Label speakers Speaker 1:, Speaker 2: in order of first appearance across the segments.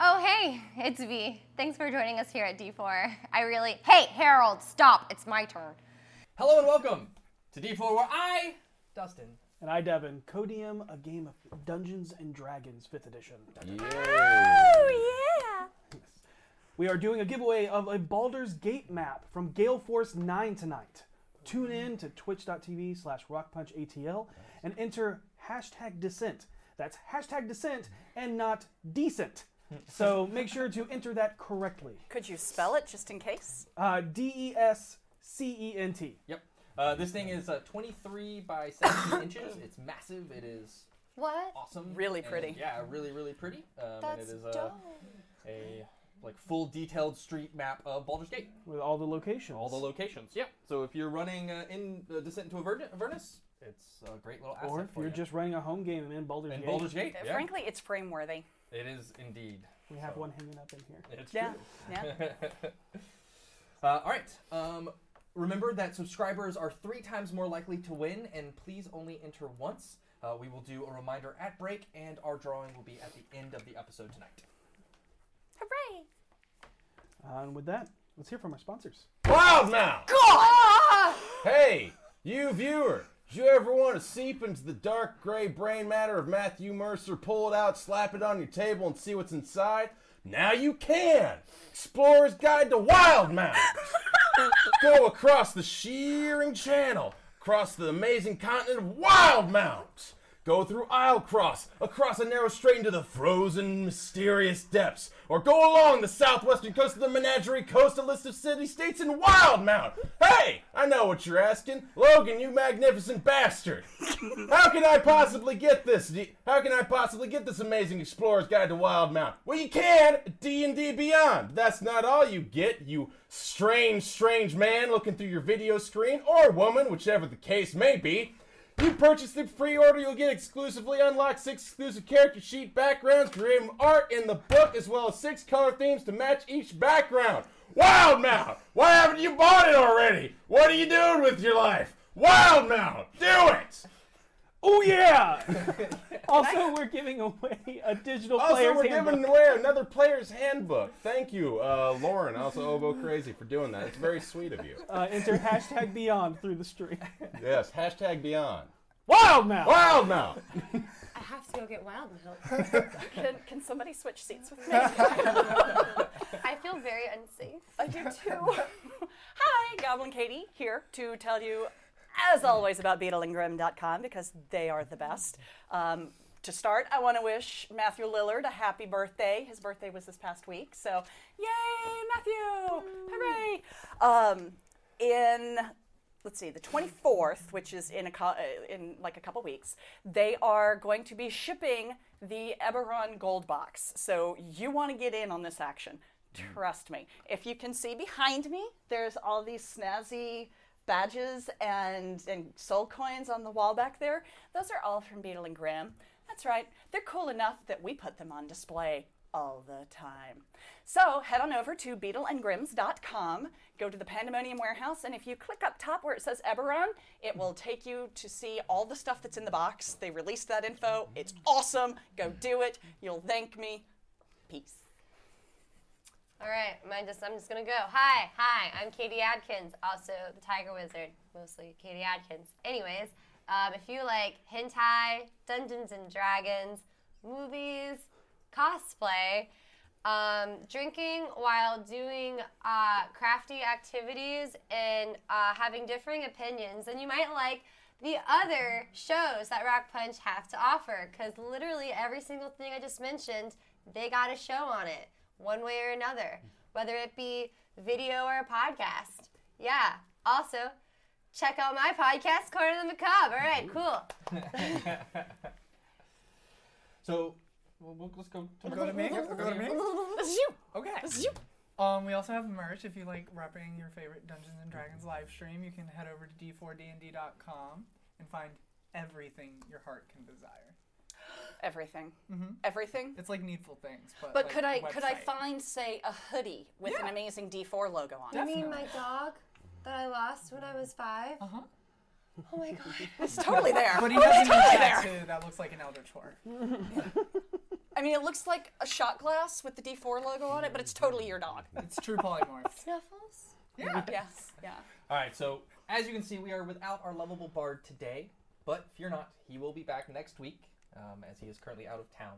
Speaker 1: Oh, Hey, it's V. Thanks for joining us here at D4. I really. Hey, Harold, stop. It's my turn.
Speaker 2: Hello and welcome to D4, where I, Dustin,
Speaker 3: And I, Devin, co-DM a game of Dungeons and Dragons 5th Edition.
Speaker 1: Oh, yeah.
Speaker 3: We are doing a giveaway of a Baldur's Gate map from Gale Force 9 tonight. Tune in to twitch.tv slash rockpunchatl and enter hashtag descent. That's hashtag descent and not decent. So make sure to enter that correctly.
Speaker 4: Could you spell it just in case?
Speaker 3: Uh, D-E-S-C-E-N-T.
Speaker 2: Yep. Uh, this thing is uh, 23 by 17 inches. It's massive. It is
Speaker 1: What?
Speaker 2: awesome.
Speaker 4: Really
Speaker 2: and,
Speaker 4: pretty.
Speaker 2: Yeah, really, really pretty. Um, and it
Speaker 1: That's
Speaker 2: is a,
Speaker 1: dope.
Speaker 2: a like full detailed street map of Baldur's Gate,
Speaker 3: With all the locations.
Speaker 2: all the locations. Yep. So if you're running uh, in uh, Descent into Avern- Avernus, it's a great little asset
Speaker 3: Or if
Speaker 2: for
Speaker 3: you're
Speaker 2: you.
Speaker 3: just running a home game in Baldur's
Speaker 2: in
Speaker 3: Gate,
Speaker 2: Baldur's Gate. Yeah.
Speaker 4: Uh, Frankly, it's frame worthy.
Speaker 2: It is indeed.
Speaker 3: we have
Speaker 2: So-
Speaker 3: one hanging up in here.
Speaker 2: It's
Speaker 4: Yeah.
Speaker 2: true.
Speaker 4: Yeah.
Speaker 2: uh, all right. Um, remember that subscribers are three times more likely to win, and please only enter once. Uh, we will do a reminder at break, and our drawing will be at the end of the episode tonight.
Speaker 1: Hooray.
Speaker 3: Uh, and with that, let's hear from our sponsors.
Speaker 5: Wild now!
Speaker 1: Ah!
Speaker 5: Hey, you viewer! Do you ever want to seep into the dark gray brain matter of Matthew Mercer, pull it out, slap it on your table, and see what's inside? Now you can! Explorer's Guide to Wild Mountain! Go across the shearing channel, across the amazing continent of Wild Mount! Go through Islecross, across a narrow strait into the frozen, mysterious depths, or go along the southwestern coast of the Menagerie Coast, a list of city-states in Wild Mount! Hey! I know what you're asking. Logan, you magnificent bastard! How can I possibly get this? D- How can I possibly get this amazing explorer's guide to Wild Mount? Well, you can at D&D Beyond. That's not all you get, you strange, strange man looking through your video screen or woman, whichever the case may be. You purchase the pre-order, you'll get exclusively unlock six exclusive character sheet backgrounds, creative art in the book, as well as six color themes to match each background. Wild Mount! Why haven't you bought it already? What are you doing with your life? Wild Mount! Do it!
Speaker 3: Oh yeah! also, we're giving away a digital
Speaker 5: Also,
Speaker 3: player's
Speaker 5: we're
Speaker 3: handbook.
Speaker 5: giving away another player's handbook. Thank you, uh, Lauren, also Oboe Crazy, for doing that. It's very sweet of you.
Speaker 3: Uh, enter hashtag Beyond through the stream.
Speaker 5: Yes, hashtag Beyond.
Speaker 3: Wild now.
Speaker 5: Wild Mount!
Speaker 6: I have to go get wild milk.
Speaker 4: Can, can somebody switch seats with me? I
Speaker 1: I feel very unsafe.
Speaker 4: do too. Hi, Goblin Katie here to tell you, as always, about BeetleandGrim.com because they are the best. Um, to start, I want to wish Matthew Lillard a happy birthday. His birthday was this past week, so yay, Matthew! Hooray! Um, in let's see, the 24th, which is in a co- uh, in like a couple weeks, they are going to be shipping the Eberron Gold Box. So you want to get in on this action. Trust me. If you can see behind me, there's all these snazzy badges and and soul coins on the wall back there. Those are all from Beetle and Graham. That's right. They're cool enough that we put them on display all the time. So head on over to beetleandgrims.com, go to the Pandemonium Warehouse, and if you click up top where it says Eberron, it will take you to see all the stuff that's in the box. They released that info. It's awesome. Go do it. You'll thank me. Peace.
Speaker 1: All right, mine just, I'm just gonna go. Hi, hi, I'm Katie Adkins, also the Tiger Wizard, mostly Katie Adkins. Anyways, um, if you like hentai, Dungeons and Dragons, movies, cosplay, um, drinking while doing uh, crafty activities, and uh, having differing opinions, then you might like the other shows that Rock Punch have to offer, because literally every single thing I just mentioned, they got a show on it one way or another, whether it be video or a podcast. Yeah. Also, check out my podcast, Corner of the Macabre. All right, cool.
Speaker 2: So well, we'll- let's go. To
Speaker 7: Go to me. Go to me.
Speaker 4: This is you. This
Speaker 7: Okay.
Speaker 4: is you.
Speaker 7: Um, we also have merch. If you like repping your favorite Dungeons and Dragons live stream, you can head over to d4dnd.com and find everything your heart can desire.
Speaker 4: Everything. Everything.
Speaker 7: It's like needful things, but
Speaker 4: Mm-hmm. But
Speaker 7: like,
Speaker 4: could I could I
Speaker 7: website.
Speaker 4: find say a hoodie with an amazing D4 logo on it?
Speaker 1: You mean my dog that I lost when I was five? Uh huh. Oh my god.
Speaker 4: It's totally there.
Speaker 7: But he has a new tattoo that looks like an elder horn.
Speaker 4: I mean, it looks like a shot glass with the D4 logo on it, but it's totally your dog.
Speaker 7: It's true polymorph.
Speaker 1: Snuffles?
Speaker 7: yeah.
Speaker 4: Yes. Yeah.
Speaker 2: All right, so as you can see, we are without our lovable bard today, but fear not, he will be back next week, um, as he is currently out of town,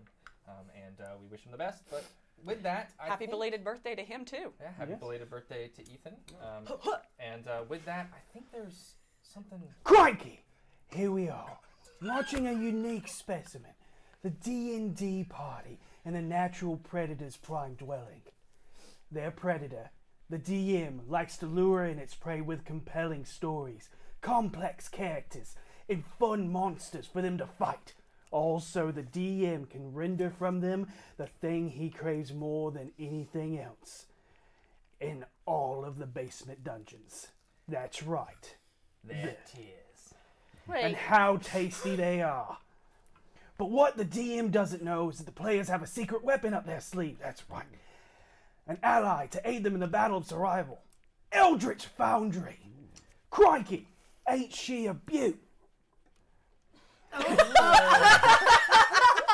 Speaker 2: um, and uh, we wish him the best. But with that, I
Speaker 4: Happy
Speaker 2: think-
Speaker 4: belated birthday to him too.
Speaker 2: Yeah, happy
Speaker 3: Yes.
Speaker 2: belated birthday to Ethan. Um, and uh, with that, I think there's something.
Speaker 3: Crikey! Here we are, launching a unique specimen, the D&D party and the natural predator's prime dwelling. Their predator, the DM, likes to lure in its prey with compelling stories, complex characters, and fun monsters for them to fight. Also, the DM can render from them the thing he craves more than anything else in all of the basement dungeons. That's right
Speaker 2: There it is.
Speaker 4: Right.
Speaker 3: and how tasty they are. But what the DM doesn't know is that the players have a secret weapon up their sleeve. That's right. An ally to aid them in the battle of survival. Eldritch Foundry. Crikey, ain't she a beaut?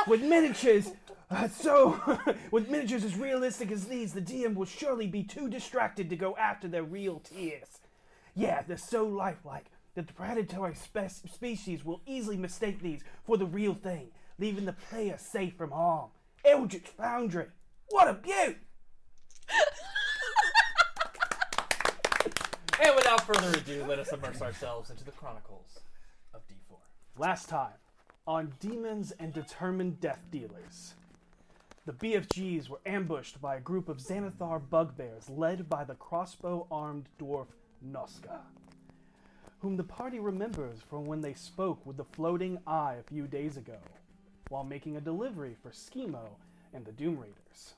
Speaker 3: with miniatures uh, so with miniatures as realistic as these, the DM will surely be too distracted to go after their real tears. Yeah, they're so lifelike that the predatory spe- species will easily mistake these for the real thing, leaving the player safe from harm. Eldritch Foundry, what a beaut!
Speaker 2: And without further ado, let us immerse ourselves into the chronicles of D4.
Speaker 3: Last time on Demons and Determined Death Dealers. The BFGs were ambushed by a group of Xanathar bugbears led by the crossbow armed dwarf Noska, whom the party remembers from when they spoke with the floating eye a few days ago while making a delivery for Schemo and the Doom Raiders.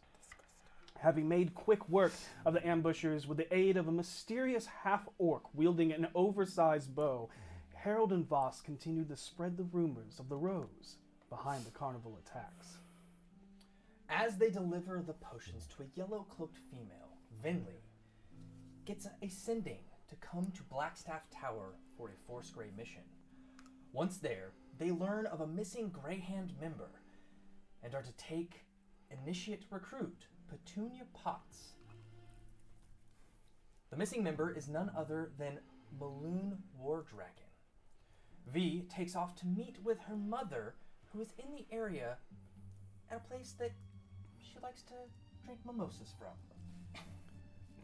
Speaker 3: Having made quick work of the ambushers with the aid of a mysterious half orc wielding an oversized bow, Harold and Voss continued to spread the rumors of the rose behind the carnival attacks.
Speaker 2: As they deliver the potions to a yellow cloaked female, Vinley gets a sending to come to Blackstaff Tower for a Force Grey mission. Once there, they learn of a missing Greyhand member and are to take initiate recruit Petunia Potts. The missing member is none other than Balloon War Dragon. V takes off to meet with her mother, who is in the area at a place that she likes to drink mimosas from.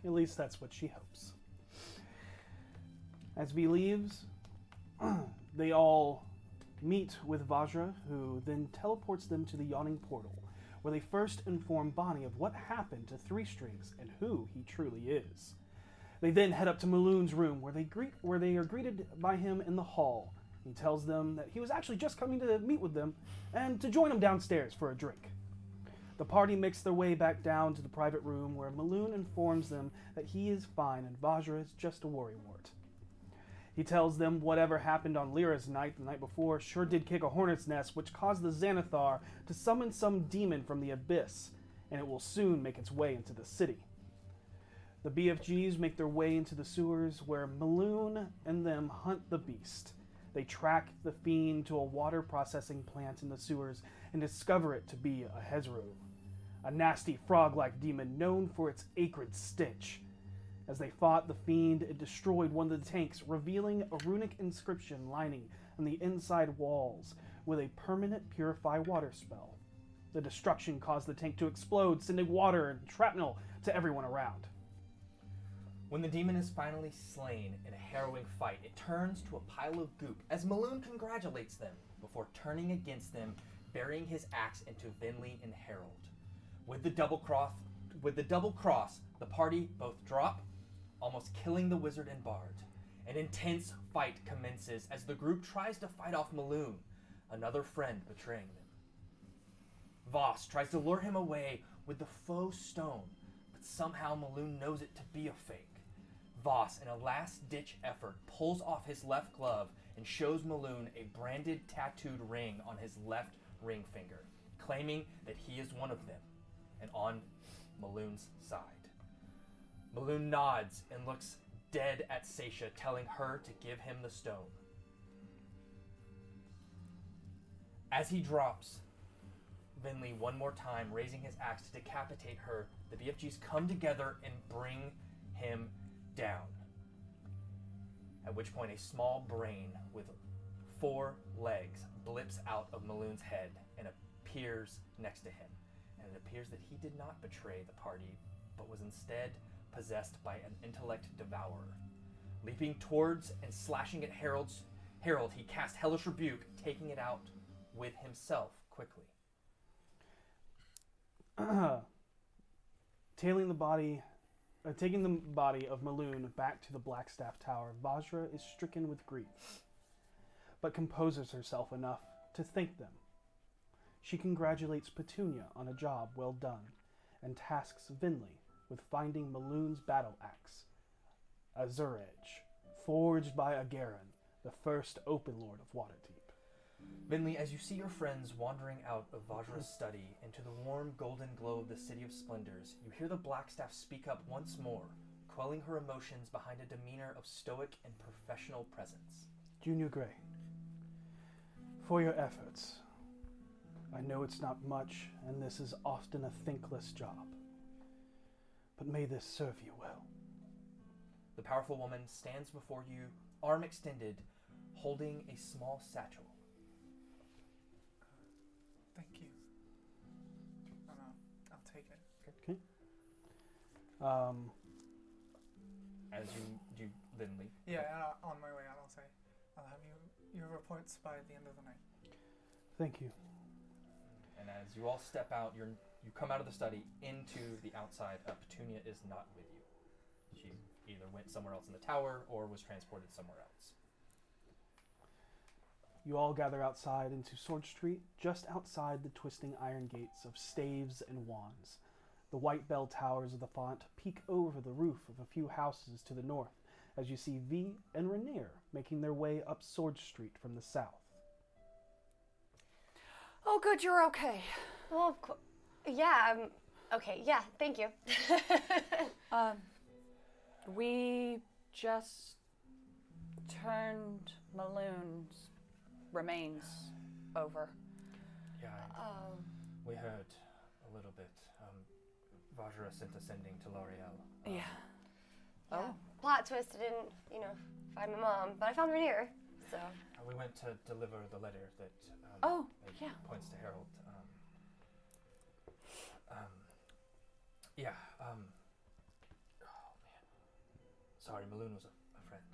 Speaker 3: At least that's what she hopes. As V leaves, they all meet with Vajra, who then teleports them to the yawning portal, where they first inform Bonnie of what happened to Three Strings and who he truly is. They then head up to Maloon's room, where they greet, where they are greeted by him in the hall. He tells them that he was actually just coming to meet with them and to join them downstairs for a drink. The party makes their way back down to the private room where Maloon informs them that he is fine and Vajra is just a worrywart. He tells them whatever happened on Lyra's night the night before sure did kick a hornet's nest, which caused the Xanathar to summon some demon from the abyss, and it will soon make its way into the city. The BFGs make their way into the sewers where Maloon and them hunt the beast. They track the fiend to a water processing plant in the sewers and discover it to be a Hezru, a nasty frog like demon known for its acrid stench. As they fought the fiend, it destroyed one of the tanks, revealing a runic inscription lining on the inside walls with a permanent purify water spell. The destruction caused the tank to explode, sending water and shrapnel to everyone around.
Speaker 2: When the demon is finally slain in a harrowing fight, it turns to a pile of goop as Maloon congratulates them before turning against them, burying his axe into Vinley and Harold. With the double cross, with the double cross, the party both drop, almost killing the wizard and bard. An intense fight commences as the group tries to fight off Maloon, another friend betraying them. Voss tries to lure him away with the faux stone, but somehow Maloon knows it to be a fake. Voss, in a last ditch effort, pulls off his left glove and shows Maloon a branded tattooed ring on his left ring finger, claiming that he is one of them and on Maloon's side. Maloon nods and looks dead at Sasha, telling her to give him the stone. As he drops, Vinley one more time, raising his axe to decapitate her. The BFGs come together and bring him down. At which point, a small brain with four legs blips out of Maloon's head and appears next to him. And it appears that he did not betray the party, but was instead possessed by an intellect devourer. Leaping towards and slashing at Harold's Harold, he cast Hellish Rebuke, taking it out with himself quickly.
Speaker 3: tailing the body, uh, taking the body of Maloon back to the Blackstaff Tower, Vajra is stricken with grief, but composes herself enough to thank them. She congratulates Petunia on a job well done, and tasks Vinley with finding Maloon's battle axe, a Zurej, forged by Agarin, the first Open Lord of Waterdeep.
Speaker 2: Vinley, as you see your friends wandering out of Vajra's study into the warm golden glow of the City of Splendors, you hear the Blackstaff speak up once more, quelling her emotions behind a demeanor of stoic and professional presence.
Speaker 3: Junior Gray, for your efforts. I know it's not much, and this is often a thinkless job. But may this serve you well.
Speaker 2: The powerful woman stands before you, arm extended, holding a small satchel.
Speaker 7: Thank you. I know. I'll take it.
Speaker 3: Um,
Speaker 2: As you do, Vinley.
Speaker 7: Yeah, and I'll, on my way out, I'll say, I'll have you your reports by the end of the night.
Speaker 3: thank you.
Speaker 2: And as you all step out, you're, you come out of the study into the outside. Uh, Petunia is not with you. She either went somewhere else in the tower or was transported somewhere else.
Speaker 3: You all gather outside into Sword Street, just outside the twisting iron gates of staves and wands. The white bell towers of the font peek over the roof of a few houses to the north as you see V and Rainier making their way up Sword Street from the south.
Speaker 4: Oh, good, you're okay.
Speaker 1: Well, of course. Yeah. Um, okay. Yeah. Thank you.
Speaker 4: Um, we just turned Maloon's remains over.
Speaker 2: Yeah,
Speaker 1: oh.
Speaker 2: We heard a little bit. Um, Vajra sent a sending to L'Oreal. Um,
Speaker 4: Oh.
Speaker 1: Yeah. Plot twist. I didn't, you know, find my mom, but I found Rainier. So.
Speaker 2: and We went to deliver the letter that. Um,
Speaker 4: Oh,
Speaker 2: that
Speaker 4: yeah.
Speaker 2: Points to Harold. Um, um, yeah. Um, oh man. Sorry, Maloon was a, a friend.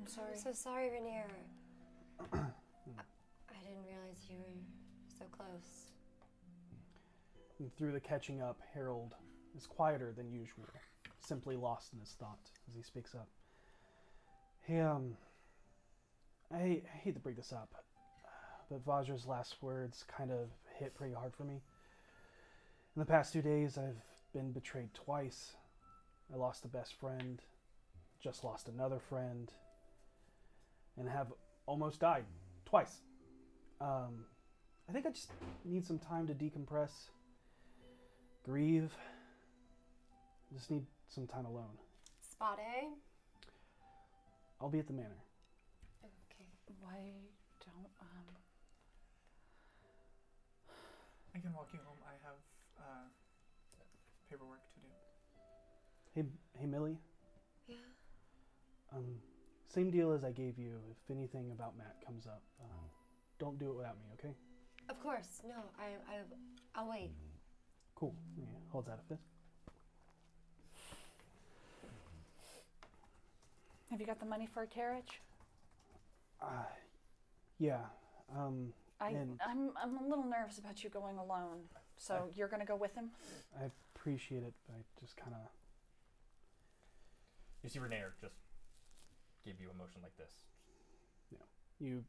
Speaker 4: I'm sorry.
Speaker 1: I'm so sorry, Rainier. I, I didn't realize you were so close.
Speaker 3: And through the catching up, Harold is quieter than usual, simply lost in his thought as he speaks up. Hey, um, I I hate to bring this up, but Vajra's last words kind of hit pretty hard for me. In the past two days, I've been betrayed twice. I lost a best friend, just lost another friend, and have almost died twice. Um, I think I just need some time to decompress grieve. Just need some time alone.
Speaker 1: Spot A.
Speaker 3: I'll be at the manor.
Speaker 1: Okay.
Speaker 4: Why don't um?
Speaker 7: I can walk you home. I have uh, paperwork to do.
Speaker 3: Hey, hey, Millie.
Speaker 1: Yeah.
Speaker 3: Um, same deal as I gave you. If anything about Matt comes up, uh, don't do it without me, okay?
Speaker 1: Of course. No. I. I. I'll wait.
Speaker 3: Cool. Yeah, holds out a fist.
Speaker 4: Have you got the money for a carriage?
Speaker 3: Uh, yeah. Um,
Speaker 4: I
Speaker 3: And-
Speaker 4: I'm I'm a little nervous about you going alone. So you're gonna go with him?
Speaker 3: I appreciate it. But I just kind of
Speaker 2: You see, Renair just give you a motion like this.
Speaker 3: you,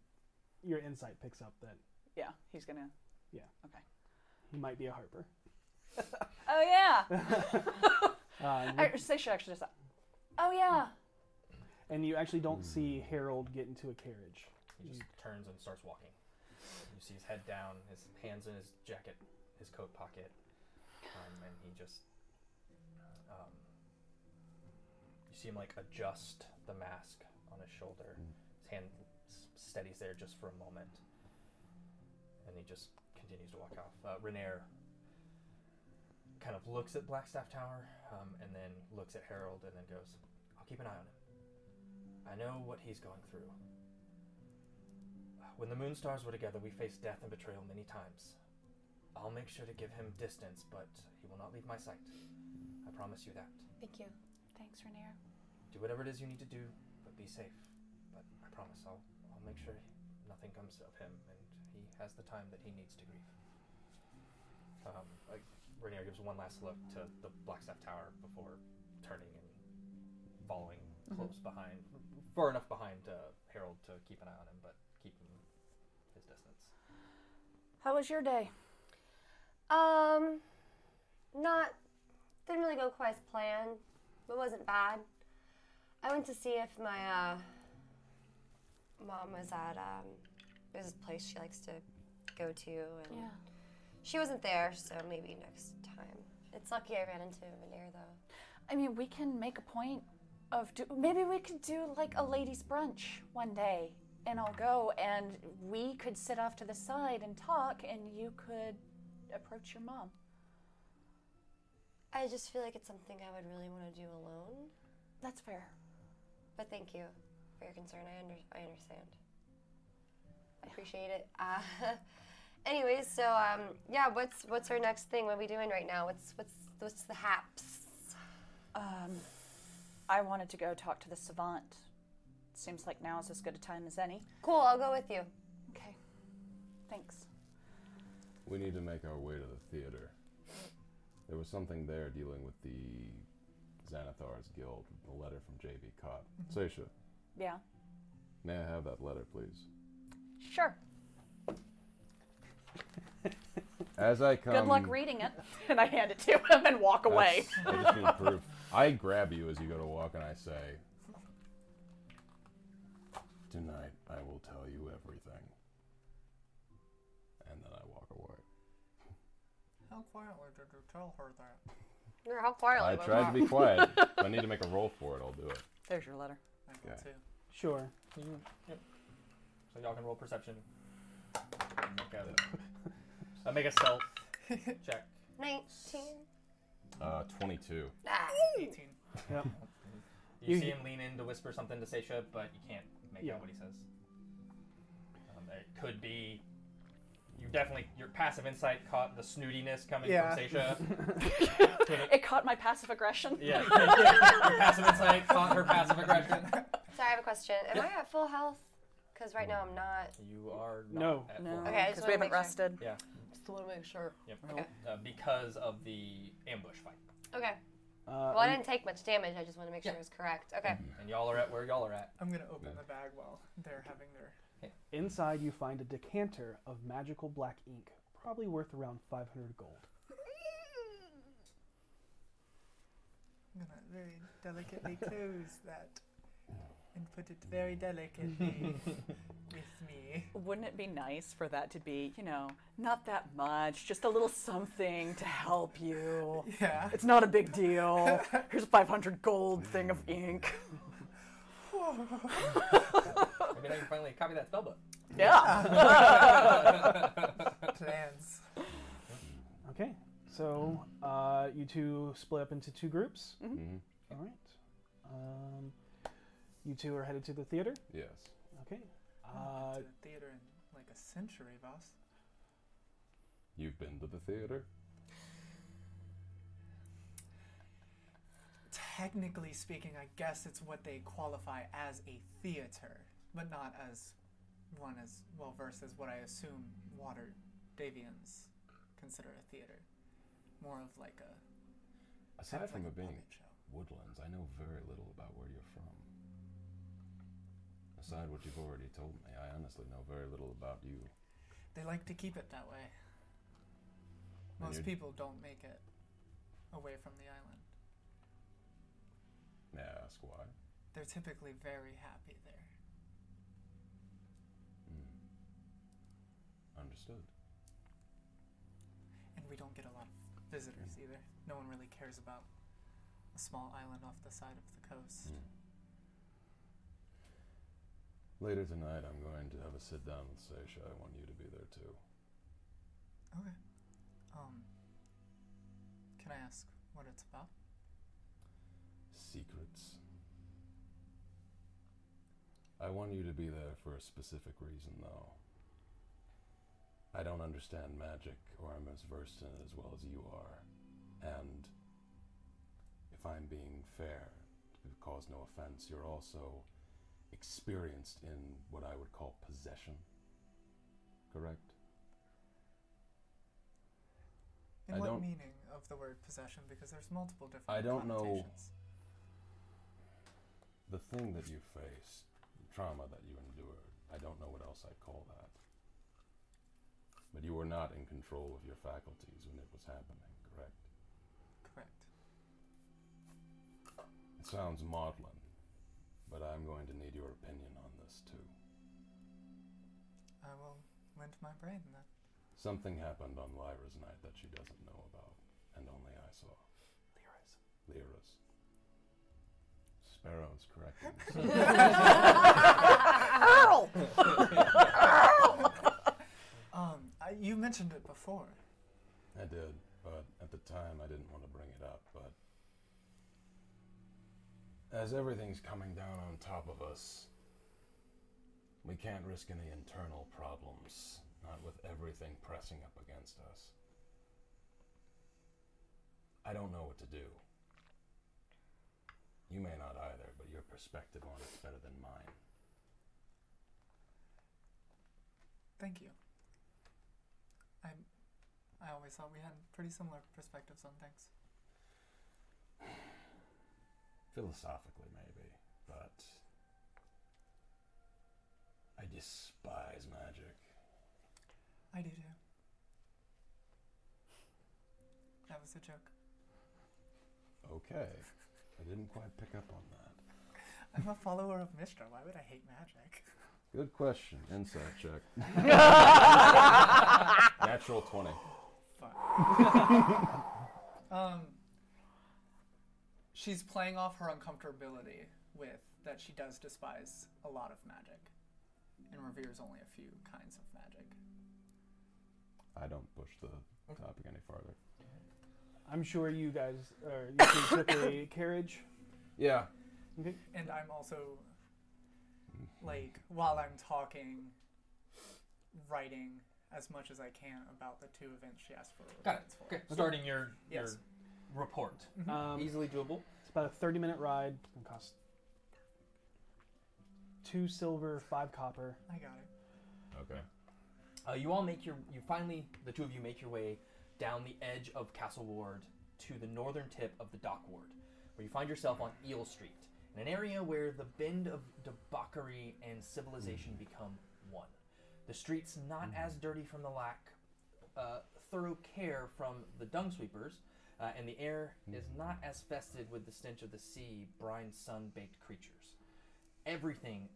Speaker 3: your insight picks up that
Speaker 4: Yeah, he's gonna.
Speaker 3: he might be a harper.
Speaker 4: Oh yeah.
Speaker 3: Uh, and,
Speaker 4: I, they should actually just. Oh
Speaker 3: you,
Speaker 4: yeah.
Speaker 3: and you actually don't see Harold get into a carriage.
Speaker 2: He just turns and starts walking. You see his head down, his hands in his jacket, his coat pocket, um, and he just. Um, you see him like adjust the mask on his shoulder. His hand s- steadies there just for a moment, and And he just continues to walk off. Uh, Renair kind of looks at Blackstaff Tower um, and then looks at Harold and then goes, I'll keep an eye on him. I know what he's going through. When the moon stars were together, we faced death and betrayal many times. I'll make sure to give him distance, but he will not leave my sight. I promise you that.
Speaker 6: Thank you.
Speaker 4: Thanks, Rainier.
Speaker 2: Do whatever it is you need to do, but be safe. But I promise I'll, I'll make sure nothing comes of him, and he has the time that he needs to grieve. Um, like, Rainier gives one last look to the Blackstaff Tower before turning and following close behind, far enough behind uh, Harold to keep an eye on him, but keeping his distance.
Speaker 4: How was your day?
Speaker 1: Um, not didn't really go quite as planned. It wasn't bad. I went to see if my uh, mom was at um, there's this place she likes to go to, and she wasn't there, so maybe next time. It's lucky I ran into Veneer though.
Speaker 4: I mean, we can make a point of do- maybe we could do like a ladies' brunch one day, and I'll go, and we could sit off to the side and talk, and you could approach your mom.
Speaker 1: I just feel like it's something I would really want to do alone.
Speaker 4: That's fair.
Speaker 1: But thank you for your concern. I under- I understand. I appreciate it. Uh, anyways, so um, yeah, what's what's our next thing? What are we doing right now? What's what's what's the haps?
Speaker 4: Um, I wanted to go talk to the savant. Seems like now is as good a time as any.
Speaker 1: Cool. I'll go with you.
Speaker 4: Okay. Thanks.
Speaker 5: We need to make our way to the theater. There was something there dealing with the Xanathar's Guild, the letter from J.B. Cobb.
Speaker 4: Mm-hmm.
Speaker 5: Seisha,
Speaker 4: Yeah.
Speaker 5: may I have that letter, please?
Speaker 4: Sure.
Speaker 5: As I come.
Speaker 4: Good luck reading it. And I hand it to him and walk away.
Speaker 5: Um, That's- I just need proof. I grab you as you go to walk and I say, Tonight I will tell you everything. And then I walk away.
Speaker 7: How quietly did you tell her that?
Speaker 1: You're how quiet.
Speaker 5: I tried to be quiet. if I need to make a roll for it, I'll do it.
Speaker 4: There's your letter.
Speaker 7: I
Speaker 5: Yeah.
Speaker 7: will too.
Speaker 3: Sure.
Speaker 2: So y'all can roll perception. Make a- uh, make a stealth check.
Speaker 1: Nineteen.
Speaker 5: Uh, 22.
Speaker 1: Ah.
Speaker 7: 18.
Speaker 2: You,
Speaker 3: You-
Speaker 2: see him lean in to whisper something to Seisha, but you can't make
Speaker 3: Yeah.
Speaker 2: out what he says. Um, it could be. You definitely your passive insight caught the snootiness coming
Speaker 7: Yeah.
Speaker 2: from Seisha.
Speaker 4: It caught my passive aggression.
Speaker 2: Yeah, your passive insight caught her passive aggression.
Speaker 1: Sorry, I have a question. Am I at full health? Because right now I'm not.
Speaker 2: You are not
Speaker 3: No.
Speaker 2: at
Speaker 4: No,
Speaker 2: full
Speaker 1: Okay, I just
Speaker 4: because
Speaker 1: wanna
Speaker 4: we haven't
Speaker 1: make sure.
Speaker 4: rested.
Speaker 1: Just want to make sure.
Speaker 2: Yep.
Speaker 1: Okay.
Speaker 2: Uh, because of the ambush fight.
Speaker 1: Okay.
Speaker 3: Uh,
Speaker 1: Well, I didn't take much damage. I just want to make sure
Speaker 2: Yeah.
Speaker 1: it was correct. Okay.
Speaker 5: Mm-hmm.
Speaker 2: And y'all are at where y'all are at.
Speaker 7: I'm gonna open
Speaker 5: Yeah.
Speaker 7: the bag while they're having their.
Speaker 3: Inside, you find a decanter of magical black ink, probably worth around 500 gold.
Speaker 7: I'm gonna very delicately close that and put it very delicately with me.
Speaker 4: Wouldn't it be nice for that to be, you know, not that much, just a little something to help you?
Speaker 7: Yeah.
Speaker 4: It's not a big deal. Here's a 500 gold thing of ink.
Speaker 2: Maybe now you can finally copy that spellbook.
Speaker 4: Yeah.
Speaker 7: Plans.
Speaker 3: Okay, so uh, you two split up into two groups.
Speaker 4: Hmm?
Speaker 5: Mm-hmm.
Speaker 3: All right. Um, you two are headed to the theater.
Speaker 5: Yes.
Speaker 3: Okay.
Speaker 7: I haven't
Speaker 3: Uh,
Speaker 7: been to the theater in like a century, boss.
Speaker 5: You've been to the theater?
Speaker 7: Technically speaking, I guess it's what they qualify as a theater, but not as one as well versed as what I assume water Davians consider a theater. More of like a kind
Speaker 5: Aside
Speaker 7: of
Speaker 5: from
Speaker 7: like
Speaker 5: it
Speaker 7: a
Speaker 5: being
Speaker 7: puppet show.
Speaker 5: woodlands, I know very little about where you're from. Aside what you've already told me, I honestly know very little about you.
Speaker 7: They like to keep it that way.
Speaker 5: And
Speaker 7: Most
Speaker 5: you're-
Speaker 7: people don't make it away from the island.
Speaker 5: May I ask why?
Speaker 7: They're typically very happy there.
Speaker 5: Mm. Hmm. Understood.
Speaker 7: And we don't get a lot of visitors either. No one really cares about a small island off the side of the coast.
Speaker 5: Hmm. Later tonight, I'm going to have a sit down with Seisha. I want you to be there too. Mm.
Speaker 7: Okay. Um, can I ask what it's about?
Speaker 5: Secrets. I want you to be there for a specific reason, though. I don't understand magic, or I'm as versed in it as well as you are. And if I'm being fair, to cause no offense, you're also experienced in what I would call possession. Correct?
Speaker 7: In
Speaker 5: I
Speaker 7: what
Speaker 5: don't-
Speaker 7: meaning of the word possession? Because there's multiple different.
Speaker 5: I don't know-
Speaker 7: connotations.
Speaker 5: the thing that you faced, the trauma that you endured, I don't know what else I'd call that. But you were not in control of your faculties when it was happening, correct?
Speaker 7: Correct.
Speaker 5: It sounds maudlin, but I'm going to need your opinion on this too.
Speaker 7: I will lend my brain then.
Speaker 5: Something happened on Lyra's night that she doesn't know about, and only I saw. Lyra's. Sparrow's correcting. me.
Speaker 4: Earl!
Speaker 7: Um, I, you mentioned it before.
Speaker 5: I did, but at the time I didn't want to bring it up, but as everything's coming down on top of us, we can't risk any internal problems, not with everything pressing up against us. I don't know what to do. You may not either, but your perspective on it's better than mine.
Speaker 7: Thank you. I, I always thought we had pretty similar perspectives on things.
Speaker 5: Philosophically, maybe, but I despise magic.
Speaker 7: I do too. That was a joke.
Speaker 5: Okay. I didn't quite pick up on that.
Speaker 7: I'm a follower of Mishra. Why would I hate magic?
Speaker 5: Good question. Insight check. Natural 20.
Speaker 7: Fuck. um, she's playing off her uncomfortability with that she does despise a lot of magic and reveres only a few kinds of magic.
Speaker 5: I don't push the topic any farther.
Speaker 3: I'm sure you guys are you can flip a carriage.
Speaker 5: Yeah.
Speaker 7: And I'm also, like, while I'm talking, writing as much as I can about the two events she asked for.
Speaker 2: Got it.
Speaker 7: rewards for.
Speaker 2: Okay, starting your, your
Speaker 7: Yes.
Speaker 2: report.
Speaker 3: Um,
Speaker 2: Easily doable.
Speaker 3: it's about a 30 minute ride. It's gonna cost two silver, five copper.
Speaker 7: I got it.
Speaker 5: Okay.
Speaker 2: Uh, you all make your you finally the two of you make your way down the edge of Castle Ward to the northern tip of the Dock Ward, where you find yourself on Eel Street, in an area where the bend of debauchery and civilization become one. The streets not as dirty from the lack uh, thorough care from the dung sweepers, uh, and the air is not as fested with the stench of the sea, brine, sun baked creatures. Everything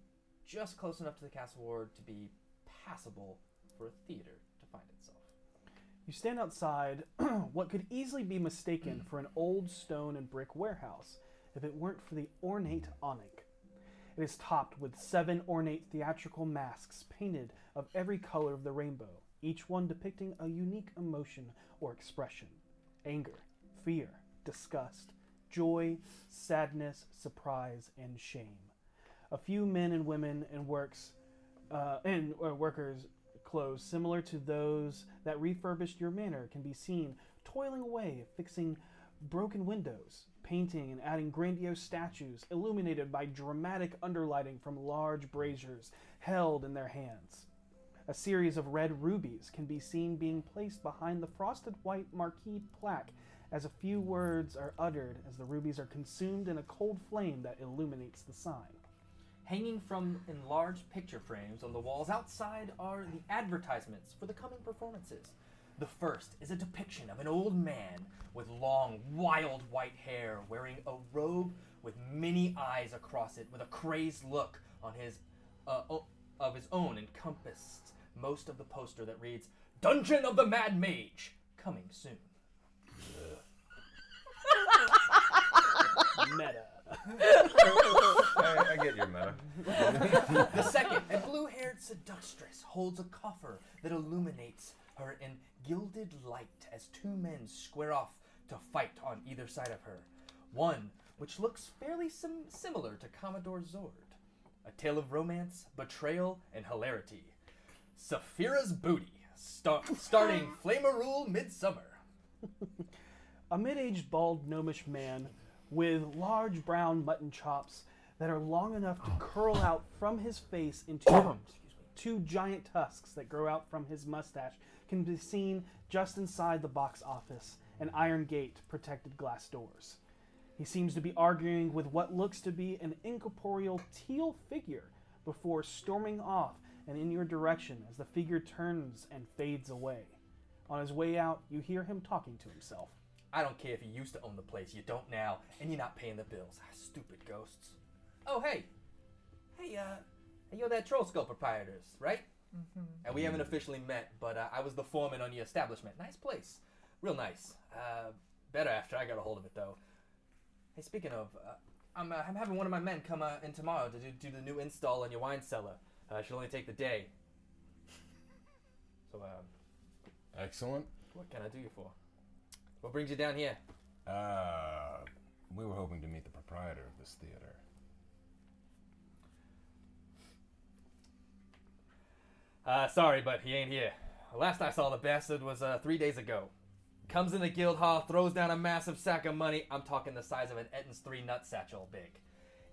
Speaker 2: just close enough to the Castle Ward to be passable for a theater to find itself.
Speaker 3: You stand outside what could easily be mistaken for an old stone and brick warehouse if it weren't for the ornate awning. It is topped with seven ornate theatrical masks painted of every color of the rainbow, each one depicting a unique emotion or expression anger, fear, disgust, joy, sadness, surprise, and shame. A few men and women and works uh, and or workers clothes similar to those that refurbished your manor can be seen toiling away fixing broken windows painting and adding grandiose statues illuminated by dramatic underlighting from large braziers held in their hands a series of red rubies can be seen being placed behind the frosted white marquee plaque as a few words are uttered as the rubies are consumed in a cold flame that illuminates the sign
Speaker 2: Hanging from enlarged picture frames on the walls outside are the advertisements for the coming performances. The first is a depiction of an old man with long, wild white hair wearing a robe with many eyes across it, with a crazed look on his uh, o- of his own encompassed most of the poster that reads "Dungeon of the Mad Mage coming soon."
Speaker 3: meta
Speaker 5: I, I get your meta.
Speaker 2: The second, a blue haired seductress holds a coffer that illuminates her in gilded as two men square off to fight on either side of her. One which looks fairly sim- similar to Commodore Zord. A tale of romance, betrayal, and hilarity. Saphira's Booty, star- starting Flamarule Midsummer.
Speaker 3: a mid-aged bald gnomish man with large brown mutton chops that are long enough to curl out from his face into two giant tusks that grow out from his mustache can be seen just inside the box office an iron gate protected glass doors he seems to be arguing with what looks to be an incorporeal teal figure before storming off and in your direction as the figure turns and fades away on his way out you hear him talking to himself
Speaker 2: I don't care if you used to own the place, you don't now, and you're not paying the bills. Ah, Stupid ghosts. Oh, hey. Hey, uh, hey, you're that Troll Skull proprietors, right? And we haven't officially met, but uh, I was the foreman on your establishment. Nice place. Real nice. Uh, better after I got a hold of it, though. Hey, speaking of, uh, I'm, uh, I'm having one of my men come uh, in tomorrow to do, do the new install on your wine cellar. Uh, it should only take the day. So, um,
Speaker 5: Excellent.
Speaker 2: what can I do you for? What brings you down here?
Speaker 5: Uh, we were hoping to meet the proprietor of this theater.
Speaker 2: Uh, sorry, but he ain't here. Last I saw the bastard was uh, three days ago. Comes in the guild hall, throws down a massive sack of money. I'm talking the size of an Etton's three nut satchel big.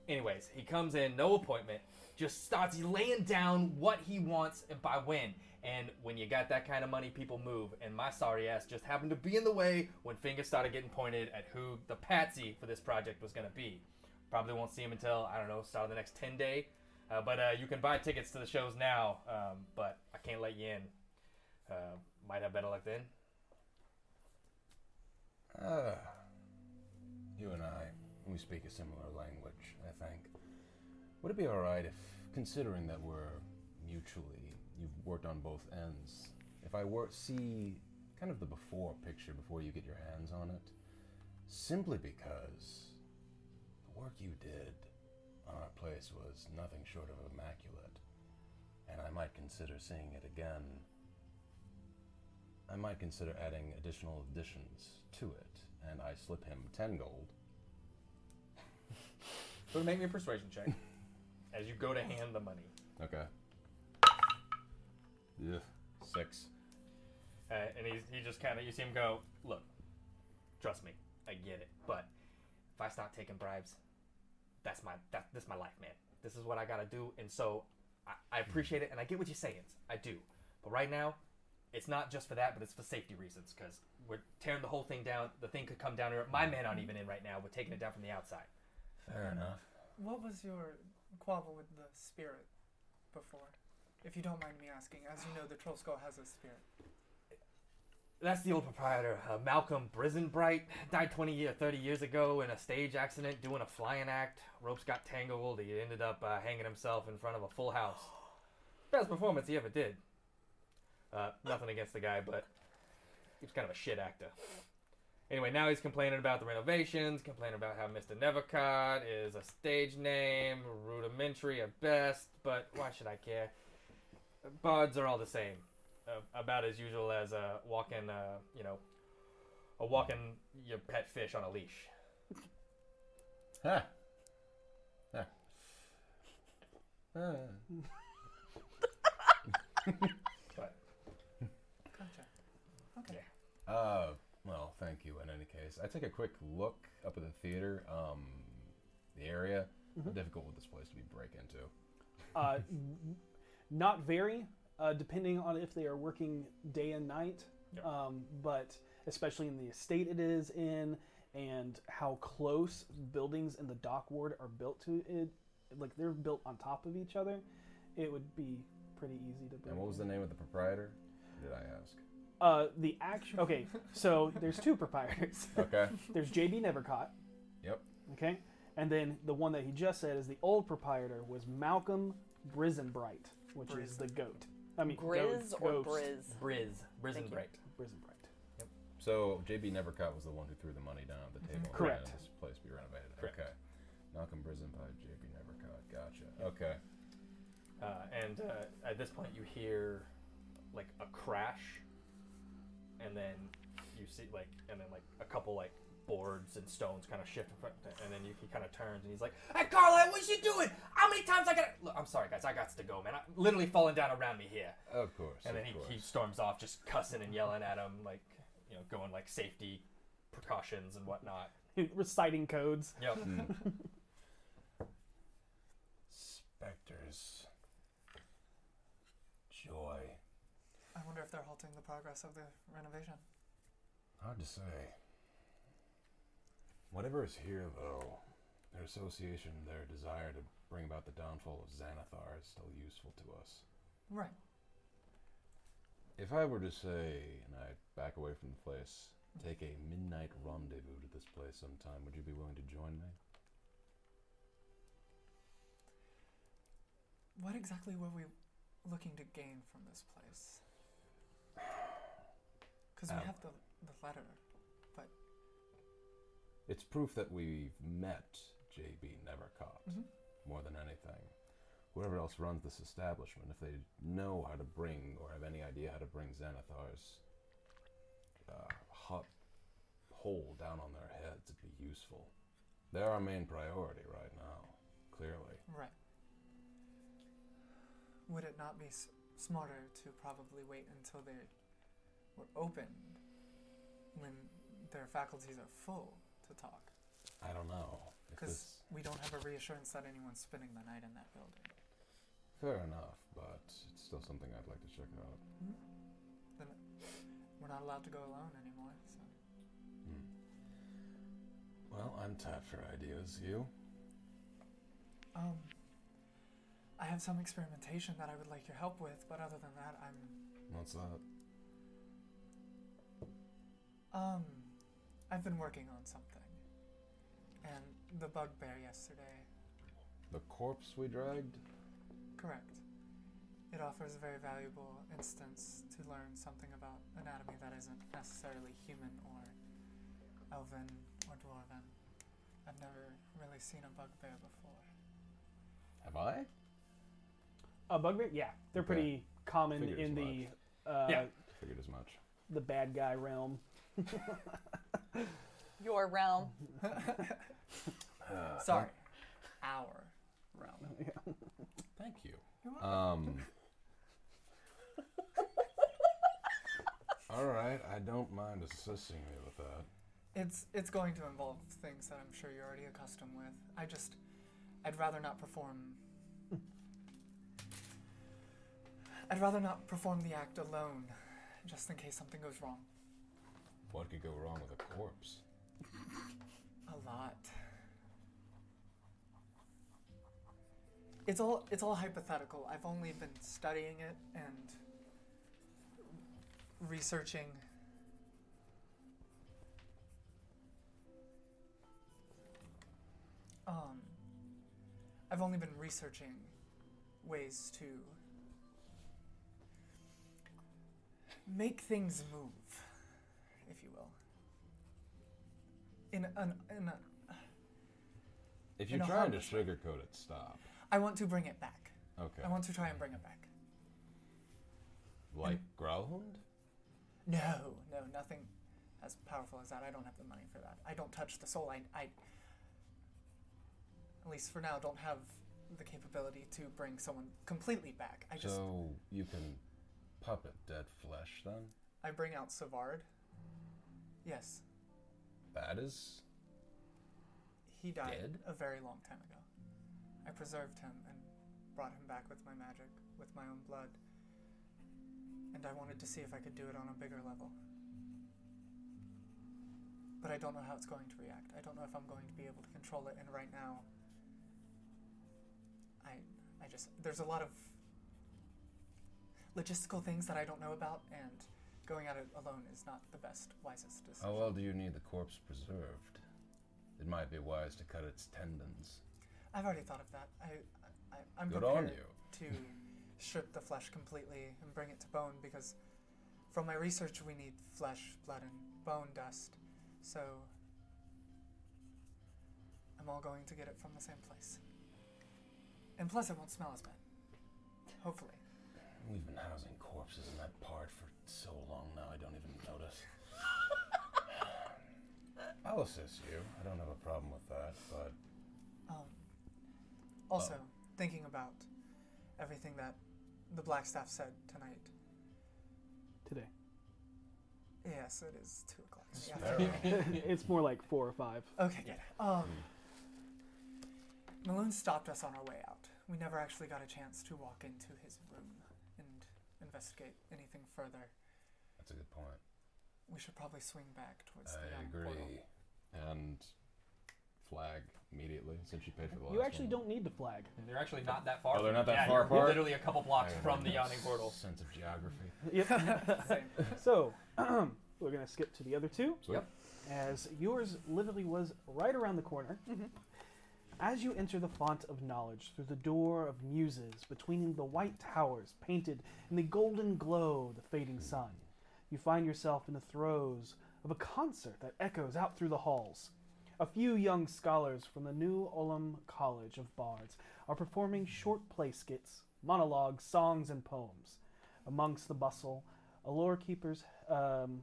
Speaker 2: Anyways, he comes in, no appointment, just starts laying down what he wants and by when. And when you got that kind of money, people move. And my sorry ass just happened to be in the way when fingers started getting pointed at who the patsy for this project was gonna be. Probably won't see him until I don't know, start of the next ten day. Uh, but uh, you can buy tickets to the shows now. Um, but I can't let you in. Uh, might have better luck then.
Speaker 5: Uh, you and I, we speak a similar language, I think. Would it be alright if, considering that we're mutually, you've worked on both ends, if I were see kind of the before picture before you get your hands on it? Simply because the work you did on our place was nothing short of immaculate, and I might consider seeing it again I might consider adding additional additions to it, and I slip him ten gold.
Speaker 2: So make me a persuasion check as you go to hand the money.
Speaker 5: Okay. Yeah. Six.
Speaker 2: Uh, and he's, he just kind of, you see him go, look, trust me, I get it. But if I start taking bribes, that's my, that, this my life, man. This is what I gotta do. And so I, I appreciate it and I get what you're saying. I do. But right now, it's not just for that, but it's for safety reasons because we're tearing the whole thing down. The thing could come down here. My men aren't even in right now. We're taking it down from the outside.
Speaker 5: Fair enough.
Speaker 7: What was your quabble with the spirit before? If you don't mind me asking, as you know, the troll skull has a spirit.
Speaker 2: That's the old proprietor, uh, Malcolm Brisenbright. Died 20 or 30 years ago in a stage accident doing a flying act. Ropes got tangled. He ended up uh, hanging himself in front of a full house. Best performance he ever did. Uh, nothing against the guy, but he was kind of a shit actor. Anyway, now he's complaining about the renovations, complaining about how Mr. Nevercott is a stage name, rudimentary at best, but why should I care? Bards are all the same uh, about as usual as uh, walking, uh, you know, a walking your pet fish on a leash.
Speaker 5: Huh. Huh. Uh,
Speaker 2: But
Speaker 7: Gotcha.
Speaker 5: uh, well, thank you in any case. I take a quick look up at the theater, um, the area. How difficult would this place to be break into?
Speaker 3: Mm-hmm. uh, n- not very, uh, depending on if they are working day and night,
Speaker 2: Yep.
Speaker 3: um, but especially in the estate it is in and how close buildings in the dock ward are built to it, like they're built on top of each other, it would be pretty easy to build.
Speaker 5: And what was the name of the proprietor? Did I ask?
Speaker 3: Uh, the actual okay, so there's two proprietors.
Speaker 5: Okay.
Speaker 3: there's JB Nevercott.
Speaker 5: Yep.
Speaker 3: Okay, and then the one that he just said is the old proprietor was Malcolm Brisenbright, which is the goat. I mean,
Speaker 4: Grizz
Speaker 3: goat,
Speaker 4: or
Speaker 3: ghost,
Speaker 4: Briz?
Speaker 2: Briz, Brisenbright.
Speaker 3: Brisenbright.
Speaker 5: So JB Nevercott was the one who threw the money down at the table. and
Speaker 3: Correct.
Speaker 5: had This place be renovated.
Speaker 2: Mm-hmm. Correct.
Speaker 5: Okay. Malcolm Prison by JB Nevercott. Gotcha. Okay.
Speaker 2: Uh, and uh, at this point, you hear like a crash, and then you see like, and then like a couple like boards and stones kind of shift, in front- and then you, he kind of turns and he's like, "Hey, Carla, what you doing? How many times I gotta?" Look, I'm sorry, guys, I got to go, man. I'm literally falling down around me here.
Speaker 5: Of course.
Speaker 2: And then
Speaker 5: of
Speaker 2: he,
Speaker 5: course.
Speaker 2: he storms off, just cussing and yelling at him, like you know, going like safety precautions and whatnot.
Speaker 3: Reciting codes.
Speaker 2: Yep.
Speaker 8: Hmm.
Speaker 5: Specters. Joy.
Speaker 7: I wonder if they're halting the progress of the renovation.
Speaker 5: Hard to say. Whatever is here, though, their association, their desire to bring about the downfall of Xanathar is still useful to us.
Speaker 7: Right.
Speaker 5: If I were to say, and I back away from the place, take a midnight rendezvous to this place sometime, would you be willing to join me?
Speaker 7: What exactly were we looking to gain from this place? Because
Speaker 5: Um,
Speaker 7: we have the, the letter.
Speaker 5: It's proof that we've met JB Nevercott
Speaker 7: Mhm.
Speaker 5: more than anything. Whoever else runs this establishment, if they know how to bring or have any idea how to bring Xanathar's uh, hot hole down on their heads, it'd be useful. They're our main priority right now, clearly.
Speaker 7: Right. Would it not be s- smarter to probably wait until they were opened when their faculties are full to talk?
Speaker 5: I don't know. if
Speaker 7: Because
Speaker 5: this-
Speaker 7: we don't have a reassurance that anyone's spending the night in that building.
Speaker 5: Fair enough, but it's still something I'd like to check out.
Speaker 7: We're not allowed to go alone anymore, so.
Speaker 5: Well, I'm tapped for ideas. You?
Speaker 7: Um, I have some experimentation that I would like your help with, but other than that, I'm
Speaker 5: What's that?
Speaker 7: um, I've been working on something. And the bugbear yesterday,
Speaker 5: The corpse we dragged?
Speaker 7: correct. It offers a very valuable instance to learn something about anatomy that isn't necessarily human or elven or dwarven. I've never really seen a bugbear before.
Speaker 5: Have I?
Speaker 3: Uh, bugbear? Yeah, they're
Speaker 5: Okay.
Speaker 3: pretty common
Speaker 5: Figured as
Speaker 3: in the uh,
Speaker 2: Yeah.
Speaker 5: Figured as much.
Speaker 3: the bad guy realm.
Speaker 4: Your realm.
Speaker 5: Uh,
Speaker 7: Sorry, our realm.
Speaker 5: Thank you.
Speaker 7: You're welcome.
Speaker 5: Um. all right, I don't mind assisting me with that.
Speaker 7: It's it's going to involve things that I'm sure you're already accustomed with. I just I'd rather not perform I'd rather not perform the act alone, just in case something goes wrong.
Speaker 5: What could go wrong with a corpse?
Speaker 7: A lot. It's all it's all hypothetical. I've only been studying it and researching. Um, I've only been researching ways to make things move, if you will. In an in a,
Speaker 5: If you're
Speaker 7: In a
Speaker 5: trying to
Speaker 7: harmless
Speaker 5: sugarcoat it, stop.
Speaker 7: I want to bring it back.
Speaker 5: Okay.
Speaker 7: I want to try and bring it back.
Speaker 5: like Growlhound?
Speaker 7: No, no, nothing as powerful as that. I don't have the money for that. I don't touch the soul. I, I at least for now, don't have the capability to bring someone completely back. I just
Speaker 5: So you can puppet dead flesh then?
Speaker 7: I bring out Savard. Yes,
Speaker 5: That is
Speaker 7: he died
Speaker 5: Dead?
Speaker 7: a very long time ago. I preserved him and brought him back with my magic, with my own blood. And I wanted to see if I could do it on a bigger level. But I don't know how it's going to react. I don't know if I'm going to be able to control it, and right now, I, I just there's a lot of logistical things that I don't know about, and going at it alone is not the best, wisest decision.
Speaker 5: How Oh, well do you need the corpse preserved? It might be wise to cut its tendons.
Speaker 7: I've already thought of that. I, I I'm
Speaker 5: Good
Speaker 7: prepared
Speaker 5: on you.
Speaker 7: to strip the flesh completely and bring it to bone because, from my research, we need flesh, blood, and bone dust. So, I'm all going to get it from the same place. And plus, it won't smell as bad. Hopefully.
Speaker 5: We've been housing corpses in that part for so long now, I don't even notice. I'll assist you. I don't have a problem with that, but
Speaker 7: Um, Also, thinking about everything that the Blackstaff said tonight.
Speaker 3: today.
Speaker 7: Yes, it is two o'clock. in the afternoon.
Speaker 5: There we go.
Speaker 3: it's more like four or five.
Speaker 7: Okay, good. Um, Malone stopped us on our way out. We never actually got a chance to walk into his room and investigate anything further.
Speaker 5: that's a good point.
Speaker 7: We should probably swing back towards the
Speaker 8: I
Speaker 7: um, portal.
Speaker 8: agree. And flag immediately since you paid for the last
Speaker 3: You actually
Speaker 8: one.
Speaker 3: don't need to flag.
Speaker 2: They're actually not that far.
Speaker 8: Oh, they're
Speaker 2: from-
Speaker 8: not that
Speaker 2: yeah,
Speaker 8: far
Speaker 2: you're
Speaker 8: apart?
Speaker 2: Literally a couple blocks
Speaker 8: I
Speaker 2: from
Speaker 8: have
Speaker 2: the
Speaker 8: no
Speaker 2: yawning portal.
Speaker 8: Sense of geography.
Speaker 3: Yep.
Speaker 7: Same.
Speaker 3: so we're gonna skip to the other two.
Speaker 8: Sweet.
Speaker 2: Yep.
Speaker 3: As yours literally was right around the corner. As you enter the font of knowledge through the door of muses, between the white towers painted in the golden glow of the fading sun, you find yourself in the throes of a concert that echoes out through the halls. A few young scholars from the New Olam College of Bards are performing short play skits, monologues, songs, and poems. Amongst the bustle, a lore keeper's um,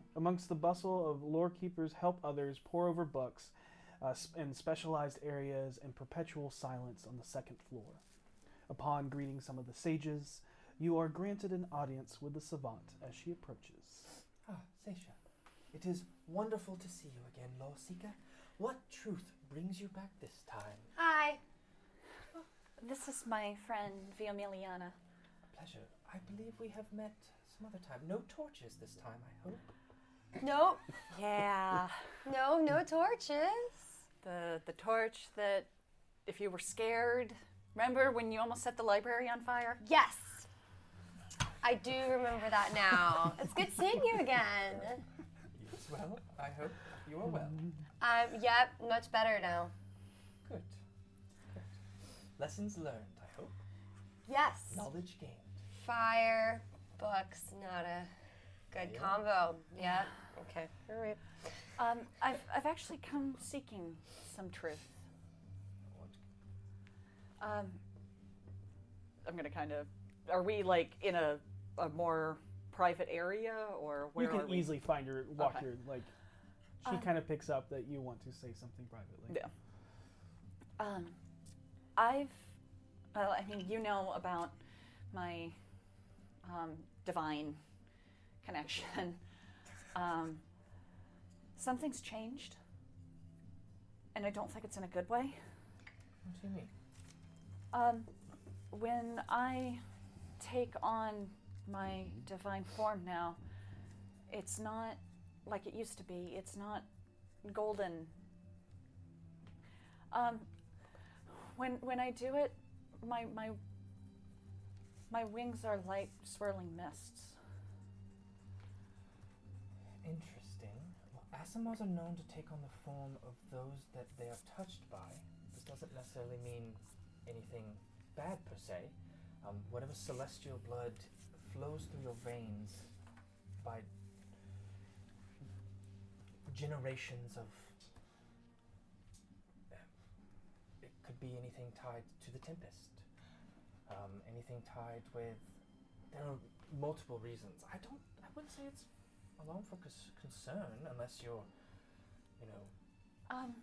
Speaker 3: amongst the bustle of lore keepers help others pour over books uh, sp- in specialized areas and perpetual silence on the second floor. Upon greeting some of the sages, you are granted an audience with the savant as she approaches.
Speaker 2: Ah, Seisha, it is wonderful to see you again, Law Seeker. What truth brings you back this time?
Speaker 1: Hi.
Speaker 4: This is my friend Viomiliana.
Speaker 2: A pleasure. I believe we have met some other time. No torches this time, I hope.
Speaker 1: Nope.
Speaker 4: Yeah.
Speaker 1: No, no torches.
Speaker 4: the the torch that if you were scared, remember when you almost set the library on fire?
Speaker 1: Yes. I do remember that now. it's good seeing you again.
Speaker 2: Yes, well, I hope you are well.
Speaker 1: Um, yep, much better now.
Speaker 2: Good. Good. Lessons learned, I hope.
Speaker 1: Yes.
Speaker 2: Knowledge gained.
Speaker 1: Fire, books, not a good
Speaker 2: Yeah.
Speaker 1: combo. Yep. Okay. All right.
Speaker 4: Um, I've I've actually come seeking some truth.
Speaker 2: What?
Speaker 4: Um, I'm gonna kind of. Are we like in a a more private area or where
Speaker 3: you can
Speaker 4: are we?
Speaker 3: easily find your walk
Speaker 4: Okay.
Speaker 3: your like. She
Speaker 1: Uh,
Speaker 4: Um,
Speaker 3: kind of picks up that you want to say something privately.
Speaker 4: Yeah. Um, I've, well, I mean, you know about my um, divine connection. Um, something's changed, and I don't think it's in a good way.
Speaker 2: What do you mean?
Speaker 4: Um, when I take on my divine form now, it's not like it used to be. It's not golden. Um, when when I do it, my my my wings are light swirling mists.
Speaker 2: Interesting. Well, Asimars are known to take on the form of those that they are touched by. This doesn't necessarily mean anything bad per se. Um, whatever celestial blood flows through your veins by generations of. uh, It could be anything tied to the Tempest, um, anything tied with. There are multiple reasons. I don't. I wouldn't say it's alarm for cons- concern unless you're, you know,
Speaker 4: Um,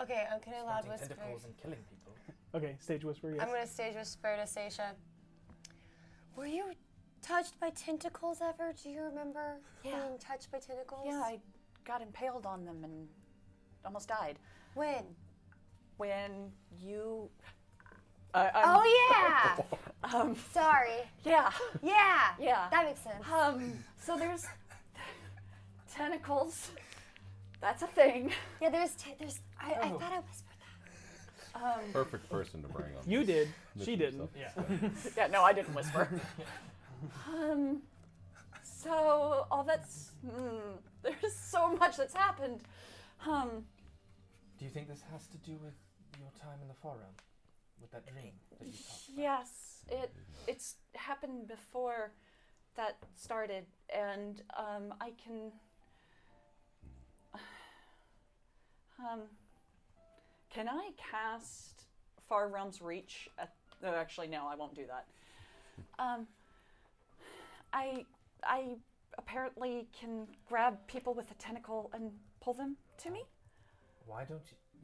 Speaker 1: Okay, I'm gonna loud
Speaker 2: planting
Speaker 1: whisper.
Speaker 2: tentacles and killing people.
Speaker 3: Okay, stage whisper. Yes.
Speaker 1: I'm gonna stage whisper to Stacia. Were you touched by tentacles ever? Do you remember
Speaker 4: Yeah.
Speaker 1: being touched by tentacles?
Speaker 4: yeah, I got impaled on them and almost died.
Speaker 1: When?
Speaker 4: When you, I I'm- um,
Speaker 1: Oh yeah. Sorry.
Speaker 4: yeah.
Speaker 1: Yeah.
Speaker 4: Yeah.
Speaker 1: That makes sense.
Speaker 4: Um, so there's tentacles. That's a thing.
Speaker 1: Yeah, there's t- there's. I, I
Speaker 2: Oh.
Speaker 1: thought I whispered that.
Speaker 4: Um,
Speaker 8: Perfect person to bring on.
Speaker 3: you
Speaker 8: this
Speaker 3: did. She
Speaker 8: mission
Speaker 3: didn't.
Speaker 8: stuff.
Speaker 4: yeah, no, I didn't whisper. um, so all that's mm, there's so much that's happened. Um,
Speaker 2: Do you think this has to do with your time in the Far Realm, with that dream that you talked about?
Speaker 4: yes, it it's happened before that started, and um, I can. Um, can I cast Far Realms Reach? At, no, actually, no, I won't do that. Um, I I apparently can grab people with a tentacle and pull them to me?
Speaker 2: Why don't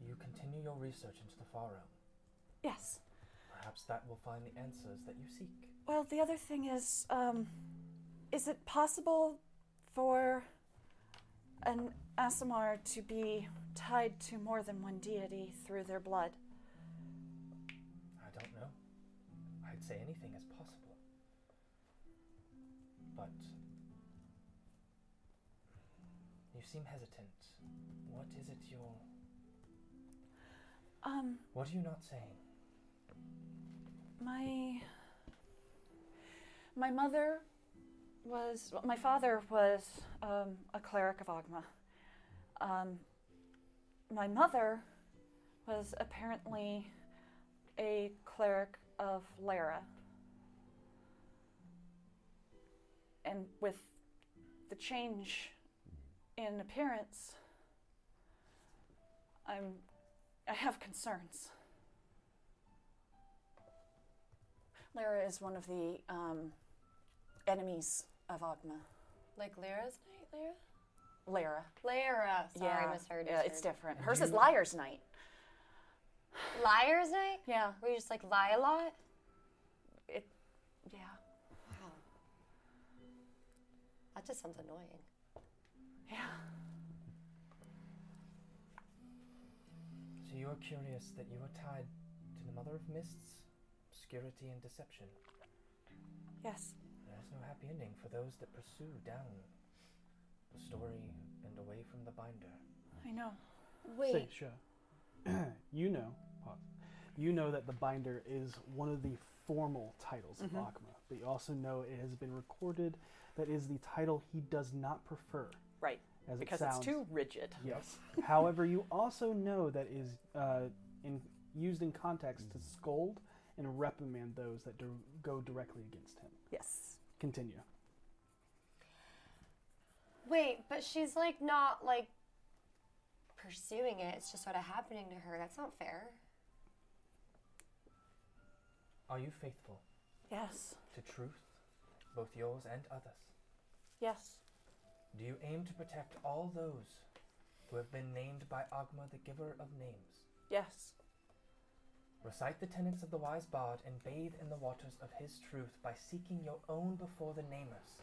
Speaker 2: you continue your research into the Far Realm?
Speaker 4: Yes.
Speaker 2: Perhaps that will find the answers that you seek.
Speaker 4: Well, the other thing is, um, is it possible for an Asimar to be tied to more than one deity through their blood?
Speaker 2: I don't know. I'd say anything is possible. But. You seem hesitant. What is it you're.
Speaker 4: Um,
Speaker 2: What are you not saying?
Speaker 4: my my mother was well, my father was um, a cleric of Agma. Um, my mother was apparently a cleric of Lara, and with the change in appearance, I'm I have concerns. Lyra is one of the um, enemies of Ogma.
Speaker 1: Like Lyra's night, Lyra?
Speaker 4: Lyra.
Speaker 1: Lyra. Sorry,
Speaker 4: yeah,
Speaker 1: I misheard.
Speaker 4: Yeah, it's
Speaker 1: misheard.
Speaker 4: different. Hers is Liar's Night.
Speaker 1: Liar's night?
Speaker 4: Yeah.
Speaker 1: Where you just like lie a lot?
Speaker 4: It. Yeah.
Speaker 1: That just sounds annoying.
Speaker 4: Yeah.
Speaker 2: So you are curious that you are tied to the Mother of Mists, obscurity, and deception.
Speaker 4: Yes.
Speaker 2: There is no happy ending for those that pursue down the story and away from the binder.
Speaker 4: I know.
Speaker 1: Wait.
Speaker 3: Seisha, you know, pause. you know that the binder is one of the formal titles
Speaker 4: Mm-hmm.
Speaker 3: of Akma, but you also know it has been recorded that is the title he does not prefer,
Speaker 4: Right.
Speaker 3: as
Speaker 4: because
Speaker 3: it sounds.
Speaker 4: it's too rigid.
Speaker 3: Yes. However, you also know that is uh, in, used in context to scold and reprimand those that do, go directly against him.
Speaker 4: Yes.
Speaker 3: Continue.
Speaker 1: Wait, but she's like not like pursuing it. It's just sort of happening to her. That's not fair.
Speaker 2: Are you faithful
Speaker 4: Yes.
Speaker 2: to truth, both yours and others?
Speaker 4: Yes.
Speaker 2: Do you aim to protect all those who have been named by Agma, the giver of names?
Speaker 4: Yes.
Speaker 2: Recite the tenets of the wise bard and bathe in the waters of his truth by seeking your own before the namers.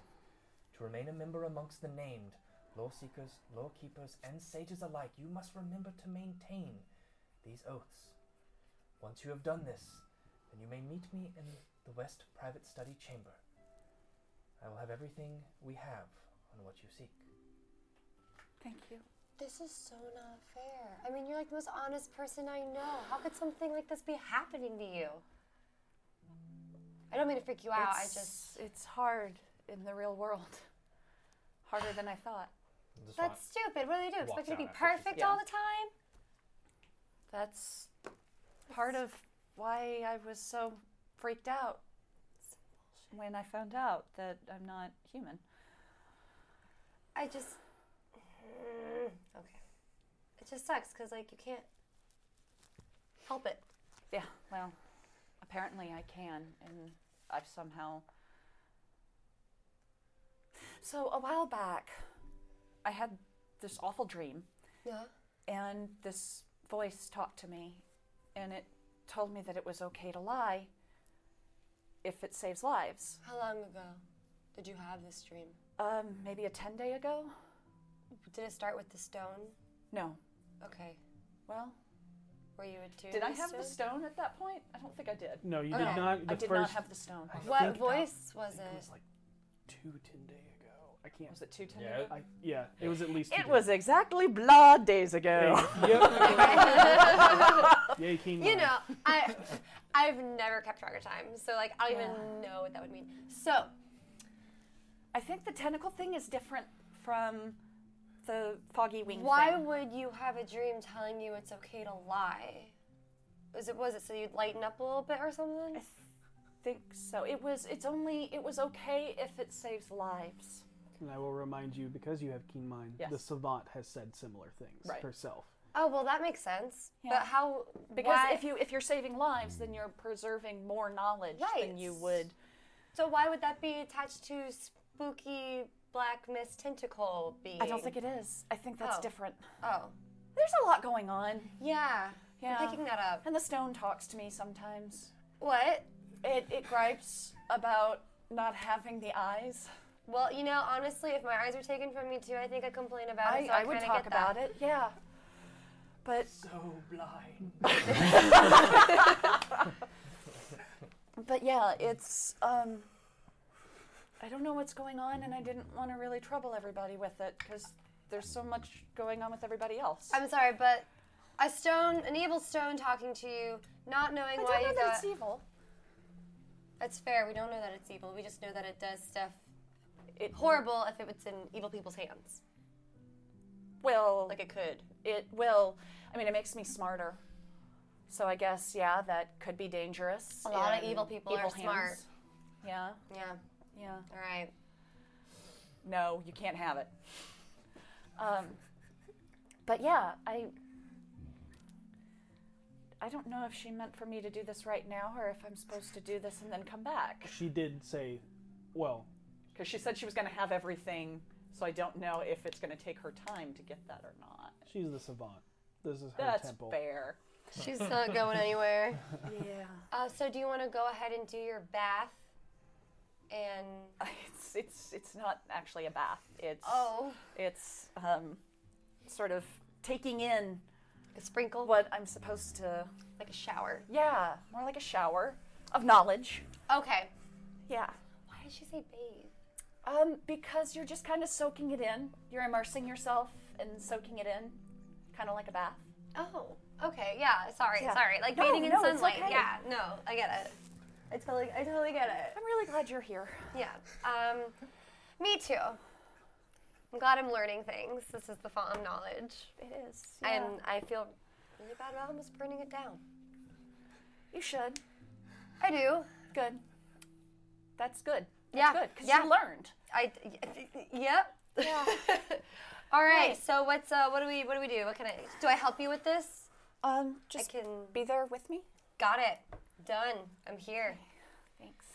Speaker 2: To remain a member amongst the named, lore seekers, lore keepers, and sages alike, you must remember to maintain these oaths. Once you have done this, then you may meet me in the West Private Study Chamber. I will have everything we have on what you seek.
Speaker 4: Thank you.
Speaker 1: This is so not fair. I mean, you're like the most honest person I know. How could something like this be happening to you? I don't mean to freak you out. I
Speaker 4: It's-
Speaker 1: just
Speaker 4: it's hard in the real world. Harder than I thought.
Speaker 1: that's stupid. What do they do?
Speaker 8: Walks
Speaker 1: Expect you to be
Speaker 8: out after she's-
Speaker 1: perfect
Speaker 4: Yeah.
Speaker 1: all the time?
Speaker 4: That's part of why I was so freaked out when I found out that I'm not human.
Speaker 1: I just Mm, okay. It just sucks because like you can't help it.
Speaker 4: Yeah, well, apparently I can, and I've somehow. So a while back, I had this awful dream,
Speaker 1: Yeah.
Speaker 4: and this voice talked to me, and it told me that it was okay to lie if it saves lives.
Speaker 1: How long ago did you have this dream?
Speaker 4: Um, maybe a 10 day ago?
Speaker 1: Did it start with the stone?
Speaker 4: No.
Speaker 1: Okay.
Speaker 4: Well,
Speaker 1: Were you attuned?
Speaker 4: did I
Speaker 1: to
Speaker 4: have the stone at that point? I don't think I did.
Speaker 3: No, you
Speaker 1: Okay.
Speaker 3: did not. The
Speaker 4: I did
Speaker 3: first,
Speaker 4: not have the stone.
Speaker 3: I
Speaker 1: What
Speaker 3: think that-
Speaker 1: voice was
Speaker 3: I think
Speaker 1: it?
Speaker 3: It was like two ten day ago. I can't.
Speaker 4: Was it two ten?
Speaker 8: Yeah.
Speaker 4: ago?
Speaker 3: I, yeah, it was at least. two
Speaker 4: It
Speaker 3: days.
Speaker 4: was exactly blah days ago.
Speaker 3: Hey, yep. Yay, King.
Speaker 1: You
Speaker 3: Lion.
Speaker 1: know, I I've never kept track of time, so like I don't even know what that would mean. So
Speaker 4: I think the tentacle thing is different from the foggy wing
Speaker 1: why
Speaker 4: thing.
Speaker 1: would you have a dream telling you it's okay to lie? Was it was it so you'd lighten up a little bit or something?
Speaker 4: I think so. It was. It's only. It was okay if it saves lives.
Speaker 3: And I will remind you, because you have keen mind,
Speaker 4: Yes.
Speaker 3: the savant has said similar things
Speaker 4: Right.
Speaker 3: herself.
Speaker 1: Oh well, that makes sense.
Speaker 4: Yeah.
Speaker 1: But how?
Speaker 4: Because
Speaker 1: why-
Speaker 4: if you if you're saving lives, then you're preserving more knowledge
Speaker 1: Right.
Speaker 4: than you would.
Speaker 1: so why would that be attached to spooky black mist tentacle being?
Speaker 4: I don't think it is. I think that's
Speaker 1: Oh.
Speaker 4: different.
Speaker 1: Oh,
Speaker 4: There's a lot going on.
Speaker 1: yeah.
Speaker 4: Yeah.
Speaker 1: I'm picking that up.
Speaker 4: And the stone talks to me sometimes.
Speaker 1: What?
Speaker 4: It, it gripes about not having the eyes.
Speaker 1: Well, you know, honestly, if my eyes were taken from me too, I think I'd complain about it.
Speaker 4: I,
Speaker 1: so
Speaker 4: I would
Speaker 1: kinda
Speaker 4: talk
Speaker 1: get that.
Speaker 4: about it, yeah. But
Speaker 7: So blind.
Speaker 4: but yeah, it's um I don't know what's going on and I didn't want to really trouble everybody with it cuz there's so much going on with everybody else.
Speaker 1: I'm sorry, but a stone, an evil stone, talking to you, not knowing
Speaker 4: I
Speaker 1: why uh,
Speaker 4: don't know
Speaker 1: you
Speaker 4: that
Speaker 1: got.
Speaker 4: it's e- evil.
Speaker 1: That's fair. We don't know that it's evil. We just know that it does stuff
Speaker 4: It
Speaker 1: horrible if it's in evil people's hands.
Speaker 4: will
Speaker 1: Like it could.
Speaker 4: it will i mean it makes me smarter so i guess yeah that could be dangerous
Speaker 1: A lot of
Speaker 4: in
Speaker 1: evil people are smart.
Speaker 4: yeah
Speaker 1: Yeah.
Speaker 4: yeah
Speaker 1: All right.
Speaker 4: no you can't have it um, but yeah i i don't know if she meant for me to do this right now or if i'm supposed to do this and then come back
Speaker 3: She did say, well,
Speaker 4: because she said she was going to have everything so i don't know if it's going to take her time to get that or not
Speaker 3: she's the savant. This is her
Speaker 4: that's
Speaker 3: temple.
Speaker 4: fair
Speaker 1: She's not going anywhere.
Speaker 4: yeah
Speaker 1: Uh, so do you want to go ahead and do your bath? And
Speaker 4: it's it's it's not actually a bath. It's
Speaker 1: oh,
Speaker 4: it's um, sort of taking in
Speaker 1: a sprinkle,
Speaker 4: what I'm supposed to.
Speaker 1: like a shower.
Speaker 4: Yeah, more like a shower of knowledge.
Speaker 1: Okay.
Speaker 4: Yeah.
Speaker 1: Why did she say bathe?
Speaker 4: Um, because you're just kind of soaking it in. You're immersing yourself and soaking it in, kind of like a bath.
Speaker 1: Oh, okay. Yeah. Sorry.
Speaker 4: Yeah.
Speaker 1: Sorry. Like
Speaker 4: No,
Speaker 1: bathing in
Speaker 4: no, it's
Speaker 1: sunlight.
Speaker 4: okay.
Speaker 1: Yeah. No, I get it. I totally, I totally get it.
Speaker 4: I'm really glad you're here.
Speaker 1: Yeah. Um, me too. I'm glad I'm learning things. This is the font of knowledge,
Speaker 4: It is.
Speaker 1: and
Speaker 4: Yeah.
Speaker 1: I feel really bad about almost burning it down.
Speaker 4: you should.
Speaker 1: I do.
Speaker 4: Good. That's good.
Speaker 1: Yeah.
Speaker 4: That's good because
Speaker 1: yeah.
Speaker 4: you learned.
Speaker 1: I. Yep. All right. So what's uh, what do we what do we do? What can I do? I help you with this?
Speaker 4: Um,
Speaker 1: I
Speaker 4: just
Speaker 1: can.
Speaker 4: be there with me.
Speaker 1: Got it. Done. I'm here.
Speaker 4: Thanks.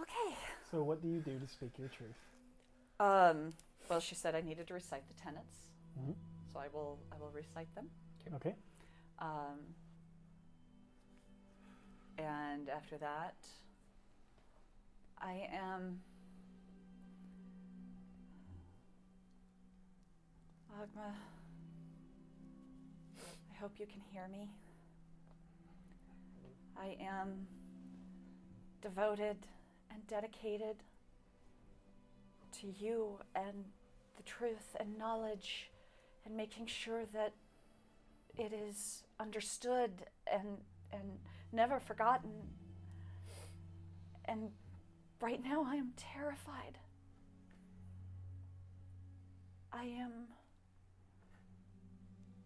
Speaker 4: Okay.
Speaker 3: So what do you do to speak your truth?
Speaker 4: Um, well, she said I needed to recite the tenets, so I will. I will recite them.
Speaker 3: Okay.
Speaker 4: Um, and after that, I am. Agma, I hope you can hear me. I am devoted and dedicated to you and the truth and knowledge and making sure that it is understood and and never forgotten. And right now I am terrified. I am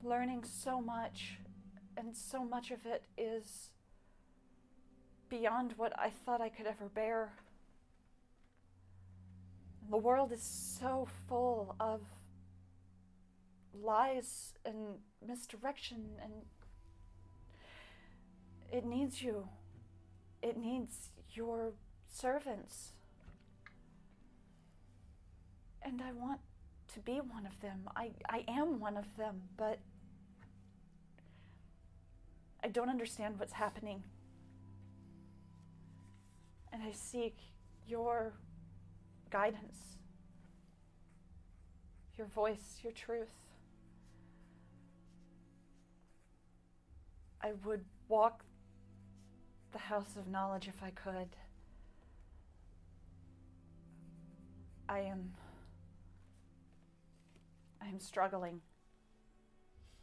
Speaker 4: learning so much and so much of it is beyond what I thought I could ever bear. The world is so full of lies and misdirection and it needs you. It needs your servants. And I want to be one of them. I, I am one of them, but I don't understand what's happening. And I seek your guidance, your voice, your truth. I would walk the house of knowledge if I could. I am. I am struggling.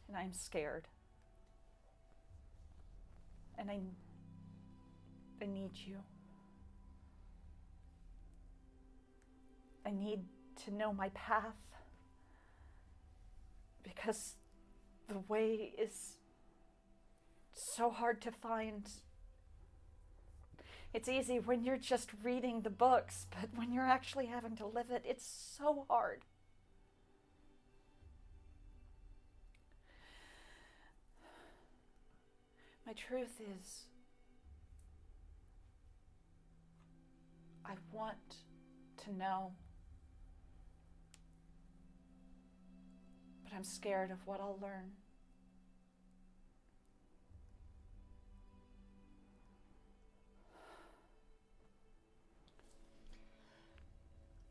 Speaker 4: And I am scared. And I. I need you. I need to know my path because the way is so hard to find. It's easy when you're just reading the books, but when you're actually having to live it, it's so hard. My truth is, I want to know I'm scared of what I'll learn.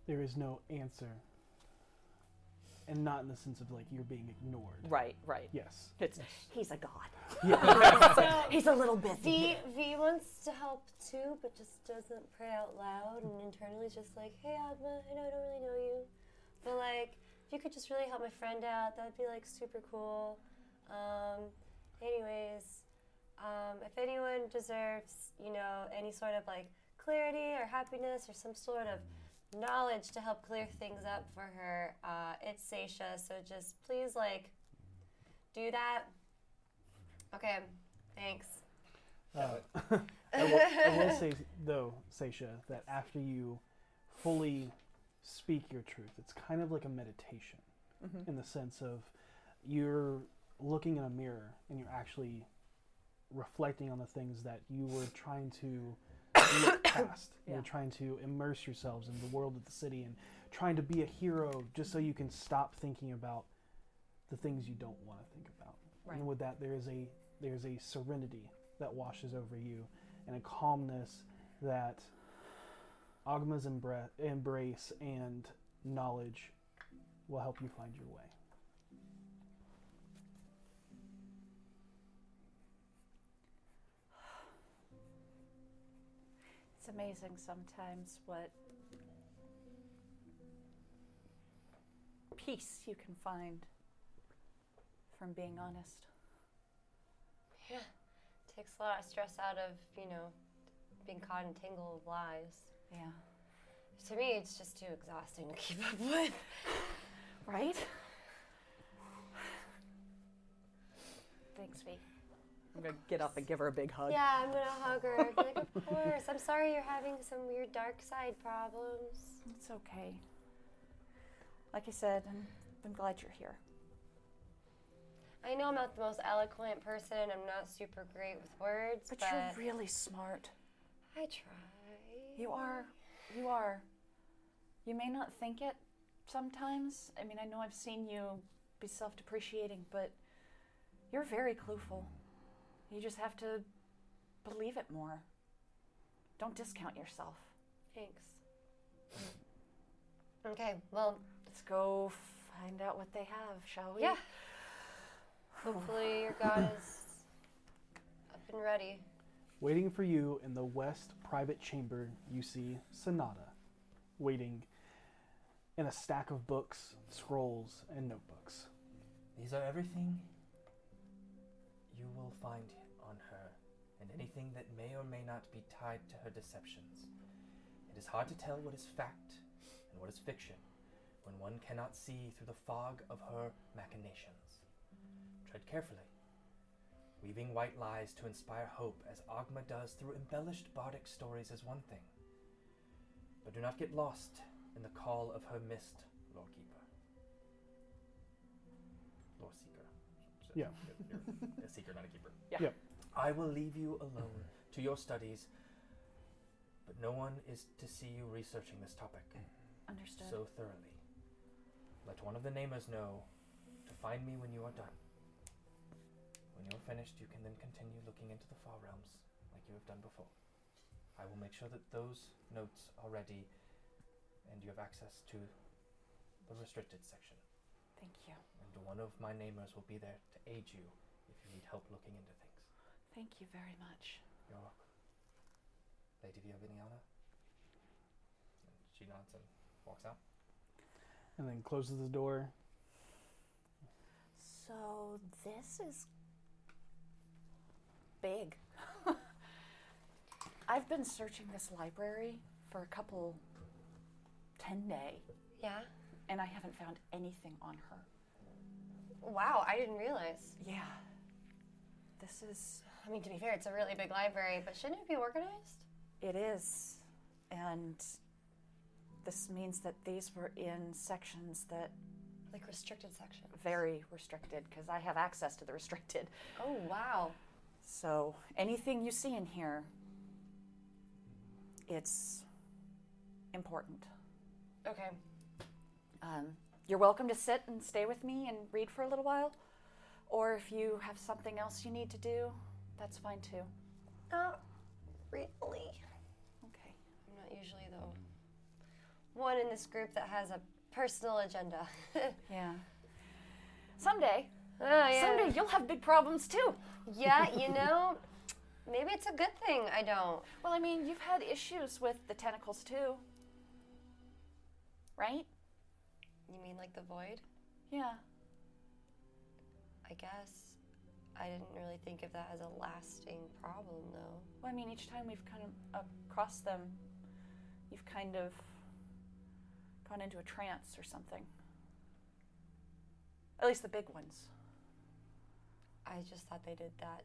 Speaker 3: There is no answer. And not in the sense of like you're being ignored.
Speaker 4: Right, right.
Speaker 3: Yes.
Speaker 4: It's he's a god.
Speaker 1: He's a little busy. V V wants to help too, but just doesn't pray out loud and internally is just like, hey Agma, I know I don't really know you, but like if you could just really help my friend out, that would be like super cool. Um, anyways, um, if anyone deserves, you know, any sort of like clarity or happiness or some sort of knowledge to help clear things up for her, uh, it's Seisha. So just please like do that. Okay, thanks.
Speaker 3: Uh, I, will, I will say though, Seisha, that after you fully speak your truth, it's kind of like a meditation
Speaker 4: Mm-hmm.
Speaker 3: in the sense of you're looking in a mirror and you're actually reflecting on the things that you were trying to look past.
Speaker 4: Yeah.
Speaker 3: You're trying to immerse yourselves in the world of the city and trying to be a hero just so you can stop thinking about the things you don't want to think about.
Speaker 4: Right.
Speaker 3: And with that, there is a there's a serenity that washes over you, and a calmness that Agma's embra- embrace and knowledge will help you find your way.
Speaker 4: It's amazing sometimes what peace you can find from being honest.
Speaker 1: Yeah, takes a lot of stress out of you know being caught in a tangle of lies.
Speaker 4: Yeah.
Speaker 1: To me, it's just too exhausting to keep up with.
Speaker 4: Right? Thanks, V. I'm gonna get up and give her a big hug.
Speaker 1: Yeah, I'm gonna hug her. Be like, of course. I'm sorry you're having some weird dark side problems.
Speaker 4: It's okay. Like I said, I'm, I'm glad you're here.
Speaker 1: I know I'm not the most eloquent person. I'm not super great with words, but,
Speaker 4: But you're really smart.
Speaker 1: I try.
Speaker 4: You are. You are. You may not think it sometimes. I mean, I know I've seen you be self depreciating, but you're very clueful. You just have to believe it more. Don't discount yourself.
Speaker 1: Thanks. Okay. Well,
Speaker 4: Let's go find out what they have, shall we?
Speaker 1: yeah. Hopefully your god is up and ready.
Speaker 3: Waiting for you in the west private chamber, you see Sonata waiting in a stack of books, scrolls, and notebooks.
Speaker 2: These are everything you will find on her, and anything that may or may not be tied to her deceptions. It is hard to tell what is fact and what is fiction when one cannot see through the fog of her machinations. Tread carefully, weaving white lies to inspire hope as Agma does through embellished bardic stories is one thing. But do not get lost in the call of her mist, Lord Keeper. Lore seeker.
Speaker 3: Yeah.
Speaker 2: You're- you're a seeker, not a keeper.
Speaker 4: Yeah.
Speaker 3: Yeah.
Speaker 2: I will leave you alone to your studies, but no one is to see you researching this topic
Speaker 4: Understood.
Speaker 2: so thoroughly. Let one of the namers know to find me when you are done. When you are finished, you can then continue looking into the far realms like you have done before. I will make sure that those notes are ready and you have access to the restricted section.
Speaker 4: Thank you.
Speaker 2: And one of my namers will be there to aid you if you need help looking into things.
Speaker 4: Thank you very much.
Speaker 2: You're welcome. Lady Vioviniana? And she nods and walks out.
Speaker 3: And then closes the door.
Speaker 4: So this is big. I've been searching this library for a couple 10 day
Speaker 1: Yeah.
Speaker 4: and I haven't found anything on her.
Speaker 1: Wow, I didn't realize.
Speaker 4: Yeah. This is
Speaker 1: I mean, to be fair, it's a really big library, but shouldn't it be organized?
Speaker 4: it is and this means that these were in sections that
Speaker 1: Like restricted section.
Speaker 4: very restricted because I have access to the restricted.
Speaker 1: Oh wow.
Speaker 4: So anything you see in here it's important.
Speaker 1: Okay.
Speaker 4: Um, you're welcome to sit and stay with me and read for a little while. Or if you have something else you need to do, that's fine too.
Speaker 1: Not really.
Speaker 4: Okay.
Speaker 1: I'm not usually the one in this group that has a personal agenda. oh,
Speaker 4: Yeah. Someday,
Speaker 1: yeah.
Speaker 4: someday you'll have big problems too.
Speaker 1: Yeah, you know, maybe it's a good thing I don't.
Speaker 4: Well, I mean, you've had issues with the tentacles too. Right?
Speaker 1: You mean like the void?
Speaker 4: Yeah.
Speaker 1: I guess. I didn't really think of that as a lasting problem, though.
Speaker 4: Well, I mean, each time we've kind of uh, crossed them, you've kind of gone into a trance or something. At least the big ones.
Speaker 1: I just thought they did that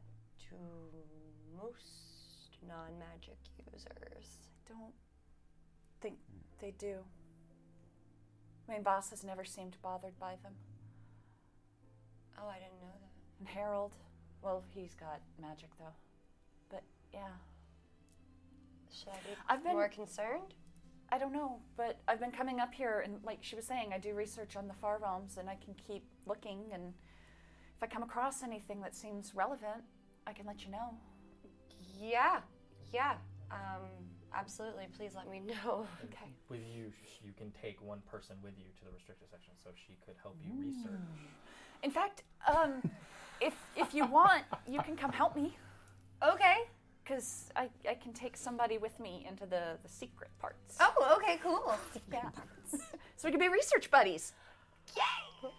Speaker 1: to most non magic users.
Speaker 4: I don't think they do. I mean, Boss has never seemed bothered by them.
Speaker 1: Oh, I didn't know that.
Speaker 4: And Harold, well, he's got magic though. But yeah,
Speaker 1: Should I be
Speaker 4: I've been-
Speaker 1: more concerned?
Speaker 4: I don't know, but I've been coming up here, and like she was saying, I do research on the far realms, and I can keep looking, and if I come across anything that seems relevant, I can let you know.
Speaker 1: Yeah, yeah. Um, absolutely. Please let me know.
Speaker 4: Okay.
Speaker 2: With you, sh- you can take one person with you to the restricted section, so she could help you research.
Speaker 4: In fact, um, if if you want, you can come help me,
Speaker 1: Okay.
Speaker 4: cause I, I can take somebody with me into the the secret parts.
Speaker 1: Oh, okay, cool.
Speaker 4: yeah. so we can be research buddies. Yeah.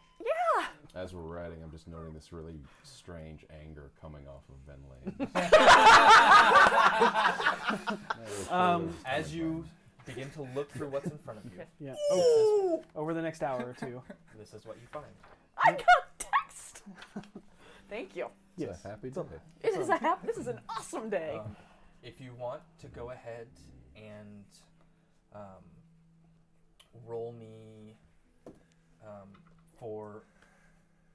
Speaker 8: As we're writing, I'm just noting this really strange anger coming off of Venlane.
Speaker 3: Um,
Speaker 2: As you begin to look through what's in front of you,
Speaker 3: Yeah. o- over the next hour or two.
Speaker 2: this is what you find.
Speaker 4: I got text. Thank you.
Speaker 8: It's a happy day.
Speaker 4: It is a hap- this is an awesome day.
Speaker 2: Um, if you want to go ahead and um, roll me um, for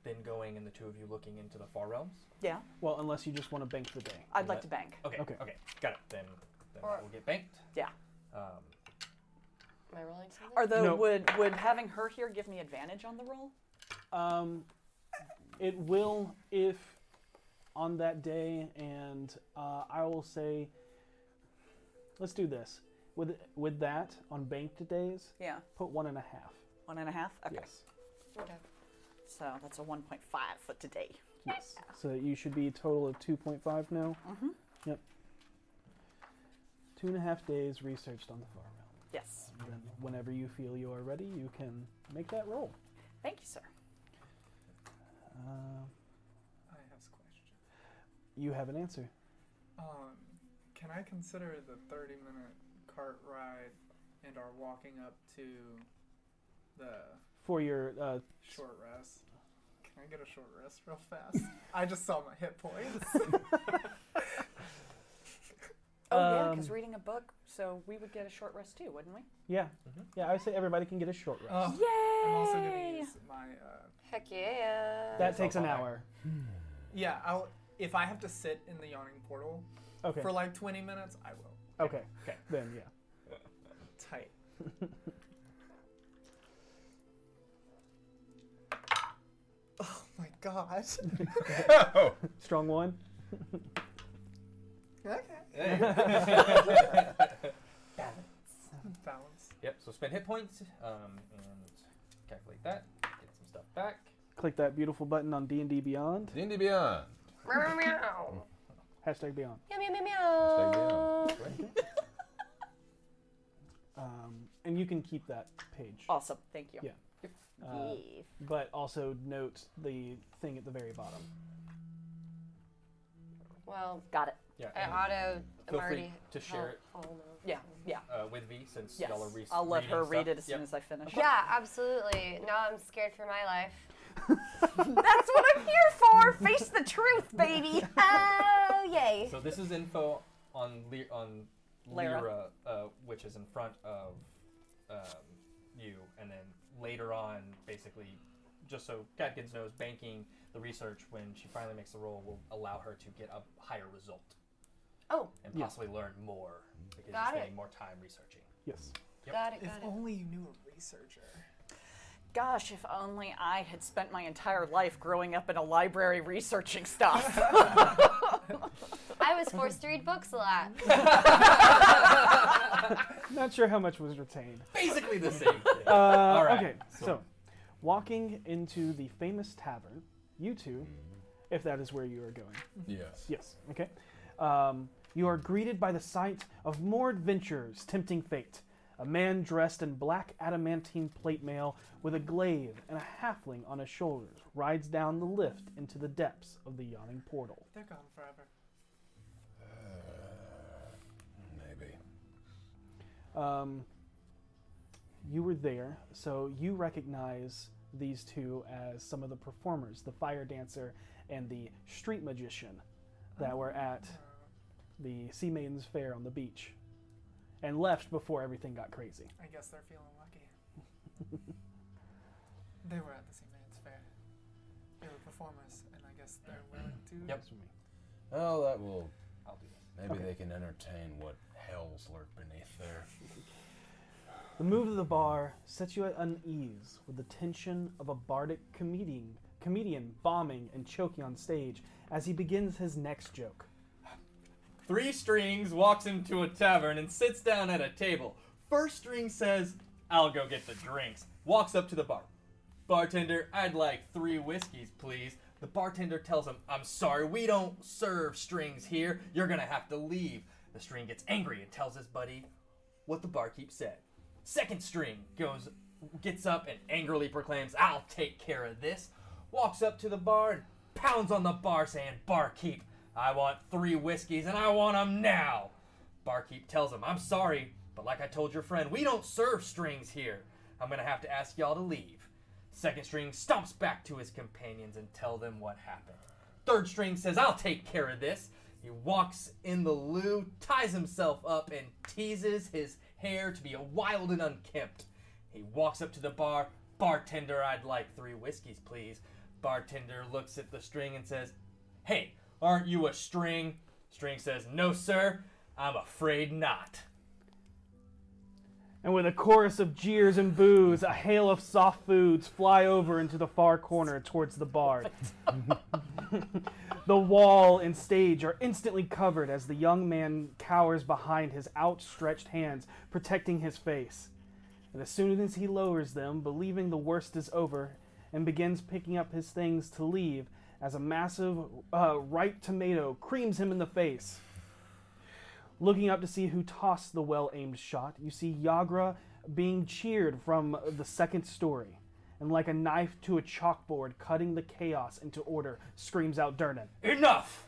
Speaker 2: then going and the two of you looking into the far realms.
Speaker 4: yeah.
Speaker 3: Well, unless you just want to bank the day.
Speaker 4: I'd like to bank.
Speaker 2: Okay. Okay.
Speaker 3: Okay.
Speaker 2: Got it. Then, then
Speaker 1: Or-
Speaker 2: we'll get banked.
Speaker 4: Yeah.
Speaker 2: Um,
Speaker 1: Am I rolling something?
Speaker 4: Are the
Speaker 3: No.
Speaker 4: would would having her here give me advantage on the roll?
Speaker 3: Um, it will if on that day, and uh, I will say, let's do this with with that on banked days.
Speaker 4: Yeah.
Speaker 3: Put one and a half.
Speaker 4: One and a half. Okay.
Speaker 3: Yes.
Speaker 1: Okay.
Speaker 4: So that's a one point five for today.
Speaker 3: Yes. So you should be a total of two point five now.
Speaker 4: Mhm.
Speaker 3: Yep. Two and a half days researched on the far realm.
Speaker 4: Yes.
Speaker 3: Then whenever you feel you are ready, you can make that roll.
Speaker 4: Thank you, sir.
Speaker 3: Uh,
Speaker 7: I have a question.
Speaker 3: you have an answer.
Speaker 7: Um, can I consider the 30 minute cart ride and our walking up to the
Speaker 3: For your uh,
Speaker 7: short rest? Can I get a short rest real fast? I just saw my hit points.
Speaker 4: Oh yeah, because
Speaker 3: Um,
Speaker 4: reading a book, so we would get a short rest too, wouldn't we?
Speaker 3: yeah,
Speaker 7: Mm-hmm.
Speaker 3: yeah, I would say everybody can get a short rest.
Speaker 7: Oh, I'm also going to use my. Uh,
Speaker 1: Heck yeah.
Speaker 3: that takes an
Speaker 2: Bye.
Speaker 3: hour.
Speaker 7: yeah, I'll. If I have to sit in the yawning portal
Speaker 3: Okay.
Speaker 7: for like 20 minutes, I will.
Speaker 3: okay.
Speaker 2: Okay.
Speaker 3: Then yeah.
Speaker 7: Tight. oh my god.
Speaker 3: Strong one.
Speaker 7: okay. Balance.
Speaker 2: Yep. So spend hit points um, and calculate that. Get some stuff back.
Speaker 3: Click that beautiful button on D and D Beyond.
Speaker 8: D&D Beyond.
Speaker 1: meow, meow, meow.
Speaker 3: Hashtag Beyond.
Speaker 1: Meow, meow, meow,
Speaker 8: Hashtag
Speaker 1: meow.
Speaker 8: Beyond. Right?
Speaker 3: Um, and you can keep that page.
Speaker 4: Awesome. Thank you.
Speaker 3: Yeah. Uh, but also note the thing at the very bottom.
Speaker 1: Well,
Speaker 4: Got it.
Speaker 2: Yeah.
Speaker 1: I
Speaker 2: and
Speaker 1: auto. I'm
Speaker 2: feel
Speaker 1: already
Speaker 2: free to share it
Speaker 1: Oh, no.
Speaker 4: Yeah. Yeah.
Speaker 2: uh, with V since
Speaker 4: Yes.
Speaker 2: y'all are re-
Speaker 4: I'll let her
Speaker 2: reading
Speaker 4: read
Speaker 2: stuff.
Speaker 4: it as
Speaker 2: Yep.
Speaker 4: soon as I finish.
Speaker 1: Yeah, absolutely. Now I'm scared for my life.
Speaker 4: That's what I'm here for. Face the truth, baby.
Speaker 1: Oh, yay.
Speaker 2: So this is info on Le- on Lyra,
Speaker 4: Lyra.
Speaker 2: uh, which is in front of um, you, and then later on, basically, just so Catkins knows, banking the research when she finally makes the roll will allow her to get a higher result
Speaker 1: Oh,
Speaker 2: and
Speaker 3: Yeah.
Speaker 2: possibly learn more because
Speaker 1: Got
Speaker 2: you're
Speaker 1: it.
Speaker 2: spending more time researching.
Speaker 3: Yes.
Speaker 2: Yep.
Speaker 1: got it,
Speaker 7: If
Speaker 1: got it.
Speaker 7: only you knew a researcher.
Speaker 4: Gosh, if only I had spent my entire life growing up in a library researching stuff.
Speaker 1: I was forced to read books a lot.
Speaker 3: Not sure how much was retained.
Speaker 2: Basically the same. Thing.
Speaker 3: Uh,
Speaker 2: right,
Speaker 3: Okay, so. walking into the famous tavern, you 2 if that is where you are going.
Speaker 8: Yes.
Speaker 3: Yes. Okay. Um, you are greeted by the sight of more adventures tempting fate. A man dressed in black adamantine plate mail with a glaive and a halfling on his shoulders rides down the lift into the depths of the yawning portal.
Speaker 7: They're gone forever.
Speaker 5: Uh,
Speaker 8: Maybe.
Speaker 3: Um, you were there, so you recognize these two as some of the performers the fire dancer and the street magician that were at
Speaker 7: Uh,
Speaker 3: the Sea Maidens Fair on the beach and left before everything got crazy.
Speaker 7: I guess they're feeling lucky. they were at the same man's fair. They were performers, and I guess they're willing to.
Speaker 2: Yep.
Speaker 5: Oh, that will.
Speaker 2: I'll do that.
Speaker 5: Maybe they can entertain what hells lurk beneath there.
Speaker 3: The move of the bar sets you at unease with the tension of a bardic comedian, comedian bombing and choking on stage as he begins his next joke.
Speaker 2: Three strings walks into a tavern and sits down at a table. First string says, "I'll go get the drinks." Walks up to the bar. Bartender, I'd like three whiskeys, please. The bartender tells him, I'm sorry, we don't serve strings here. You're gonna have to leave. The string gets angry and tells his buddy what the barkeep said. Second string goes gets up and angrily proclaims, I'll take care of this. Walks up to the bar and pounds on the bar saying, Barkeep, I want three whiskeys and I want 'em now. Barkeep tells him, I'm sorry, but like I told your friend, we don't serve strings here. I'm gonna have to ask y'all to leave. Second string stomps back to his companions and tell them what happened. Third string says, I'll take care of this. He walks in the loo, ties himself up, and teases his hair to be wild and unkempt. He walks up to the bar. Bartender, I'd like three whiskeys, please. Bartender looks at the string and says, Hey, aren't you a string? String says, No, sir, I'm afraid not.
Speaker 3: And with a chorus of jeers and boos, a hail of soft foods fly over into the far corner towards the bar. the wall and stage are instantly covered as the young man cowers behind his outstretched hands, protecting his face. And as soon as he lowers them, believing the worst is over, and begins picking up his things to leave, as a massive uh, ripe tomato creams him in the face. Looking up to see who tossed the well aimed shot, you see Yagra being cheered from the second story, and like a knife to a chalkboard, cutting the chaos into order, screams out Durnan.
Speaker 2: Enough!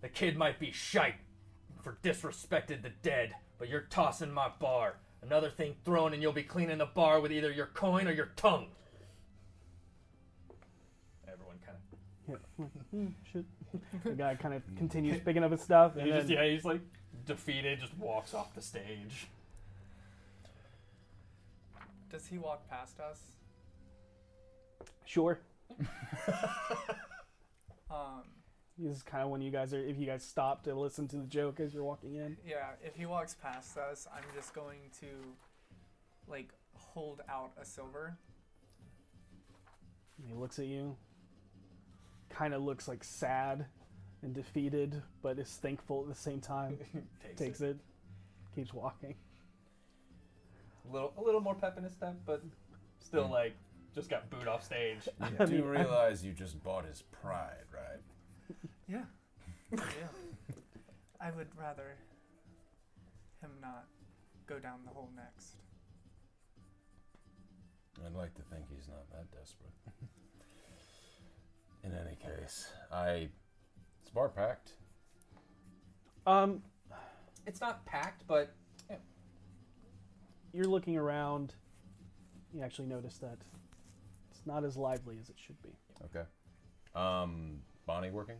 Speaker 2: The kid might be shite for disrespected the dead, but you're tossing my bar. Another thing thrown, and you'll be cleaning the bar with either your coin or your tongue. Everyone kind of.
Speaker 3: Yeah, like, hmm, shit. The guy kind of continues picking up his stuff, and
Speaker 2: He
Speaker 3: then
Speaker 2: just, yeah, he's like defeated, just walks off the stage.
Speaker 7: Does he walk past us?
Speaker 3: sure,
Speaker 7: Um,
Speaker 3: this is kind of when you guys are. If you guys stop to listen to the joke as you're walking in,
Speaker 7: yeah, if he walks past us, I'm just going to, like, hold out a silver.
Speaker 3: and he looks at you. Kind of looks like sad and defeated, but is thankful at the same time.
Speaker 2: Takes,
Speaker 3: Takes it, keeps walking.
Speaker 2: A, little, a little more pep in his step, but still
Speaker 3: Hmm.
Speaker 2: like just got booed off stage.
Speaker 5: You do realize you just bought his pride, right?
Speaker 7: Yeah. yeah. I would rather him not go down the hole next.
Speaker 5: I'd like to think he's not that desperate. In any case, I. It's bar packed.
Speaker 3: Um,
Speaker 2: It's not packed, but
Speaker 3: you're looking around, you actually notice that it's not as lively as it should be.
Speaker 5: Okay. Um, Bonnie working?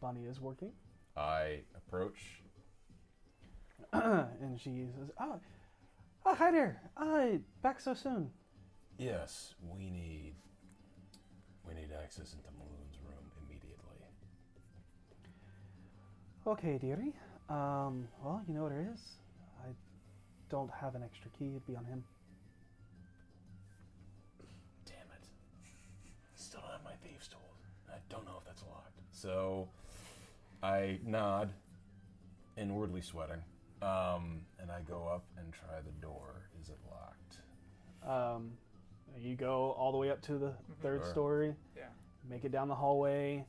Speaker 3: Bonnie is working,
Speaker 5: I approach.
Speaker 3: and she says, "Oh, oh hi there. Uh, back so soon.
Speaker 5: Yes, we need. We need access into Maloon's room immediately.
Speaker 3: Okay, dearie. Um, well, you know what it is. I don't have an extra key. It'd be on him.
Speaker 5: I don't know if that's locked. So I nod, inwardly sweating, um, and I go up and try the door. Is it locked?
Speaker 3: Um, you go all the way up to the third
Speaker 5: Sure.
Speaker 3: story,
Speaker 7: Yeah.
Speaker 3: make it down the hallway,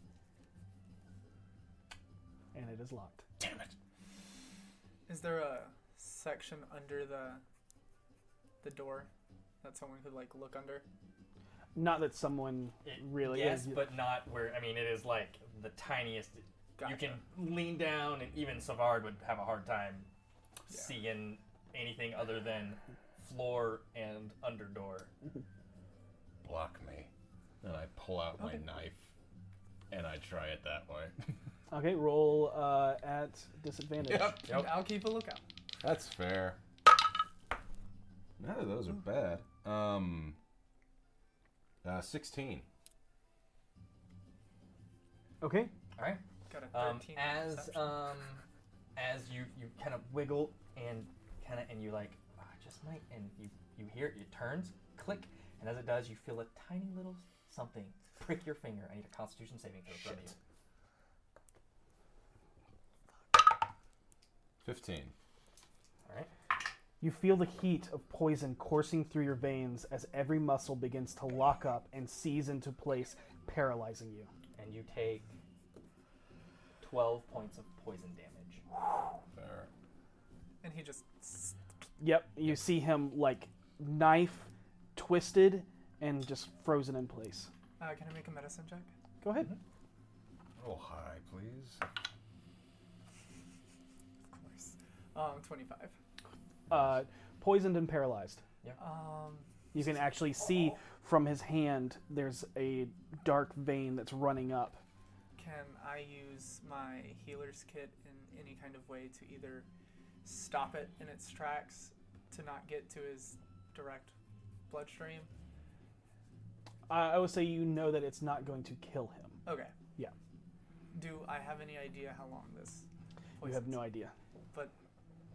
Speaker 3: and it is locked.
Speaker 5: Damn it!
Speaker 7: Is there a section under the the door that someone could like look under?
Speaker 3: Not that someone
Speaker 2: It-
Speaker 3: really
Speaker 2: yes,
Speaker 3: is.
Speaker 2: but not where. I mean, it is like the tiniest. You
Speaker 7: Gotcha.
Speaker 2: can lean down, and even Savard would have a hard time
Speaker 7: Yeah.
Speaker 2: seeing anything other than floor and under door.
Speaker 5: Block me. And I pull out my knife, and I try it that way.
Speaker 3: Okay, roll uh, at disadvantage.
Speaker 2: Yep.
Speaker 7: I'll keep a lookout.
Speaker 8: That's fair. None of those are bad. Um, uh, 16.
Speaker 3: Okay,
Speaker 2: All right.
Speaker 7: Got a
Speaker 2: Um,
Speaker 7: thirteen. on
Speaker 2: as
Speaker 7: perception.
Speaker 2: um, as you you kind of wiggle and kind of and you like "Ah, I just might and you you hear it, it turns click and as it does you feel a tiny little something prick your finger. I need a Constitution saving throw from you.
Speaker 8: 15.
Speaker 2: All right.
Speaker 3: you feel the heat of poison coursing through your veins as every muscle begins to lock up and seize into place, paralyzing you.
Speaker 2: and you take 12 points of poison damage.
Speaker 8: Fair.
Speaker 7: and he just s-
Speaker 3: Yep, you see him like knife twisted and just frozen in place.
Speaker 7: uh, can I make a medicine check?
Speaker 3: Go ahead.
Speaker 5: Roll high, please.
Speaker 7: Of course. Um, twenty-five.
Speaker 3: Uh, poisoned and paralyzed.
Speaker 7: Um,
Speaker 3: You can actually see from his hand there's a dark vein that's running up.
Speaker 7: can I use my healer's kit in any kind of way to either stop it in its tracks to not get to his direct bloodstream?
Speaker 3: I I would say you know that it's not going to kill him.
Speaker 7: Okay.
Speaker 3: Yeah.
Speaker 7: Do I have any idea how long this?
Speaker 3: You have
Speaker 7: poison's-
Speaker 3: no idea.
Speaker 7: But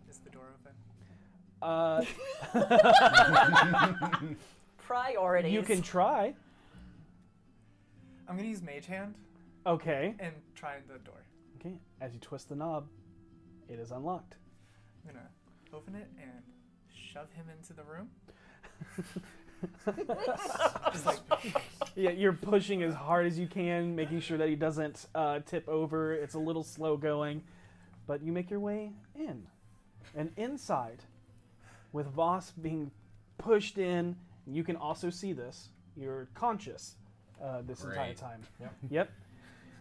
Speaker 7: is the door open?
Speaker 3: Uh,
Speaker 4: Priorities.
Speaker 3: you can try.
Speaker 7: I'm gonna use Mage Hand
Speaker 3: Okay.
Speaker 7: and try the door.
Speaker 3: Okay. As you twist the knob, it is unlocked.
Speaker 7: I'm gonna open it and shove him into the room. Just like
Speaker 3: Yeah, you're pushing as hard as you can, making sure that he doesn't uh, tip over. It's a little slow going, but you make your way in. And inside, with Voss being pushed in, you can also see this. You're conscious uh, this entire
Speaker 8: Great.
Speaker 3: time.
Speaker 2: Yep.
Speaker 3: yep.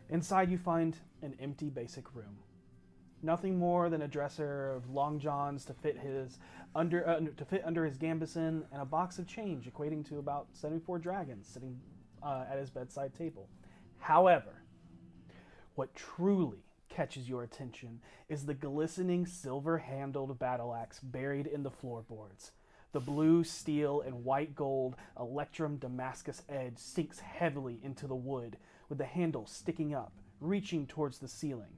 Speaker 3: Inside, you find an empty basic room. Nothing more than a dresser of long johns to fit his under uh, to fit under his gambeson and a box of change equating to about 74 dragons sitting uh, at his bedside table. However, what truly catches your attention is the glistening silver handled battle axe buried in the floorboards. The blue, steel, and white gold Electrum Damascus edge sinks heavily into the wood, with the handle sticking up, reaching towards the ceiling.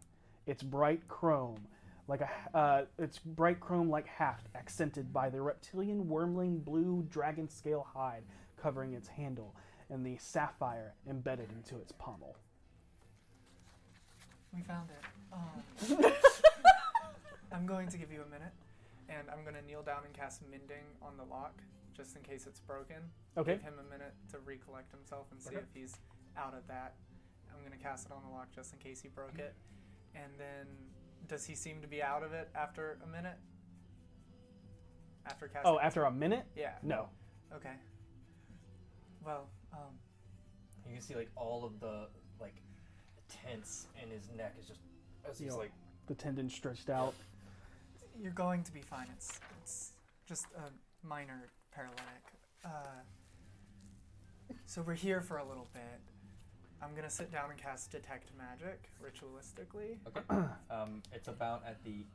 Speaker 3: Its bright chrome, like a uh, its bright chrome like haft, accented by the reptilian wormling blue dragon scale hide covering its handle, and the sapphire embedded into its pommel.
Speaker 7: we found it. Oh. I'm going to give you a minute, and I'm gonna kneel down and cast mending on the lock, just in case it's broken.
Speaker 3: Okay.
Speaker 7: Give him a minute to recollect himself and see
Speaker 2: Okay.
Speaker 7: if he's out of that. I'm gonna cast it on the lock just in case he broke it. And then, does he seem to be out of it after a minute? After casting?
Speaker 3: Oh, after a minute?
Speaker 7: yeah.
Speaker 3: No.
Speaker 7: Okay. Well, um,
Speaker 2: You can see like all of the like tense in his neck is just as he's
Speaker 3: Yeah.
Speaker 2: like
Speaker 3: The tendon stretched out.
Speaker 7: you're going to be fine. It's it's just a minor paralytic. Uh, so we're here for a little bit. I'm gonna sit down and cast detect magic ritualistically.
Speaker 2: um, it's about at the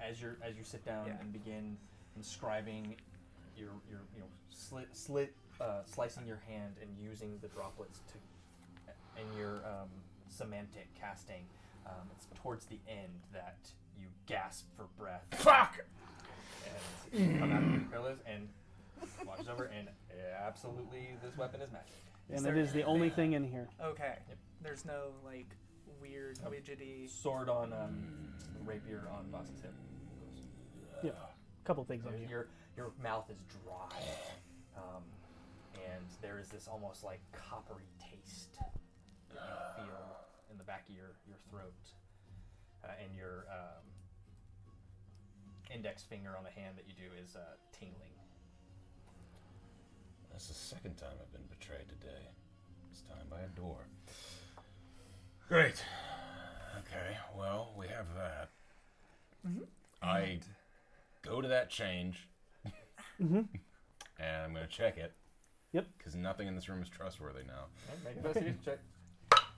Speaker 2: as you are as you sit down
Speaker 7: Yeah.
Speaker 2: and begin inscribing your your you know slit slit uh, slicing your hand and using the droplets to in your um, semantic casting. Um, it's towards the end that you gasp for breath. Fuck. And you come out of your pillows and watches over and absolutely this weapon is magic.
Speaker 3: And it is the only thing in here.
Speaker 7: Okay. There's no like weird
Speaker 5: Oh.
Speaker 7: widgety.
Speaker 2: Sword on um, rapier on Boss's hip.
Speaker 3: Yeah, a couple things on
Speaker 2: Your-
Speaker 3: you.
Speaker 2: Your your mouth is dry, um, and there is this almost like coppery taste that you feel in the back of your your throat, uh, and your um, index finger on the hand that you do is uh, tingling.
Speaker 5: That's the second time I've been betrayed today. This time by a door. Great. Okay, well, we have that.
Speaker 3: Mm-hmm.
Speaker 5: I go to that change, and I'm going to check it.
Speaker 3: Mm-hmm. Yep.
Speaker 5: Because nothing in this room is trustworthy now.
Speaker 2: Okay, make a investigation check.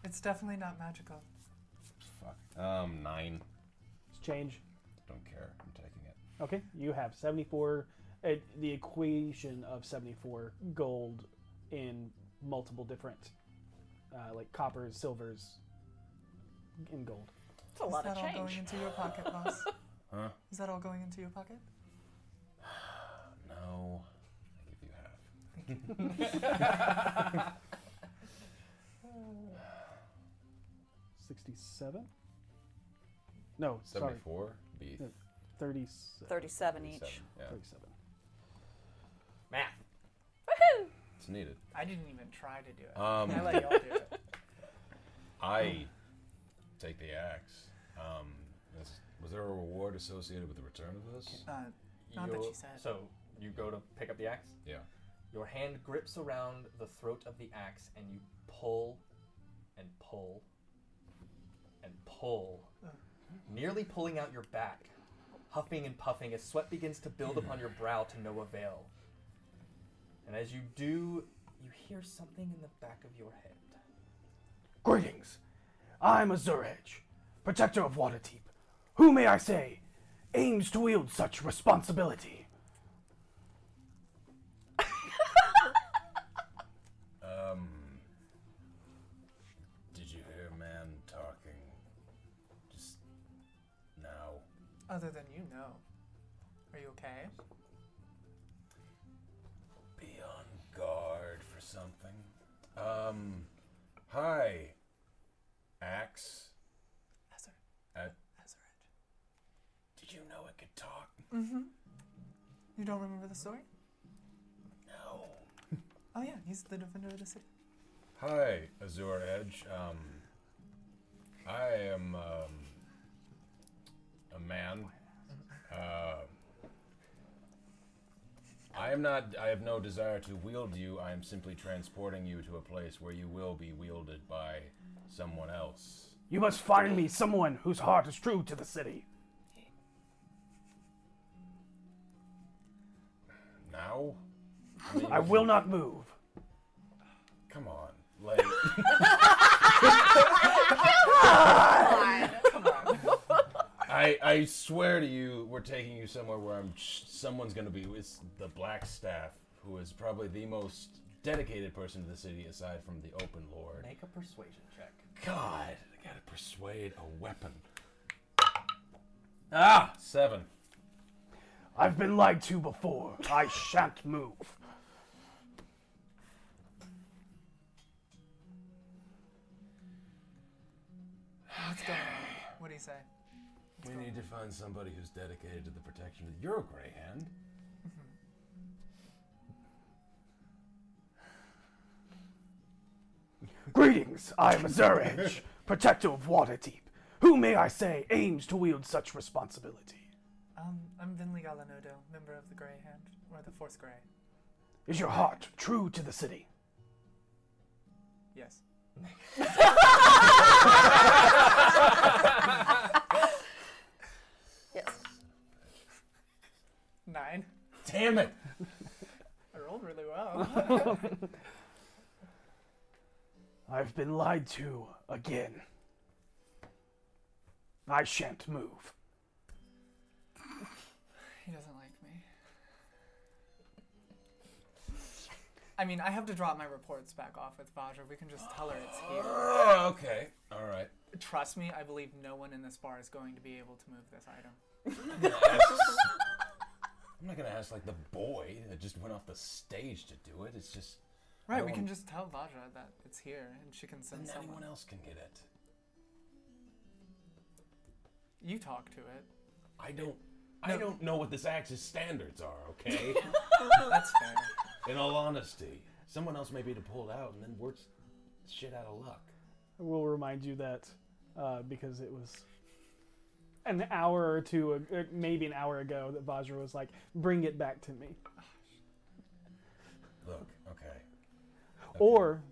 Speaker 7: It's definitely not magical.
Speaker 5: Fuck. Um, nine.
Speaker 3: It's change.
Speaker 5: Don't care. I'm taking it.
Speaker 3: Okay, you have 74, uh, the equation of 74 gold in multiple different, uh, like coppers, silvers, and gold.
Speaker 4: It's a
Speaker 7: Is
Speaker 4: lot
Speaker 7: that
Speaker 4: of
Speaker 7: all going
Speaker 4: change.
Speaker 7: into your pocket, boss?
Speaker 5: Huh?
Speaker 7: Is that all going into your pocket?
Speaker 5: No. I give you half.
Speaker 3: Sixty-seven? No, sorry,
Speaker 5: 74? Be
Speaker 3: Yeah. thirty-seven.
Speaker 4: 37
Speaker 5: 37.
Speaker 4: each.
Speaker 5: Yeah,
Speaker 3: Thirty-seven.
Speaker 2: Math.
Speaker 5: it's needed.
Speaker 7: I didn't even try to do it.
Speaker 5: Um,
Speaker 7: I let y'all do it.
Speaker 5: I take the axe. Um, this- was there a reward associated with the return of this?
Speaker 7: Uh, Not that
Speaker 2: Your-
Speaker 7: you said.
Speaker 2: So you go to pick up the axe.
Speaker 5: Yeah.
Speaker 2: Your hand grips around the throat of the axe, and you pull and pull and pull, nearly pulling out your back, huffing and puffing as sweat begins to build upon your brow to no avail. And as you do, you hear something in the back of your head.
Speaker 3: Greetings. I'm a Zurej, protector of Waterdeep, who, may I say, aims to wield such responsibility.
Speaker 5: Um, Did you hear a man talking? Just now.
Speaker 7: Other than you know. Are you okay?
Speaker 5: Be on guard for something. Um, hi, axe.
Speaker 7: Ezra.
Speaker 5: Uh,
Speaker 7: Ezra.
Speaker 5: Did you know it could talk?
Speaker 7: You don't remember the story?
Speaker 5: No.
Speaker 7: Oh yeah, he's the defender of the city.
Speaker 5: Hi, Azure Edge. Um, I am um, a man. Uh, I am not. I have no desire to wield you. I am simply transporting you to a place where you will be wielded by someone else.
Speaker 3: You must find me someone whose heart is true to the city.
Speaker 5: Now? I, mean,
Speaker 3: I will not move.
Speaker 5: Come on, like I, I swear to you, we're taking you somewhere where I'm. Someone's gonna be. It's the Black Staff, who is probably the most dedicated person to the city aside from the Open Lord.
Speaker 2: Make a persuasion check.
Speaker 5: God, I gotta persuade a weapon. Ah, seven.
Speaker 3: I've been lied to before. I shan't move.
Speaker 7: What's going on? What do you say?
Speaker 5: We need to find somebody who's dedicated to the protection of your gray hand.
Speaker 3: Greetings, I am Azurej, protector of Waterdeep, who, may I say, aims to wield such responsibility.
Speaker 7: Um, I'm Vinley Galanodo, member of the Grey Hand, or the Force Grey.
Speaker 3: Is your heart true to the city?
Speaker 7: Yes.
Speaker 1: Yes.
Speaker 7: Nine.
Speaker 5: Damn it!
Speaker 7: I rolled really well.
Speaker 3: I've been lied to again. I shan't move.
Speaker 7: he doesn't like me. I mean, I have to drop my reports back off with Vajra. We can just tell her it's here.
Speaker 5: Oh, okay. All right.
Speaker 7: Trust me, I believe no one in this bar is going to be able to move this item.
Speaker 5: I'm not gonna ask like the boy that just went off the stage to do it. It's just
Speaker 7: Right, we
Speaker 5: No
Speaker 7: can
Speaker 5: one-
Speaker 7: just tell Vajra that it's here and she can send
Speaker 5: And
Speaker 7: someone.
Speaker 5: anyone else can get it.
Speaker 7: You talk to it.
Speaker 5: I don't. I don't know what this axe's standards are. Okay.
Speaker 7: That's fair.
Speaker 5: In all honesty, someone else may be to pull it out, and then we're s- shit out of luck.
Speaker 3: I will remind you that uh, because it was an hour or two, ag- uh, maybe an hour ago, that Vajra was like, "Bring it back to me,"
Speaker 5: Look. Okay.
Speaker 3: or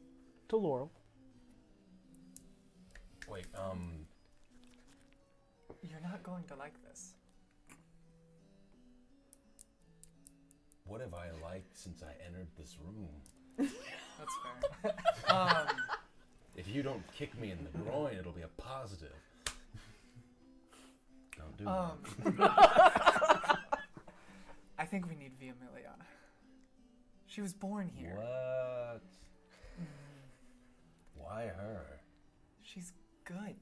Speaker 3: to Laurel.
Speaker 5: Wait. Um.
Speaker 7: You're not going to like this.
Speaker 5: What have I liked since I entered this room?
Speaker 7: That's fair. um,
Speaker 5: If you don't kick me in the groin, it'll be a positive. Don't do
Speaker 7: um, I think we need Via Miliana. She was born
Speaker 5: that.
Speaker 7: here. Mm.
Speaker 5: What? Why her?
Speaker 7: She's good.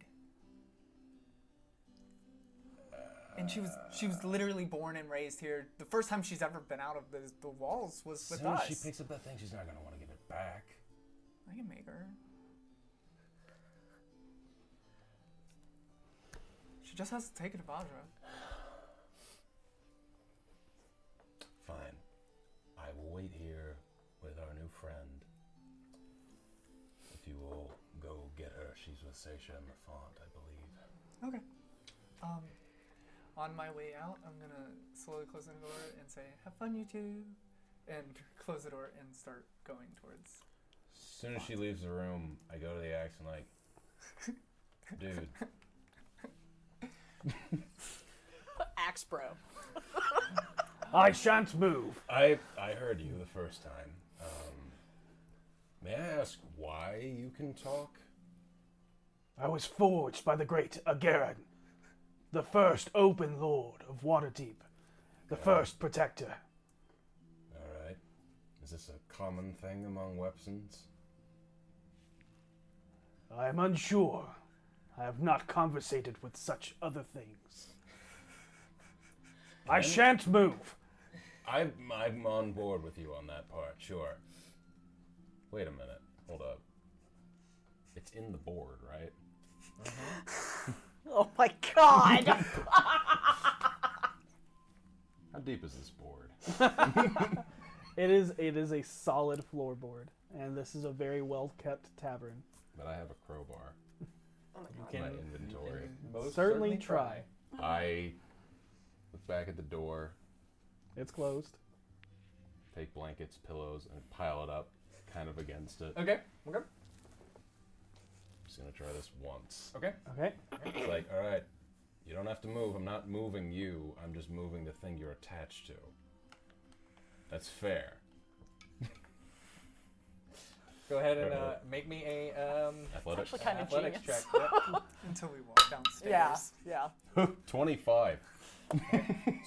Speaker 7: And she was she was literally born and raised here. The first time she's ever been out of the, the walls was with
Speaker 5: soon
Speaker 7: us.
Speaker 5: as she picks up that thing, she's not gonna want to give it back.
Speaker 7: I can make her. She just has to take it to Vajra.
Speaker 5: Fine. I will wait here with our new friend. If you will go get her, she's with Seisha and Mafont, I believe.
Speaker 7: Okay. Um, on my way out, I'm gonna slowly close the door and say, "Have fun, you two," and close the door and start going towards.
Speaker 8: As soon as she leaves the room, I go to the axe and like, dude,
Speaker 4: Axe bro.
Speaker 3: I shan't move.
Speaker 5: I I heard you the first time. Um, may I ask why you can talk?
Speaker 3: I was forged by the great Agaran, the first open lord of Waterdeep, the first protector.
Speaker 5: All right. Is this a common thing among Websons?
Speaker 3: I am unsure. I have not conversated with such other things. I shan't move.
Speaker 5: I'm, I'm on board with you on that part, sure. Wait a minute. Hold up. It's in the board, right?
Speaker 4: Oh my god.
Speaker 8: how deep is this board?
Speaker 3: It is it is a solid floorboard, and this is a very well kept tavern.
Speaker 8: But I have a crowbar
Speaker 1: Oh
Speaker 3: You
Speaker 8: in my
Speaker 3: can
Speaker 8: inventory.
Speaker 2: Most
Speaker 3: certainly try.
Speaker 8: I look back at the door,
Speaker 3: It's closed.
Speaker 8: take blankets, pillows, and pile it up kind of against it.
Speaker 2: Okay. Okay.
Speaker 8: just gonna try this once.
Speaker 2: Okay.
Speaker 3: Okay.
Speaker 5: It's like, all right, you don't have to move. I'm not moving you. I'm just moving the thing you're attached to. That's fair.
Speaker 2: Go ahead and uh, make me a um,
Speaker 8: Athletics.
Speaker 4: actually kind of
Speaker 2: athletics
Speaker 4: genius.
Speaker 2: check. Yep.
Speaker 7: Until we walk downstairs.
Speaker 4: Yeah, yeah.
Speaker 8: 25.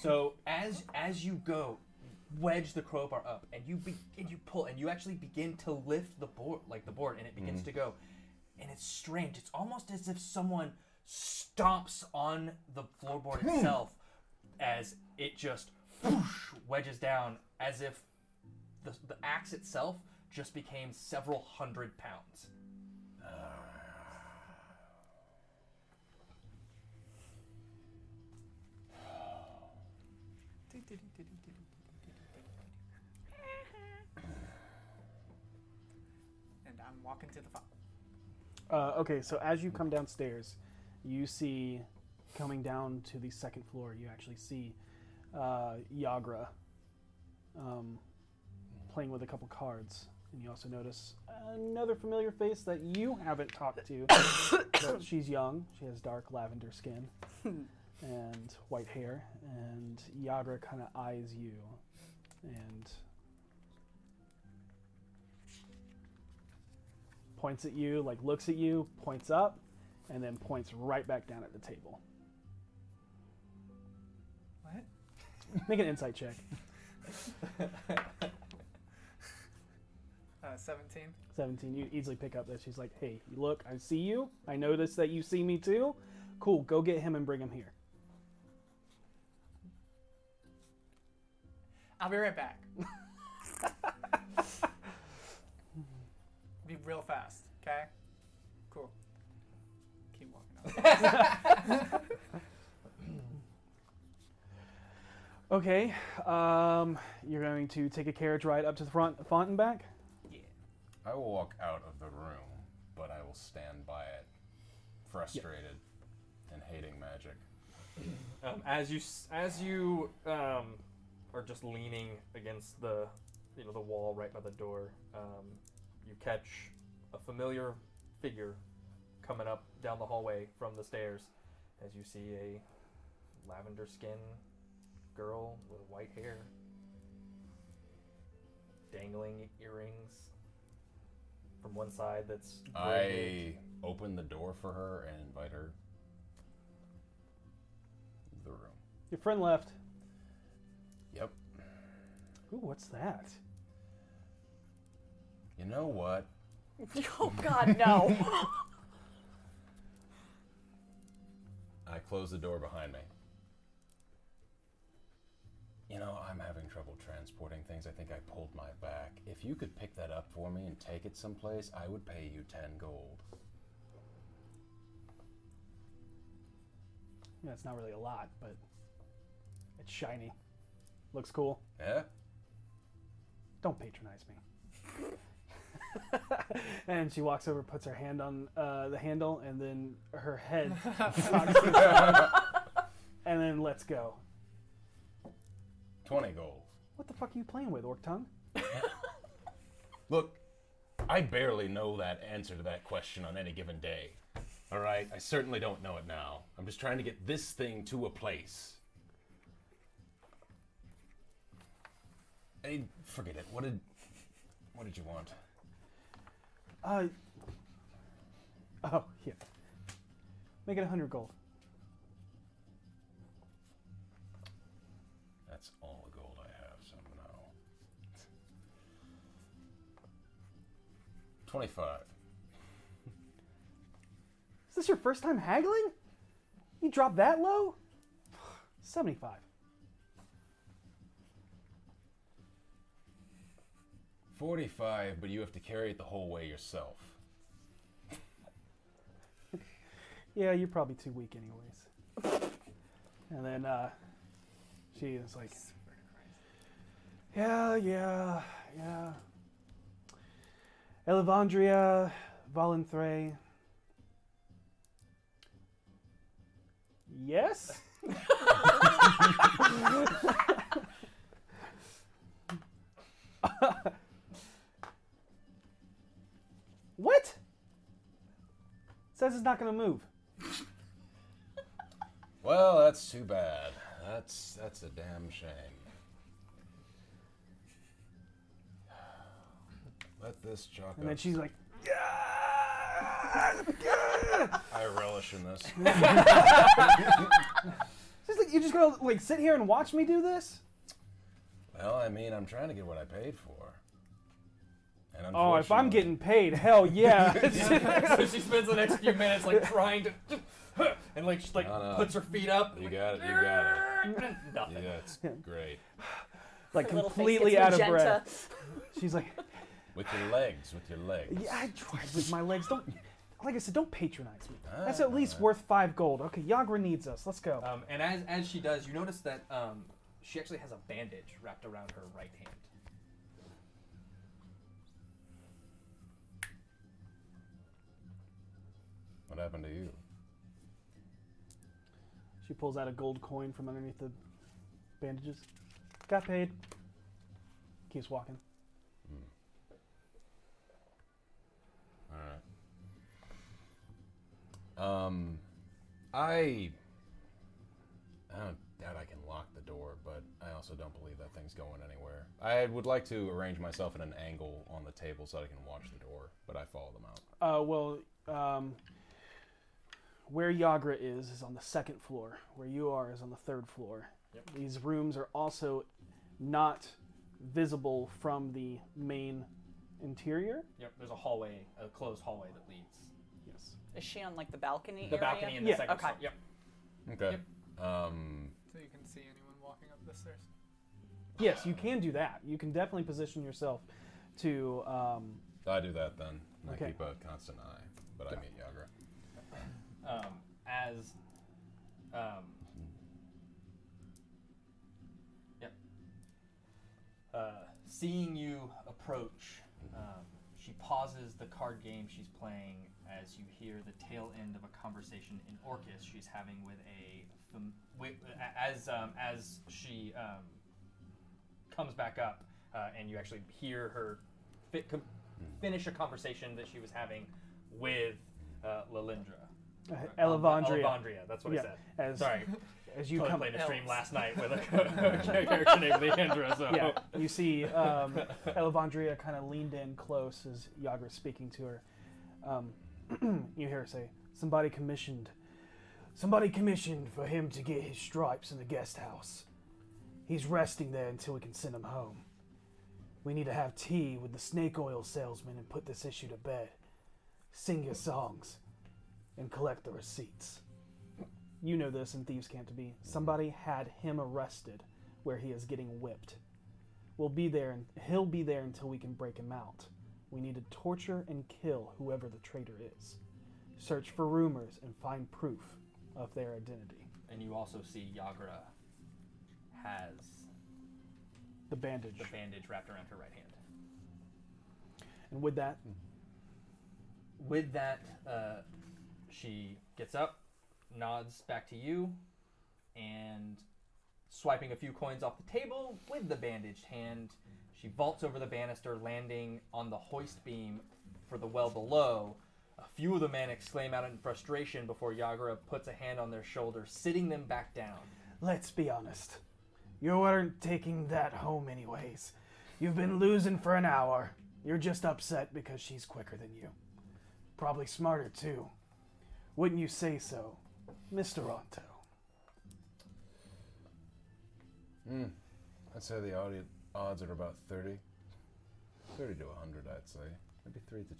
Speaker 2: So as as you go, wedge the crowbar up, and you be, and you pull, and you actually begin to lift the board, like the board, and it begins to go. And it's strange. It's almost as if someone stomps on the floorboard itself, as it just whoosh, wedges down, as if the, the axe itself just became several hundred pounds.
Speaker 7: And I'm walking to the fire.
Speaker 3: Uh, okay. So as you come downstairs, you see coming down to the second floor. You actually see uh, Yagra um, playing with a couple cards, and you also notice another familiar face that you haven't talked to. but she's young. She has dark lavender skin and white hair, and Yagra kind of eyes you, and. Points at you, like looks at you, points up, and then points right back down at the table.
Speaker 7: What?
Speaker 3: Make an insight check.
Speaker 7: Uh, 17.
Speaker 3: 17, you easily pick up that she's like, hey, look, I see you. I notice that you see me too. Cool, go get him and bring him here.
Speaker 7: I'll be right back. be real fast, okay? Cool. Keep walking up.
Speaker 3: Okay, um, you're going to take a carriage ride up to the front, font and back.
Speaker 5: I will walk out of the room, but I will stand by it, frustrated and hating magic.
Speaker 2: Um, as you s- as you um, are just leaning against the you know the wall right by the door, um, you catch a familiar figure coming up down the hallway from the stairs. As you see a lavender skin girl with white hair, dangling earrings from one side that's braided.
Speaker 5: I open the door for her and invite her. The room.
Speaker 3: Your friend left.
Speaker 5: Yep.
Speaker 3: Ooh, what's that?
Speaker 5: You know what?
Speaker 4: Oh God, no.
Speaker 5: I close the door behind me. You know, I'm having trouble transporting things. I think I pulled my back. If you could pick that up for me and take it someplace, I would pay you 10 gold.
Speaker 3: Yeah, it's not really a lot, but it's shiny. Looks cool.
Speaker 5: Yeah?
Speaker 3: Don't patronize me. and she walks over, puts her hand on uh, the handle, and then her head, and then lets go.
Speaker 5: 20 gold.
Speaker 3: What the fuck are you playing with, orc tongue?
Speaker 5: Look, I barely know that answer to that question on any given day. All right? I certainly don't know it now. I'm just trying to get this thing to a place. Hey, forget it. What did what did you want?
Speaker 3: Uh. Oh yeah. Make it a hundred gold.
Speaker 5: That's all the gold I have somehow. 25.
Speaker 3: Is this your first time haggling? You dropped that low? Seventy-five.
Speaker 5: 45, but you have to carry it the whole way yourself.
Speaker 3: Yeah, you're probably too weak, anyways. and then uh, she is like, Yeah, yeah, yeah. Elevandria, Valenthray. Yes? what? Says it's not going to move.
Speaker 5: Well, that's too bad. That's that's a damn shame. Let this chalk
Speaker 3: And then
Speaker 5: up.
Speaker 3: she's like,
Speaker 5: I relish in this.
Speaker 3: she's like, you're just gonna like sit here and watch me do this?
Speaker 5: well, I mean, I'm trying to get what I paid for. And
Speaker 3: Oh, if I'm
Speaker 5: unfortunately-
Speaker 3: getting paid, hell yeah.
Speaker 2: so she spends the next few minutes like trying to, and like she like
Speaker 5: No, no.
Speaker 2: puts her feet up.
Speaker 5: You
Speaker 2: like,
Speaker 5: got it, you got
Speaker 2: Nothing.
Speaker 5: it. Yeah, it's great.
Speaker 3: like
Speaker 4: Her little face
Speaker 3: completely out
Speaker 4: gets
Speaker 3: of
Speaker 4: magenta.
Speaker 3: breath. She's like,
Speaker 5: With your legs, with your legs.
Speaker 3: yeah, I tried with my legs. Don't, like I said, don't patronize me. That's
Speaker 5: Ah.
Speaker 3: at least worth five gold. Okay, Yagra needs us. Let's go.
Speaker 9: Um, and as as she does, you notice that um, she actually has a bandage wrapped around her right hand.
Speaker 5: What happened to you?
Speaker 3: She pulls out a gold coin from underneath the bandages. Got paid. Keeps walking.
Speaker 5: All right. Um, I. I don't doubt I can lock the door, but I also don't believe that thing's going anywhere. I would like to arrange myself at an angle on the table so that I can watch the door, but I follow them out.
Speaker 3: Uh, well, um, where Yagra is is on the second floor. Where you are is on the third floor. These rooms are also not visible from the main interior.
Speaker 2: Yep, there's a hallway, a closed hallway that leads
Speaker 3: Yes.
Speaker 4: Is she on like the balcony?
Speaker 2: the
Speaker 4: area?
Speaker 2: balcony in the
Speaker 3: Yeah,
Speaker 2: second
Speaker 4: okay.
Speaker 2: floor. Yep.
Speaker 5: Okay. Um,
Speaker 7: so you can see anyone walking up the stairs.
Speaker 3: Yes, you can do that. You can definitely position yourself to um,
Speaker 5: I do that then. and I
Speaker 3: Okay.
Speaker 5: keep a constant eye, but I meet Yagra.
Speaker 2: um, as um,
Speaker 10: Uh,
Speaker 2: seeing you approach, um, she pauses the card game she's playing as you hear the tail end of a conversation in Orcus she's having with a fam- wi- a- as um, as she um, comes back up uh, and you actually hear her fi- com- finish a conversation that she was having with uh, Lalindra.
Speaker 3: Uh,
Speaker 2: Um,
Speaker 3: Elevandria.
Speaker 2: Elevandria, that's what
Speaker 3: Yeah,
Speaker 2: I said.
Speaker 3: as-
Speaker 2: Sorry.
Speaker 3: as you
Speaker 2: Totally
Speaker 3: come-
Speaker 2: played a stream
Speaker 3: Elves.
Speaker 2: last night with a character named Leandra, so.
Speaker 3: Yeah, you see um, Elevandria kind of leaned in close as Yagra's speaking to her. Um, you hear her say, somebody commissioned, somebody commissioned for him to get his stripes in the guest house. He's resting there until we can send him home. We need to have tea with the snake oil salesman and put this issue to bed. Sing your songs and collect the receipts. You know this in Thieves Camp to be. Somebody had him arrested where he is getting whipped. We'll be there and he'll be there until we can break him out. We need to torture and kill whoever the traitor is. Search for rumors and find proof of their identity.
Speaker 2: And you also see Yagra has
Speaker 3: The bandage.
Speaker 2: the bandage wrapped around her right hand.
Speaker 3: And with that,
Speaker 2: With that, uh, she gets up, nods back to you, and swiping a few coins off the table with the bandaged hand, she vaults over the banister, landing on the hoist beam for the well below. A few of the men exclaim out in frustration before Yagra puts a hand on their shoulder, sitting them back down.
Speaker 3: let's be honest. You weren't taking that home, anyways. You've been losing for an hour. You're just upset because she's quicker than you. Probably smarter, too. Wouldn't you say so, Mr. Ronto?
Speaker 5: Mm. I'd say the audi- odds are about 30. 30 to 100, I'd say. Maybe 3 to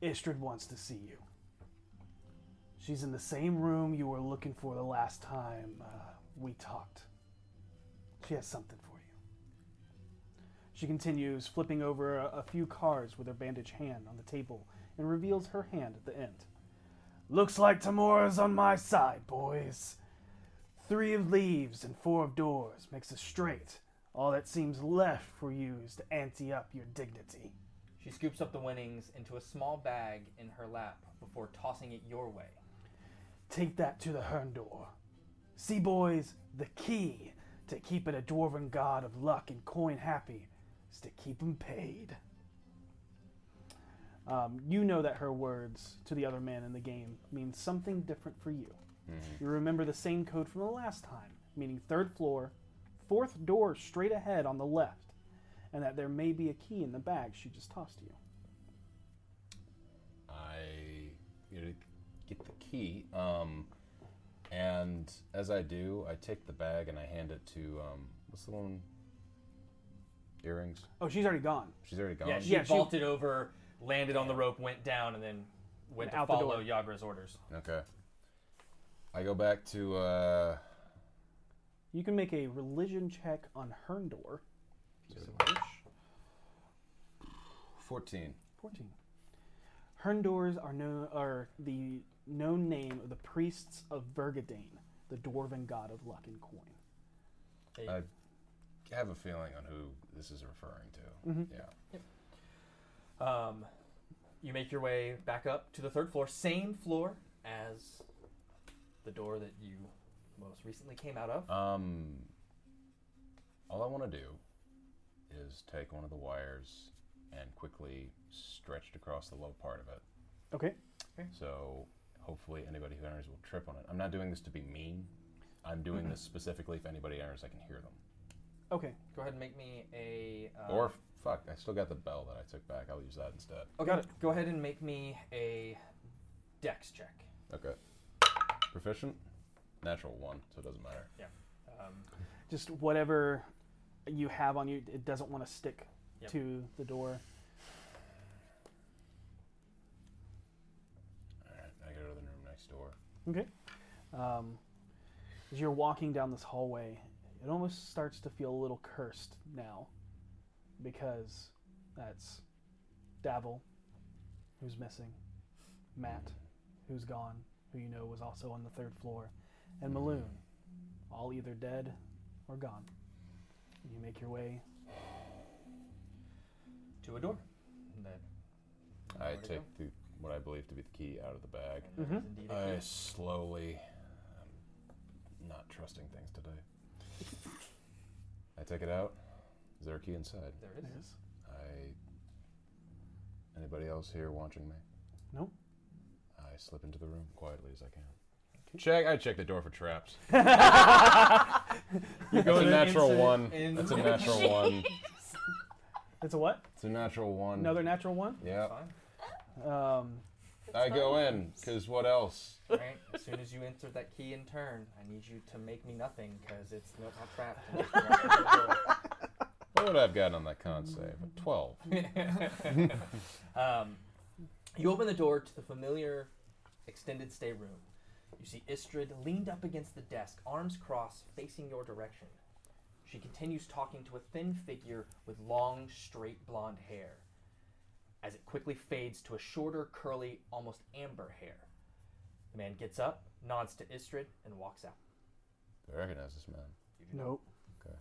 Speaker 5: 10.
Speaker 3: Istrid wants to see you. She's in the same room you were looking for the last time uh, we talked. She has something for you. She continues, flipping over a, a few cards with her bandaged hand on the table and reveals her hand at the end. Looks like Tamora's on my side, boys. Three of leaves and four of doors makes us straight. All that seems left for you is to ante up your dignity.
Speaker 2: She scoops up the winnings into a small bag in her lap before tossing it your way.
Speaker 3: Take that to the Herndor. See, boys, the key to keeping a dwarven god of luck and coin happy is to keep him paid. Um, you know that her words to the other man in the game mean something different for you. You remember the same code from the last time, meaning third floor, fourth door straight ahead on the left, and that there may be a key in the bag she just tossed you.
Speaker 5: I you know, get the key, um, and as I do, I take the bag and I hand it to um, what's the one? Earrings.
Speaker 3: Oh, she's already gone.
Speaker 5: She's already gone.
Speaker 2: Yeah, she vaulted over, landed on the rope, went down, and then went
Speaker 3: And out
Speaker 2: to
Speaker 3: the
Speaker 2: follow
Speaker 3: door.
Speaker 2: Yagra's orders.
Speaker 5: Okay. I go back to uh,
Speaker 3: You can make a religion check on Herndor.
Speaker 5: fourteen.
Speaker 3: 14. Herndors are known are the known name of the priests of Vergadane, the dwarven god of luck and coin.
Speaker 5: I have a feeling on who this is referring to.
Speaker 2: Mm-hmm.
Speaker 5: Yeah.
Speaker 2: Um, you make your way back up to the third floor, same floor as the door that you most recently came out of.
Speaker 5: Um, all I want to do is take one of the wires and quickly stretch it across the low part of it.
Speaker 3: Okay.
Speaker 5: So hopefully anybody who enters will trip on it. I'm not doing this to be mean. I'm doing this specifically if anybody enters, I can hear them.
Speaker 3: Okay.
Speaker 2: Go ahead and make me a. Uh,
Speaker 5: or fuck, I still got the bell that I took back. I'll use that instead.
Speaker 2: okay, oh, got it. Go ahead and make me a dex check.
Speaker 5: Okay. Proficient, natural one, so it doesn't matter.
Speaker 2: Yeah. Um,
Speaker 3: Just whatever you have on you, it doesn't want to stick
Speaker 2: Yep.
Speaker 3: to the door.
Speaker 5: All right, I go to the room next door.
Speaker 3: Okay. Um, as you're walking down this hallway, it almost starts to feel a little cursed now. because that's Davil, who's missing, Matt, who's gone, who you know was also on the third floor, and Maloon, all either dead or gone. You make your way
Speaker 2: to a door. that
Speaker 5: I
Speaker 2: Where'd it
Speaker 5: take the, what I believe to be the key out of the bag.
Speaker 2: And
Speaker 3: Mm-hmm.
Speaker 2: there is Mhm. indeed a
Speaker 5: I
Speaker 2: key.
Speaker 5: slowly, I'm not trusting things today. I take it out. Is there a key inside?
Speaker 2: There it is.
Speaker 5: I. Anybody else here watching me?
Speaker 3: No.
Speaker 5: I slip into the room quietly as I can. Check. I check the door for traps. you go
Speaker 3: That's
Speaker 5: a
Speaker 3: an
Speaker 5: natural
Speaker 3: incident
Speaker 5: one.
Speaker 3: in-
Speaker 5: That's a natural one.
Speaker 3: It's a what?
Speaker 5: It's a natural one.
Speaker 3: Another natural one?
Speaker 5: Yeah.
Speaker 3: Um,
Speaker 5: I go in, because what else?
Speaker 2: Right? As soon as you enter that key in turn, I need you to make me nothing because it's no not trapped. and it's not
Speaker 5: What would I have gotten on that con save? A 12.
Speaker 2: um, you open the door to the familiar extended stay room. You see Istrid leaned up against the desk, arms crossed, facing your direction. She continues talking to a thin figure with long, straight blonde hair, as it quickly fades to a shorter, curly, almost amber hair. The man gets up, nods to Istrid, and walks out.
Speaker 5: Do I recognize this man?
Speaker 3: Nope.
Speaker 5: Okay.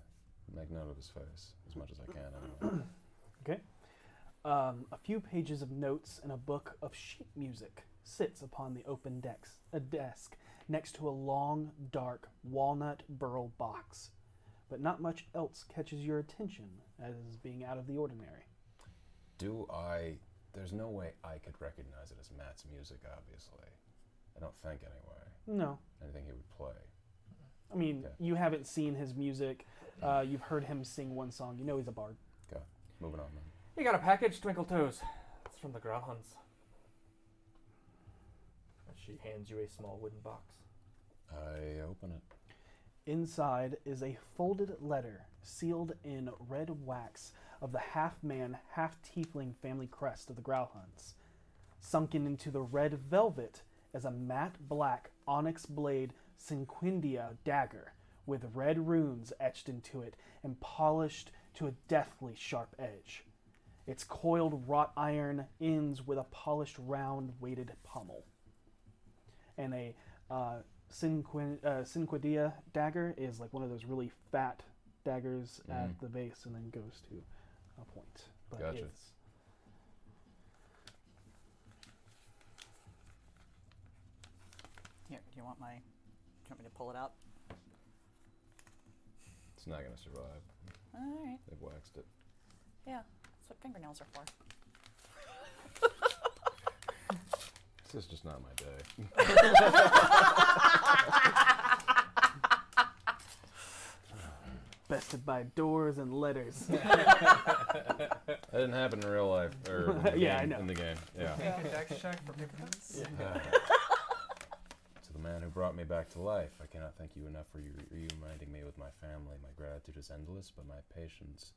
Speaker 5: Make note of his face as much as I can. Anyway.
Speaker 3: Okay. Um, a few pages of notes and a book of sheet music sits upon the open decks, a desk next to a long, dark walnut burl box, but not much else catches your attention as being out of the ordinary.
Speaker 5: Do I. There's no way I could recognize it as Matt's music, obviously. I don't think, anyway.
Speaker 3: No.
Speaker 5: Anything he would play.
Speaker 3: I mean, you haven't seen his music. Uh, you've heard him sing one song. You know he's a bard.
Speaker 5: Okay. Moving on then.
Speaker 11: You got a package, Twinkle Toes. It's from the Grauhans. And she hands you a small wooden box.
Speaker 5: I open it.
Speaker 3: Inside is a folded letter sealed in red wax of the half man, half tiefling family crest of the Growlhuns. Sunken into the red velvet is a matte black onyx blade Cinquindia dagger with red runes etched into it and polished to a deathly sharp edge. Its coiled wrought iron ends with a polished round weighted pommel and a uh, cinqui- uh, cinquidia dagger is like one of those really fat daggers
Speaker 5: Mhm.
Speaker 3: at the base and then goes to a point. But
Speaker 5: Gotcha.
Speaker 3: it's-
Speaker 4: Here, do you want my? Do you want me to pull it out?
Speaker 5: It's not going to survive.
Speaker 4: All right.
Speaker 5: They've waxed it.
Speaker 4: Yeah, that's what fingernails are for.
Speaker 5: This is just not my day.
Speaker 3: bested by doors and letters.
Speaker 5: That didn't happen in real life. Or in the
Speaker 3: Yeah, I
Speaker 5: game-
Speaker 3: know.
Speaker 5: In the game. Yeah.
Speaker 7: Make a dex check for ignorance.
Speaker 5: Uh, to the man who brought me back to life, I cannot thank you enough for you reuniting me with my family. My gratitude is endless, but my patience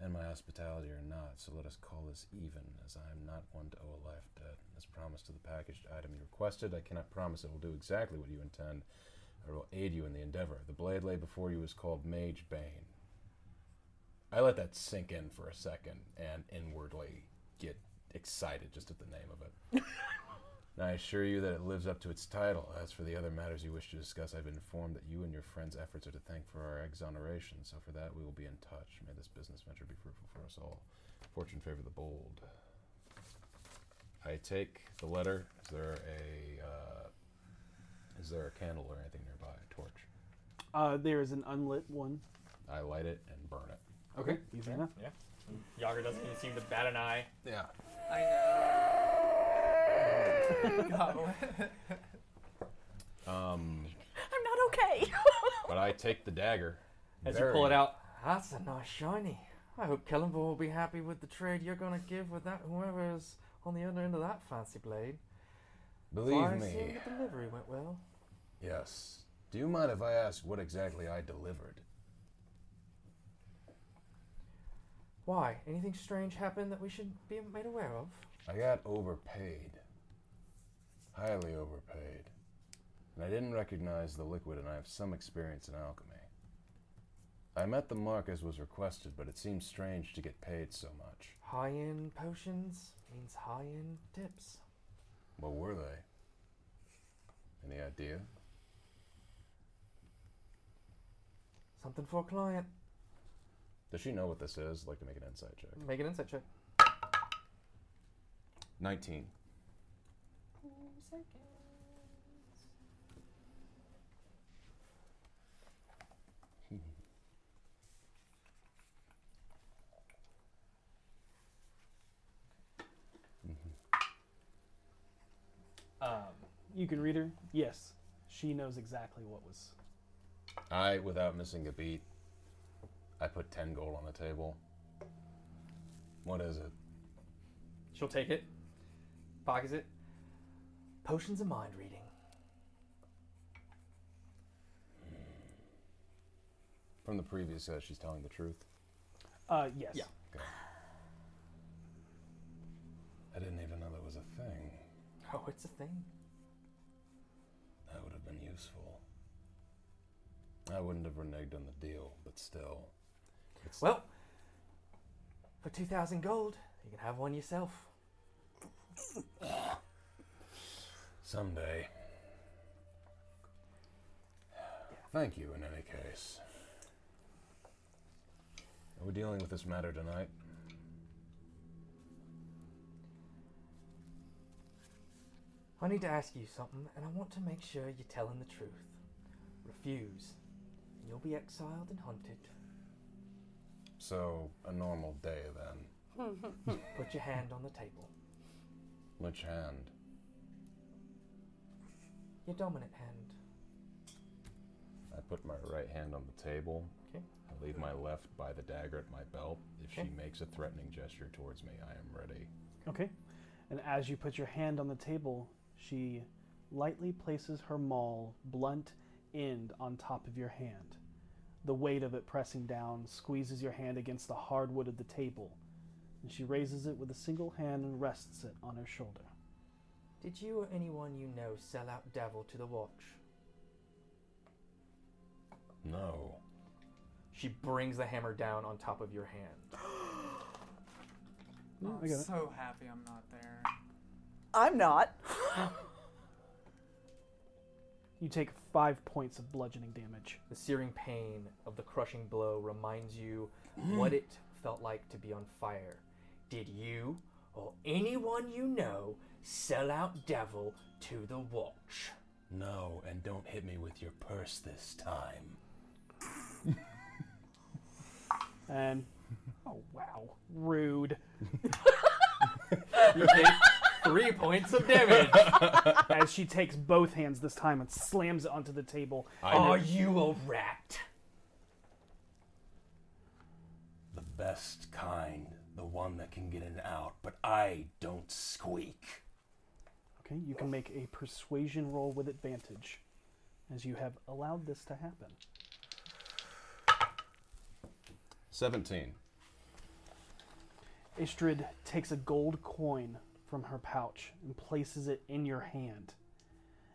Speaker 5: and my hospitality are not. So let us call this even, as I am not one to owe a life debt. As promised to the packaged item you requested, I cannot promise it will do exactly what you intend. I will aid you in the endeavor. The blade lay before you is called Mage Bane. I let that sink in for a second and inwardly get excited just at the name of it. And I assure you that it lives up to its title. As for the other matters you wish to discuss, I've been informed that you and your friend's efforts are to thank for our exoneration. So for that, we will be in touch. May this business venture be fruitful for us all. Fortune favor the bold. I take the letter. Is there a uh, is there a candle or anything nearby? A torch.
Speaker 3: Uh, there is an unlit one.
Speaker 5: I light it and burn it.
Speaker 3: Okay. Easy enough.
Speaker 11: Yeah. Yager doesn't even seem to bat an eye.
Speaker 5: Yeah.
Speaker 7: I know. Go.
Speaker 5: Um,
Speaker 4: I'm not okay.
Speaker 5: but I take the dagger.
Speaker 11: As
Speaker 5: very-
Speaker 11: you pull it out, that's a nice shiny. I hope Kellenborg will be happy with the trade you're gonna give with that whoever's on the other end of that fancy blade.
Speaker 5: Believe
Speaker 11: I
Speaker 5: me.
Speaker 11: assume the delivery went well.
Speaker 5: Yes. Do you mind if I ask what exactly I delivered?
Speaker 11: Why? Anything strange happened that we should be made aware of?
Speaker 5: I got overpaid. Highly overpaid. And I didn't recognize the liquid, and I have some experience in alchemy. I met the mark as was requested, but it seems strange to get paid so much.
Speaker 2: High end potions means high end tips.
Speaker 5: What were they? Any idea?
Speaker 2: Something for a client.
Speaker 5: Does she know what this is? I'd like to make an insight check.
Speaker 2: Make an insight check.
Speaker 5: 19.
Speaker 3: Um, you can read her. Yes, she knows exactly what was.
Speaker 5: I, without missing a beat, I put 10 gold on the table. What is it?
Speaker 2: She'll take it, pockets it. Potions of mind reading.
Speaker 5: From the previous, uh, she's telling the truth.
Speaker 3: Uh, yes.
Speaker 2: Yeah.
Speaker 5: Okay. I didn't even know that was a thing.
Speaker 2: Oh, it's a thing.
Speaker 5: That would have been useful. I wouldn't have reneged on the deal, but still. It's
Speaker 2: Well, for 2,000 gold, you can have one yourself.
Speaker 5: Someday. Thank you, in any case. Are we dealing with this matter tonight?
Speaker 2: I need to ask you something, and I want to make sure you're telling the truth. Refuse, and you'll be exiled and hunted.
Speaker 5: So, a normal day then.
Speaker 6: Hmm,
Speaker 2: Put your hand on the table,
Speaker 5: Which hand?
Speaker 2: your dominant hand.
Speaker 5: I put my right hand on the table.
Speaker 2: Okay.
Speaker 5: I leave my left by the dagger at my belt. If
Speaker 2: Okay.
Speaker 5: she makes a threatening gesture towards me, I am ready.
Speaker 3: Okay. And as you put your hand on the table, she lightly places her maul blunt end on top of your hand. The weight of it pressing down squeezes your hand against the hard wood of the table, and she raises it with a single hand and rests it on her shoulder.
Speaker 2: Did you or anyone you know sell out Devil to the Watch?
Speaker 5: No.
Speaker 2: She brings the hammer down on top of your hand.
Speaker 3: No, I
Speaker 7: I'm
Speaker 3: got it.
Speaker 7: so happy I'm not there.
Speaker 4: I'm not.
Speaker 3: You take five points of bludgeoning damage.
Speaker 2: The searing pain of the crushing blow reminds you what it felt like to be on fire. Did you or anyone you know sell out Devil to the Watch?
Speaker 5: No, and don't hit me with your purse this time.
Speaker 3: And oh wow, rude.
Speaker 2: You take three points of damage.
Speaker 3: As she takes both hands this time and slams it onto the table.
Speaker 2: Are you a rat?
Speaker 5: The best kind, the one that can get in and out, but I don't squeak.
Speaker 3: Okay, you can make a persuasion roll with advantage, as you have allowed this to happen.
Speaker 5: 17.
Speaker 3: Istrid takes a gold coin from her pouch and places it in your hand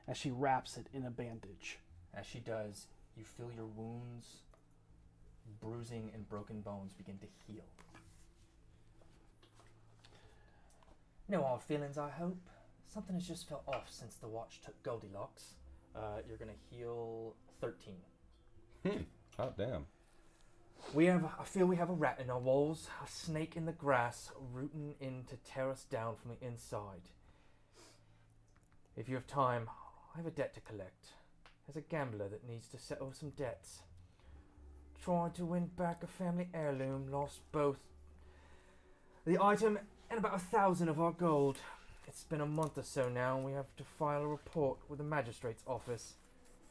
Speaker 3: as she wraps it in a bandage.
Speaker 12: As she does, you feel your wounds, bruising, and broken bones begin to heal.
Speaker 2: No hard feelings, I hope. Something has just felt off since the watch took Goldilocks. Uh, you're gonna heal 13.
Speaker 5: Hot damn.
Speaker 2: We have, I feel we have a rat in our walls, a snake in the grass, rooting in to tear us down from the inside. If you have time, I have a debt to collect. As a gambler that needs to settle some debts. Tried to win back a family heirloom, lost both the item and about a thousand of our gold. It's been a month or so now, and we have to file a report with the magistrate's office.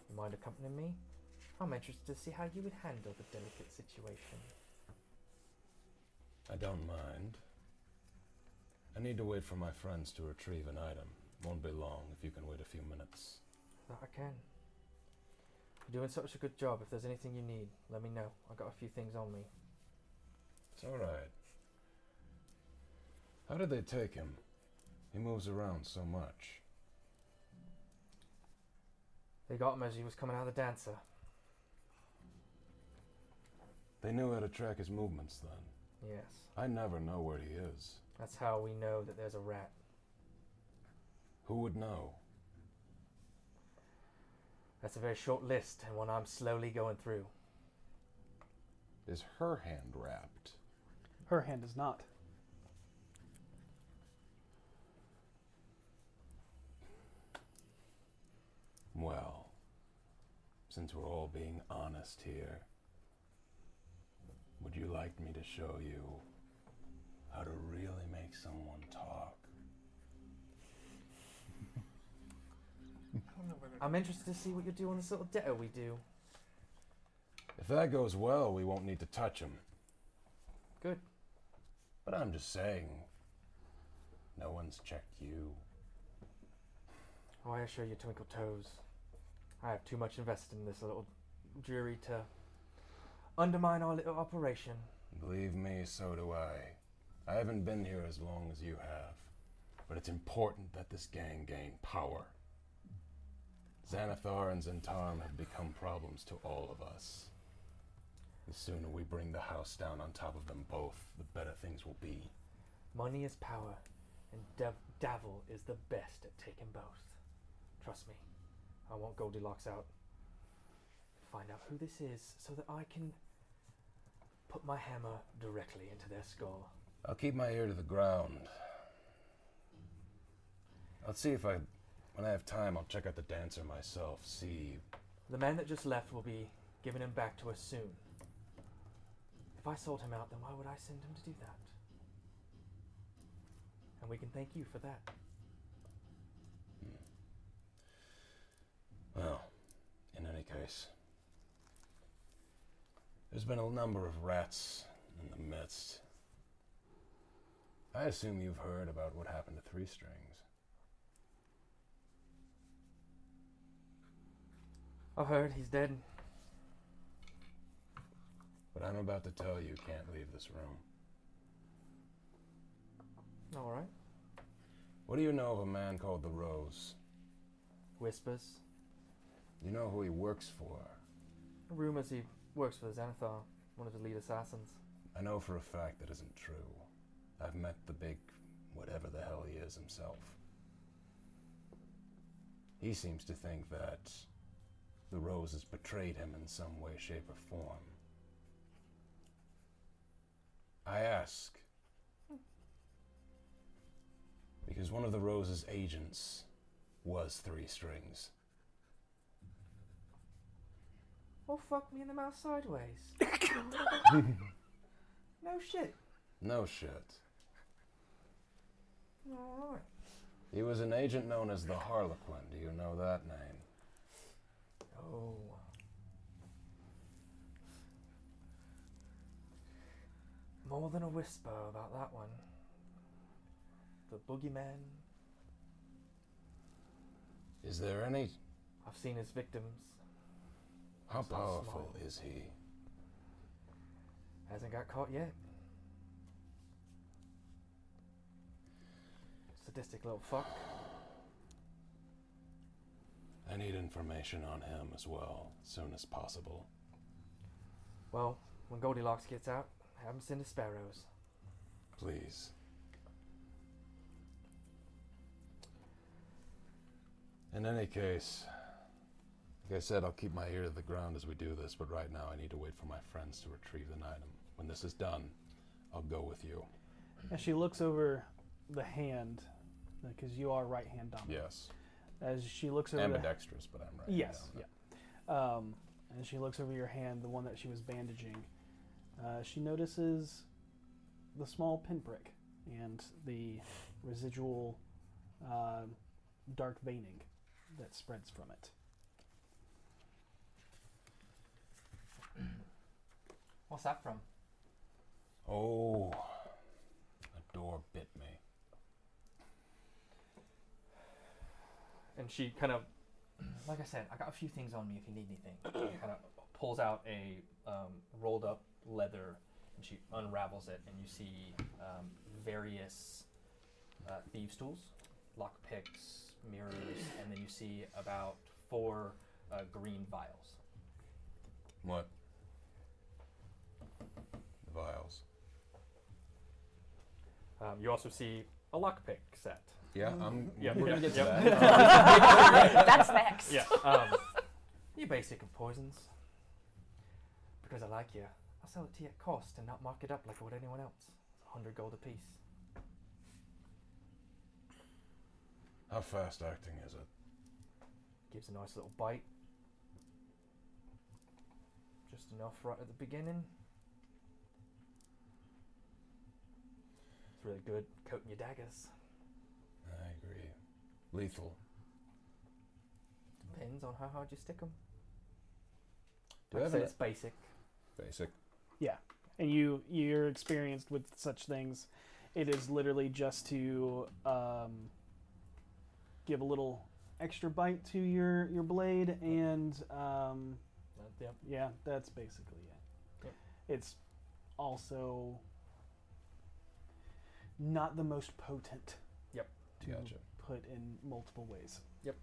Speaker 2: You mind accompanying me? I'm interested to see how you would handle the delicate situation.
Speaker 5: I don't mind. I need to wait for my friends to retrieve an item. Won't be long if you can wait a few minutes.
Speaker 2: That I can. You're doing such a good job. If there's anything you need, let me know. I got a few things on me.
Speaker 5: It's alright. How did they take him? He moves around so much.
Speaker 2: They got him as he was coming out of the dancer.
Speaker 5: They knew how to track his movements then.
Speaker 2: Yes.
Speaker 5: I never know where he is.
Speaker 2: That's how we know that there's a rat.
Speaker 5: Who would know?
Speaker 2: That's a very short list, and one I'm slowly going through.
Speaker 5: Is her hand wrapped?
Speaker 3: Her hand is not.
Speaker 5: Well, since we're all being honest here, would you like me to show you how to really make someone talk?
Speaker 7: I don't know whether
Speaker 2: I'm interested to see what you do on this little ditto we do.
Speaker 5: If that goes well, we won't need to touch him.
Speaker 2: Good.
Speaker 5: But I'm just saying, no one's checked you.
Speaker 2: Oh, I assure you, Twinkle Toes, I have too much invested in this little jury to undermine our little operation.
Speaker 5: Believe me, so do I. I haven't been here as long as you have, but it's important that this gang gain power. Xanathar and Zentarm have become problems to all of us. The sooner we bring the house down on top of them both, the better things will be.
Speaker 2: Money is power, and Dav- Davil is the best at taking both. Trust me, I want Goldilocks out. Find out who this is so that I can put my hammer directly into their skull.
Speaker 5: I'll keep my ear to the ground. I'll see if I, when I have time, I'll check out the dancer myself, see
Speaker 2: The man that just left will be giving him back to us soon. If I sold him out, then why would I send him to do that? And we can thank you for that.
Speaker 5: Well, in any case, there's been a number of rats in the midst. I assume you've heard about what happened to Three Strings.
Speaker 2: I've heard he's dead.
Speaker 5: What I'm about to tell you can't leave this room.
Speaker 2: All right.
Speaker 5: What do you know of a man called the Rose?
Speaker 2: Whispers.
Speaker 5: You know who he works for.
Speaker 2: Rumors he works for the Xanathar, one of the lead assassins.
Speaker 5: I know for a fact that isn't true. I've met the big whatever the hell he is himself. He seems to think that the Rose has betrayed him in some way, shape, or form. I ask because one of the Rose's agents was Three Strings.
Speaker 2: Oh, fuck me in the mouth sideways. no shit.
Speaker 5: No shit.
Speaker 2: All right.
Speaker 5: He was an agent known as the Harlequin. Do you know that name?
Speaker 2: Oh. More than a whisper about that one. The boogeyman.
Speaker 5: Is there any.
Speaker 2: I've seen his victims.
Speaker 5: How
Speaker 2: So
Speaker 5: powerful is he?
Speaker 2: Hasn't got caught yet. Sadistic little fuck.
Speaker 5: I need information on him as well, as soon as possible.
Speaker 2: Well, when Goldilocks gets out, have him send his sparrows.
Speaker 5: Please. In any case, like I said, I'll keep my ear to the ground as we do this, but right now I need to wait for my friends to retrieve an item. When this is done, I'll go with you.
Speaker 3: As she looks over the hand, because you are right hand dominant.
Speaker 5: Yes.
Speaker 3: As she looks over the-
Speaker 5: Ambidextrous, but I'm right.
Speaker 3: Yes. Yeah. Um, and she looks over your hand, the one that she was bandaging. Uh, she notices the small pinprick and the residual uh, dark veining that spreads from it.
Speaker 13: What's that from?
Speaker 5: Oh, a door bit me.
Speaker 2: And she kind of
Speaker 13: Like I said, I got a few things on me if you need anything. kind of pulls out a um, rolled up leather and she unravels it, and you see um, various uh, thieves' tools, lock picks, mirrors, and then you see about four uh, green vials.
Speaker 5: What? vials.
Speaker 2: Um, you also see a lockpick set.
Speaker 5: Yeah, I'm-
Speaker 2: Yeah,
Speaker 5: we're
Speaker 2: yeah,
Speaker 5: gonna get to
Speaker 2: yeah.
Speaker 5: that. That's next.
Speaker 2: Yeah. Um, you basic of poisons. Because I like you, I'll sell it to you at cost and not mark it up like I would anyone else. It's 100 gold apiece.
Speaker 5: How fast acting is it?
Speaker 2: Gives a nice little bite. Just enough right at the beginning. It's really good coating your daggers.
Speaker 5: I agree. Lethal.
Speaker 2: Depends on how hard you stick them.
Speaker 5: Do
Speaker 2: Like
Speaker 5: we
Speaker 2: I
Speaker 5: have
Speaker 2: said,
Speaker 5: an-
Speaker 2: it's basic.
Speaker 5: Basic.
Speaker 3: Yeah, and you you're experienced with such things. It is literally just to um, give a little extra bite to your your blade, and um,
Speaker 2: yep.
Speaker 3: yeah, that's basically it.
Speaker 2: Yep.
Speaker 3: It's also not the most potent.
Speaker 2: Yep.
Speaker 3: To
Speaker 5: Gotcha.
Speaker 3: put in multiple ways.
Speaker 2: Yep.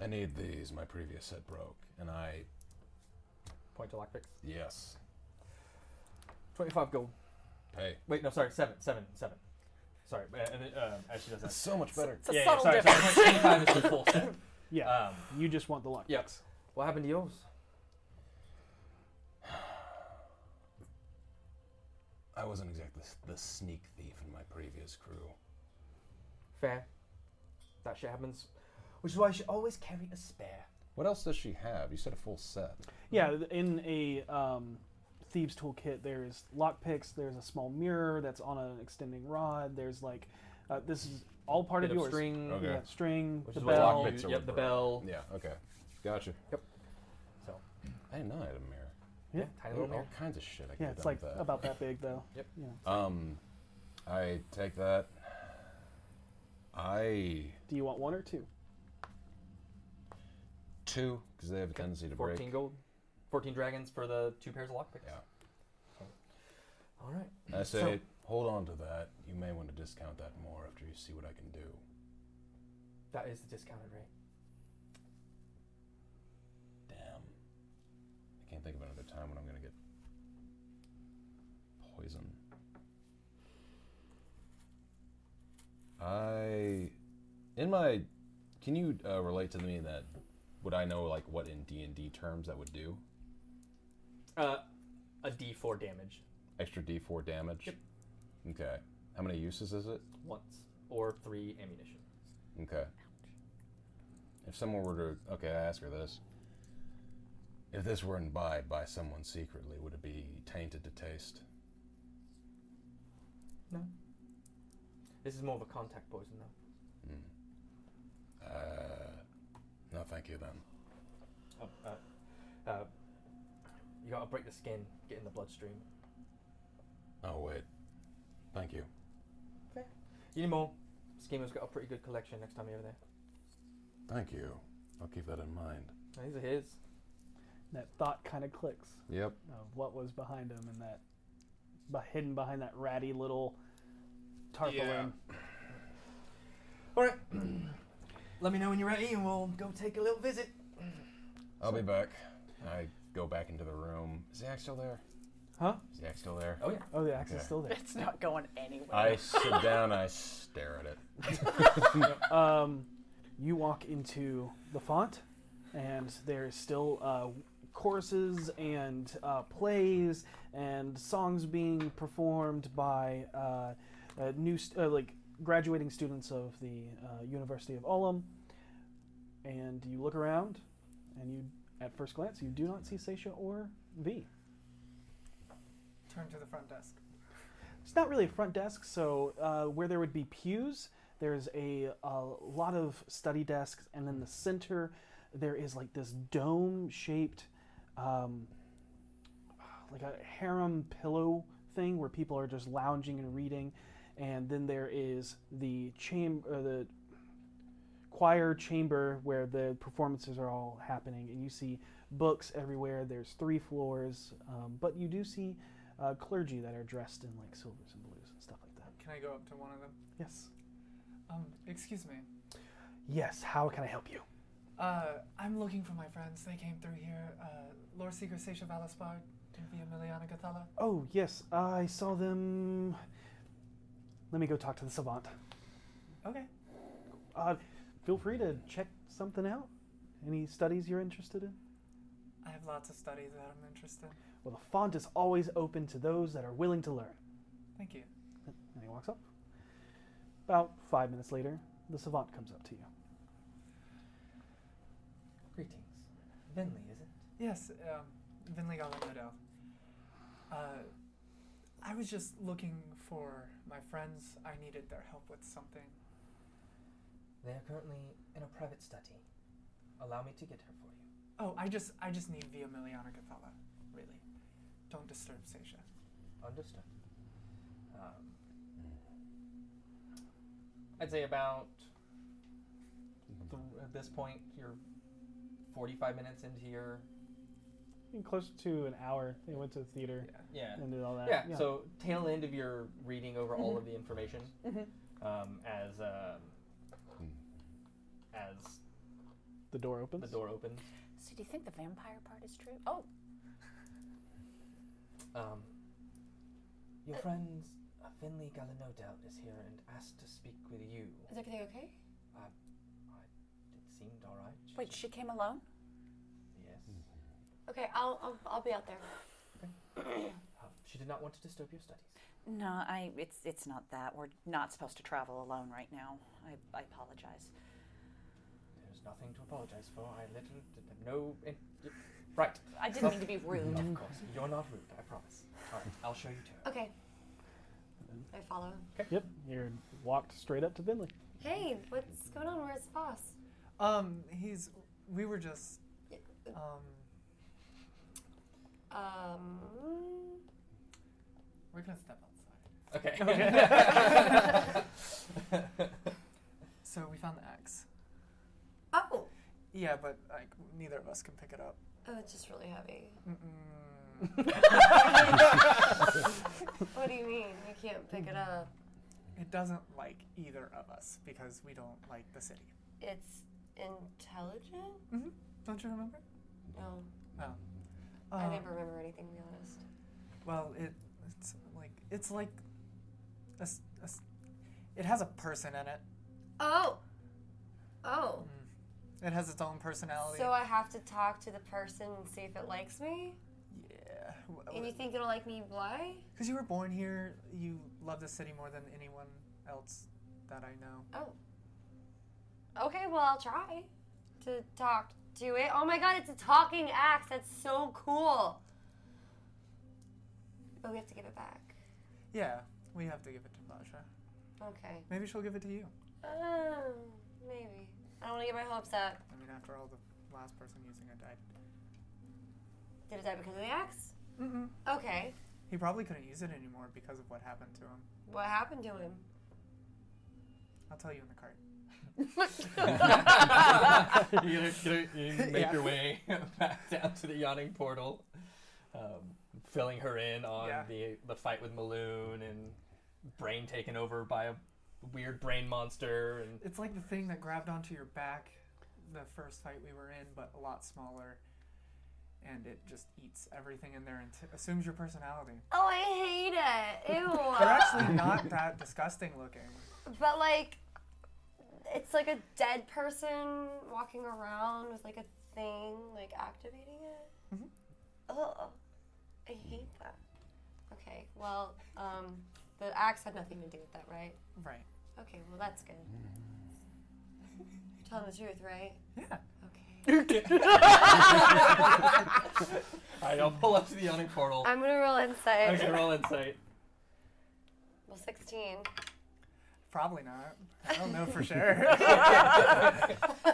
Speaker 5: I need these. My previous set broke, and I
Speaker 2: Point to lockpicks.
Speaker 5: yes.
Speaker 2: 25 gold.
Speaker 5: Hey.
Speaker 2: Wait, no, sorry, seven, seven, seven. Sorry, uh, and it, um, as she does that.
Speaker 5: That's so much better.
Speaker 3: It's a
Speaker 2: yeah,
Speaker 3: subtle
Speaker 2: yeah, sorry,
Speaker 3: difference.
Speaker 2: Sorry, 25 is the full um, set.
Speaker 3: Yeah.
Speaker 2: Uh,
Speaker 3: you just want the luck.
Speaker 2: Yep. What happened to yours?
Speaker 5: I wasn't exactly s- the sneak thief in my previous crew.
Speaker 2: Fair. That shit happens. Which is why you should always carry a spare.
Speaker 5: What else does she have? You said a full set.
Speaker 3: Yeah, th- in a um, thieves toolkit, there's lockpicks. There's a small mirror that's on an extending rod. There's like, uh, this is all part
Speaker 2: Bit
Speaker 3: of
Speaker 2: of
Speaker 3: yours.
Speaker 2: string. Okay.
Speaker 3: yeah, string,
Speaker 2: Which
Speaker 3: the
Speaker 2: is what
Speaker 3: bell.
Speaker 2: lockpicks are Yep, with the bro. bell.
Speaker 5: Yeah. Okay. Gotcha.
Speaker 2: Yep. So.
Speaker 5: I didn't know I had a mirror.
Speaker 3: Yeah.
Speaker 2: tiny little
Speaker 5: All
Speaker 2: mirror.
Speaker 5: kinds of shit. I could
Speaker 3: yeah,
Speaker 5: have
Speaker 3: it's
Speaker 5: done
Speaker 3: like
Speaker 5: with that.
Speaker 3: about that big though.
Speaker 2: Yep.
Speaker 3: Yeah.
Speaker 5: Um, I take that. I
Speaker 3: Do you want one or two?
Speaker 5: two because they have a tendency to
Speaker 2: 14
Speaker 5: break.
Speaker 2: gold. 14 dragons for the two pairs of lockpicks.
Speaker 5: Yeah.
Speaker 2: All right.
Speaker 5: I say,
Speaker 2: So-
Speaker 5: hold on to that. You may want to discount that more after you see what I can do.
Speaker 2: That is the discounted rate.
Speaker 5: Damn. I can't think of another time when I'm gonna get poison. I, in my, can you uh, relate to me that? Would I know like what in D and D terms that would do?
Speaker 2: Uh, a d4 damage
Speaker 5: Extra D4 damage. Yep. Okay. How many uses is it?
Speaker 2: once, or three ammunition.
Speaker 5: Okay. If someone were to, okay, I ask her this. If this were imbibed by someone secretly, would it be tainted to taste?
Speaker 2: This is more of a contact poison, though.
Speaker 5: Uh, no, thank you then.
Speaker 2: Oh, uh, uh, you gotta break the skin, get in the bloodstream.
Speaker 5: Oh wait, thank you.
Speaker 2: You need more. Schemer's got a pretty good collection next time you're over there.
Speaker 5: Thank you. I'll keep that in mind.
Speaker 2: Now, These are his.
Speaker 3: That thought kind of clicks
Speaker 5: Yep.
Speaker 3: of what was behind him and that, but hidden behind that ratty little tarpaulin.
Speaker 2: All right. Let me know when you're ready, and we'll go take a little visit.
Speaker 5: I'll be back. I go back into the room. Is Zach still there?
Speaker 3: Huh?
Speaker 5: Is Zach still there?
Speaker 2: Oh yeah.
Speaker 3: Oh, the axe is
Speaker 5: Okay.
Speaker 3: still there.
Speaker 4: It's not going anywhere.
Speaker 2: Uh.
Speaker 5: I sit down. I stare at it.
Speaker 3: um, you walk into the font, and there's still uh, choruses and uh, plays and songs being performed by uh, uh, new st- uh, like graduating students of the uh, University of Olam. And you look around, and you at first glance you do not see Seisha or V.
Speaker 7: Turn to the front desk.
Speaker 3: It's not really a front desk, so uh, where there would be pews, there's a, a lot of study desks, and then the center, there is like this dome shaped, um, like a harem pillow thing where people are just lounging and reading, and then there is the chamber, the choir chamber where the performances are all happening, and you see books everywhere. There's three floors, um, but you do see uh, clergy that are dressed in like silvers and blues and stuff like that.
Speaker 7: Can I go up to one of them?
Speaker 3: Yes.
Speaker 7: Um, excuse me.
Speaker 3: Yes. How can I help you?
Speaker 7: Uh, I'm looking for my friends. They came through here. Uh, Lord Seeker Sesha Valaspard. Via Miliana Cathala.
Speaker 3: Oh, yes, I saw them. Let me go talk to the savant.
Speaker 7: Okay.
Speaker 3: Uh, feel free to check something out. Any studies you're interested in?
Speaker 7: I have lots of studies that I'm interested in.
Speaker 3: Well, the font is always open to those that are willing to learn.
Speaker 7: Thank you.
Speaker 3: And he walks up. About five minutes later, the savant comes up to you.
Speaker 2: Greetings. Vinley, is it?
Speaker 7: Yes, um, Vinley Gallardo. Uh, I was just looking for my friends. I needed their help with something.
Speaker 2: They are currently in a private study. Allow me to get her for you.
Speaker 7: Oh, I just I just need Via Miliana Cathala, really. Don't disturb Seisha.
Speaker 2: Understood. Um, I'd say about th- at this point, you're 45 minutes into your
Speaker 3: Close to an hour, they went to the theater
Speaker 2: yeah
Speaker 3: and did all that.
Speaker 2: Yeah, so tail end of your reading over all of the information
Speaker 3: Mhm.
Speaker 2: um, as um, as
Speaker 3: the door opens.
Speaker 2: the door opens.
Speaker 14: So do you think the vampire part is true? Oh,
Speaker 2: Um, your friends uh, Finley Galanodel is here and asked to speak with you.
Speaker 6: Is everything okay?
Speaker 2: Uh, I, it seemed all right.
Speaker 14: wait, she came alone?
Speaker 2: Yes.
Speaker 6: Okay, I'll, I'll, I'll be out there.
Speaker 2: Um, she did not want to disturb your studies.
Speaker 4: No, I. It's it's not that. We're not supposed to travel alone right now. I, I apologize.
Speaker 2: There's nothing to apologize for. I little did no. In, y- right.
Speaker 14: I didn't mean to be rude.
Speaker 2: Of course, you're not rude. I promise. All right, I'll show you to her.
Speaker 6: Okay. I follow him.
Speaker 3: Yep, you're walked straight up to Vinley.
Speaker 6: Hey, what's going on? Where's Foss?
Speaker 7: Um, he's. We were just. Um,
Speaker 6: Um,
Speaker 7: we're gonna step outside.
Speaker 2: Okay.
Speaker 7: So we found the axe.
Speaker 6: oh,
Speaker 7: Yeah, but like neither of us can pick it up.
Speaker 6: oh, it's just really heavy.
Speaker 7: Mm-mm.
Speaker 6: What do you mean? You can't pick it up.
Speaker 7: it doesn't like either of us because we don't like the city.
Speaker 6: It's intelligent?
Speaker 7: Don't you remember?
Speaker 6: No,
Speaker 7: Oh.
Speaker 6: I
Speaker 7: Uh,
Speaker 6: never remember anything, to be honest.
Speaker 7: Well, it it's like it's like a s a s it has a person in it.
Speaker 6: Oh! Oh.
Speaker 7: It has its own personality.
Speaker 6: So I have to talk to the person and see if it likes me?
Speaker 7: yeah.
Speaker 6: And you think it'll like me why?
Speaker 7: Because you were born here, you love the city more than anyone else that I know.
Speaker 6: Oh. Okay, well, I'll try to talk to it. Oh my god, it's a talking axe. That's so cool. But we have to give it back.
Speaker 7: Yeah, we have to give it to Basha.
Speaker 6: Okay.
Speaker 7: Maybe she'll give it to you.
Speaker 6: Oh, maybe. I don't want to get my hopes up.
Speaker 7: I mean, after all, the last person using it died.
Speaker 6: Did it die because of the axe?
Speaker 7: Mm-mm.
Speaker 6: Okay.
Speaker 7: He probably couldn't use it anymore because of what happened to him.
Speaker 6: What happened to him?
Speaker 7: I'll tell you in the cart.
Speaker 2: you gonna, gonna- you make
Speaker 7: Yeah.
Speaker 2: your way back down to the yawning portal, um, filling her in on
Speaker 7: Yeah.
Speaker 2: the the fight with Maloon and brain taken over by a weird brain monster and
Speaker 7: It's like the thing that grabbed onto your back the first fight we were in, but a lot smaller. And it just eats everything in there and t- assumes your personality.
Speaker 6: Oh, I hate it.
Speaker 7: They're
Speaker 6: Ew.
Speaker 7: actually not that disgusting looking.
Speaker 6: but like, it's like a dead person walking around with like a thing like activating it.
Speaker 7: Mhm.
Speaker 6: Ugh. I hate that. Okay. Well, um, the axe had nothing to do with that, right?
Speaker 7: Right.
Speaker 6: Okay. Well, that's good. You're telling the truth, right?
Speaker 7: Yeah.
Speaker 6: Okay.
Speaker 2: Alright, I'll pull up to the yawning portal.
Speaker 6: I'm gonna roll insight.
Speaker 2: Okay, roll insight.
Speaker 6: Well, 16.
Speaker 7: Probably not. I don't know for sure.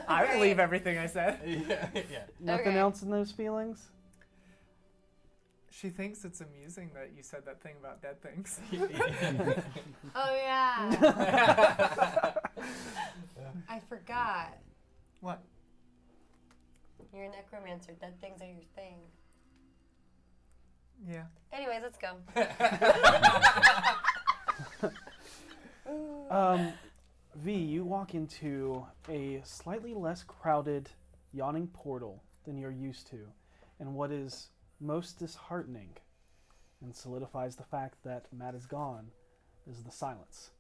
Speaker 7: I believe everything I said.
Speaker 2: yeah, yeah.
Speaker 3: Nothing
Speaker 6: Okay.
Speaker 3: else in those feelings?
Speaker 7: She thinks it's amusing that you said that thing about dead things.
Speaker 6: Oh yeah. I forgot.
Speaker 7: What?
Speaker 6: You're a necromancer. Dead things are your thing.
Speaker 7: Yeah.
Speaker 6: Anyways, let's go.
Speaker 3: Um, v, you walk into a slightly less crowded, yawning portal than you're used to, and what is most disheartening and solidifies the fact that Matt is gone is the silence.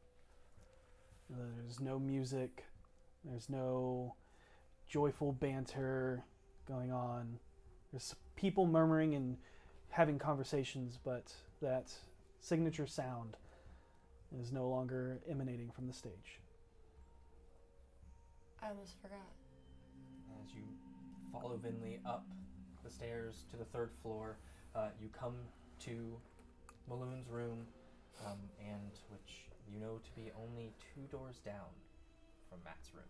Speaker 3: There's no music, there's no joyful banter going on. There's people murmuring and having conversations, but that signature sound is no longer emanating from the stage.
Speaker 6: I almost forgot.
Speaker 2: As you follow Vinley up the stairs to the third floor, uh, you come to Maloon's room, um, and which you know to be only two doors down from Matt's room.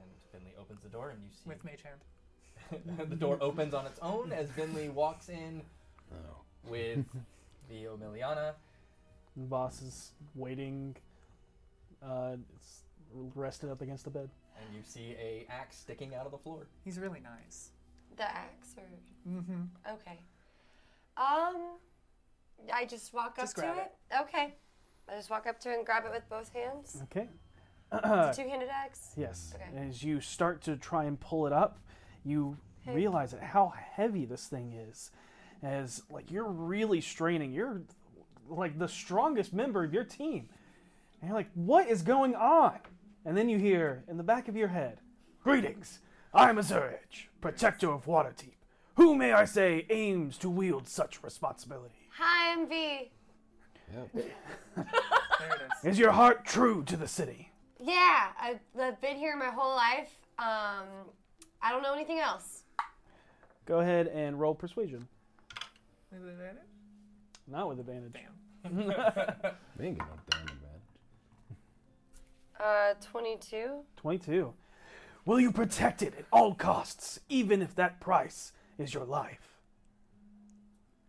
Speaker 2: And Vinley opens the door, and you see
Speaker 7: With mage hand.
Speaker 2: the door opens on its own as Vinley walks in with the Omeliana.
Speaker 3: The boss is waiting, uh, it's rested up against the bed.
Speaker 2: and you see a axe sticking out of the floor.
Speaker 7: He's really nice.
Speaker 6: The axe or
Speaker 7: Mm-hmm.
Speaker 6: okay. Um I just walk
Speaker 7: Just
Speaker 6: up to
Speaker 7: grab
Speaker 6: it. Okay. I just walk up to it and grab it with both hands.
Speaker 3: Okay.
Speaker 6: it's a two handed axe.
Speaker 3: Yes.
Speaker 6: Okay.
Speaker 3: As you start to try and pull it up, you
Speaker 6: Hey.
Speaker 3: realize it, how heavy this thing is. As like you're really straining. You're like the strongest member of your team. And you're like, what is going on? And then you hear in the back of your head, Greetings, I'm Azurich, protector of Waterdeep. Who may I say aims to wield such responsibility?
Speaker 6: Hi I'm V.
Speaker 7: There it is.
Speaker 3: Is your heart true to the city?
Speaker 6: Yeah, I've, I've been here my whole life. Um I don't know anything else.
Speaker 3: Go ahead and roll persuasion.
Speaker 7: Is it advantage?
Speaker 3: Not with advantage.
Speaker 7: Damn.
Speaker 5: They ain't getting no damn advantage.
Speaker 6: Uh twenty two.
Speaker 3: 22. Will you protect it at all costs, even if that price is your life?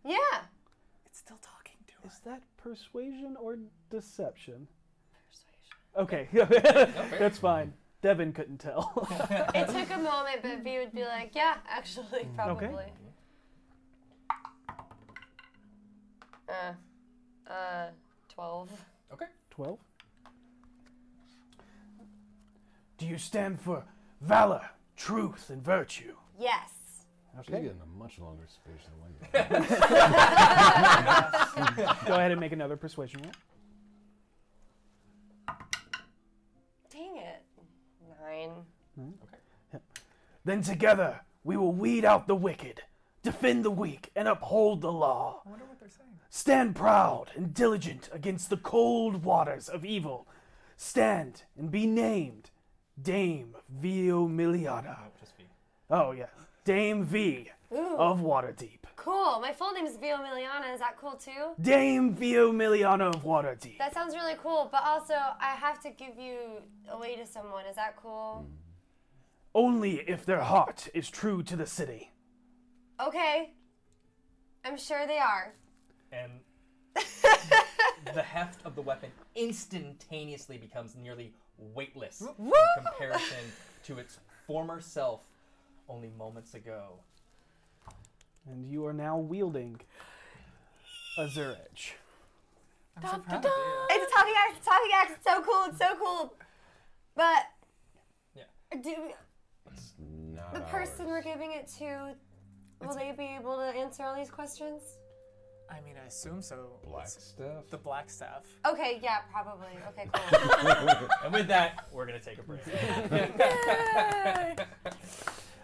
Speaker 6: Yeah.
Speaker 7: It's still talking to
Speaker 3: Is that persuasion or deception?
Speaker 6: Persuasion.
Speaker 3: Okay, that's fine. Devin couldn't tell.
Speaker 6: It took a moment, but V would be like, yeah, actually, probably. Uh, uh, 12.
Speaker 3: 12. Do you stand for valor, truth, and virtue?
Speaker 6: Yes.
Speaker 5: She's
Speaker 3: Okay,
Speaker 5: getting a much longer speech than we are.
Speaker 3: go ahead and make another persuasion roll.
Speaker 6: Dang it. Nine.
Speaker 3: Then together we will weed out the wicked, defend the weak, and uphold the law.
Speaker 7: I wonder what they're saying.
Speaker 3: Stand proud and diligent against the cold waters of evil. Stand and be named Dame Vio Miliana.
Speaker 2: Just be
Speaker 3: Oh, yeah. Dame V of Waterdeep.
Speaker 6: Cool. My full name is Vio Miliana. Is that cool too?
Speaker 3: Dame Vio Miliana of Waterdeep.
Speaker 6: That sounds really cool, but also, I have to give you away to someone. Is that cool?
Speaker 3: Only if their heart is true to the city.
Speaker 7: Hmm.
Speaker 6: Okay. I'm sure they are.
Speaker 2: and the heft of the weapon instantaneously becomes nearly weightless in comparison to its former self only moments ago.
Speaker 3: And you are now wielding a Zurich.
Speaker 7: I'm so proud of you.
Speaker 6: It's a talking axe. It's a talking axe. It's so cool. It's so cool. But.
Speaker 2: Yeah.
Speaker 6: Do
Speaker 5: It's not
Speaker 6: the person we're
Speaker 5: ours.
Speaker 6: giving it to, will they be able to answer all these questions?
Speaker 7: I mean, I assume so.
Speaker 5: Black
Speaker 7: It's
Speaker 5: stuff.
Speaker 7: The black staff.
Speaker 6: Okay, yeah, probably. Okay, cool.
Speaker 2: And with that, we're gonna take a break.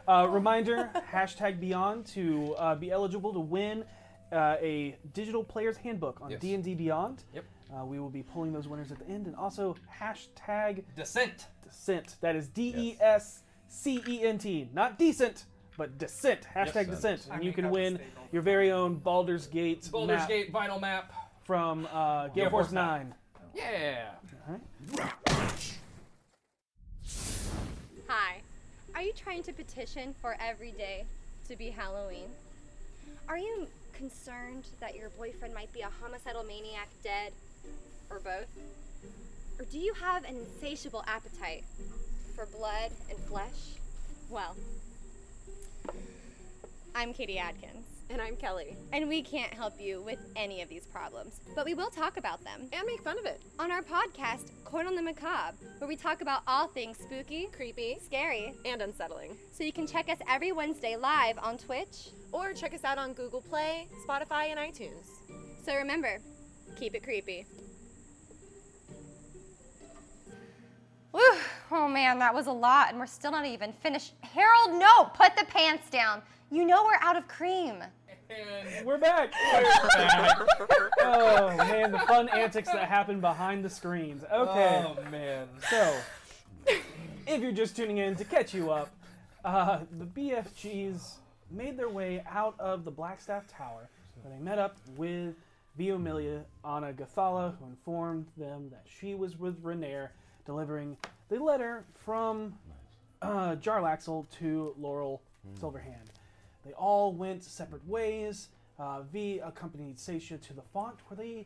Speaker 3: Uh, reminder hashtag Beyond to uh, be eligible to win uh, a digital player's handbook on
Speaker 15: Yes.
Speaker 3: D and D Beyond.
Speaker 2: Yep.
Speaker 3: Uh, we will be pulling those winners at the end, and also hashtag
Speaker 2: Descent.
Speaker 3: descent. That is D E S C E N T, not decent, but descent. Hashtag descent,
Speaker 7: I
Speaker 3: and you
Speaker 7: mean,
Speaker 3: can
Speaker 7: that was
Speaker 3: win
Speaker 7: stable.
Speaker 3: your very own Baldur's Gate
Speaker 16: Boulder's
Speaker 3: map
Speaker 16: Gate vinyl map.
Speaker 3: from uh, Gale Force Nine.
Speaker 16: Yeah.
Speaker 1: Hi. Are you trying to petition for every day to be Halloween? Are you concerned that your boyfriend might be a homicidal maniac, dead, or both? Or do you have an insatiable appetite for blood and flesh? Well, I'm Katie Adkins,
Speaker 17: And I'm Kelly. And we can't help you with any of these problems, but we will talk about them. And make fun of it. On our podcast, Corn on the Macabre, where we talk about all things spooky, creepy, scary, and unsettling. So you can check us every Wednesday live on Twitch, or check us out on Google Play, Spotify, and iTunes. So remember, keep it creepy.
Speaker 1: Whew. Oh man, that was a lot, and we're still not even finished. Harold, no! Put the pants down. You know we're out of cream.
Speaker 3: We're back. oh man, the fun antics that happen behind the screens. Okay.
Speaker 18: Oh, man.
Speaker 3: So, if you're just tuning in to catch you up, uh, the BFGs made their way out of the Blackstaff Tower, where they met up with Viomilia Anna Gathala, who informed them that she was with Renair, delivering the letter from uh, Jarlaxle to Laurel
Speaker 19: Mm.
Speaker 3: Silverhand. They all went separate ways. Uh, v accompanied Seisha to the font, where they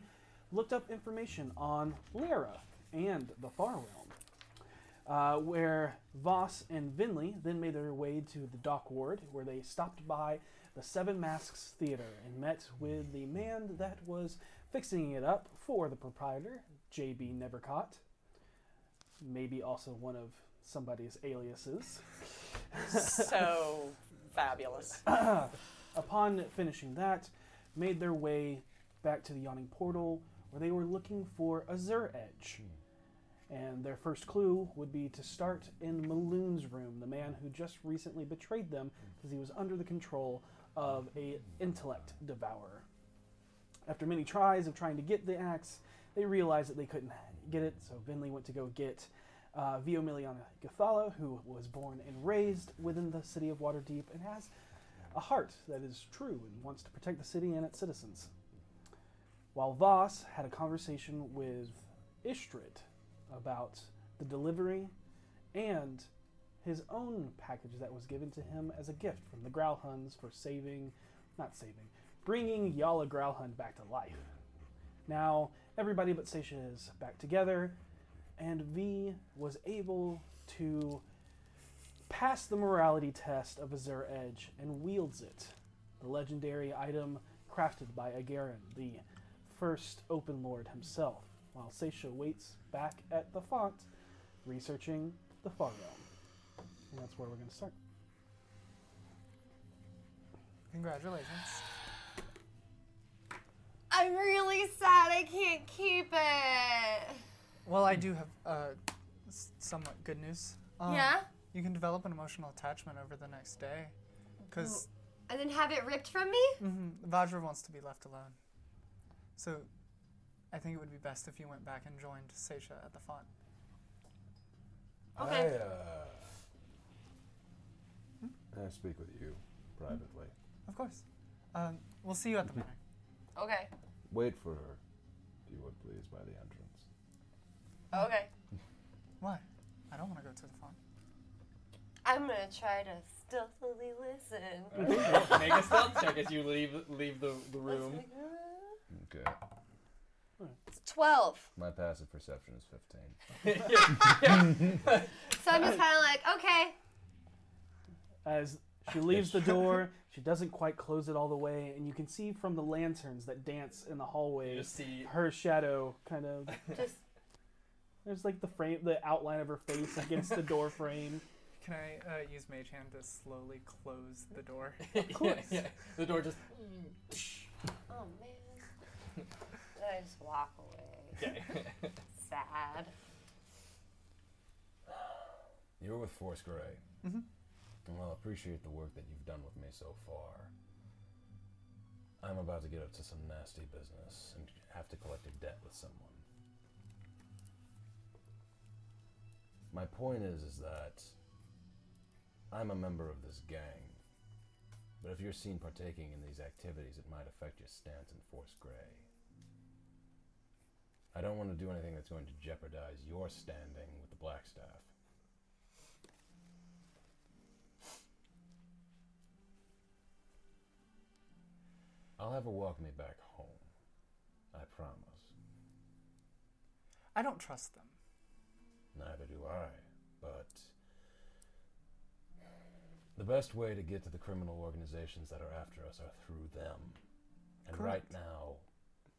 Speaker 3: looked up information on Lara and the Far Realm uh, where Voss and Vinley then made their way to the Dock Ward, where they stopped by the Seven Masks Theater and met with the man that was fixing it up for the proprietor, J.B. Nevercott. Maybe also one of somebody's aliases.
Speaker 4: so fabulous.
Speaker 3: Upon finishing that, made their way back to the yawning portal where they were looking for Azure Edge. And their first clue would be to start in Maloon's room, the man who just recently betrayed them because he was under the control of a intellect devourer. After many tries of trying to get the axe, they realized that they couldn't get it, so Vinley went to go get uh, Vio Miliana Gathala, who was born and raised within the city of Waterdeep and has a heart that is true and wants to protect the city and its citizens. While Voss had a conversation with Ishtred about the delivery and his own package that was given to him as a gift from the Growlhuns for saving, not saving, bringing Yala Growlhund back to life. Now, everybody but Seisha is back together, and V was able to pass the morality test of Azure Edge and wields it. The legendary item crafted by Agarin, the first Open Lord himself, while Seisha waits back at the font, researching the Far Realm. And that's where we're going to start.
Speaker 7: Congratulations.
Speaker 6: I'm really sad I can't keep it.
Speaker 7: Well, I do have uh, s- somewhat good news. Um,
Speaker 6: Yeah?
Speaker 7: You can develop an emotional attachment over the next day, because
Speaker 6: And then have it ripped from me?
Speaker 7: mm-hmm, Vajra wants to be left alone. So, I think it would be best if you went back and joined Seisha at the font.
Speaker 5: Okay. I speak with you privately.
Speaker 7: Of course. Um, we'll see you at the manor.
Speaker 1: Okay.
Speaker 5: Wait for her, if you would please, by the entrance.
Speaker 1: Okay.
Speaker 7: Why? I don't want to go to the font.
Speaker 1: I'm gonna try to stealthily listen.
Speaker 18: Make a stealth check as you leave leave the, the room.
Speaker 5: Okay.
Speaker 1: It's 12.
Speaker 5: My passive perception is 15.
Speaker 1: So I'm just kind of like, okay.
Speaker 3: As she leaves the door, she doesn't quite close it all the way, and you can see from the lanterns that dance in the hallway her shadow kind of.
Speaker 1: Just-
Speaker 3: There's like the frame, the outline of her face against the door frame.
Speaker 7: Can I uh, use Mage Hand to slowly close the door?
Speaker 18: Of course. yeah. The door just.
Speaker 1: Oh man. Then I just walk away.
Speaker 18: Okay.
Speaker 1: Sad.
Speaker 5: You were with Force Gray.
Speaker 7: Mhm.
Speaker 5: And while I appreciate the work that you've done with me so far, I'm about to get up to some nasty business and have to collect a debt with someone. My point is, is that I'm a member of this gang, but if you're seen partaking in these activities, it might affect your stance in Force Gray. I don't want to do anything that's going to jeopardize your standing with the Blackstaff. I'll have her walk me back home. I promise.
Speaker 7: I don't trust them.
Speaker 5: Neither do I. But the The best way to get to the criminal organizations that are after us are through them. And right
Speaker 7: Correct.
Speaker 5: now,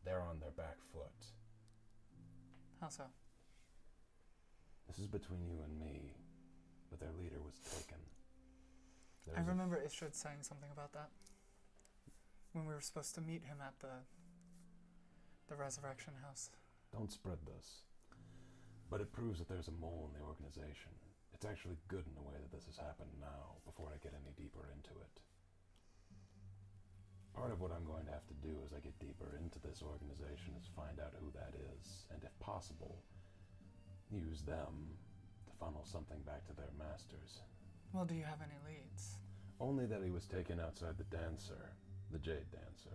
Speaker 5: they're on their back foot.
Speaker 7: How so?
Speaker 5: This is between you and me, but their leader was taken. There
Speaker 7: I
Speaker 5: was a-
Speaker 7: remember Ishred saying something about that when we were supposed to meet him at the the resurrection house.
Speaker 5: Don't spread this. But it proves that there's a mole in the organization. It's actually good in the way that this has happened now, before I get any deeper into it. Part of what I'm going to have to do as I get deeper into this organization is find out who that is, and if possible, use them to funnel something back to their masters.
Speaker 7: Well, do you have any leads?
Speaker 5: Only that he was taken outside the dancer, the Jade Dancer.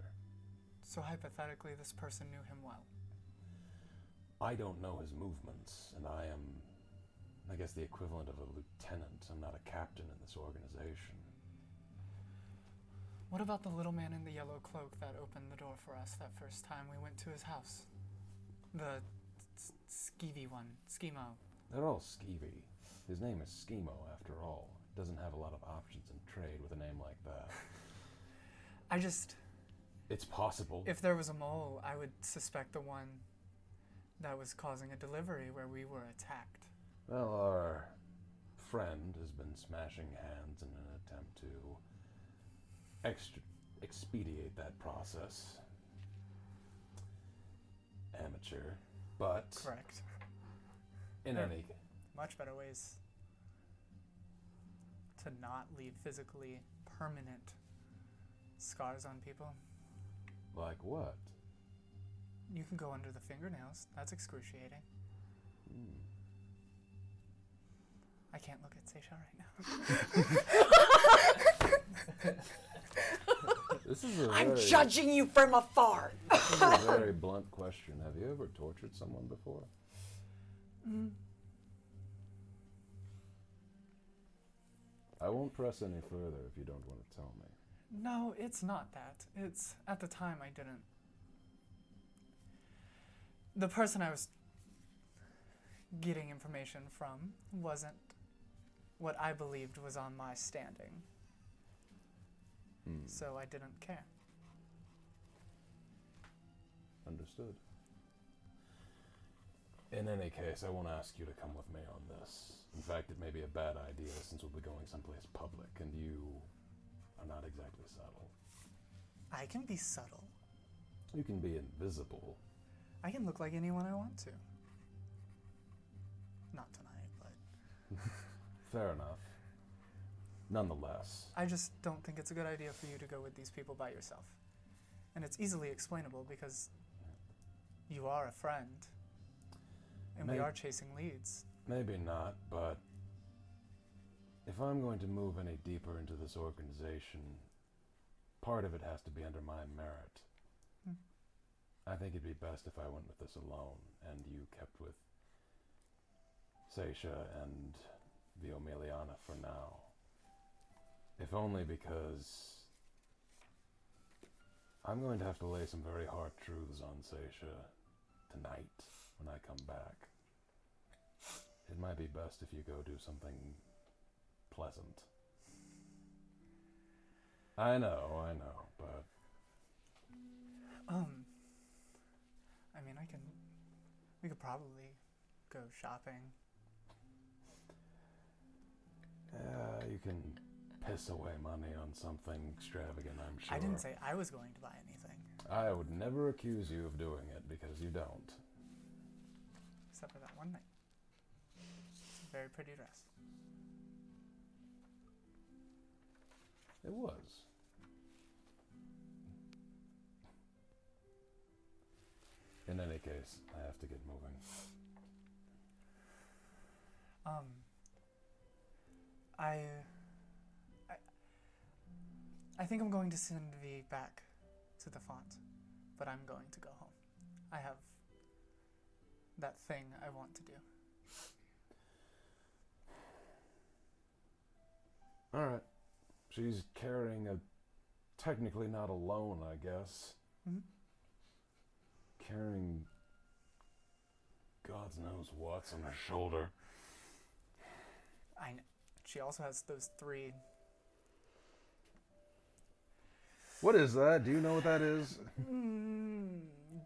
Speaker 7: So hypothetically, this person knew him well.
Speaker 5: I don't know his movements, and I am, I guess, the equivalent of a lieutenant. I'm not a captain in this organization.
Speaker 7: What about the little man in the yellow cloak that opened the door for us that first time we went to his house? The s- s- skeevy one, schemo.
Speaker 5: They're all skeevy. His name is Schemo, after all. Doesn't have a lot of options in trade with a name like that.
Speaker 7: I just,
Speaker 5: It's possible.
Speaker 7: if there was a mole, I would suspect the one that was causing a delivery where we were attacked.
Speaker 5: Well, our friend has been smashing hands in an attempt to extra- expedite that process. Amateur, but
Speaker 7: Correct.
Speaker 5: in
Speaker 7: There are
Speaker 5: any
Speaker 7: much better ways to not leave physically permanent scars on people.
Speaker 5: like what?
Speaker 7: You can go under the fingernails. That's excruciating.
Speaker 5: Hmm.
Speaker 7: I can't look at Seisha right now.
Speaker 5: This is a
Speaker 4: I'm
Speaker 5: very-
Speaker 4: judging you from afar.
Speaker 5: This is a very blunt question. Have you ever tortured someone before?
Speaker 7: Mm,
Speaker 5: I won't press any further if you don't want to tell me.
Speaker 7: no, it's not that. It's at the time I didn't. The person I was getting information from wasn't what I believed was on my standing,
Speaker 5: Hmm.
Speaker 7: so I didn't care.
Speaker 5: Understood. In any case, I won't ask you to come with me on this. In fact, it may be a bad idea since we'll be going someplace public and you are not exactly subtle.
Speaker 7: I can be subtle.
Speaker 5: You can be invisible.
Speaker 7: I can look like anyone I want to. Not tonight, but
Speaker 5: Fair enough. Nonetheless,
Speaker 7: I just don't think it's a good idea for you to go with these people by yourself. And it's easily explainable because you are a friend. And we
Speaker 5: May-
Speaker 7: are chasing leads.
Speaker 5: Maybe not, but if I'm going to move any deeper into this organization, part of it has to be under my merit.
Speaker 7: Hmm.
Speaker 5: I think it'd be best if I went with this alone and you kept with Seisha and the Omeliana for now. If only because I'm going to have to lay some very hard truths on Seisha tonight when I come back. It might be best if you go do something pleasant. I know, I know, but
Speaker 7: Um I mean I can we could probably go shopping.
Speaker 5: uh, you can piss away money on something extravagant, I'm sure.
Speaker 7: I didn't say I was going to buy anything,
Speaker 5: I would never accuse you of doing it because you don't.
Speaker 7: except for that one night. It's a very pretty dress.
Speaker 5: It was. In any case, I have to get moving.
Speaker 7: Um, I, I, I think I'm going to send V back to the font, but I'm going to go home. I have that thing I want to do.
Speaker 5: All right. She's carrying a. Technically not alone, I guess.
Speaker 20: Mm-hmm.
Speaker 7: Mhm.
Speaker 5: Carrying. God knows what's on her shoulder.
Speaker 7: I know. She also has those three
Speaker 5: What is that? Do you know what that is?
Speaker 7: Hmm,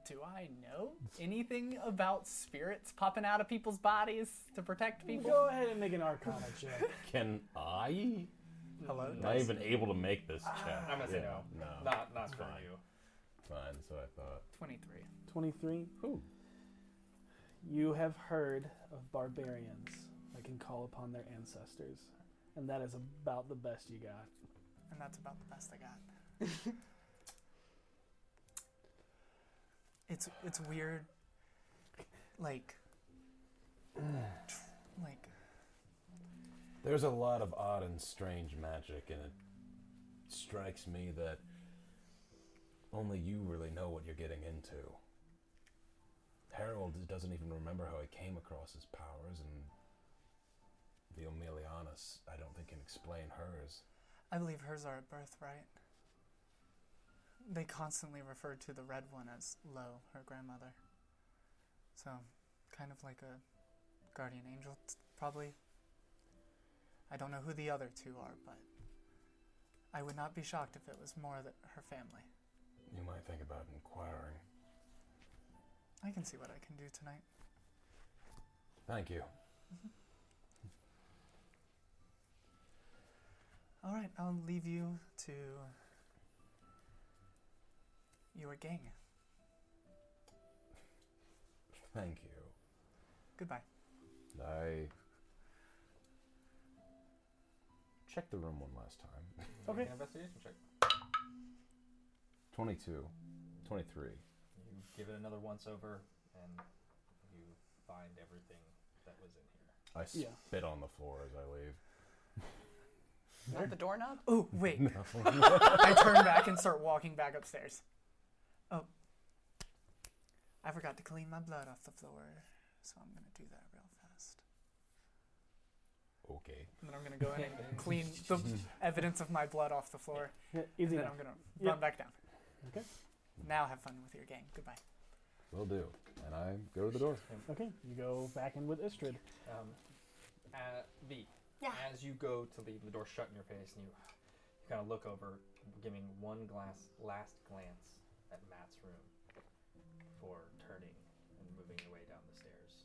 Speaker 7: do I know anything about spirits popping out of people's bodies to protect people?
Speaker 3: Go ahead and make an arcana check.
Speaker 5: Can I?
Speaker 7: Hello.
Speaker 5: I'm not even able to make this check.
Speaker 20: Ah, I'm gonna say
Speaker 5: Yeah,
Speaker 20: no.
Speaker 5: No.
Speaker 20: Not not for
Speaker 5: fine.
Speaker 20: you.
Speaker 5: Fine, so I thought.
Speaker 7: 23.
Speaker 3: 23. You have heard of barbarians that can call upon their ancestors, and that is about the best you got.
Speaker 7: And that's about the best I got. it's it's weird. Like like
Speaker 5: There's a lot of odd and strange magic, and it strikes me that only you really know what you're getting into. Harold doesn't even remember how he came across his powers, and the Omelianus, I don't think, can explain hers.
Speaker 7: I believe hers are at birth, right? They constantly referred to the red one as Lo, her grandmother. So, kind of like a guardian angel, t- probably. I don't know who the other two are, but I would not be shocked if it was more that her family.
Speaker 5: You might think about inquiring.
Speaker 7: I can see what I can do tonight.
Speaker 5: Thank you.
Speaker 7: All right, I'll leave you to your gang.
Speaker 5: Thank you.
Speaker 7: Goodbye.
Speaker 5: I. Check the room one last time.
Speaker 3: Okay.
Speaker 2: Investigation check.
Speaker 5: 22. 23.
Speaker 2: You give it another once over, and you find everything that was in here.
Speaker 5: I spit
Speaker 3: Yeah.
Speaker 5: on the floor as I leave.
Speaker 4: Not the doorknob?
Speaker 7: Oh, wait.
Speaker 5: No.
Speaker 7: I turn back and start walking back upstairs. Oh. I forgot to clean my blood off the floor, so I'm going to do that real fast.
Speaker 5: okay.
Speaker 7: And then I'm going to go in and clean the evidence of my blood off the floor.
Speaker 3: Yeah, Easy
Speaker 7: Then
Speaker 3: enough.
Speaker 7: I'm going to
Speaker 3: Yeah.
Speaker 7: run back down.
Speaker 3: Okay.
Speaker 7: Now have fun with your gang. Goodbye.
Speaker 5: Will do. And I go to the door.
Speaker 3: Okay, you go back in with Istrid.
Speaker 2: Um, uh, v.
Speaker 21: Yeah.
Speaker 2: As you go to leave, the door shut in your face, and you, you kind of look over, giving one glass, last glance at Matt's room before turning and moving your way down the stairs.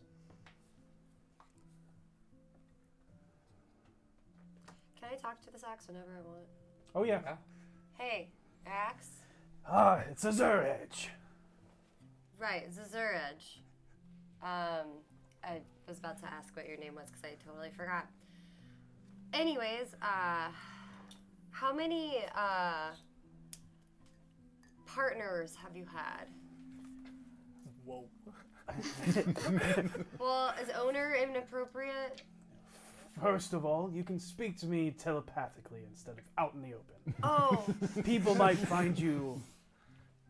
Speaker 21: Can I talk to this axe whenever I want?
Speaker 3: Oh yeah.
Speaker 6: Hey, Axe.
Speaker 3: Ah, it's a Zurich.
Speaker 6: Right, Zazuraj. Um, I was about to ask what your name was because I totally forgot. Anyways, uh, how many uh, partners have you had?
Speaker 7: Whoa.
Speaker 6: Well, is owner inappropriate?
Speaker 3: First of all, you can speak to me telepathically instead of out in the open.
Speaker 6: Oh,
Speaker 3: People might find you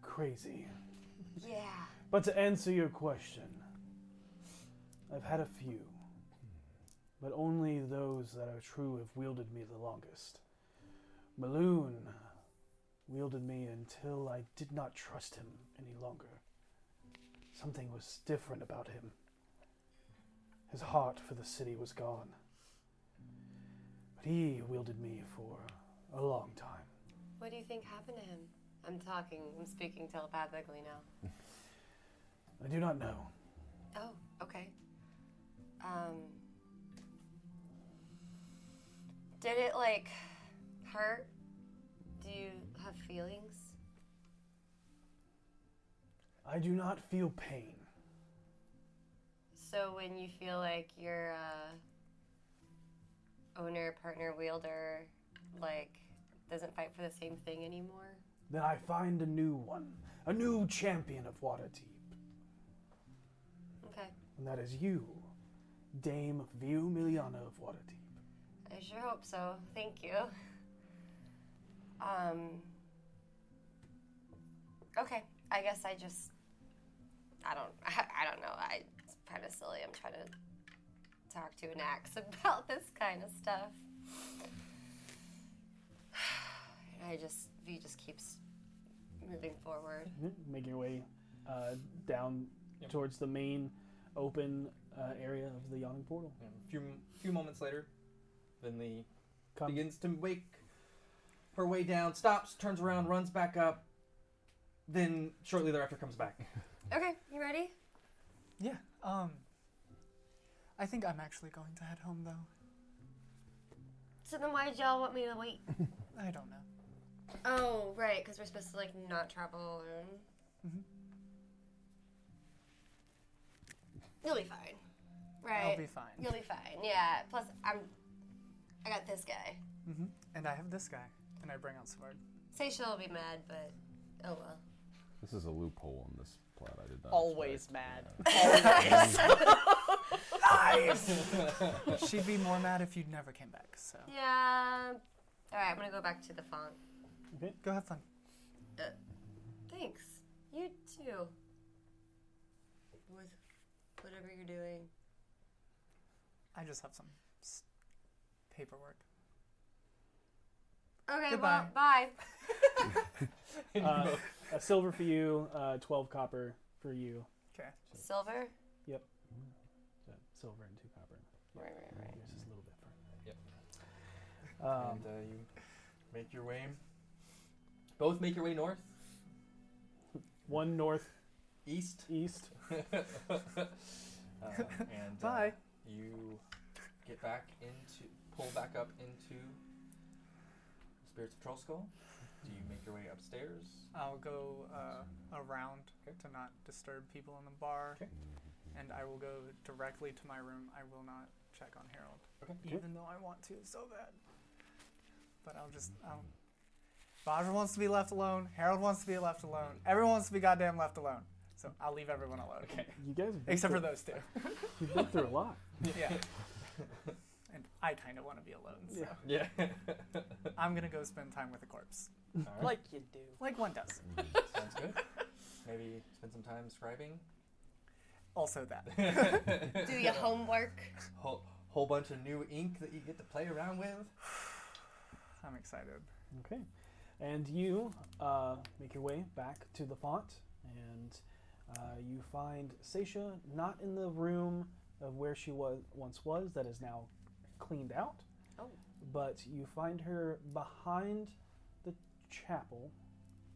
Speaker 3: crazy.
Speaker 6: yeah.
Speaker 3: But to answer your question, I've had a few, but only those that are true have wielded me the longest. Maloon wielded me until I did not trust him any longer. Something was different about him. His heart for the city was gone. But he wielded me for a long time.
Speaker 6: What do you think happened to him? I'm talking, I'm speaking telepathically now.
Speaker 3: I do not know.
Speaker 6: Oh, okay. Um, did it like hurt? Do you have feelings?
Speaker 3: I do not feel pain.
Speaker 6: So when you feel like your uh, owner, partner, wielder, like doesn't fight for the same thing anymore?
Speaker 3: Then I find a new one, a new champion of Waterdeep,
Speaker 6: Okay.
Speaker 3: and that is you, Dame View Miliana of Waterdeep.
Speaker 6: I sure hope so. Thank you. Um. Okay, I guess I just. I don't. I, don't know. I, it's kind of silly. I'm trying to talk to an axe about this kind of stuff. And I just. V just keeps moving forward.
Speaker 3: Make your way uh, down towards the main open uh, area of the yawning portal.
Speaker 20: And a few few moments later, Vinley
Speaker 3: Come.
Speaker 20: begins to wake
Speaker 2: her way down, stops, turns around, runs back up, then shortly thereafter comes back.
Speaker 6: Okay, you ready?
Speaker 7: Yeah. Um. I think I'm actually going to head home though.
Speaker 6: So then why did y'all want me to wait?
Speaker 7: I don't know.
Speaker 6: Oh, right, because we're supposed to like not travel alone.
Speaker 4: Mm-hmm.
Speaker 6: You'll be fine. Right.
Speaker 7: I'll be fine.
Speaker 4: Oh.
Speaker 6: You'll be fine. Yeah. Plus, I'm. I got this guy.
Speaker 7: Mm-hmm. And I have this guy, and I bring out sword.
Speaker 6: Seisha will be mad, but oh well.
Speaker 5: This is a loophole in this plot. I did not.
Speaker 22: Always mad.
Speaker 7: She'd be more mad if you'd never came back. So
Speaker 6: Yeah. All right, I'm gonna go back to the font.
Speaker 7: okay. go have fun.
Speaker 6: Uh, thanks. You too. With whatever you're doing.
Speaker 7: I just have some s- paperwork.
Speaker 6: Okay.
Speaker 7: Goodbye.
Speaker 6: Well, bye.
Speaker 3: Uh, a silver for you, uh, 12 copper for you.
Speaker 7: Okay.
Speaker 6: Silver.
Speaker 3: Yep. So, silver and two copper.
Speaker 6: Right, right, right.
Speaker 3: Yours is a little bit further.
Speaker 2: Yep.
Speaker 3: Um,
Speaker 2: and uh, you make your way. Both make your way north.
Speaker 3: one north,
Speaker 2: east,
Speaker 3: east.
Speaker 2: Uh, and uh,
Speaker 7: Bye.
Speaker 2: you get back into, pull back up into Spirits of Troll Skull. Do you make your way upstairs?
Speaker 7: I'll go uh, around to not disturb people in the bar, and I will go directly to my room. I will not check on Harold, even though I want to so bad. But I'll just. I'll... Bodger wants to be left alone. Harold wants to be left alone. Everyone wants to be goddamn left alone. So I'll leave everyone alone. Okay.
Speaker 3: You guys. have been
Speaker 7: Except for
Speaker 3: through-
Speaker 7: those two.
Speaker 3: You've been through a lot.
Speaker 7: yeah. And I kind of want to be alone. So
Speaker 2: Yeah.
Speaker 7: I'm gonna go spend time with a corpse,
Speaker 2: Alright,
Speaker 22: like you do.
Speaker 7: like one does.
Speaker 2: Sounds good. Maybe spend some time scribing.
Speaker 7: Also that.
Speaker 6: Do your homework.
Speaker 2: Whole, whole bunch of new ink that you get to play around with.
Speaker 7: I'm excited.
Speaker 3: Okay. And you uh, make your way back to the font, and uh, you find Seisha not in the room of where she was once was, that is now cleaned out.
Speaker 6: Oh.
Speaker 3: But you find her behind the chapel,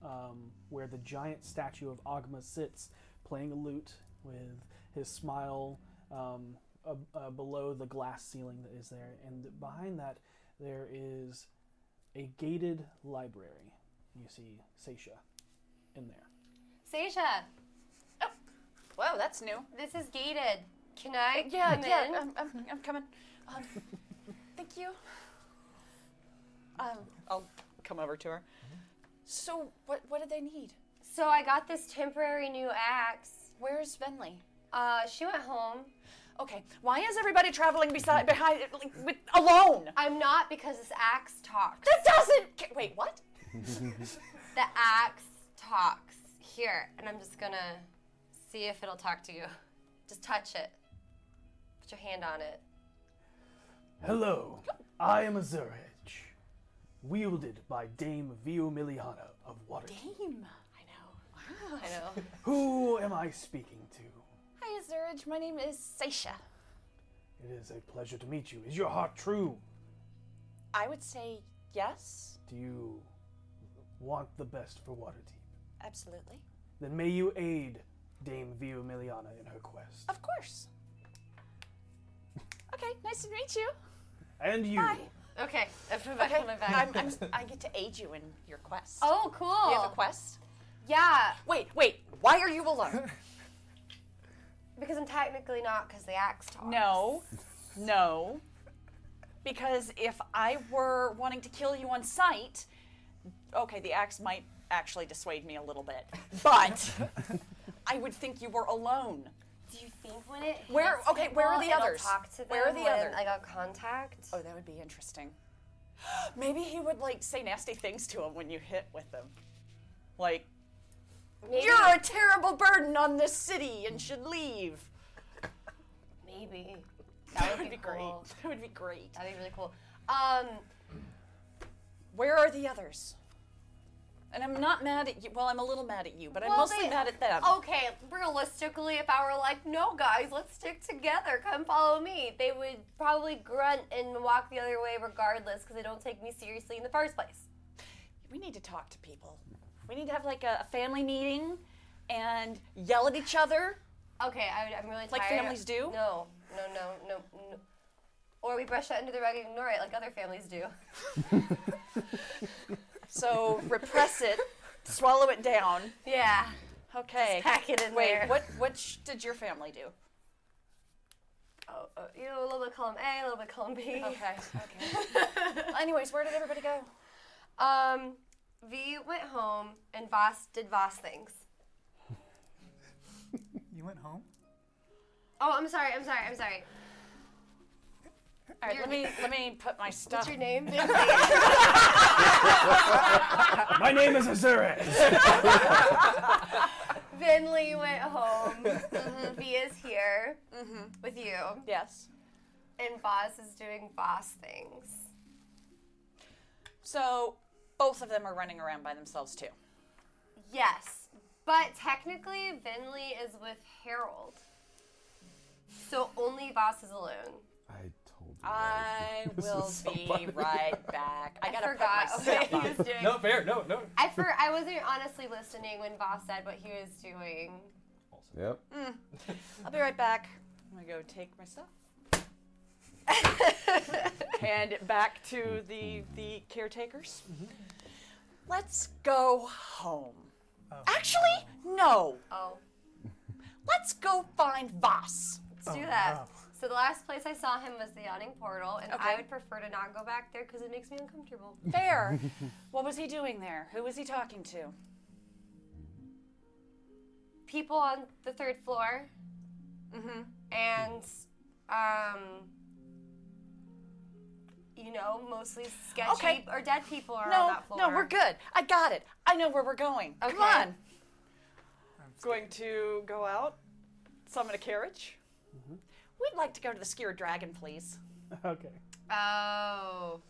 Speaker 3: um, where the giant statue of Agma sits, playing a lute with his smile um, uh, uh, below the glass ceiling that is there. And behind that, there is a gated library. You see Seisha in there.
Speaker 1: Seisha,
Speaker 4: Whoa, Oh, that's new.
Speaker 1: this is gated. Can I
Speaker 4: Yeah,
Speaker 1: come
Speaker 4: yeah,
Speaker 1: in?
Speaker 4: I'm, I'm, I'm coming. Um, thank you. Um,
Speaker 22: I'll come over to her.
Speaker 4: so what what do they need?
Speaker 1: so I got this temporary new axe.
Speaker 4: Where's Venley?
Speaker 1: Uh, she went home.
Speaker 4: Okay, why is everybody traveling beside behind like, with alone?
Speaker 1: I'm not because this axe talks.
Speaker 4: That doesn't. ca- Wait, what?
Speaker 1: The axe talks here, and I'm just gonna see if it'll talk to you. Just touch it. Put your hand on it.
Speaker 3: Hello, I am Azurich, wielded by Dame Vio Miliana of Waterdeep.
Speaker 4: Game.
Speaker 1: I know.
Speaker 3: Who am I speaking to?
Speaker 4: Hi, Zurich. My name is Seisha.
Speaker 3: It is a pleasure to meet you. Is your heart true?
Speaker 4: I would say yes,
Speaker 3: Do you want the best for Waterdeep?
Speaker 4: absolutely.
Speaker 3: Then may you aid Dame Vio Miliana in her quest.
Speaker 4: Of course. Okay, nice to meet you.
Speaker 3: And you,
Speaker 4: Bye.
Speaker 1: Okay, I put it back
Speaker 4: Okay,
Speaker 1: on my back.
Speaker 4: I'm, I'm, I get to aid you in your quest.
Speaker 1: oh, cool.
Speaker 4: you have a quest?
Speaker 1: Yeah,
Speaker 4: Wait, wait. Why are you alone?
Speaker 1: because I'm technically not because the axe talks.
Speaker 4: No, no. Because if I were wanting to kill you on sight, okay, the axe might actually dissuade me a little bit, but I would think you were alone.
Speaker 6: Do you think when it
Speaker 4: Where-
Speaker 6: hits
Speaker 4: okay, where are
Speaker 6: people,
Speaker 4: the
Speaker 6: it'll
Speaker 4: others?
Speaker 6: Talk to them
Speaker 4: Where are the
Speaker 6: when
Speaker 4: others?
Speaker 6: I got contact.
Speaker 4: Oh, that would be interesting. Maybe he would like say nasty things to him when you hit with him. Like,
Speaker 6: Maybe.
Speaker 4: you're a terrible burden on this city and should leave.
Speaker 6: Maybe.
Speaker 4: That
Speaker 6: would
Speaker 4: would
Speaker 6: be
Speaker 4: be great.
Speaker 6: cool.
Speaker 4: That would be great.
Speaker 6: That'd be really cool. Um,
Speaker 4: Where are the others? And I'm not mad at you. Well, I'm a little mad at you, but I'm
Speaker 1: Well,
Speaker 4: mostly
Speaker 1: they-
Speaker 4: mad at them.
Speaker 1: Okay, realistically, if I were like, no, guys, let's stick together, come follow me, they would probably grunt and walk the other way regardless because they don't take me seriously in the first place.
Speaker 4: we need to talk to people. We need to have like a, a family meeting and yell at each other.
Speaker 1: Okay, I, I'm really tired.
Speaker 4: Like families do?
Speaker 1: No, no, no, no, no. Or we brush that under the rug and ignore it, like other families do.
Speaker 4: So repress it, swallow it down.
Speaker 1: Yeah.
Speaker 4: Okay.
Speaker 1: Just pack it in
Speaker 4: Wait,
Speaker 1: there.
Speaker 4: what what sh- did your family do?
Speaker 1: Oh, uh, you know, a little bit column A, a little bit column B.
Speaker 4: Okay, okay. Anyways, where did everybody go?
Speaker 1: Um, V went home and Voss did Voss things.
Speaker 7: You went home?
Speaker 1: Oh, I'm sorry, I'm sorry, I'm sorry.
Speaker 4: All right, let me let me put my stuff. What's
Speaker 1: your name?
Speaker 3: My name is Azurez.
Speaker 1: Vinley went home. Mm-hmm. V is here with you.
Speaker 4: Yes.
Speaker 1: And Voss is doing Voss things.
Speaker 4: So both of them are running around by themselves too.
Speaker 1: Yes, but technically Vinley is with Harold. So only Voss is alone.
Speaker 5: I told you.
Speaker 4: I will be right back. I,
Speaker 1: I
Speaker 4: gotta
Speaker 1: forgot
Speaker 4: put my
Speaker 1: what
Speaker 4: stuff
Speaker 1: he
Speaker 4: on.
Speaker 1: was doing.
Speaker 23: No, fair. No, no.
Speaker 1: I for I wasn't honestly listening when Voss said what he was doing.
Speaker 5: Yep.
Speaker 4: Mm. I'll be right back. I'm gonna go take my stuff. Hand it back to the the caretakers. Let's go home. Actually, no.
Speaker 1: Oh.
Speaker 4: Let's go find Voss.
Speaker 1: Let's
Speaker 3: Oh,
Speaker 1: do that. So the last place I saw him was the yawning portal, and I
Speaker 4: Okay.
Speaker 1: would prefer to not go back there because it makes me uncomfortable.
Speaker 4: Fair. what was he doing there? Who was he talking to?
Speaker 1: People on the third floor,
Speaker 4: Mm-hmm.
Speaker 1: and um, you know, mostly sketchy
Speaker 4: Okay.
Speaker 1: or dead people are on
Speaker 4: No,
Speaker 1: that floor.
Speaker 4: no, we're good. I got it. I know where we're going.
Speaker 1: Okay.
Speaker 4: Come on. I'm going to go out, summon a carriage.
Speaker 3: Mm-hmm.
Speaker 4: We'd like to go to the Skier Dragon, please.
Speaker 3: okay.
Speaker 1: Oh.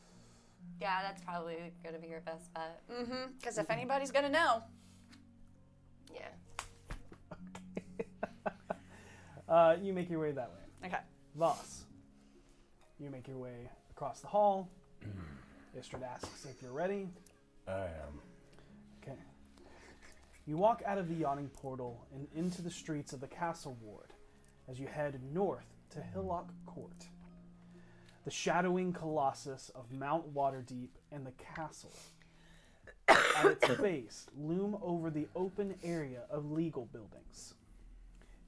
Speaker 1: Yeah, that's probably gonna be your best bet.
Speaker 4: Mm-hmm. Because if anybody's gonna know,
Speaker 1: Yeah.
Speaker 3: Uh, you make your way that way.
Speaker 4: Okay.
Speaker 3: Voss, you make your way across the hall. Istrid asks if you're ready.
Speaker 5: I am.
Speaker 3: Okay. You walk out of the yawning portal and into the streets of the castle ward as you head north to Hillock Court. The shadowing colossus of Mount Waterdeep and the castle at its base loom over the open area of legal buildings.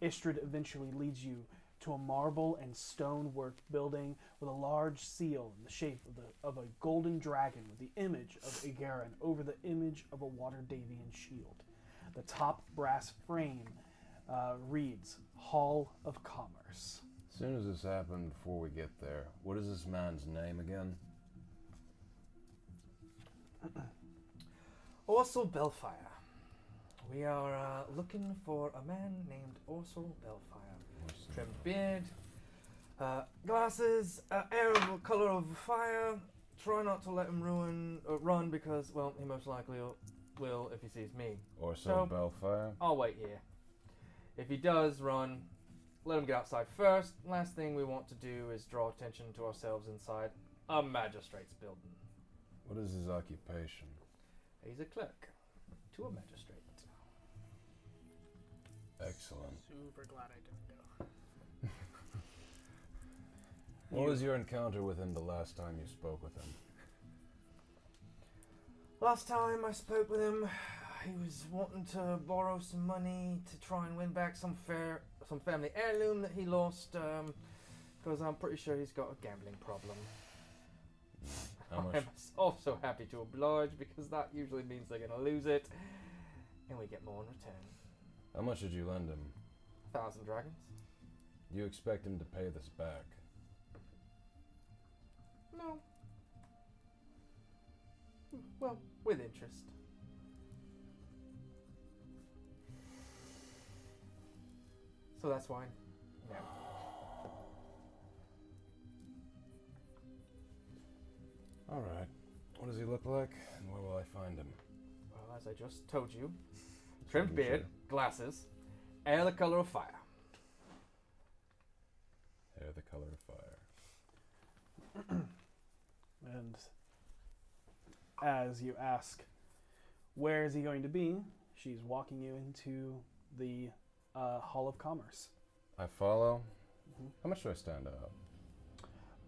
Speaker 3: Istrid eventually leads you to a marble and stone worked building with a large seal in the shape of, the, of a golden dragon with the image of Igarin over the image of a Waterdavian shield. The top brass frame uh, reads Hall of Commerce.
Speaker 5: As soon as this happened, before we get there, what is this man's name again?
Speaker 2: Orso Belfire. We are uh, looking for a man named Orso Belfire. Trimmed beard, uh, glasses, uh, air of the color of fire. Try not to let him ruin uh, run because, well, he most likely will, will if he sees me.
Speaker 5: Orso Belfire.
Speaker 23: I'll wait here. If he does run, let him get outside first. Last thing we want to do is draw attention to ourselves inside a magistrate's building.
Speaker 5: What is his occupation?
Speaker 23: He's a clerk to a magistrate.
Speaker 5: Excellent.
Speaker 7: Super glad I didn't go.
Speaker 5: What was your encounter with him the last time you spoke with him?
Speaker 2: Last time I spoke with him, he was wanting to borrow some money to try and win back some fair, some family heirloom that he lost. Um, because I'm pretty sure he's got a gambling problem.
Speaker 5: How much?
Speaker 23: I'm also happy to oblige because that usually means they're going to lose it, and we get more in return.
Speaker 5: How much did you lend him?
Speaker 23: Thousand dragons?
Speaker 5: You expect him to pay this back?
Speaker 23: No. Well, with interest. So that's why. Yeah.
Speaker 5: All right. What does he look like, and where will I find him?
Speaker 23: Well, as I just told you, trimmed beard, glasses, hair the color of fire.
Speaker 5: Hair the color of fire.
Speaker 3: And as you ask Where is he going to be? She's walking you into the uh, Hall of Commerce.
Speaker 5: I follow.
Speaker 24: Mm-hmm.
Speaker 5: How much do I stand up?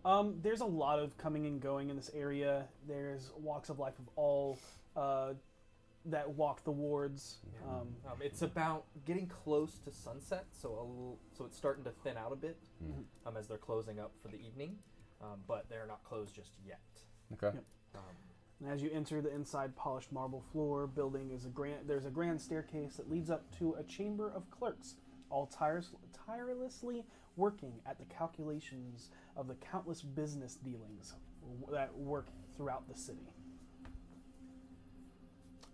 Speaker 3: Um, there's a lot of coming and going in this area. There's walks of life of all uh, that walk the wards. Um,
Speaker 24: Um, it's about getting close to sunset, so a little, so it's starting to thin out a bit
Speaker 5: Mhm.
Speaker 24: um, as they're closing up for the evening, um, but they're not closed just yet. Um,
Speaker 5: Okay.
Speaker 3: And as you enter the inside polished marble floor building is a grand there's a grand staircase that leads up to a chamber of clerks, all tires, tirelessly working at the calculations of the countless business dealings w- that work throughout the city.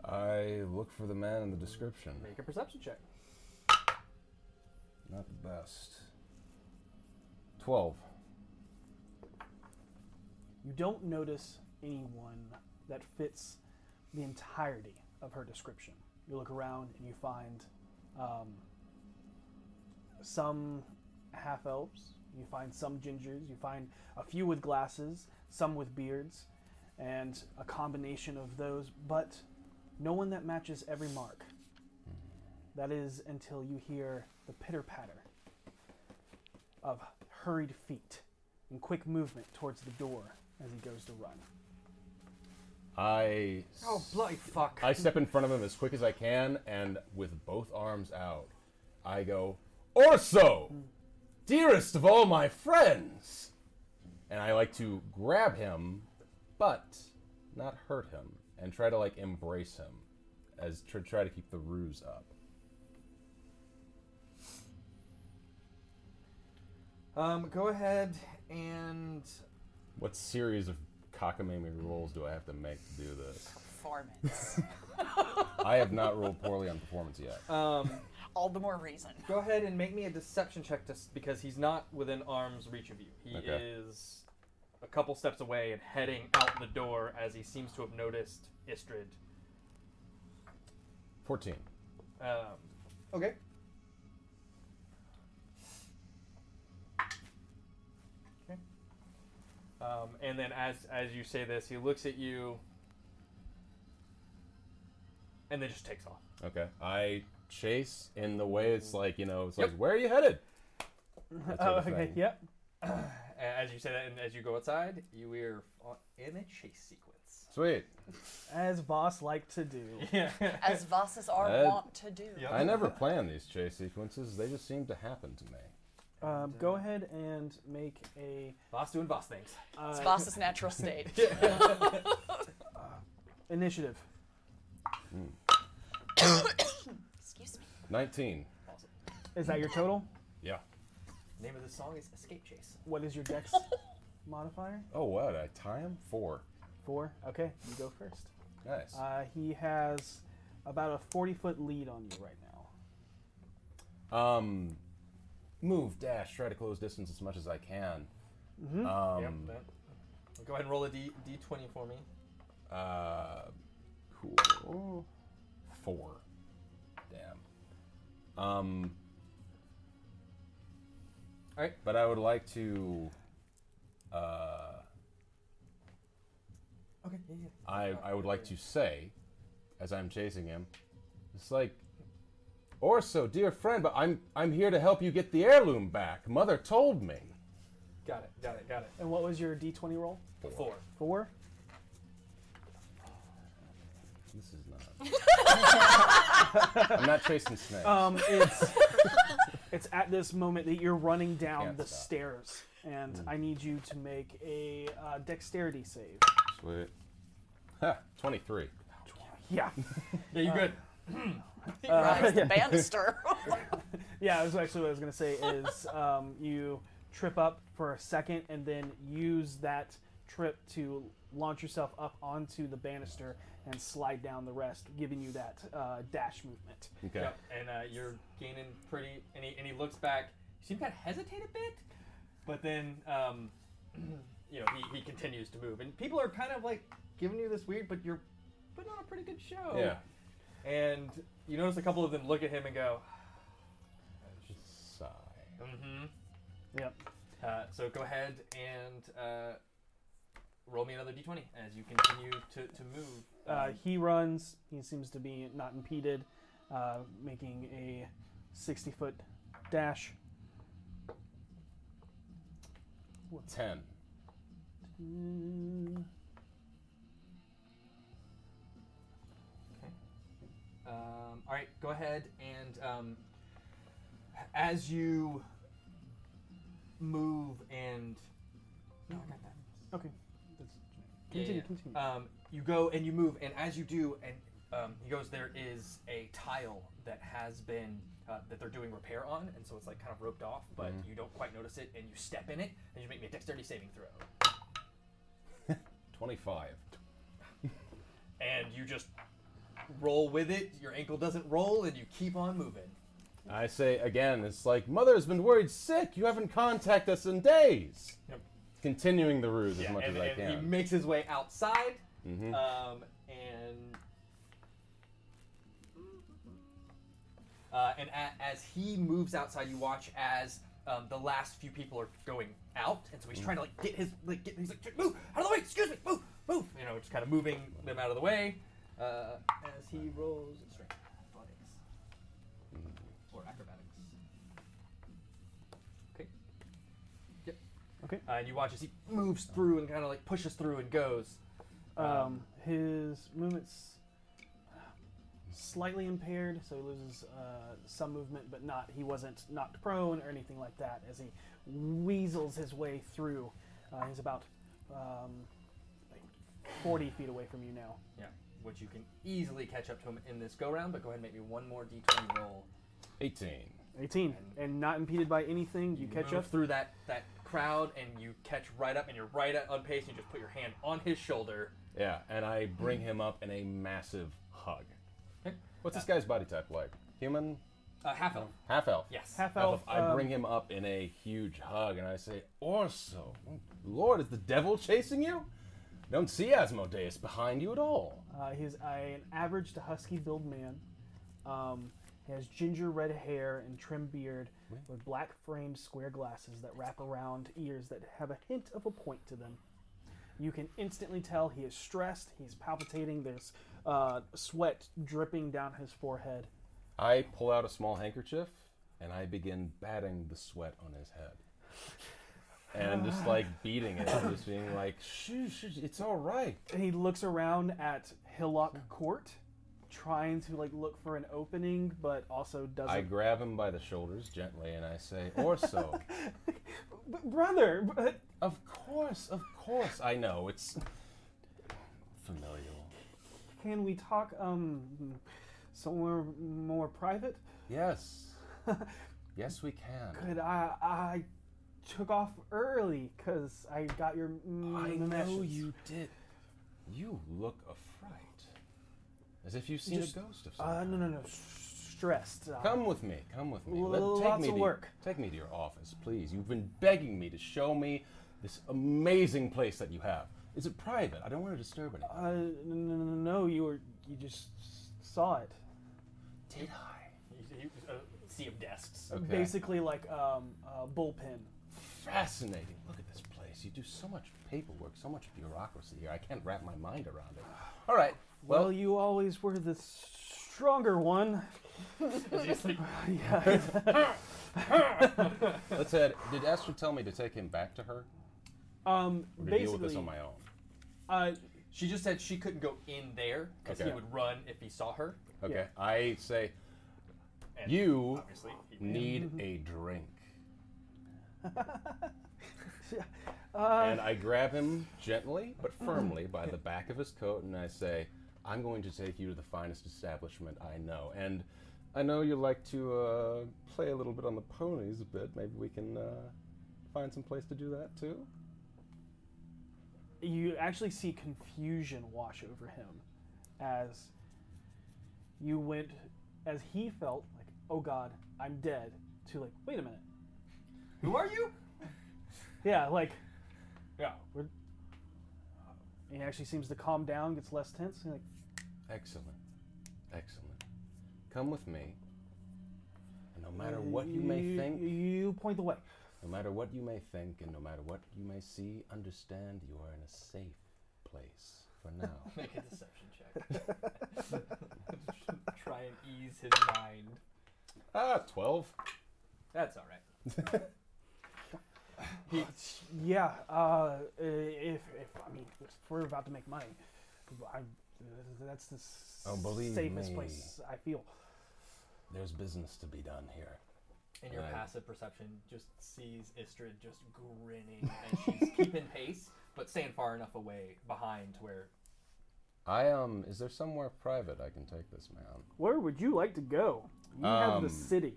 Speaker 5: I look for the man in the description.
Speaker 24: Make a perception check.
Speaker 5: Not the best. 12.
Speaker 3: You don't notice anyone that fits the entirety of her description. You look around and you find um, some half elves, you find some gingers, you find a few with glasses, some with beards, and a combination of those, but no one that matches every mark. That is until you hear the pitter patter of hurried feet and quick movement towards the door as he goes to run.
Speaker 5: I.
Speaker 24: Oh, bloody fuck.
Speaker 5: I step in front of him as quick as I can, and with both arms out, I go, Orso! Dearest of all my friends! And I like to grab him, but not hurt him, and try to, like, embrace him, as to try to keep the ruse up.
Speaker 24: Um, go ahead and
Speaker 5: What series of cockamamie rolls do I have to make to do this?
Speaker 4: Performance.
Speaker 5: I have not rolled poorly on performance yet.
Speaker 24: um,
Speaker 4: All the more reason.
Speaker 24: go ahead and make me a deception check to, s- because he's not within arm's reach of you. He
Speaker 5: Okay.
Speaker 2: is a couple steps away and heading out the door as he seems to have noticed Istrid.
Speaker 5: 14.
Speaker 2: Um,
Speaker 24: okay.
Speaker 2: Um, and then as as you say this, he looks at you, and then just takes off.
Speaker 5: Okay. I chase in the way it's like, you know, it's like, where are you headed? That sort of thing.
Speaker 3: Oh, Yep.
Speaker 2: as you say that, and as you go outside, you are on- in a chase sequence.
Speaker 5: Sweet.
Speaker 3: As Voss like to do.
Speaker 2: Yeah.
Speaker 4: As Vosses are
Speaker 5: That-
Speaker 4: wont to do.
Speaker 5: I never plan these chase sequences. They just seem to happen to me.
Speaker 3: Um, go ahead and make a. uh,
Speaker 24: Voss doing Voss things.
Speaker 4: It's Voss's natural state.
Speaker 3: Initiative.
Speaker 4: Excuse me.
Speaker 5: 19.
Speaker 3: Is that your total?
Speaker 5: Yeah.
Speaker 24: Name of the song is Escape Chase.
Speaker 3: What is your dex modifier?
Speaker 5: Oh, what? I tie him? Four.
Speaker 3: Four. Okay, you go first.
Speaker 5: Nice.
Speaker 3: Uh, he has about a 40 foot lead on you right now.
Speaker 5: Um, move, dash, try to close distance as much as I can.
Speaker 3: Mhm.
Speaker 5: Um,
Speaker 24: Yep, that- Go ahead and roll a D D twenty for me.
Speaker 5: Uh, cool. Four. Damn. Um.
Speaker 24: All right.
Speaker 5: But I would like to. Uh,
Speaker 24: Okay. Yeah, yeah.
Speaker 5: I I would like to say, as I'm chasing him, it's like. Orso, dear friend, but I'm I'm here to help you get the heirloom back. Mother told me.
Speaker 24: Got it. Got it. Got it.
Speaker 3: And what was your d20 roll?
Speaker 24: Four.
Speaker 3: Four?
Speaker 5: This is not. I'm not chasing snakes.
Speaker 3: Um, it's, it's at this moment that you're running down
Speaker 5: Can't
Speaker 3: the
Speaker 5: stop. Mm.
Speaker 3: stairs, and I need you to make a uh, dexterity save.
Speaker 5: Sweet. Ha, 23.
Speaker 3: Yeah.
Speaker 2: Yeah, you good?
Speaker 4: Rise the banister.
Speaker 3: Yeah, that was actually what I was gonna say is um, you trip up for a second and then use that trip to launch yourself up onto the banister and slide down the rest, giving you that uh, dash movement.
Speaker 5: Okay.
Speaker 2: Yep, and uh, you're gaining pretty. And he, and he looks back. You seem to kind of hesitate a bit, but then um, you know he, he continues to move, and people are kind of like giving you this weird, but you're putting on a pretty good show.
Speaker 5: Yeah.
Speaker 2: And you notice a couple of them look at him and go,
Speaker 5: Sigh.
Speaker 2: mm-hmm.
Speaker 3: Yep.
Speaker 2: Uh, so go ahead and uh, roll me another d20 as you continue to, to move.
Speaker 3: Uh,
Speaker 2: Um,
Speaker 3: he runs. He seems to be not impeded, uh, making a 60 foot dash.
Speaker 5: Ten.
Speaker 3: Mm,
Speaker 2: Um, all right, go ahead and um, as you move and no, I got that.
Speaker 3: Okay, that's,
Speaker 2: Yeah,
Speaker 3: continue,
Speaker 2: yeah.
Speaker 3: continue.
Speaker 2: Um, you go and you move, and as you do, and um, he goes, there is a tile that has been uh, that they're doing repair on, and so it's like kind of roped off, but
Speaker 5: Mhm.
Speaker 2: you don't quite notice it, and you step in it, and you make me a dexterity saving throw.
Speaker 5: 25.
Speaker 2: and you just roll with it. Your ankle doesn't roll, and you keep on moving.
Speaker 5: I say again, it's like, Mother has been worried sick. You haven't contacted us in days.
Speaker 2: Yep.
Speaker 5: Continuing the ruse as
Speaker 2: Yeah,
Speaker 5: much
Speaker 2: and,
Speaker 5: as I
Speaker 2: and
Speaker 5: can.
Speaker 2: he makes his way outside,
Speaker 5: Mhm.
Speaker 2: um, and uh, and a- as he moves outside, you watch as um, the last few people are going out, and so he's trying to like get his like get he's like move out of the way, excuse me, move, move, you know, just kind of moving them out of the way uh, as he rolls strength, athletics, or acrobatics. Okay. Yep.
Speaker 3: Okay.
Speaker 2: Uh, and you watch as he moves through and kind of like pushes through and goes.
Speaker 3: Um, his movement's slightly impaired, so he loses uh, some movement, but not. He wasn't knocked prone or anything like that. As he weasels his way through, uh, he's about um, like forty feet away from you now.
Speaker 2: Yeah, which you can easily catch up to him in this go round, but go ahead and make me one more d20 roll.
Speaker 5: 18.
Speaker 3: 18, and not impeded by anything. You, catch
Speaker 2: move
Speaker 3: up
Speaker 2: through that that crowd, and you catch right up, and you're right at, on pace. And you just put your hand on his shoulder.
Speaker 5: Yeah, and I bring
Speaker 3: Hmm.
Speaker 5: him up in a massive hug. What's
Speaker 3: Uh,
Speaker 5: this guy's body type like? Human?
Speaker 2: Uh, half elf.
Speaker 5: Half elf.
Speaker 2: Yes.
Speaker 3: Oh. Half elf,
Speaker 5: I bring
Speaker 3: um,
Speaker 5: him up in a huge hug and I say, Orso, Lord, is the devil chasing you? Don't see Asmodeus behind you at all.
Speaker 3: Uh, he's a, an average to husky build man. Um, he has ginger red hair and trim beard with black framed square glasses that wrap around ears that have a hint of a point to them. You can instantly tell he is stressed, he's palpitating, there's uh, sweat dripping down his forehead.
Speaker 5: I pull out a small handkerchief and I begin batting the sweat on his head. And
Speaker 3: Ah.
Speaker 5: just like beating it, just being like, shh, shh, it's all right.
Speaker 3: And he looks around at Hillock Court, trying to like look for an opening, but also doesn't.
Speaker 5: I grab him by the shoulders gently and I say, Orso.
Speaker 3: but brother, but
Speaker 5: of course, of course, I know it's familial.
Speaker 3: Can we talk um somewhere more private?
Speaker 5: Yes. Yes, we can.
Speaker 3: Could I I took off early cuz I got your mm, m-
Speaker 5: I know
Speaker 3: messages.
Speaker 5: you did. You look a fright. As if you've seen
Speaker 3: Just-
Speaker 5: a ghost of
Speaker 3: Uh
Speaker 5: something.
Speaker 3: no no no s- stressed. Uh,
Speaker 5: come with me. Come with me. Let-
Speaker 3: Lots
Speaker 5: take me
Speaker 3: of
Speaker 5: to,
Speaker 3: work.
Speaker 5: Take me to your office, please. You've been begging me to show me this amazing place that you have. Is it private? I don't want to disturb anyone.
Speaker 3: Uh no no no, no you were you just s- saw it.
Speaker 5: Did I?
Speaker 2: You, you, uh, sea of desks.
Speaker 5: Okay.
Speaker 3: Basically like um a bullpen.
Speaker 5: Fascinating. Look at this place. You do so much paperwork, so much bureaucracy here. I can't wrap my mind around it. All right.
Speaker 3: Well, you always were the stronger one. yeah.
Speaker 5: Let's head. Did Astrid tell me to take him back to her?
Speaker 3: um
Speaker 5: Or to
Speaker 3: basically
Speaker 5: deal with this on my own?
Speaker 3: Uh,
Speaker 2: she just said she couldn't go in there because
Speaker 5: Okay.
Speaker 2: he would run if he saw her.
Speaker 5: Okay. I say,
Speaker 2: And
Speaker 5: you
Speaker 2: obviously he ran.
Speaker 5: need a drink.
Speaker 3: Uh,
Speaker 5: and I grab him gently but firmly by the back of his coat and I say, I'm going to take you to the finest establishment I know. And I know you like to uh, play a little bit on the ponies a bit. Maybe we can uh, find some place to do that too.
Speaker 3: you actually see confusion wash over him as you went as he felt like oh god i'm dead to like wait a minute
Speaker 2: who are you
Speaker 3: yeah like
Speaker 2: yeah
Speaker 3: we're he actually seems to calm down gets less tense and like
Speaker 5: Excellent. Excellent. Come with me. And no matter what you may
Speaker 3: "You-
Speaker 5: think,
Speaker 3: you point the way
Speaker 5: No matter what you may think and no matter what you may see, understand you are in a safe place for now.
Speaker 25: Make a deception check. Try and ease his mind.
Speaker 5: Ah, 12.
Speaker 25: That's all right.
Speaker 3: yeah, uh, if, if I mean, if we're about to make money, I, that's the s-
Speaker 5: Oh, believe
Speaker 3: safest
Speaker 5: me.
Speaker 3: place I feel.
Speaker 5: There's business to be done here.
Speaker 25: And your
Speaker 5: I-
Speaker 25: passive perception just sees Istrid just grinning, and she's keeping pace, but staying far enough away behind to where
Speaker 5: I um, is there somewhere private I can take this man?
Speaker 3: Where would you like to go? You have the
Speaker 5: Um,
Speaker 3: city.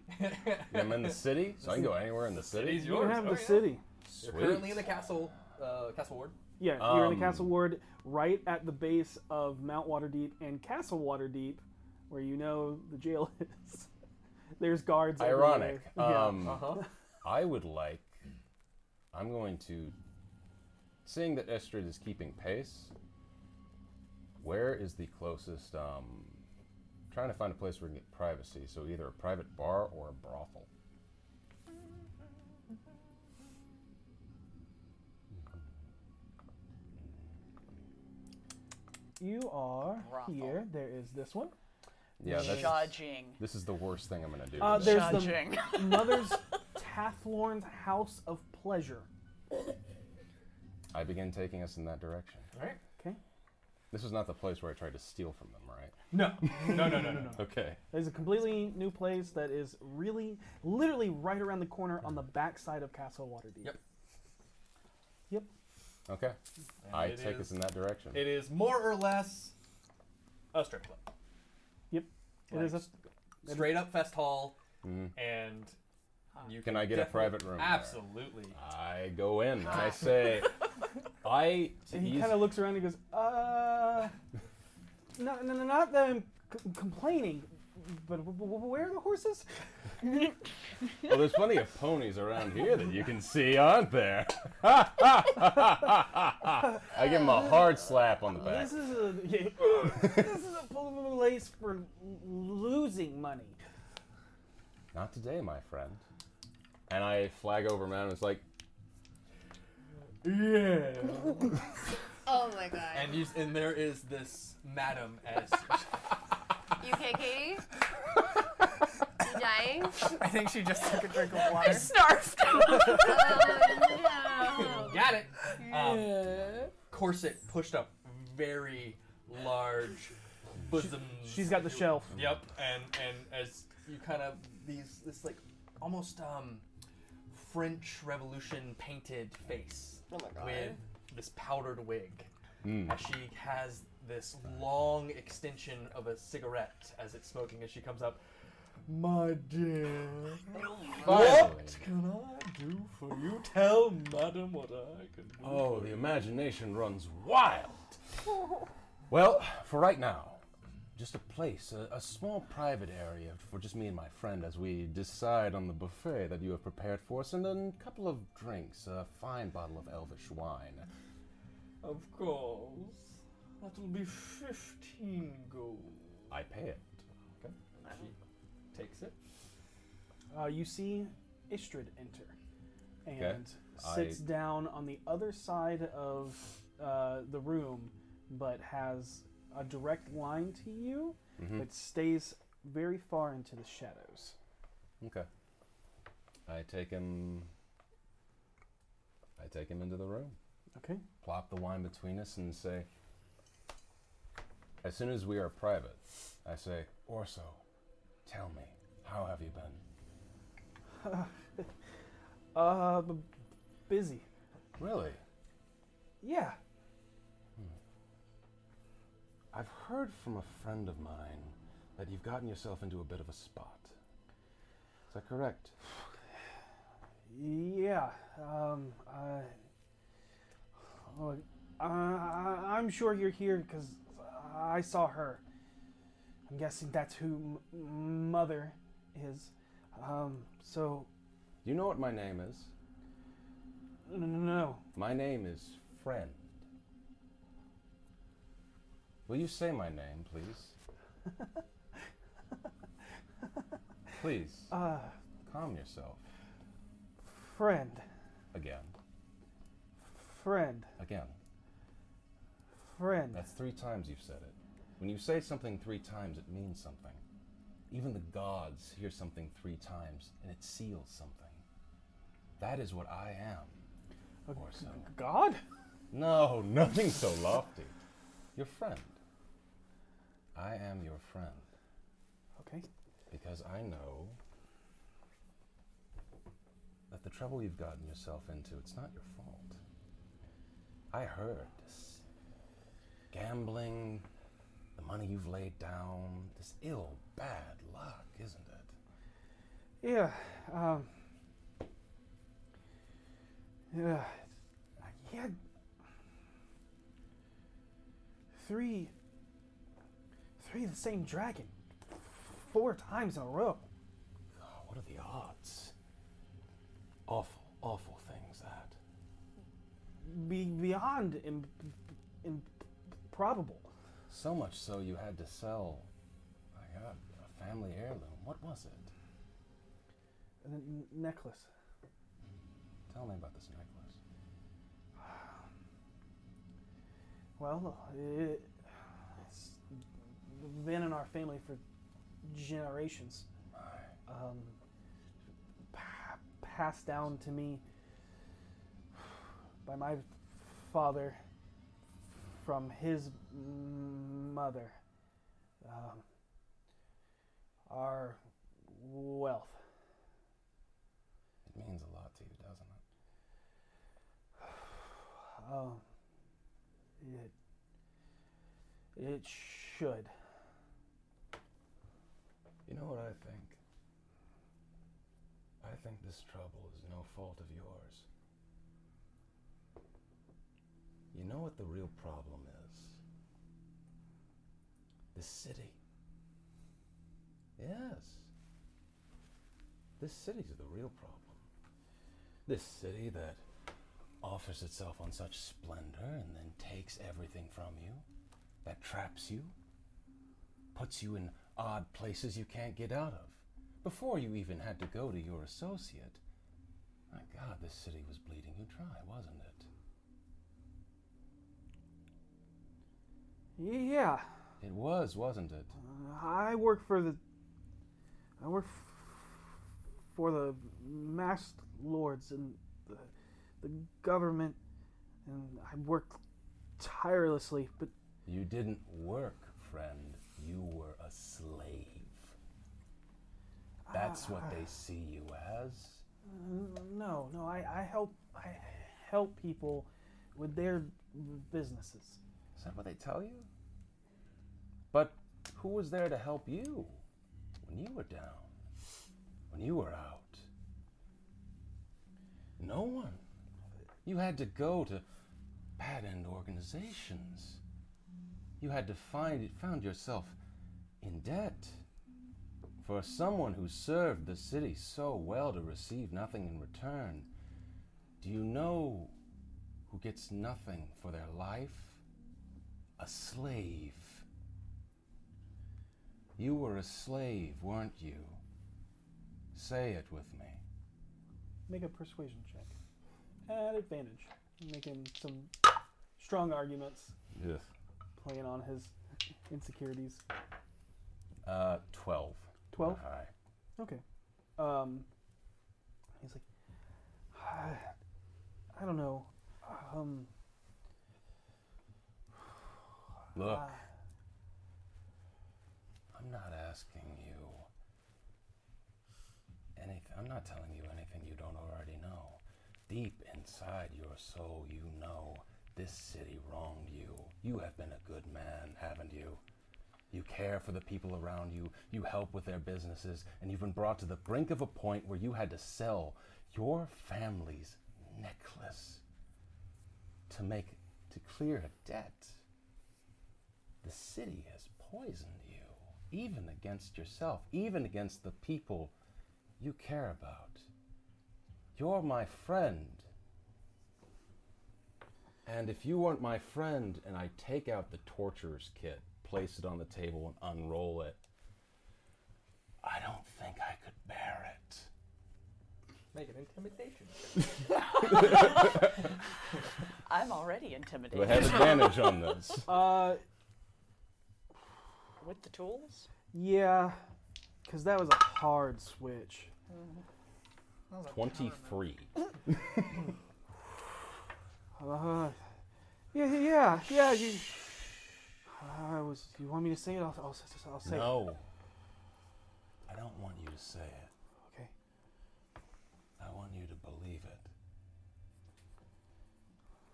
Speaker 5: I'm in the city, so I can go anywhere in the city.
Speaker 3: You
Speaker 5: Oh,
Speaker 3: have the city.
Speaker 5: Sweet.
Speaker 2: You're currently in the castle, uh, castle ward.
Speaker 3: Yeah, you're in the
Speaker 5: Um,
Speaker 3: Castle Ward, right at the base of Mount Waterdeep and Castle Waterdeep, where you know the jail is. There's guards.
Speaker 5: Ironic.
Speaker 3: everywhere. Yeah.
Speaker 2: Uh-huh.
Speaker 5: Um, I would like. I'm going to. Seeing that Estrid is keeping pace, where is the closest? Um, trying to find a place where we can get privacy. So either a private bar or a brothel.
Speaker 3: You are
Speaker 4: Brothel.
Speaker 3: here. There is this one.
Speaker 5: Yeah, that's,
Speaker 4: Judging.
Speaker 5: This is the worst thing I'm going to do.
Speaker 3: Uh,
Speaker 5: to
Speaker 3: there's
Speaker 5: this.
Speaker 3: the Mother's Tathlorn's House of Pleasure.
Speaker 5: I begin taking us in that direction.
Speaker 3: All right. Okay.
Speaker 5: This was not the place where I tried to steal from them, right?
Speaker 3: No. No, no, no, no, no.
Speaker 5: Okay.
Speaker 3: There's a completely new place that is really, literally right around the corner on the backside of Castle Waterdeep. Yep.
Speaker 5: Okay.
Speaker 2: And
Speaker 5: I
Speaker 2: it
Speaker 5: take
Speaker 2: is-
Speaker 5: us in that direction.
Speaker 2: It is more or less a strip club.
Speaker 3: Yep. It is a
Speaker 2: straight up fest hall,
Speaker 5: Mhm.
Speaker 2: and you
Speaker 5: Can I get a
Speaker 2: definitely-
Speaker 5: private room there?
Speaker 2: Absolutely.
Speaker 5: I go in. and I say, I. to
Speaker 3: And he
Speaker 5: ease-
Speaker 3: kind of looks around and goes, uh, no, no, no, not that I'm c- complaining, but w- w- where are the horses?
Speaker 5: Well, there's plenty of ponies around here that you can see, aren't there? I give him a hard slap on the back.
Speaker 3: This is a this is a place for l- losing money.
Speaker 5: Not today, my friend. And I flag over Matt and it's like,
Speaker 2: Yeah.
Speaker 1: Oh my god.
Speaker 2: and you, and there is this madam as
Speaker 1: You okay, Katie? you dying?
Speaker 7: I think she just took a drink of water.
Speaker 1: I
Speaker 14: snarfed.
Speaker 1: Oh,
Speaker 2: got it. Um, corset pushed up, very large bosoms.
Speaker 3: She's got the shelf.
Speaker 2: Yep, and and as you kind of these this like almost um French Revolution painted face
Speaker 1: Oh my God.
Speaker 2: with this powdered wig.
Speaker 5: Mm.
Speaker 2: As she has this long extension of a cigarette as it's smoking as she comes up. My dear, what can I do for you? Tell madam what I can do.
Speaker 5: oh, the imagination runs wild. Well, for right now, just a place, a, a small private area for just me and my friend as we decide on the buffet that you have prepared for us, and then a couple of drinks, a fine bottle of elvish wine.
Speaker 18: Of course. That will be 15 gold.
Speaker 5: I pay it.
Speaker 18: Okay. She takes it.
Speaker 3: Uh, you see Istrid enter and
Speaker 5: Okay.
Speaker 3: sits
Speaker 5: I-
Speaker 3: down on the other side of uh, the room, but has a direct line to you
Speaker 5: Mhm.
Speaker 3: that stays very far into the shadows.
Speaker 5: Okay. I take him. I take him into the room.
Speaker 3: Okay.
Speaker 5: Plop the wine between us and say. As soon as we are private, I say, Orso, tell me, how have you been?
Speaker 3: Uh, b- busy.
Speaker 5: Really?
Speaker 3: Yeah.
Speaker 5: I've heard from a friend of mine that you've gotten yourself into a bit of a spot. Is that correct?
Speaker 3: Yeah. Um, I, look, I, I, I'm sure you're here because I saw her. I'm guessing that's who m- mother is. Um, so,
Speaker 5: You know what my name is?
Speaker 3: no, no, no.
Speaker 5: My name is Friend. Will you say my name, please? please,
Speaker 3: Uh,
Speaker 5: calm yourself.
Speaker 3: friend,
Speaker 5: Again.
Speaker 3: friend,
Speaker 5: Again.
Speaker 3: friend.
Speaker 5: That's three times you've said it. When you say something three times, it means something. Even the gods hear something three times, and it seals something. That is what I am. Or so.
Speaker 3: God?
Speaker 5: No, nothing so lofty. Your friend. I am your friend.
Speaker 3: Okay.
Speaker 5: Because I know that the trouble you've gotten yourself into, it's not your fault. I heard this gambling, the money you've laid down, this ill, bad luck, isn't it?
Speaker 3: Yeah. Um, yeah. He had three, three of the same dragon, four times in a row.
Speaker 5: Oh, what are the odds? Awful, awful things that.
Speaker 3: Be- beyond Im- im- improbable.
Speaker 5: So much so you had to sell, my God, a family heirloom. What was it?
Speaker 3: And then n- necklace.
Speaker 5: Tell me about this necklace.
Speaker 3: Well, it, it's been in our family for generations. Um, pa- passed down to me by my father from his mother. Um, our wealth.
Speaker 5: It means a lot to you, doesn't it?
Speaker 3: Um, it, it should.
Speaker 5: You know what I think? I think this trouble is no fault of yours. You know what the real problem is? This city. Yes. This city's the real problem. This city that offers itself on such splendor and then takes everything from you, that traps you, puts you in odd places you can't get out of. Before you even had to go to your associate, my God, this city was bleeding you dry, wasn't it?
Speaker 3: Yeah.
Speaker 5: It was, wasn't it?
Speaker 3: I work for the. I work f- for the masked lords and the, the government, and I work tirelessly. But
Speaker 5: You didn't work, friend. You were a slave. That's what they see you as.
Speaker 3: uh, no, no, I, I help. I help people with their businesses.
Speaker 5: Is that what they tell you? But who was there to help you when you were down? When you were out? No one. You had to go to bad end organizations. You had to find it found yourself in debt. For someone who served the city so well to receive nothing in return, do you know who gets nothing for their life? a slave. You were a slave, weren't you? Say it with me.
Speaker 3: Make a persuasion check at advantage, making some strong arguments,
Speaker 5: Yes.
Speaker 3: playing on his insecurities.
Speaker 5: Uh, 12.
Speaker 3: 12?
Speaker 5: Hi.
Speaker 3: Okay. Um, he's like, I, I don't know. Um,
Speaker 5: Look,
Speaker 3: Ah.
Speaker 5: I'm not asking you anything. I'm not telling you anything you don't already know. Deep inside your soul, you know this city wronged you. You have been a good man, haven't you? You care for the people around you, you help with their businesses, and you've been brought to the brink of a point where you had to sell your family's necklace to make to clear a debt. The city has poisoned you, even against yourself, even against the people you care about. You're my friend. And if you weren't my friend and I take out the torturer's kit, place it on the table, and unroll it, I don't think I could bear it.
Speaker 18: Make an intimidation.
Speaker 4: I'm already intimidated.
Speaker 5: Do I have advantage on this?
Speaker 3: Uh,
Speaker 4: With the tools?
Speaker 3: yeah, because that was a hard switch.
Speaker 5: 23.
Speaker 3: Uh, yeah, yeah, yeah, yeah. You, I was. You want me to sing it? I'll, I'll, I'll say. it.
Speaker 5: No. I don't want you to say it.
Speaker 3: Okay.
Speaker 5: I want you to believe it.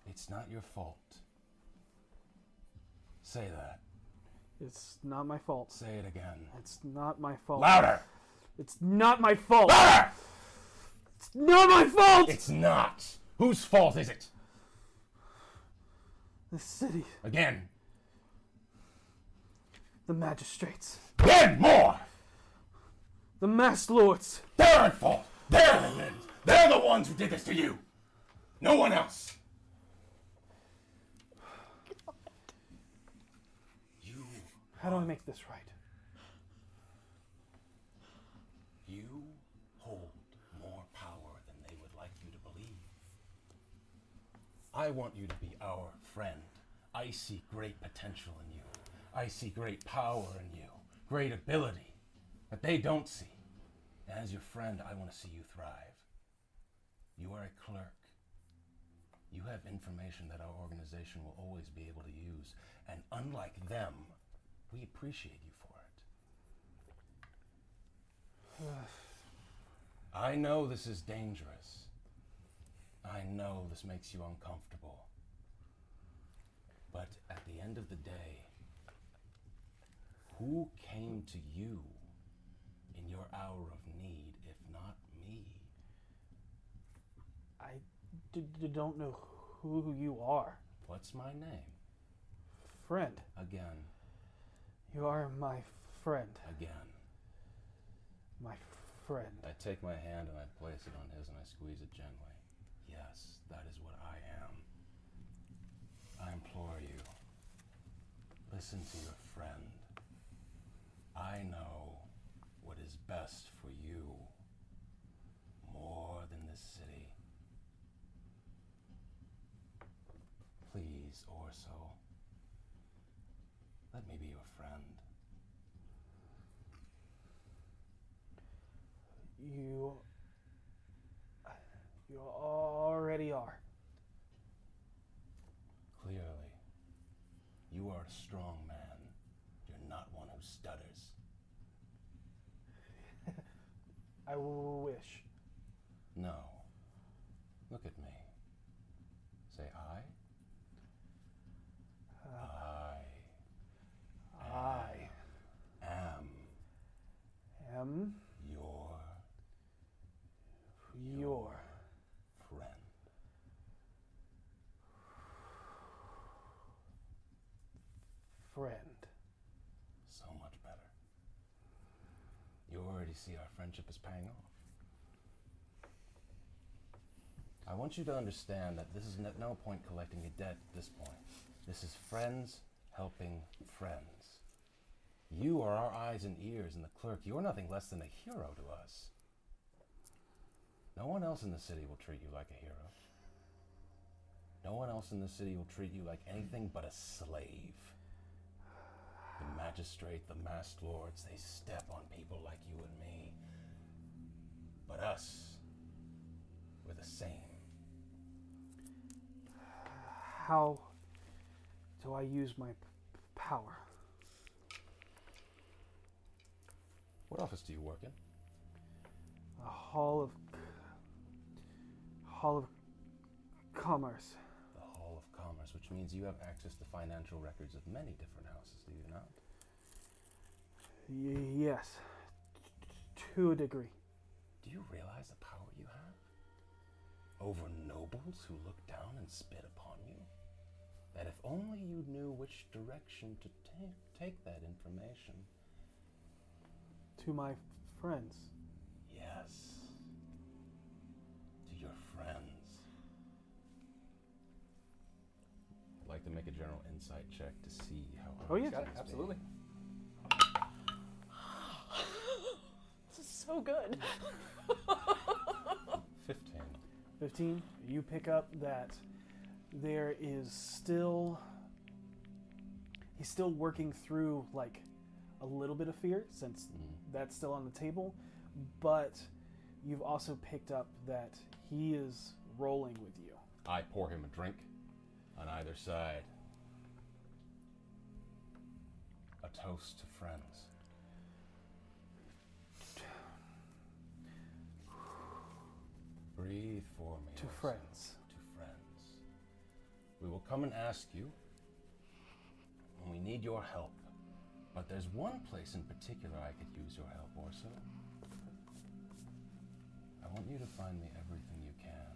Speaker 5: It's not your fault. Say that.
Speaker 3: It's not my fault.
Speaker 5: Say it again.
Speaker 3: It's not my fault.
Speaker 5: Louder!
Speaker 3: It's not my fault. Louder! It's not my fault.
Speaker 5: It's not. Whose fault is it?
Speaker 3: The city,
Speaker 5: Again.
Speaker 3: the magistrates,
Speaker 5: Again more!
Speaker 3: the mass lords.
Speaker 5: They're at fault. They're the villains. They're the ones who did this to you. No one else. You,
Speaker 3: How do I make this right?
Speaker 5: you hold more power than they would like you to believe. I want you to be our friend. I see great potential in you. I see great power in you, great ability that they don't see. And as your friend, I want to see you thrive. You are a clerk. You have information that our organization will always be able to use, and unlike them, we appreciate you for it. I know this is dangerous. I know this makes you uncomfortable. But at the end of the day, who came to you in your hour of need if not me?
Speaker 3: I d- d- don't know who you are,
Speaker 5: What's my name?
Speaker 3: friend.
Speaker 5: Again,
Speaker 3: You are my friend,
Speaker 5: again.
Speaker 3: my friend.
Speaker 5: I take my hand and I place it on his and I squeeze it gently. Yes, that is what I am. I implore you, listen to your friend. I know what is best for you more than this city. Please, Orso, let me be your friend.
Speaker 3: You. You already are.
Speaker 5: Clearly, you are a strong man. You're not one who stutters.
Speaker 3: I wish.
Speaker 5: No. Look at me. Say I. I.
Speaker 3: uh, I
Speaker 5: am
Speaker 3: am
Speaker 5: your
Speaker 3: your
Speaker 5: friend.
Speaker 3: friend.
Speaker 5: So much better. You already see our friendship is paying off. I want you to understand that this is at no point collecting a debt at this point. This is friends helping friends. You are our eyes and ears, and the clerk, you are nothing less than a hero to us. No one else in the city will treat you like a hero. No one else in the city will treat you like anything but a slave. The magistrate, the mass lords, they step on people like you and me. But us, we're the same.
Speaker 3: How do I use my p- power?
Speaker 5: What office do you work in?
Speaker 3: A hall of. Hall of Commerce.
Speaker 5: The Hall of Commerce, which means you have access to financial records of many different houses, do you not?
Speaker 3: Y- yes. To a degree.
Speaker 5: Do you realize the power you have? Over nobles who look down and spit upon you? That if only you knew which direction to take, take that information.
Speaker 3: To my friends.
Speaker 5: Yes. To your friends.
Speaker 8: I'd like to make a general insight check to see how.
Speaker 3: Oh, yeah.
Speaker 8: Got it, absolutely.
Speaker 4: This is so good.
Speaker 3: 15. You pick up that there is still. He's still working through, like, a little bit of fear since
Speaker 8: Mm.
Speaker 3: that's still on the table, but you've also picked up that he is rolling with you.
Speaker 5: I pour him a drink on either side. A toast to friends. Breathe for me.
Speaker 3: To
Speaker 5: Orson.
Speaker 3: friends.
Speaker 5: To friends. We will come and ask you, and we need your help. But there's one place in particular I could use your help, Orso. I want you to find me everything you can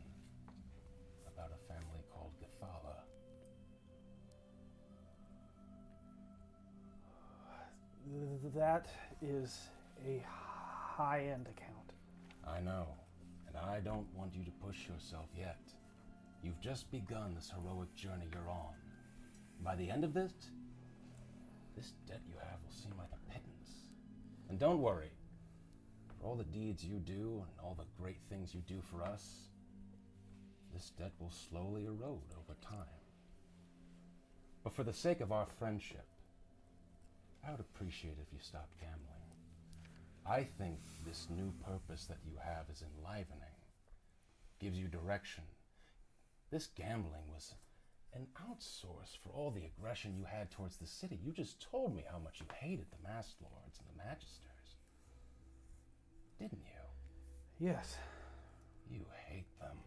Speaker 5: about a family called Gathala.
Speaker 3: Th- That is a high end account.
Speaker 5: I know, and I don't want you to push yourself yet. You've just begun this heroic journey you're on. By the end of this, this debt you have will seem like a pittance. And don't worry, for all the deeds you do and all the great things you do for us, this debt will slowly erode over time. But for the sake of our friendship, I would appreciate if you stopped gambling. I think this new purpose that you have is enlivening, gives you direction. This gambling was an outsource for all the aggression you had towards the city. You just told me how much you hated the mass lords and the magisters, didn't you?
Speaker 3: Yes,
Speaker 5: You hate them,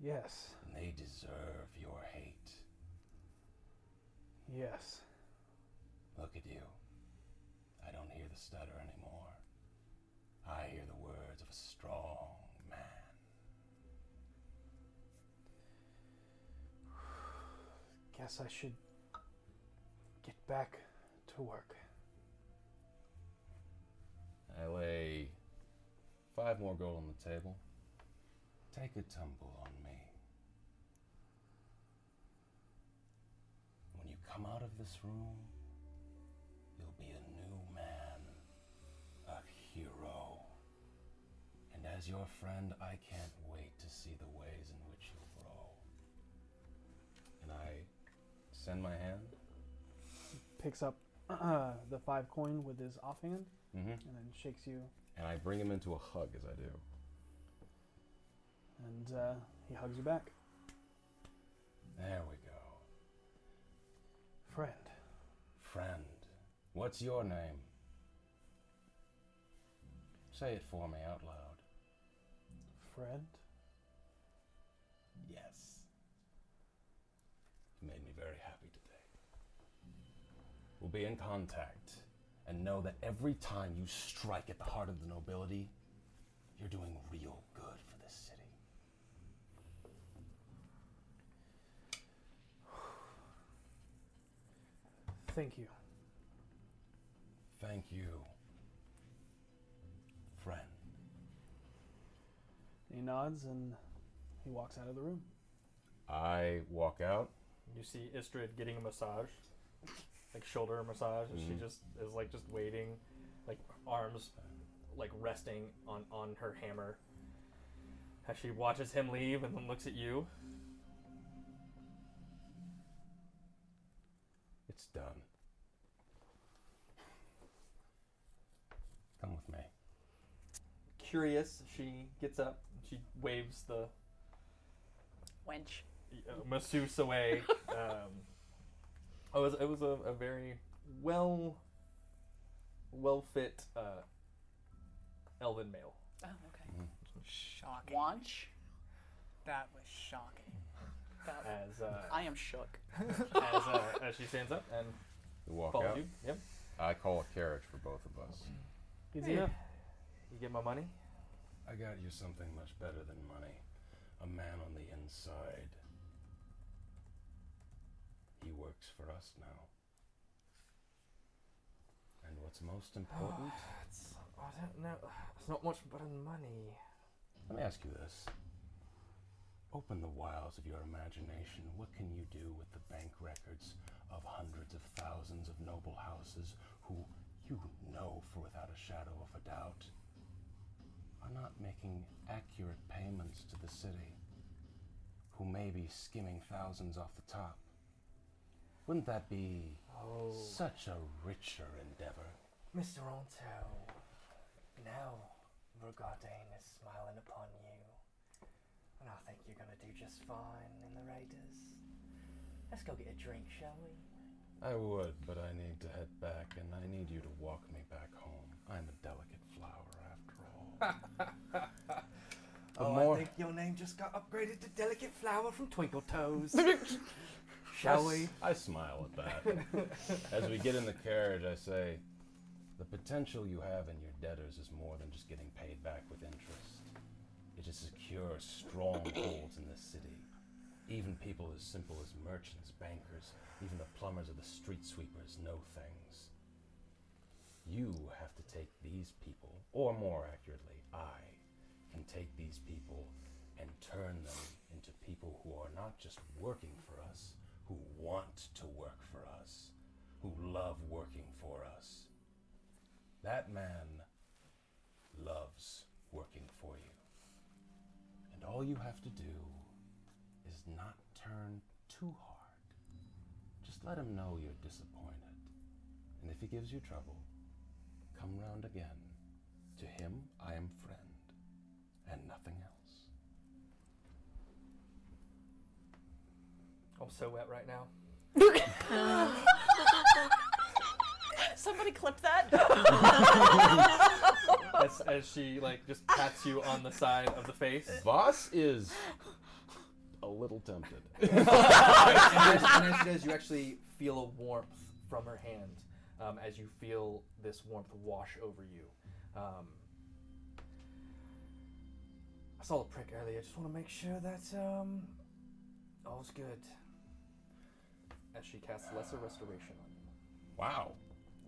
Speaker 3: yes,
Speaker 5: and they deserve your hate.
Speaker 3: yes.
Speaker 5: Look at you. I don't hear the stutter anymore. I hear the words of a strong man.
Speaker 3: Guess I should get back to work.
Speaker 5: I lay five more gold on the table. Take a tumble on me. When you come out of this room, you'll be a new man, a hero. And as your friend, I can't wait to see the ways in which you'll grow. And I send my hand.
Speaker 3: Picks up the five coin with his offhand
Speaker 5: Mm-hmm.
Speaker 3: and then shakes you,
Speaker 5: And I bring him into a hug as I do.
Speaker 3: and uh, he hugs you back.
Speaker 5: There we go.
Speaker 3: Friend,
Speaker 5: Friend, what's your name? Say it for me out loud.
Speaker 3: friend.
Speaker 5: Yes. You made me very happy today. We'll be in contact and know that every time you strike at the heart of the nobility, you're doing real good for this city.
Speaker 3: Thank you.
Speaker 5: Thank you, friend.
Speaker 3: He nods and he walks out of the room.
Speaker 5: I walk out.
Speaker 2: You see Istrid getting a massage, like shoulder massage, and she
Speaker 5: Mhm.
Speaker 2: just is like just waiting, like arms, like resting on on her hammer. As she watches him leave and then looks at you,
Speaker 5: It's done. Come with me.
Speaker 2: curious, she gets up. and She waves the
Speaker 4: Wench.
Speaker 2: uh, masseuse away. um, it was it was a, a very well well fit uh, elven male.
Speaker 4: Oh, okay.
Speaker 7: Shocking.
Speaker 4: Wanch.
Speaker 7: That was shocking.
Speaker 4: That-
Speaker 2: As uh,
Speaker 4: I am shook.
Speaker 2: as, uh, as she stands up and
Speaker 5: We walk
Speaker 2: follows
Speaker 5: out.
Speaker 2: you. Yep.
Speaker 5: I call a carriage for both of us.
Speaker 2: Hey,
Speaker 3: Easy enough.
Speaker 2: You get my money?
Speaker 5: I got you something much better than money. A man on the inside. He works for us now. And what's most important?
Speaker 2: It's, I don't know. It's not much but in money.
Speaker 5: Let me ask you this. Open the wilds of your imagination. What can you do with the bank records of hundreds of thousands of noble houses who you know for without a shadow of a doubt are not making accurate payments to the city, who may be skimming thousands off the top. Wouldn't that be
Speaker 2: Oh,
Speaker 5: such a richer endeavor?
Speaker 2: Mr. Onto, now Rogadane is smiling upon you, and I think you're gonna do just fine in the Raiders. Let's go get a drink, shall we?
Speaker 5: I would, but I need to head back, and I need you to walk me back home. I'm a delicate flower, after all. A
Speaker 2: oh,
Speaker 5: more-
Speaker 2: I think your name just got upgraded to Delicate Flower from Twinkle Toes. shall
Speaker 5: I
Speaker 2: we?
Speaker 5: s- I smile at that. As we get in the carriage, I say, the potential you have in your debtors is more than just getting paid back with interest. It is secure strongholds in this city. Even people as simple as merchants, bankers, even the plumbers or the street sweepers know things. You have to take these people, or more accurately, I can take these people and turn them into people who are not just working for us, who want to work for us, who love working for us. That man loves working for you. And all you have to do is not turn too hard. Just let him know you're disappointed. And if he gives you trouble, come round again. To him, I am friend, and nothing else.
Speaker 26: I'm so wet right now.
Speaker 4: Somebody clip that.
Speaker 27: as, as she like just pats you on the side of the face.
Speaker 5: Voss is a little tempted.
Speaker 28: and, as, and as she does, you actually feel a warmth from her hand um, as you feel this warmth wash over you. Um,
Speaker 2: I saw the prick earlier. Just want to make sure that um, all's good.
Speaker 27: As she casts lesser restoration on you.
Speaker 5: Wow.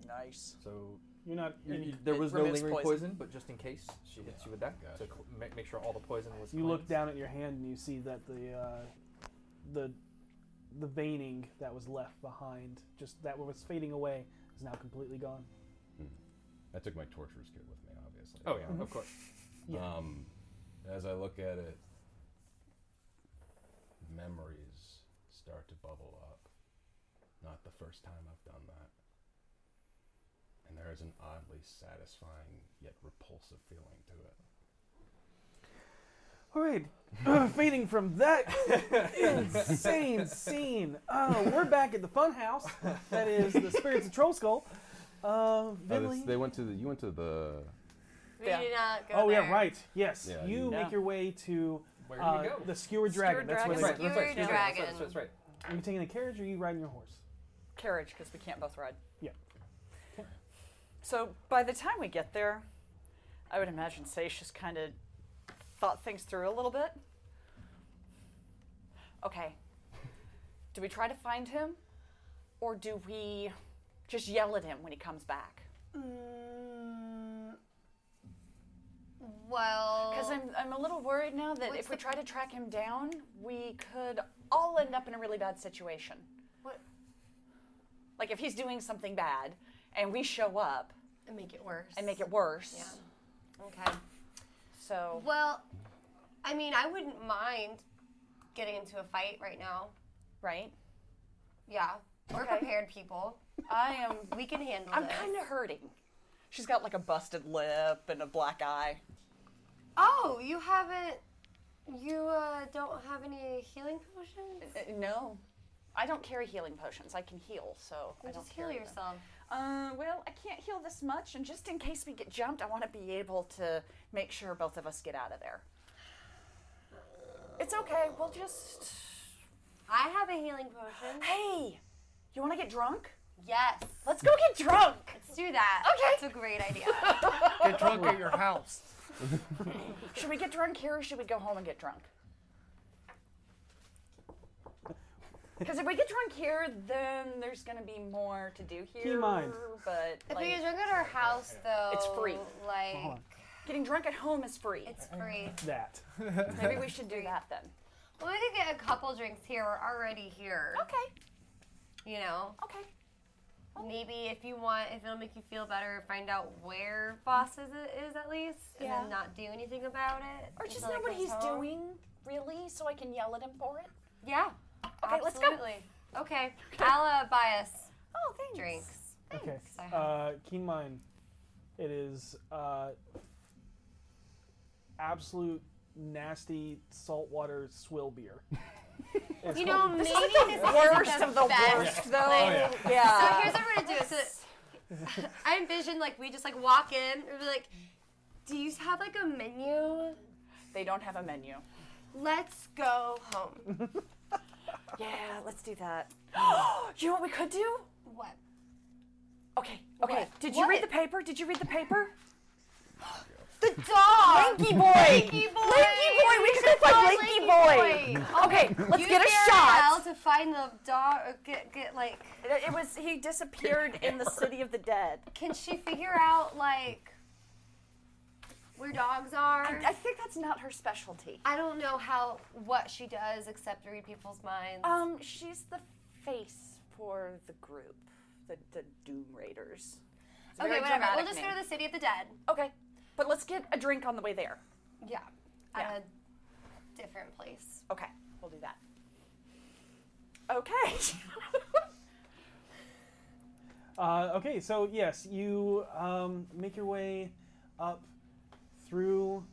Speaker 4: Nice.
Speaker 27: So
Speaker 3: You're not.
Speaker 27: you-
Speaker 3: in-
Speaker 27: you- there
Speaker 3: it
Speaker 27: was no
Speaker 3: removes
Speaker 27: lingering poison.
Speaker 3: poison.
Speaker 27: but just in case she hits you with that to cl- ma- make sure all the poison was.
Speaker 3: You look
Speaker 27: cleansed.
Speaker 3: down at your hand and you see that the uh, the the veining that was left behind, just that was fading away, is now completely gone.
Speaker 29: I took my torturer's kit with me, obviously.
Speaker 3: Oh, yeah, Mhm. of course. Yeah.
Speaker 5: Um, as I look at it, memories start to bubble up. Not the first time I've done that. And there is an oddly satisfying yet repulsive feeling to it.
Speaker 3: All right, uh, fading from that insane scene, uh, we're back at the fun house. That is the spirits of Troll Skull. Uh,
Speaker 29: Oh,
Speaker 3: Vinley,
Speaker 29: this- they went to the. You went to the.
Speaker 1: We do not go
Speaker 3: oh yeah,
Speaker 1: there.
Speaker 3: right. Yes,
Speaker 29: Yeah,
Speaker 3: you
Speaker 29: you-
Speaker 3: make your way to
Speaker 1: Where
Speaker 27: do
Speaker 3: uh,
Speaker 27: we go?
Speaker 3: the Skewer Dragon.
Speaker 4: Skewer
Speaker 3: That's where
Speaker 4: Dragon.
Speaker 3: they
Speaker 4: That's right, that's right, that's right, that's right,
Speaker 3: That's
Speaker 4: that's right.
Speaker 3: Are you taking the carriage or are you riding your horse?
Speaker 4: Carriage, because we can't both ride.
Speaker 3: Yeah.
Speaker 4: So by the time we get there, I would imagine Seish just kind of thought things through a little bit. Okay. Do we try to find him, or do we just yell at him when he comes back?
Speaker 1: Well,
Speaker 4: Because I'm, I'm a little worried now that
Speaker 1: What's
Speaker 4: if we try to track him down, we could all end up in a really bad situation.
Speaker 1: What?
Speaker 4: Like if he's doing something bad and we show up
Speaker 1: and make it worse.
Speaker 4: and make it worse. Yeah.
Speaker 1: Okay.
Speaker 4: So
Speaker 1: Well, I mean, I wouldn't mind getting into a fight right now.
Speaker 4: Right?
Speaker 1: Yeah. We're
Speaker 4: Okay.
Speaker 1: prepared people.
Speaker 4: I am.
Speaker 1: We can handle
Speaker 4: I'm
Speaker 1: this.
Speaker 4: kind of hurting. She's got like a busted lip and a black eye.
Speaker 1: Oh, you haven't. You uh, don't have any healing potions?
Speaker 4: Uh, no. I don't carry healing potions. I can heal, so
Speaker 1: Then
Speaker 4: I don't
Speaker 1: just heal
Speaker 4: carry them.
Speaker 1: yourself.
Speaker 4: Uh, well, I can't heal this much, and just in case we get jumped, I want to be able to make sure both of us get out of there. It's okay. We'll just.
Speaker 1: I have a healing potion.
Speaker 4: Hey, you want to get drunk?
Speaker 1: Yes.
Speaker 4: Let's go get drunk.
Speaker 1: Let's do that. Okay. It's a great idea.
Speaker 7: Get drunk at your house.
Speaker 4: Should we get drunk here, or should we go home and get drunk? Because if we get drunk here, then there's going to be more to do here.
Speaker 3: mind.
Speaker 4: But
Speaker 1: If
Speaker 4: like,
Speaker 1: we get drunk at our house, though,
Speaker 4: It's free.
Speaker 1: Like
Speaker 4: getting drunk at home is free.
Speaker 1: it's free.
Speaker 3: That.
Speaker 4: Maybe we should do that then.
Speaker 1: Well, we could get a couple drinks here. We're already here.
Speaker 4: Okay.
Speaker 1: You know.
Speaker 4: Okay.
Speaker 1: Maybe if you want, if it'll make you feel better, find out where Boss is, is at least, and
Speaker 4: Yeah.
Speaker 1: then not do anything about it.
Speaker 4: Or just
Speaker 1: until
Speaker 4: know
Speaker 1: it
Speaker 4: what
Speaker 1: goes
Speaker 4: he's
Speaker 1: home.
Speaker 4: doing, really, so I can yell at him for it.
Speaker 1: Yeah.
Speaker 4: Okay, let's go.
Speaker 1: Absolutely. Okay, I'll uh, buy us
Speaker 4: oh, thanks.
Speaker 1: drinks.
Speaker 3: Okay. Uh, keen mind. It is uh, absolute nasty saltwater swill beer. It's
Speaker 1: You know,
Speaker 3: called-
Speaker 1: maybe this is the worst of the worst, though.
Speaker 3: Oh,
Speaker 1: So
Speaker 4: Uh,
Speaker 1: here's what we're gonna do. So I envision like we just like walk in and be like, "Do you have like a menu?"
Speaker 4: They don't have a menu.
Speaker 1: Let's go home.
Speaker 4: Yeah, let's do that. you know what we could do?
Speaker 1: What?
Speaker 4: Okay, okay. Did you read the paper? Did you read the paper?
Speaker 1: the dog!
Speaker 4: Linky Uh, boy!
Speaker 1: Linky boy!
Speaker 4: Linky boy! We should have
Speaker 1: call
Speaker 4: played Linky boy! Okay, let's
Speaker 1: Use
Speaker 4: get a
Speaker 1: your
Speaker 4: shot.
Speaker 1: AL to find the dog. Or get get like.
Speaker 4: It was he disappeared in the city of the dead.
Speaker 1: Can she figure out like where dogs are?
Speaker 4: I, I think that's not her specialty.
Speaker 1: I don't know how what she does except read people's minds.
Speaker 4: Um, she's the face for the group, the, the Doom Raiders. It's a
Speaker 1: okay,
Speaker 4: very
Speaker 1: whatever. We'll
Speaker 4: dramatic
Speaker 1: just go
Speaker 4: name.
Speaker 1: to the city of the dead.
Speaker 4: Okay, but let's get a drink on the way there.
Speaker 1: Yeah, at a different place.
Speaker 4: Okay, we'll do that. Okay.
Speaker 3: Uh, okay, so yes, you um, make your way up through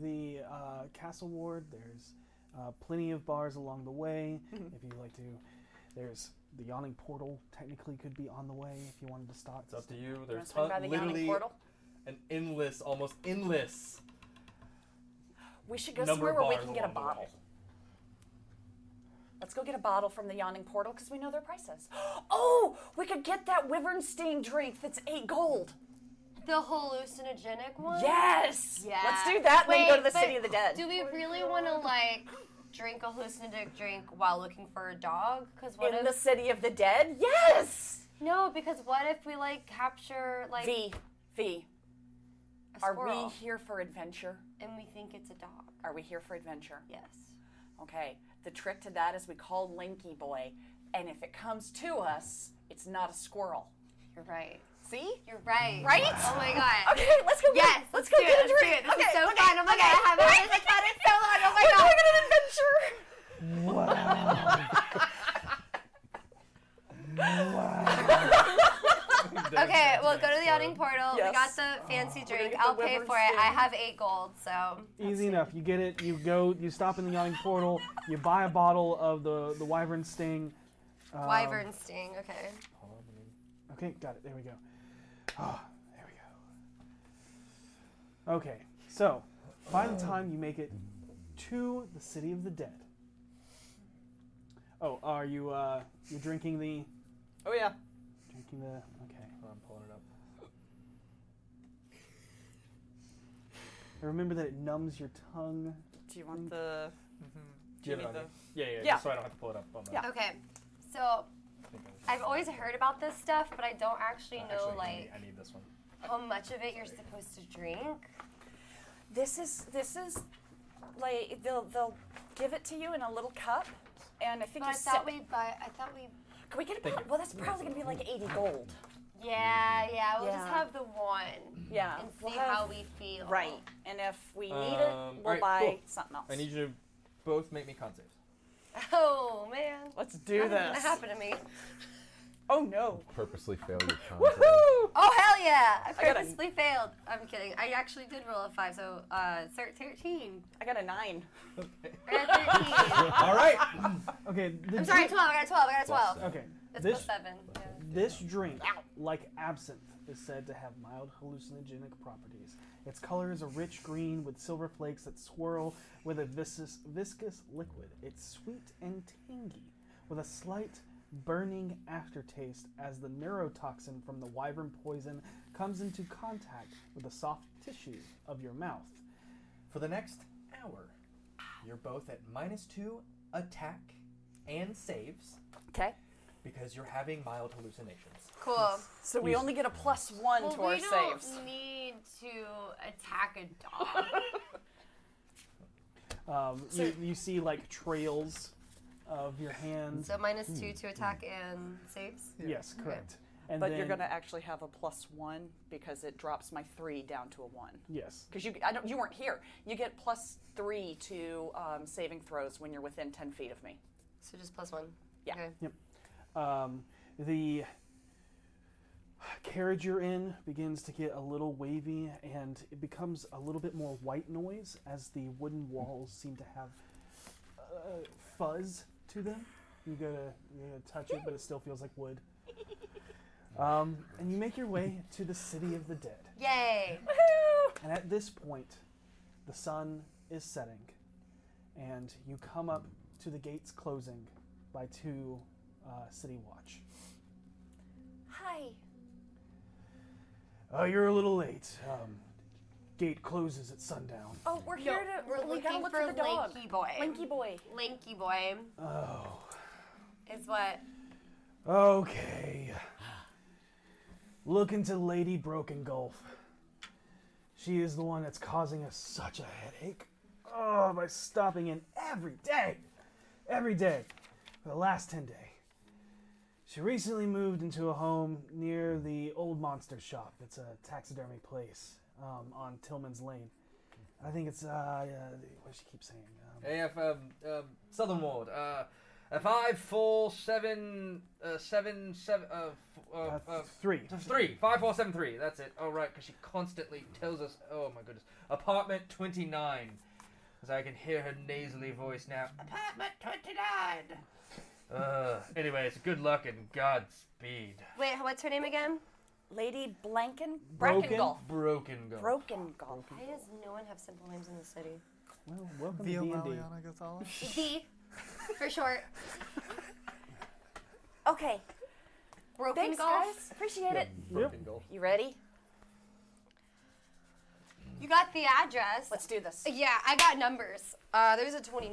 Speaker 3: the uh, castle ward. There's uh, plenty of bars along the way.
Speaker 30: Mhm.
Speaker 3: if you like to, there's the yawning portal. Technically, could be on the way if you wanted to stop.
Speaker 2: It's up to you.
Speaker 3: wanna
Speaker 2: There's
Speaker 3: swing by
Speaker 2: ton-
Speaker 3: the yawning
Speaker 2: literally
Speaker 3: portal?
Speaker 2: an endless, almost endless.
Speaker 4: we should go
Speaker 2: Number
Speaker 4: somewhere where we
Speaker 2: bars
Speaker 4: can get a
Speaker 2: along the way.
Speaker 4: bottle. Let's go get a bottle from the Yawning Portal because we know their prices. Oh, we could get that Wyvernstein drink that's eight gold.
Speaker 1: The hallucinogenic one.
Speaker 4: Yes!
Speaker 1: Yeah.
Speaker 4: Let's do that and then go to the
Speaker 1: but
Speaker 4: City of the Dead.
Speaker 1: Do we really want to like drink a hallucinogenic drink while looking for a dog? Because what
Speaker 4: In
Speaker 1: if
Speaker 4: the City of the Dead? Yes!
Speaker 1: No, because what if we like capture like
Speaker 4: V. V.
Speaker 1: a
Speaker 4: Are
Speaker 1: squirrel
Speaker 4: we here for adventure?
Speaker 1: and we think it's a dog?
Speaker 4: Are we here for adventure?
Speaker 1: Yes.
Speaker 4: Okay. The trick to that is we call Linky Boy, and if it comes to us, it's not a squirrel.
Speaker 1: You're right.
Speaker 4: See?
Speaker 1: You're right.
Speaker 4: Right?
Speaker 1: Oh my god.
Speaker 4: Okay, let's go. Get,
Speaker 1: Yes,
Speaker 4: let's go
Speaker 1: do it,
Speaker 4: get a
Speaker 1: let's do
Speaker 4: drink.
Speaker 1: it. This
Speaker 4: okay,
Speaker 1: is so
Speaker 4: okay,
Speaker 1: fun. Oh my god, I haven't
Speaker 4: okay.
Speaker 1: had this fun in so long. Oh my
Speaker 4: We're
Speaker 1: god.
Speaker 4: going on an adventure.
Speaker 1: Okay, we'll go to the yawning portal. We
Speaker 4: Yes.
Speaker 1: got the fancy
Speaker 4: gonna
Speaker 1: drink.
Speaker 4: get the
Speaker 1: I'll pay
Speaker 4: wyvern
Speaker 1: for it. I
Speaker 4: skin.
Speaker 1: have eight gold, so.
Speaker 3: Easy enough. You get it. You go. You stop in the yawning portal. You buy a bottle of the the wyvern sting. um,
Speaker 1: Wyvern sting, okay.
Speaker 3: Okay, got it. There we go. Ah, there we go. Okay, so by the time you make it to the city of the dead. Oh, are you uh you drinking the
Speaker 31: Oh yeah.
Speaker 3: drinking the okay. I'm pulling it up. remember that it numbs your tongue.
Speaker 31: Do you want the?
Speaker 7: Mm-hmm.
Speaker 3: Do you have it on
Speaker 32: Yeah, yeah,
Speaker 3: Yeah.
Speaker 32: Just so I don't have to pull it up. On my
Speaker 1: Okay, so I've always heard about this stuff, but I don't actually know
Speaker 32: Uh, Actually, I
Speaker 1: like
Speaker 32: need, I need this one.
Speaker 1: how much of it you're supposed to drink.
Speaker 4: This is this is like they'll they'll give it to you in a little cup, and I think
Speaker 1: But I
Speaker 4: you sip
Speaker 1: thought
Speaker 4: it.
Speaker 1: we, but I thought we.
Speaker 4: Can we get a bottle? Well, that's probably gonna be like eighty gold.
Speaker 1: Yeah, yeah. We'll just
Speaker 4: Yeah.
Speaker 1: have the one.
Speaker 4: Yeah,
Speaker 1: And see
Speaker 4: we'll
Speaker 1: how
Speaker 4: have-
Speaker 1: we feel.
Speaker 4: Right, and if we need
Speaker 32: Um,
Speaker 4: it, we'll
Speaker 32: alright,
Speaker 4: buy
Speaker 32: cool.
Speaker 4: something else.
Speaker 32: I need you to both make me con saves.
Speaker 1: Oh man.
Speaker 4: Let's do
Speaker 1: Nothing's gonna
Speaker 4: this.
Speaker 1: happen to me.
Speaker 4: Oh no!
Speaker 5: Purposely failed your con save.
Speaker 4: Woohoo!
Speaker 1: Oh hell yeah! I
Speaker 4: I got a-
Speaker 1: purposely failed. I'm kidding. I actually did roll a five, so uh, thir- thirteen.
Speaker 4: I got a nine.
Speaker 1: I got a thirteen.
Speaker 3: All right. okay. The
Speaker 1: I'm sorry,
Speaker 3: drink-
Speaker 1: twelve. I got a twelve. I got a twelve.
Speaker 3: Okay.
Speaker 1: That's
Speaker 3: This
Speaker 1: plus seven. Yeah.
Speaker 3: This drink, like absinthe, is said to have mild hallucinogenic properties. Its color is a rich green with silver flakes that swirl with a viscous, viscous liquid. It's sweet and tangy, with a slight burning aftertaste as the neurotoxin from the wyvern poison comes into contact with the soft tissue of your mouth.
Speaker 2: For the next hour, you're both at minus two attack and saves.
Speaker 4: Okay.
Speaker 2: Because you're having mild hallucinations.
Speaker 1: Cool.
Speaker 4: So we only get a plus one
Speaker 1: Well,
Speaker 4: to our
Speaker 1: we don't
Speaker 4: saves.
Speaker 1: need to attack a dog.
Speaker 3: Um, you, you see like trails of your hands.
Speaker 1: so minus two to attack and saves.
Speaker 3: Yes, correct. And
Speaker 4: but you're
Speaker 3: then-
Speaker 4: going to actually have a plus one because it drops my three down to a one.
Speaker 3: Yes.
Speaker 4: Because you, I don't, you weren't here. You get plus three to um, saving throws when you're within ten feet of me.
Speaker 1: So just plus one.
Speaker 4: Yeah.
Speaker 3: Yep. Um, the carriage you're in begins to get a little wavy and it becomes a little bit more white noise as the wooden walls seem to have uh, fuzz to them. You go to, you go to touch it, but it still feels like wood. Um, and you make your way to the city of the dead.
Speaker 1: Yay!
Speaker 3: And at this point, the sun is setting, and you come up to the gates closing by two uh, city watch.
Speaker 6: Hi.
Speaker 3: Oh, you're a little late. Um, gate closes at sundown.
Speaker 14: Oh, we're
Speaker 1: No,
Speaker 14: here to.
Speaker 1: we're
Speaker 14: we gotta
Speaker 1: looking
Speaker 14: look
Speaker 1: for
Speaker 14: for the dog.
Speaker 1: Lanky Boy.
Speaker 14: Lanky boy.
Speaker 1: Lanky boy
Speaker 3: Oh,
Speaker 1: is what.
Speaker 3: okay. Look into Lady Broken Gulf. She is the one that's causing us such a headache. Oh, by stopping in every day. Every day. For the last 10 days. She recently moved into a home near the old monster shop. It's a taxidermy place um, on Tillman's Lane. I think it's, uh, uh, what does she keep saying? Um,
Speaker 2: AF um, um, Southern Ward. Uh, uh, five, four, seven, uh, seven, seven, uh, f- uh,
Speaker 3: Uh,
Speaker 2: uh,
Speaker 3: three.
Speaker 2: th- three, five, four, seven, three. That's it. Oh right, because she constantly tells us. Oh my goodness, apartment twenty nine. As I can hear her nasally voice now. Apartment twenty nine. Uh, anyways, good luck and Godspeed.
Speaker 1: Wait, what's her name again?
Speaker 14: Lady Blanken
Speaker 2: Broken golf.
Speaker 14: Broken golf.
Speaker 1: Why does no one have simple names in the city?
Speaker 3: Well, welcome
Speaker 7: Via
Speaker 2: E
Speaker 3: to D&D.
Speaker 7: Laliana Gonzalez.
Speaker 1: D, for short.
Speaker 14: Okay.
Speaker 1: Broken
Speaker 14: Thanks,
Speaker 1: golf.
Speaker 14: guys. Appreciate it.
Speaker 2: Broken golf.
Speaker 14: You ready?
Speaker 1: You got the address.
Speaker 14: Let's do this.
Speaker 1: Uh, Yeah, I got numbers. Uh, there's a 29.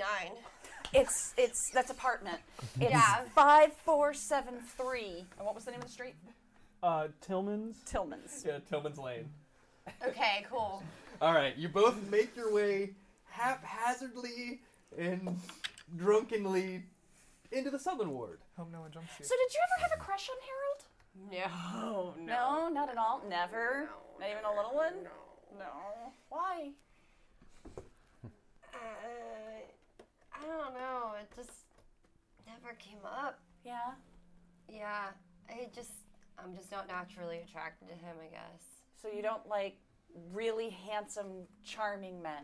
Speaker 14: It's it's that's apartment. It's
Speaker 1: Yeah.
Speaker 14: five four seven three. And what was the name of the street?
Speaker 3: Uh, Tillman's?
Speaker 14: Tillman's.
Speaker 18: Yeah, Tillman's Lane.
Speaker 1: Okay, cool.
Speaker 18: All right, you both make your way haphazardly and drunkenly into the Southern Ward.
Speaker 7: Hope no one jumps you.
Speaker 14: So did you ever have a crush on Harold?
Speaker 1: No,
Speaker 14: No, not at all. Never. not even a little one. No. No. Why?
Speaker 1: Uh, I don't know. It just never came up.
Speaker 14: Yeah.
Speaker 1: Yeah, I just, I'm just not naturally attracted to him, I guess.
Speaker 14: So you don't like really handsome, charming men.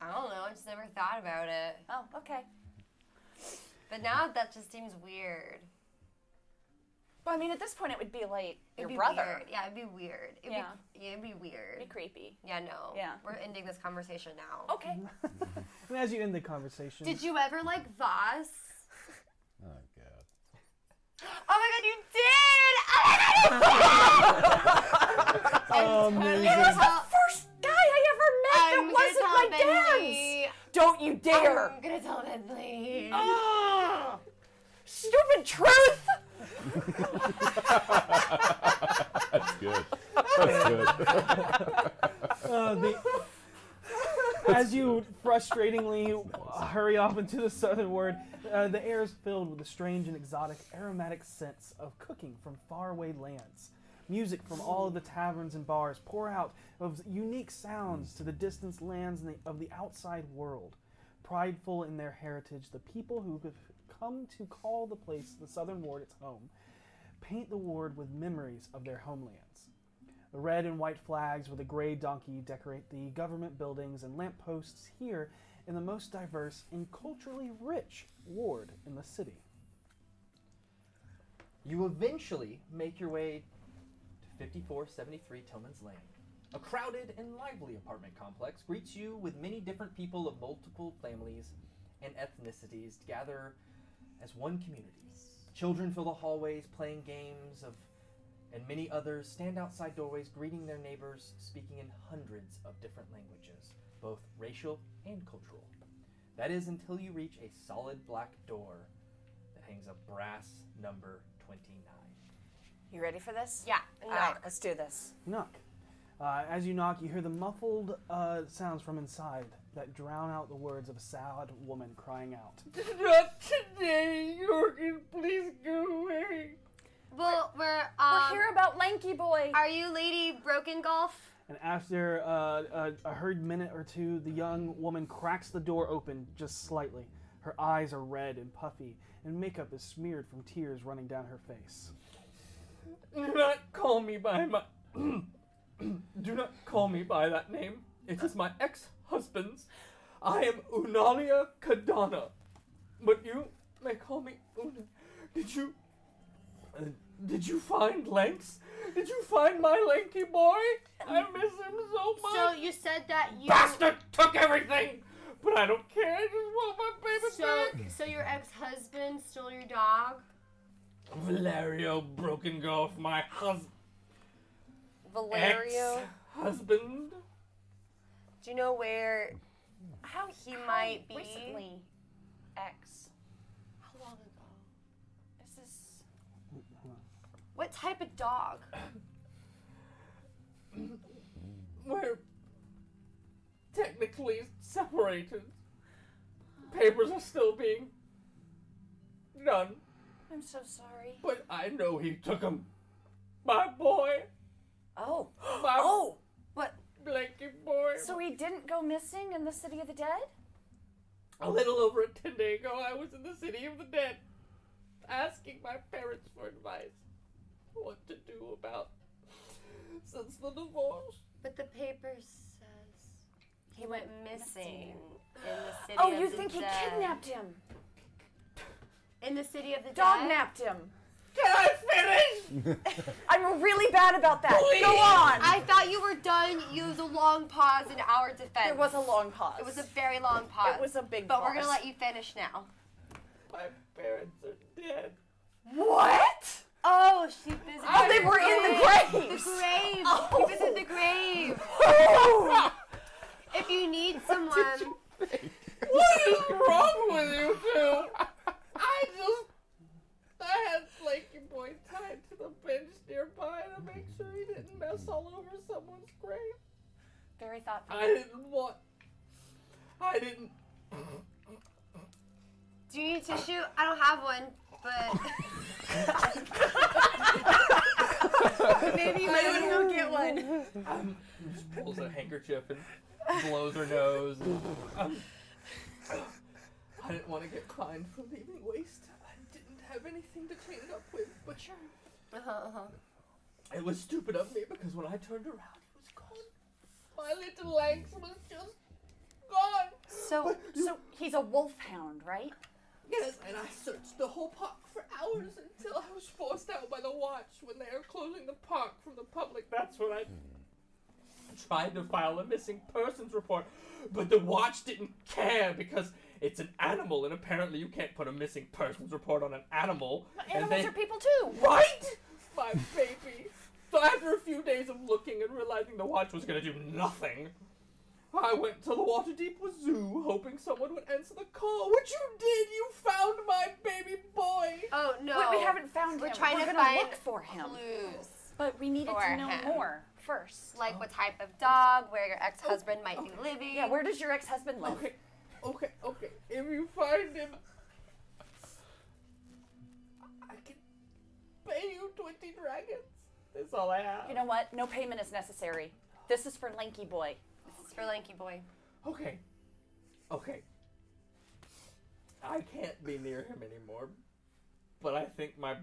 Speaker 1: I don't know. I just never thought about it.
Speaker 14: Oh, okay.
Speaker 1: But now that just seems weird.
Speaker 14: Well, I mean, at this point, it would be like
Speaker 1: It'd
Speaker 14: your
Speaker 1: be
Speaker 14: brother.
Speaker 1: Weird. Yeah, it'd be weird. It'd
Speaker 14: Yeah.
Speaker 1: Be, yeah, it'd be weird.
Speaker 14: It'd be creepy.
Speaker 1: Yeah, no.
Speaker 14: Yeah. Oh.
Speaker 1: We're ending this conversation now.
Speaker 14: Okay.
Speaker 3: And as you end the conversation,
Speaker 1: Did you ever like Voss?
Speaker 5: Oh god.
Speaker 1: Oh my god, you did! Oh my god, you did!
Speaker 14: He was the first guy I ever
Speaker 1: I'm Um,
Speaker 14: met that
Speaker 1: gonna
Speaker 14: wasn't my
Speaker 1: tell
Speaker 14: dad's.
Speaker 1: Bentley.
Speaker 14: Don't you dare!
Speaker 1: I'm gonna tell Bentley.
Speaker 14: Ah, stupid truth.
Speaker 5: That's good. That's good.
Speaker 3: Uh, the, as you frustratingly hurry off into the southern ward, uh, the air is filled with the strange and exotic aromatic scents of cooking from faraway lands. Music from all of the taverns and bars pour out of unique sounds to the distant lands and the, of the outside world. Prideful in their heritage, the people who have come to call the place the Southern Ward its home paint the ward with memories of their homelands. The red and white flags with a gray donkey decorate the government buildings and lampposts here in the most diverse and culturally rich ward in the city.
Speaker 2: You eventually make your way to 5473 Tillman's Lane. A crowded and lively apartment complex greets you with many different people of multiple families and ethnicities gather as one community. Children fill the hallways playing games of and many others stand outside doorways greeting their neighbors speaking in hundreds of different languages, both racial and cultural. That is until you reach a solid black door that hangs a brass number 29.
Speaker 14: You ready for this?
Speaker 1: Yeah.
Speaker 14: All right, let's do this.
Speaker 3: You knock. Uh, as you knock, you hear the muffled uh, sounds from inside that drown out the words of a sad woman crying out.
Speaker 2: Not today, you're
Speaker 1: Um, Slinky boy.
Speaker 6: Are you Lady Broken Golf?
Speaker 3: And after uh, a, a hurried minute or two, the young woman cracks the door open just slightly. Her eyes are red and puffy, and makeup is smeared from tears running down her face.
Speaker 2: Do not call me by my. Do not call me by that name. It is my ex-husband's. I am Unalia Kadana, but you may call me Una. Did you? uh, did you find Lanks? Did you find my lanky boy? I miss him so much.
Speaker 6: So you said that you
Speaker 2: Bastard took everything, but I don't care. I just want my baby
Speaker 6: So, so your ex-husband stole your dog.
Speaker 2: Valerio Broken Golf, my husband.
Speaker 6: Valerio.
Speaker 2: Husband?
Speaker 6: Do you know where how he might be?
Speaker 4: recently?
Speaker 6: Ex. How long ago? This is. What type of dog?
Speaker 2: We're technically separated. Papers are still being done,
Speaker 4: I'm so sorry.
Speaker 2: but I know he took him. My boy.
Speaker 4: Oh.
Speaker 2: My
Speaker 4: oh.
Speaker 6: What?
Speaker 2: Blanky boy.
Speaker 4: So he didn't go missing in the City of the Dead?
Speaker 2: A little over a 10 day ago, I was in the city of the dead asking my parents for advice what to do about since the divorce.
Speaker 6: But the paper says he went missing in the city.
Speaker 4: Oh,
Speaker 6: of
Speaker 4: you
Speaker 6: the
Speaker 4: think he
Speaker 6: dead.
Speaker 4: kidnapped him?
Speaker 6: In the city of the
Speaker 4: Dog
Speaker 6: dead?
Speaker 4: napped him.
Speaker 2: Can I finish?
Speaker 4: I'm really bad about that.
Speaker 6: Please.
Speaker 4: Go on.
Speaker 6: I thought you were done. You was a long pause in our defense. It was
Speaker 4: a long pause.
Speaker 6: It was a very long pause. It was
Speaker 4: a big
Speaker 6: but we're gonna
Speaker 4: pause.
Speaker 6: let you finish now.
Speaker 2: My parents are dead.
Speaker 4: What?
Speaker 6: Oh, she visited.
Speaker 2: Oh, they
Speaker 6: the
Speaker 2: were in the graves.
Speaker 6: The grave.
Speaker 2: Oh.
Speaker 6: She visited the grave. if you need someone,
Speaker 2: What is wrong with you two? I just. I had Slinky Boy tied to the bench nearby to make sure he didn't mess all over someone's grave.
Speaker 4: Very thoughtful.
Speaker 2: I didn't want. I didn't.
Speaker 6: do you need tissue? I don't have one, but maybe you
Speaker 2: I
Speaker 6: might go get one.
Speaker 2: Um, just pulls a handkerchief and blows her nose. and, um, I didn't want to get fined for leaving waste. I didn't have anything to clean it up with, but sure.
Speaker 6: Uh-huh, uh-huh.
Speaker 2: It was stupid of me because when I turned around, he was gone. My little legs was just gone.
Speaker 4: So, so he's a wolfhound, right?
Speaker 2: Yes, and I searched the whole park for hours until I was forced out by the watch when they are closing the park from the public. That's when I tried to file a missing persons report, but the watch didn't care because it's an animal, and apparently you can't put a missing persons report on an animal. and
Speaker 4: Animals
Speaker 2: they-
Speaker 4: are people too.
Speaker 2: Right? My baby. So after a few days of looking and realizing the watch was gonna do nothing, I went to the Waterdeep Zoo hoping someone would answer the call, which you did! You found my baby boy!
Speaker 6: Oh no!
Speaker 4: Wait, we haven't found
Speaker 6: We're
Speaker 4: him.
Speaker 6: trying
Speaker 4: We're
Speaker 6: to
Speaker 4: gonna
Speaker 6: find
Speaker 4: look for him.
Speaker 6: clues.
Speaker 4: But we needed
Speaker 6: for
Speaker 4: to know
Speaker 6: him.
Speaker 4: more first.
Speaker 6: Like what type of dog? Where your ex-husband might be living?
Speaker 4: Yeah, where does your ex-husband live?
Speaker 2: Okay, okay, okay. If you find him, I can pay you 20 dragons. That's all I have.
Speaker 4: You know what? No payment is necessary. This is for Lanky Boy.
Speaker 6: This is for Lanky Boy.
Speaker 2: Okay. Okay. I can't be near him anymore, but I think my.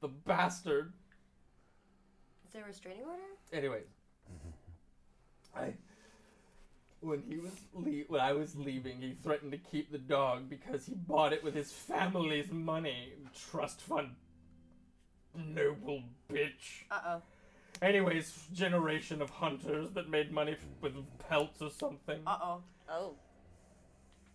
Speaker 2: the bastard
Speaker 6: Is there a restraining order?
Speaker 2: Anyways, I when he was le- when I was leaving, he threatened to keep the dog because he bought it with his family's money. Trust fund, noble bitch.
Speaker 6: Uh oh.
Speaker 2: Anyways, generation of hunters that made money f- with pelts or something.
Speaker 6: Uh oh.
Speaker 4: Oh.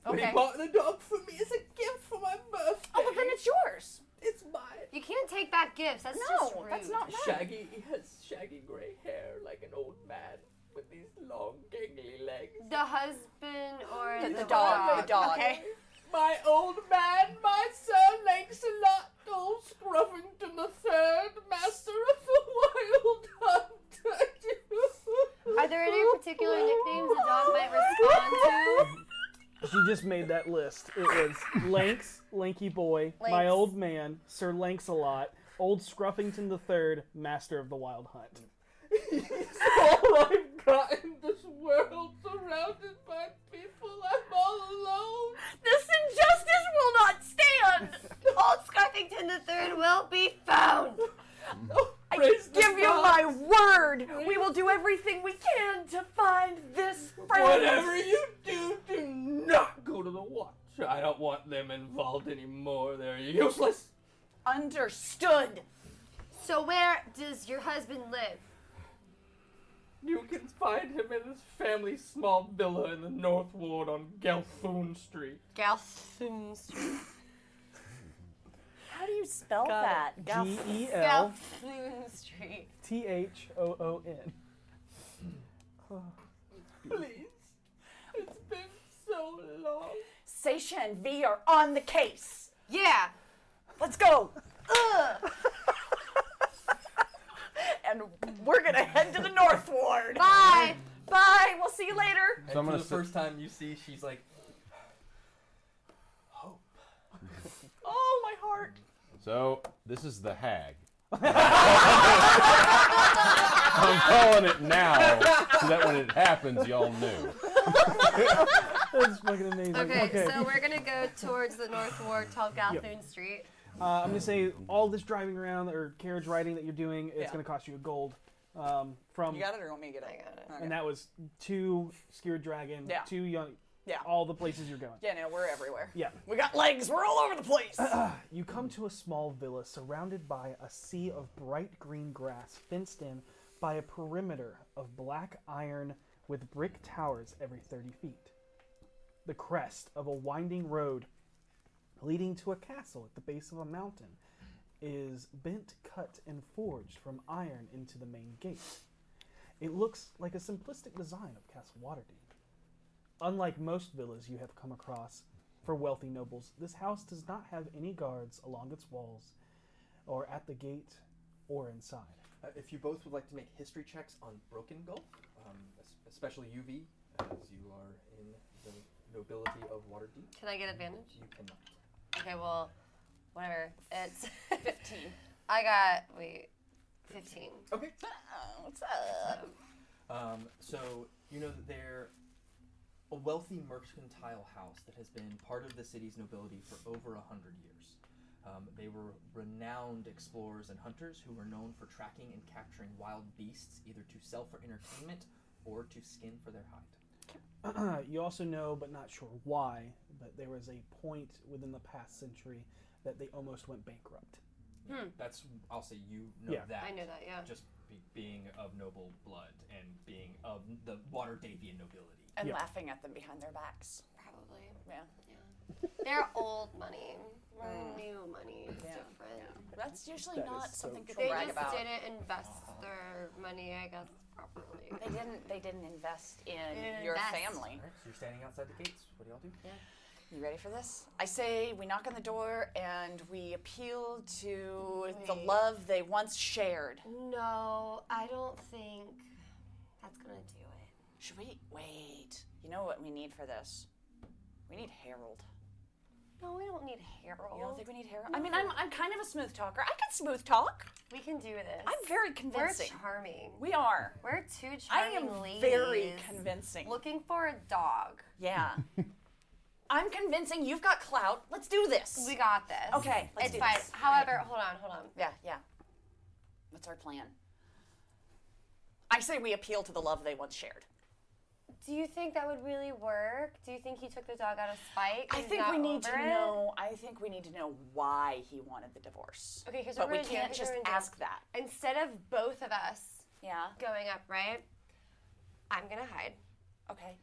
Speaker 2: But he
Speaker 6: Okay.
Speaker 2: bought the dog for me as a gift for my birthday.
Speaker 4: Oh, but then it's yours.
Speaker 2: It's mine.
Speaker 6: You can't take back gifts. That's
Speaker 4: No,
Speaker 6: just rude.
Speaker 4: that's not right.
Speaker 2: Shaggy he has shaggy gray hair like an old man with these long gangly legs.
Speaker 6: The husband or
Speaker 4: The-
Speaker 6: the,
Speaker 4: the dog, the dog.
Speaker 6: Okay.
Speaker 2: My old man, my Sir Lancelot, old Scruffington the Third, master of the wild hunt.
Speaker 6: Are there any particular nicknames a dog might respond
Speaker 3: She just made that list. It was Lanks, Lanky Boy, My
Speaker 6: Lanks.
Speaker 3: Old Man, Sir Lancelot, old Scruffington the Third, master of the wild hunt.
Speaker 33: all I've got in this world, surrounded by people. I'm all alone.
Speaker 1: This injustice will not stand. Old Scarfington the Third will be found.
Speaker 4: I give you my word. We will do everything we can to find this friend.
Speaker 33: Whatever you do, do not go to the watch. I don't want them involved anymore. They're useless.
Speaker 4: Understood.
Speaker 6: So where does your husband live?
Speaker 33: You can find him in his family's small villa in the North Ward on Galthoon Street.
Speaker 6: Galthoon Street.
Speaker 4: How do you spell
Speaker 34: Got
Speaker 4: that?
Speaker 34: it.
Speaker 4: Gal-
Speaker 3: G E L
Speaker 6: Galthoon Street.
Speaker 3: T H O O N.
Speaker 33: Please. It's been so long.
Speaker 4: Seisha and V are on the case.
Speaker 6: Yeah.
Speaker 4: Let's go. and we're going to head to the North Ward.
Speaker 6: Bye.
Speaker 4: Bye. We'll see you later.
Speaker 2: And for the
Speaker 5: sit-
Speaker 2: first time you see, she's like,
Speaker 4: Oh, my heart.
Speaker 5: So this is the hag. I'm calling it now, so that when it happens, y'all knew.
Speaker 3: That's fucking amazing.
Speaker 6: Okay, so we're gonna go towards the North Ward, Tall Galthoon Street.
Speaker 3: Uh, I'm gonna say all this driving around or carriage riding that you're doing, it's
Speaker 34: Yeah.
Speaker 3: gonna cost you a gold. Um, from
Speaker 34: you got it or want me to get it? I got it.
Speaker 3: and that was two skewered dragon,
Speaker 34: Yeah.
Speaker 3: two young,
Speaker 34: Yeah.
Speaker 3: all the places you're going.
Speaker 34: Yeah, no, we're everywhere.
Speaker 3: Yeah.
Speaker 34: We got legs. We're all over the place.
Speaker 4: Uh-uh.
Speaker 3: You come to a small villa surrounded by a sea of bright green grass, fenced in by a perimeter of black iron with brick towers every 30 feet. The crest of a winding road leading to a castle at the base of a mountain is bent, cut, and forged from iron into the main gate. It looks like a simplistic design of Castle Waterdeep. Unlike most villas you have come across for wealthy nobles, this house does not have any guards along its walls or at the gate or inside.
Speaker 2: uh, if you both would like to make history checks on Broken Gulf, um, es- especially UV, as you are in the nobility of Waterdeep.
Speaker 6: Can I get advantage?
Speaker 2: You cannot.
Speaker 6: Okay, well, whatever. It's 15. I got, wait, 15.
Speaker 2: Okay.
Speaker 6: what's up?
Speaker 2: Um, so you know that they're a wealthy mercantile house that has been part of the city's nobility for over a hundred years. Um, they were renowned explorers and hunters who were known for tracking and capturing wild beasts, either to sell for entertainment or to skin for their hide.
Speaker 3: you also know, but not sure why, but there was a point within the past century that they almost went bankrupt.
Speaker 6: Hmm.
Speaker 2: That's I'll say you know
Speaker 3: Yeah.
Speaker 2: that.
Speaker 6: I know that, yeah.
Speaker 2: Just be- being of noble blood and being of the Waterdavian nobility.
Speaker 4: And laughing at them behind their backs.
Speaker 6: Probably.
Speaker 4: Yeah.
Speaker 6: They're old money. We're new money. It's
Speaker 4: Yeah.
Speaker 6: different.
Speaker 4: That's usually
Speaker 6: That
Speaker 4: not
Speaker 6: is
Speaker 4: something
Speaker 6: They
Speaker 4: people brag
Speaker 6: just
Speaker 4: about.
Speaker 6: didn't invest their money, I guess, properly.
Speaker 4: They didn't. They didn't invest in
Speaker 6: didn't
Speaker 4: your
Speaker 6: invest.
Speaker 4: family.
Speaker 2: Alright, so you're standing outside the gates. What do y'all do?
Speaker 4: You ready for this? I say we knock on the door and we appeal to the
Speaker 6: Wait.
Speaker 4: love they once shared.
Speaker 6: No, I don't think that's gonna do it.
Speaker 4: Should we wait? You know what we need for this? We need Harold.
Speaker 6: No, we don't need Harold.
Speaker 4: You don't think we need Harold? I mean, I'm, I'm kind of a smooth talker. I can smooth talk.
Speaker 6: We can do this.
Speaker 4: I'm very convincing.
Speaker 6: We're charming.
Speaker 4: We are.
Speaker 6: We're two
Speaker 4: I
Speaker 6: charming
Speaker 4: am
Speaker 6: ladies.
Speaker 4: very convincing.
Speaker 6: Looking for a dog.
Speaker 4: Yeah. I'm convincing. You've got clout. Let's do this.
Speaker 6: We got this.
Speaker 4: Okay, let's
Speaker 6: it's
Speaker 4: do
Speaker 6: fine.
Speaker 4: this.
Speaker 6: However, hold on, hold on.
Speaker 4: Yeah, yeah. What's our plan? I say we appeal to the love they once shared.
Speaker 6: Do you think that would really work? Do you think he took the dog out of spite? 'cause
Speaker 4: I
Speaker 6: he's
Speaker 4: think
Speaker 6: not
Speaker 4: we need to
Speaker 6: over it?
Speaker 4: know. I think we need to know why he wanted the divorce.
Speaker 6: Okay, here's
Speaker 4: but
Speaker 6: what
Speaker 4: we
Speaker 6: we're gonna do,
Speaker 4: can't
Speaker 6: here's
Speaker 4: just
Speaker 6: what we're gonna do.
Speaker 4: ask that.
Speaker 6: Instead of both of us
Speaker 4: Yeah.
Speaker 6: going up, right? I'm gonna hide.
Speaker 4: Okay.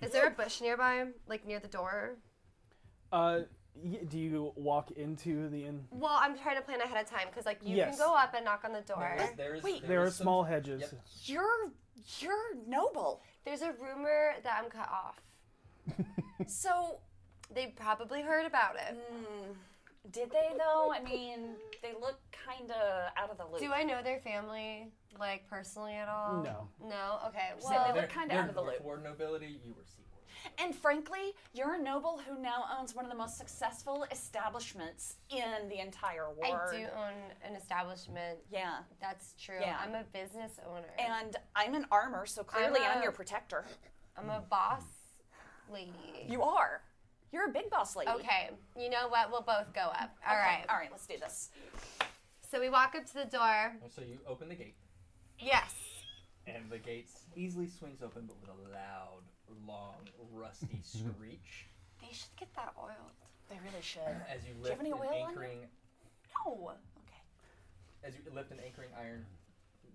Speaker 6: Is there a bush nearby, like near the door?
Speaker 3: Uh, y- do you walk into the inn?
Speaker 6: Well, I'm trying to plan ahead of time because, like, you
Speaker 3: Yes.
Speaker 6: can go up and knock on the door.
Speaker 2: There is- there is-
Speaker 4: Wait.
Speaker 3: There are
Speaker 2: is some-
Speaker 3: small hedges.
Speaker 4: You're you're noble.
Speaker 6: There's a rumor that I'm cut off.
Speaker 4: So mm,
Speaker 6: They probably heard about it.
Speaker 4: did they though? I mean, they look kind of out of the loop.
Speaker 6: Do I know their family, like personally at all?
Speaker 3: No.
Speaker 6: No. Okay.
Speaker 4: So
Speaker 6: Well,
Speaker 4: they look kind of out of the loop.
Speaker 2: North Ward nobility, you were Seaward.
Speaker 4: And frankly, you're a noble who now owns one of the most successful establishments in the entire world.
Speaker 6: I do own an establishment.
Speaker 4: Yeah.
Speaker 6: That's true.
Speaker 4: Yeah.
Speaker 6: I'm a business owner.
Speaker 4: And I'm an armor, so clearly I'm,
Speaker 6: a-
Speaker 4: your protector.
Speaker 6: I'm a boss lady.
Speaker 4: You are. You're a big boss lady.
Speaker 6: Okay. You know what? We'll both go up.
Speaker 4: All
Speaker 6: All
Speaker 4: okay.
Speaker 6: right.
Speaker 4: All right, let's do this.
Speaker 6: So we walk up to the door.
Speaker 35: So you open the gate,
Speaker 6: Yes.
Speaker 35: and the gate easily swings open, but with a loud, long, rusty screech.
Speaker 1: They should get that oiled.
Speaker 4: They really should.
Speaker 35: As you lift an anchoring,
Speaker 4: No.
Speaker 35: as you lift an anchoring iron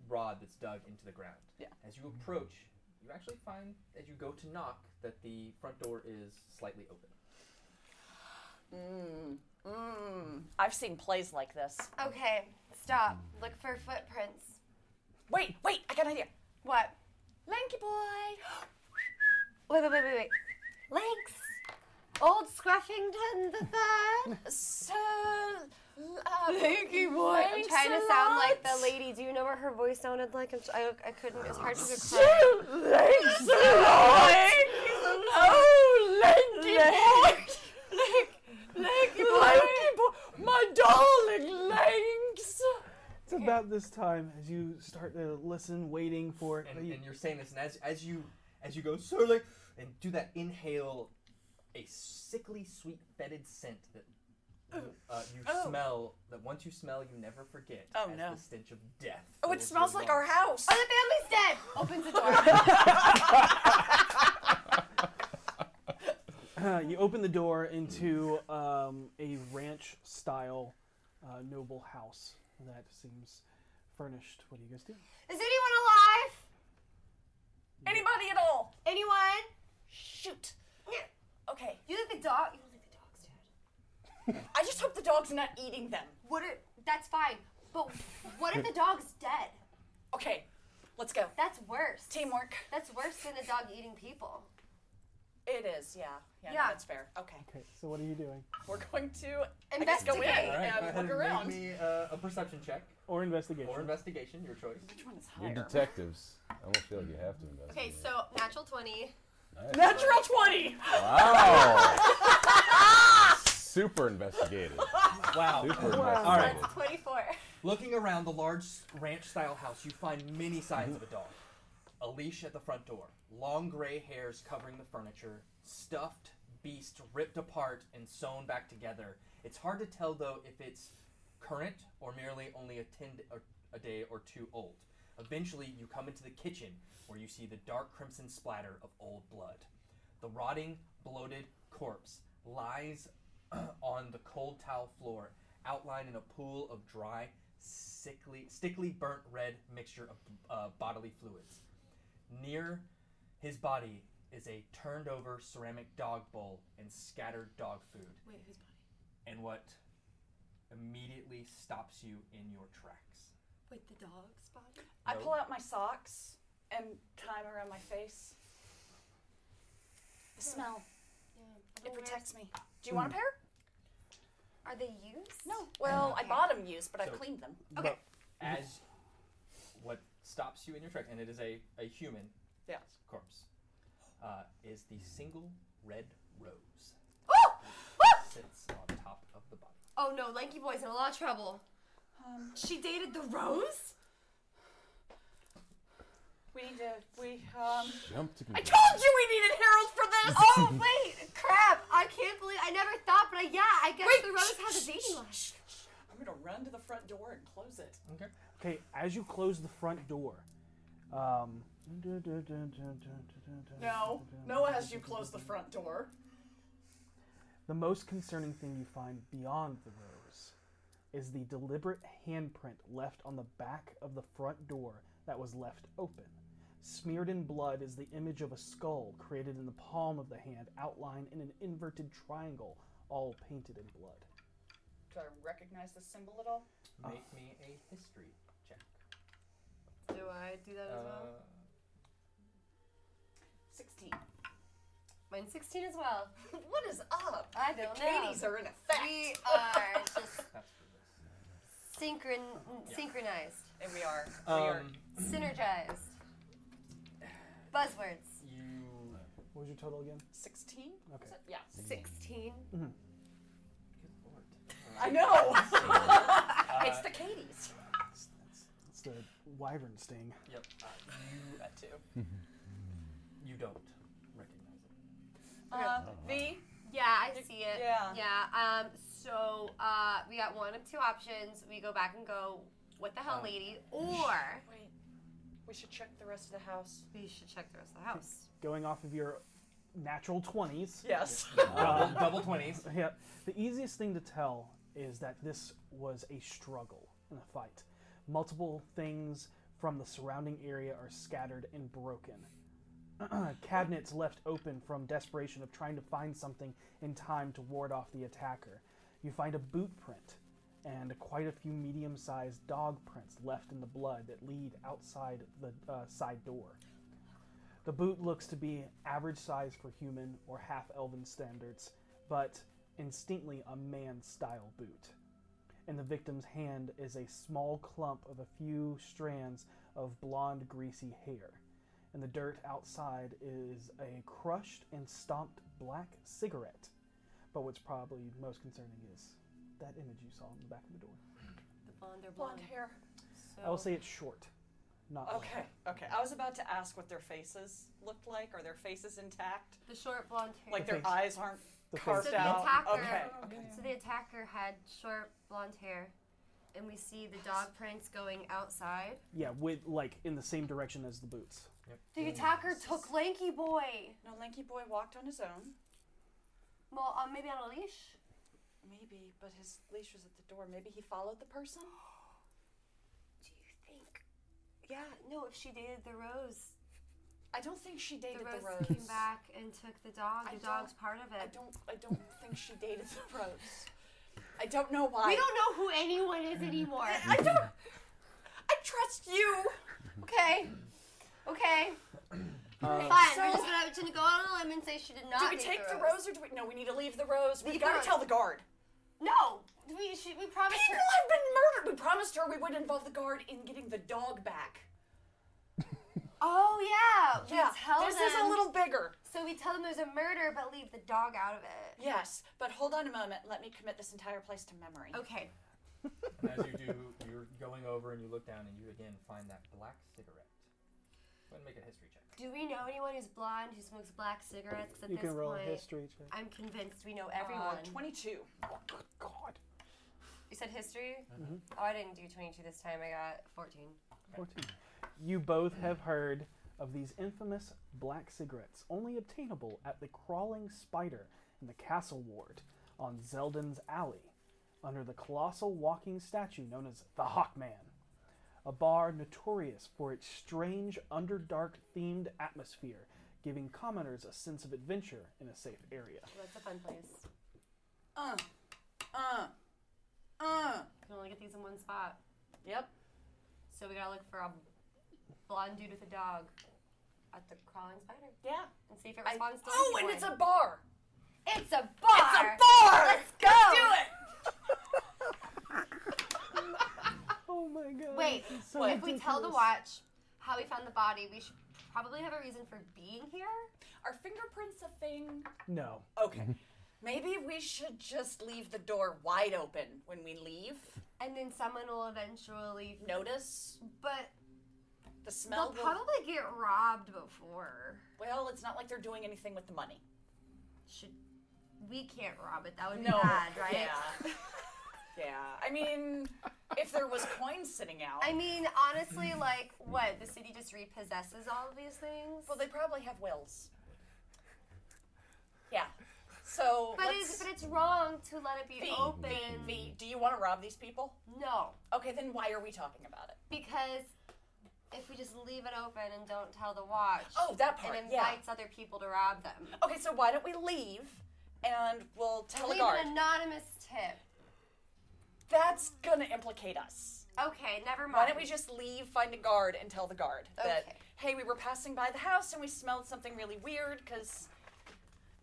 Speaker 35: rod that's dug into the ground.
Speaker 4: Yeah.
Speaker 35: As you approach, you actually find as you go to knock that the front door is slightly open.
Speaker 4: Mm. Mm. I've seen plays like this.
Speaker 6: Okay. Stop. Look for footprints.
Speaker 4: Wait, wait, I got an idea.
Speaker 6: What?
Speaker 4: Lanky boy.
Speaker 6: Wait, wait, wait, wait, wait. Links. Old Scruffington the third.
Speaker 4: So, uh,
Speaker 6: I'm trying to sound like the lady. Do you know what her voice sounded like? I'm, s- I, I couldn't. It's hard to describe.
Speaker 36: Thanks a lot.
Speaker 4: Oh, Lanky boy. Lanky boy. My darling Lanks.
Speaker 3: It's about this time as you start to listen, waiting for.
Speaker 2: And, and you're saying this, and as as you as you go surly and do that inhale, a sickly sweet fetid scent that you, uh, you
Speaker 4: Oh.
Speaker 2: smell that once you smell you never forget.
Speaker 4: Oh,
Speaker 2: as
Speaker 4: no.
Speaker 2: The stench of death.
Speaker 4: Oh, it
Speaker 2: fills
Speaker 4: smells
Speaker 2: your
Speaker 4: like our
Speaker 2: lungs.
Speaker 4: house.
Speaker 6: Oh, the family's dead. Opens the
Speaker 3: Uh,
Speaker 6: door.
Speaker 3: you open the door into um, a ranch style uh, noble house that seems furnished. What do you guys do?
Speaker 6: Is anyone alive?
Speaker 4: Anybody at all?
Speaker 6: Anyone?
Speaker 4: Shoot. Okay.
Speaker 6: You leave the dog. You leave the dogs dead.
Speaker 4: I just hope the dog's not eating them.
Speaker 6: What? If, that's fine. But what if the dog's dead?
Speaker 4: Okay, let's go.
Speaker 6: That's worse.
Speaker 4: Teamwork.
Speaker 6: That's worse than a dog eating people.
Speaker 4: It is, yeah. Yeah, no,
Speaker 6: Yeah.
Speaker 4: that's fair. Okay.
Speaker 3: Okay, so what are you doing?
Speaker 4: We're going to I guess, go in
Speaker 2: Investigate. All right, go
Speaker 4: and
Speaker 2: ahead and
Speaker 4: look
Speaker 2: make
Speaker 4: around.
Speaker 2: me, uh, a perception check
Speaker 3: or investigation
Speaker 2: or investigation, your choice.
Speaker 4: Which one is
Speaker 5: You're detectives. I don't feel like you have to invest.
Speaker 6: Okay, so natural twenty.
Speaker 5: Nice.
Speaker 4: Natural 20!
Speaker 5: Wow. Super investigative.
Speaker 2: Wow.
Speaker 5: Super
Speaker 2: Wow. All right.
Speaker 5: investigative.
Speaker 6: Twenty-four.
Speaker 2: Looking around the large ranch style house, you find many signs of a dog. A leash at the front door, long gray hairs covering the furniture, stuffed beast ripped apart and sewn back together. It's hard to tell though if it's current or merely only a, ten, a, a day or two old. Eventually, you come into the kitchen where you see the dark crimson splatter of old blood. The rotting, bloated corpse lies on the cold tile floor, outlined in a pool of dry, sickly, stickly burnt red mixture of uh, bodily fluids. Near his body is a turned over ceramic dog bowl and scattered dog food.
Speaker 6: Wait, whose body?
Speaker 2: And what immediately stops you in your tracks?
Speaker 6: Wait, the dog's body.
Speaker 4: I
Speaker 2: Nope.
Speaker 4: pull out my socks and tie 'em around my face. The smell. It protects me. Do you want a
Speaker 3: Hmm.
Speaker 4: pair?
Speaker 6: Are they used?
Speaker 4: No. Well, I bought them used, but I've
Speaker 2: So-
Speaker 4: cleaned them.
Speaker 2: Okay. As what stops you in your tracks, and it is a, a human
Speaker 4: Yeah.
Speaker 2: corpse, uh, is the single red rose that sits on top of the body.
Speaker 6: Oh no, Lanky Boy's in a lot of trouble.
Speaker 4: Um,
Speaker 6: She dated the Rose?
Speaker 4: we need to. We, um.
Speaker 5: Jump to
Speaker 4: I told you we needed Harold for this!
Speaker 6: oh wait, crap! I can't believe I never thought, but I, yeah, I guess
Speaker 4: Wait,
Speaker 6: the Rose has a dating life.
Speaker 4: I'm gonna run to the front door and close it.
Speaker 2: Okay.
Speaker 3: Okay, as you close the front door, um,
Speaker 37: No,
Speaker 4: no, as you close the front door.
Speaker 3: the most concerning thing you find beyond the rose is the deliberate handprint left on the back of the front door that was left open. Smeared in blood is the image of a skull created in the palm of the hand, outlined in an inverted triangle, all painted in blood.
Speaker 4: Do I recognize the symbol at all?
Speaker 2: Make me a history check.
Speaker 6: Do I do that as well?
Speaker 4: 16.
Speaker 6: Mine's 16 as well.
Speaker 4: What is up?
Speaker 6: I don't
Speaker 4: The
Speaker 6: know.
Speaker 4: Katie's are in effect.
Speaker 6: We are just synchron- synchronized.
Speaker 4: And we are.
Speaker 2: Um,
Speaker 6: Synergized. Buzzwords.
Speaker 2: you
Speaker 3: What was your total again?
Speaker 4: 16?
Speaker 3: Okay.
Speaker 4: Is it? Yeah.
Speaker 1: 16.
Speaker 3: hmm
Speaker 4: I know.
Speaker 3: Uh,
Speaker 4: it's the Katie's.
Speaker 3: It's the wyvern sting.
Speaker 2: Yep. Uh, you that too. you don't recognize it.
Speaker 6: Uh,
Speaker 4: V.
Speaker 6: Yeah, I see it.
Speaker 4: yeah.
Speaker 6: Yeah. Um. So, uh, we got one of two options. We go back and go, "What the hell,
Speaker 4: Um,
Speaker 6: lady?" Or
Speaker 4: wait, we should check the rest of the house.
Speaker 6: We should check the rest of the house.
Speaker 3: Going off of your natural 20s.
Speaker 4: Yes.
Speaker 3: Uh,
Speaker 2: Double 20s.
Speaker 3: Yep. The easiest thing to tell is that this was a struggle and a fight. Multiple things from the surrounding area are scattered and broken. Cabinets left open from desperation of trying to find something in time to ward off the attacker. You find a boot print and quite a few medium sized dog prints left in the blood that lead outside the uh, side door. The boot looks to be average size for human or half elven standards, but distinctly a man style boot. In the victim's hand is a small clump of a few strands of blonde, greasy hair. And the dirt outside is a crushed and stomped black cigarette. But what's probably most concerning is that image you saw in the back of the door.
Speaker 6: The blonde or
Speaker 4: Blonde hair.
Speaker 3: I
Speaker 6: Oh.
Speaker 3: will say it's short, not long.
Speaker 4: Okay, okay. I was about to ask what their faces looked like. Are their faces intact?
Speaker 6: The short blonde hair.
Speaker 4: Like
Speaker 3: The
Speaker 4: their
Speaker 3: face.
Speaker 4: eyes aren't
Speaker 3: The face.
Speaker 4: carved
Speaker 6: so the
Speaker 4: out.
Speaker 6: attacker.
Speaker 4: Okay.
Speaker 6: So the attacker had short blonde hair, and we see the dog prints going outside.
Speaker 3: Yeah, with like in the same direction as the boots.
Speaker 1: The attacker took Lanky Boy.
Speaker 4: No, Lanky Boy walked on his own.
Speaker 1: Well, um, maybe on a leash.
Speaker 4: Maybe, but his leash was at the door. Maybe he followed the person.
Speaker 1: Yeah, no, if she dated the Rose.
Speaker 4: I don't think she dated the
Speaker 1: Rose.
Speaker 4: Rose.
Speaker 1: came back and took the dog.
Speaker 4: I
Speaker 1: The dog's
Speaker 4: don't-
Speaker 1: part of it.
Speaker 4: I don't. I don't think she dated the Rose. I don't know why.
Speaker 1: We don't know who anyone is anymore.
Speaker 4: I don't. I trust you.
Speaker 6: Okay. Okay.
Speaker 3: Uh,
Speaker 6: Fine.
Speaker 4: So-
Speaker 6: we're just gonna, just gonna go out on a limb and say she did not.
Speaker 4: Do we
Speaker 6: date
Speaker 4: take
Speaker 6: the
Speaker 4: the rose or do we? No, we need to leave the rose. We've
Speaker 6: Leave
Speaker 4: got
Speaker 6: Rose.
Speaker 4: to tell the guard.
Speaker 6: No, we should. We promised
Speaker 4: People
Speaker 6: her.
Speaker 4: have been murdered. We promised her we would involve the guard in getting the dog back.
Speaker 6: Oh yeah, we
Speaker 4: Yeah,
Speaker 6: tell
Speaker 4: this is a
Speaker 6: them-
Speaker 4: little bigger.
Speaker 6: So we tell them there's a murder, but leave the dog out of it.
Speaker 4: Yes, but hold on a moment. Let me commit this entire place to memory.
Speaker 6: Okay.
Speaker 2: And as you do, you're going over and you look down and you again find that black cigarette. Go ahead and make a history check.
Speaker 6: Do we know anyone who's blonde who smokes black cigarettes? 'Cause at
Speaker 3: You
Speaker 6: this
Speaker 3: can roll a
Speaker 6: point,
Speaker 3: history check.
Speaker 6: I'm convinced we know
Speaker 4: Uh,
Speaker 6: everyone.
Speaker 4: Twenty-two.
Speaker 6: You said history?
Speaker 3: Mhm.
Speaker 6: Oh, I didn't do 22 this time. I got 14.
Speaker 3: 14. You both have heard of these infamous black cigarettes, only obtainable at the Crawling Spider in the Castle Ward on Zeldin's Alley, under the colossal walking statue known as the Hawkman, a bar notorious for its strange underdark themed atmosphere, giving commoners a sense of adventure in a safe area.
Speaker 6: That's a fun place.
Speaker 4: Uh, uh, uh.
Speaker 6: You can only get these in one spot.
Speaker 4: Yep.
Speaker 6: So we gotta look for a blonde dude with a dog at the Crawling Spider.
Speaker 4: Yeah.
Speaker 6: And see if it responds to
Speaker 4: Oh, and
Speaker 6: anyone.
Speaker 4: it's a bar.
Speaker 6: It's a bar!
Speaker 4: It's a bar.
Speaker 6: Let's go!
Speaker 3: Oh my god.
Speaker 6: Wait,
Speaker 3: this is
Speaker 6: if we tell the
Speaker 3: ridiculous.
Speaker 6: watch how we found the body, we should probably have a reason for being here.
Speaker 4: Are fingerprints a thing?
Speaker 3: No.
Speaker 4: Okay. Maybe we should just leave the door wide open when we leave.
Speaker 6: And then someone will eventually
Speaker 4: Notice
Speaker 6: But
Speaker 4: the smell.
Speaker 6: they'll
Speaker 4: will-
Speaker 6: probably get robbed before.
Speaker 4: Well, it's not like they're doing anything with the money.
Speaker 6: Should we can't rob it? That would be
Speaker 4: No.
Speaker 6: bad, right?
Speaker 4: Yeah. yeah. I mean, if there was coin sitting out.
Speaker 6: I mean, honestly, like, what? The city just repossesses all of these things?
Speaker 4: well, they probably have wills. Yeah. So.
Speaker 6: But
Speaker 4: let's-
Speaker 6: it's, but it's wrong to let it be
Speaker 4: V,
Speaker 6: open.
Speaker 4: V, V, do you want to rob these people?
Speaker 6: No,
Speaker 4: Okay, then why are we talking about it?
Speaker 6: because if we just leave it open and don't tell the watch,
Speaker 4: Oh, that part,
Speaker 6: it
Speaker 4: yeah.
Speaker 6: invites other people to rob them.
Speaker 4: Okay, so why don't we leave and we'll tell the
Speaker 6: Leave
Speaker 4: guard?
Speaker 6: an anonymous tip.
Speaker 4: That's gonna implicate us.
Speaker 6: Okay, never mind.
Speaker 4: Why don't we just leave, find a guard, and tell the guard that
Speaker 6: Okay.
Speaker 4: hey, we were passing by the house and we smelled something really weird because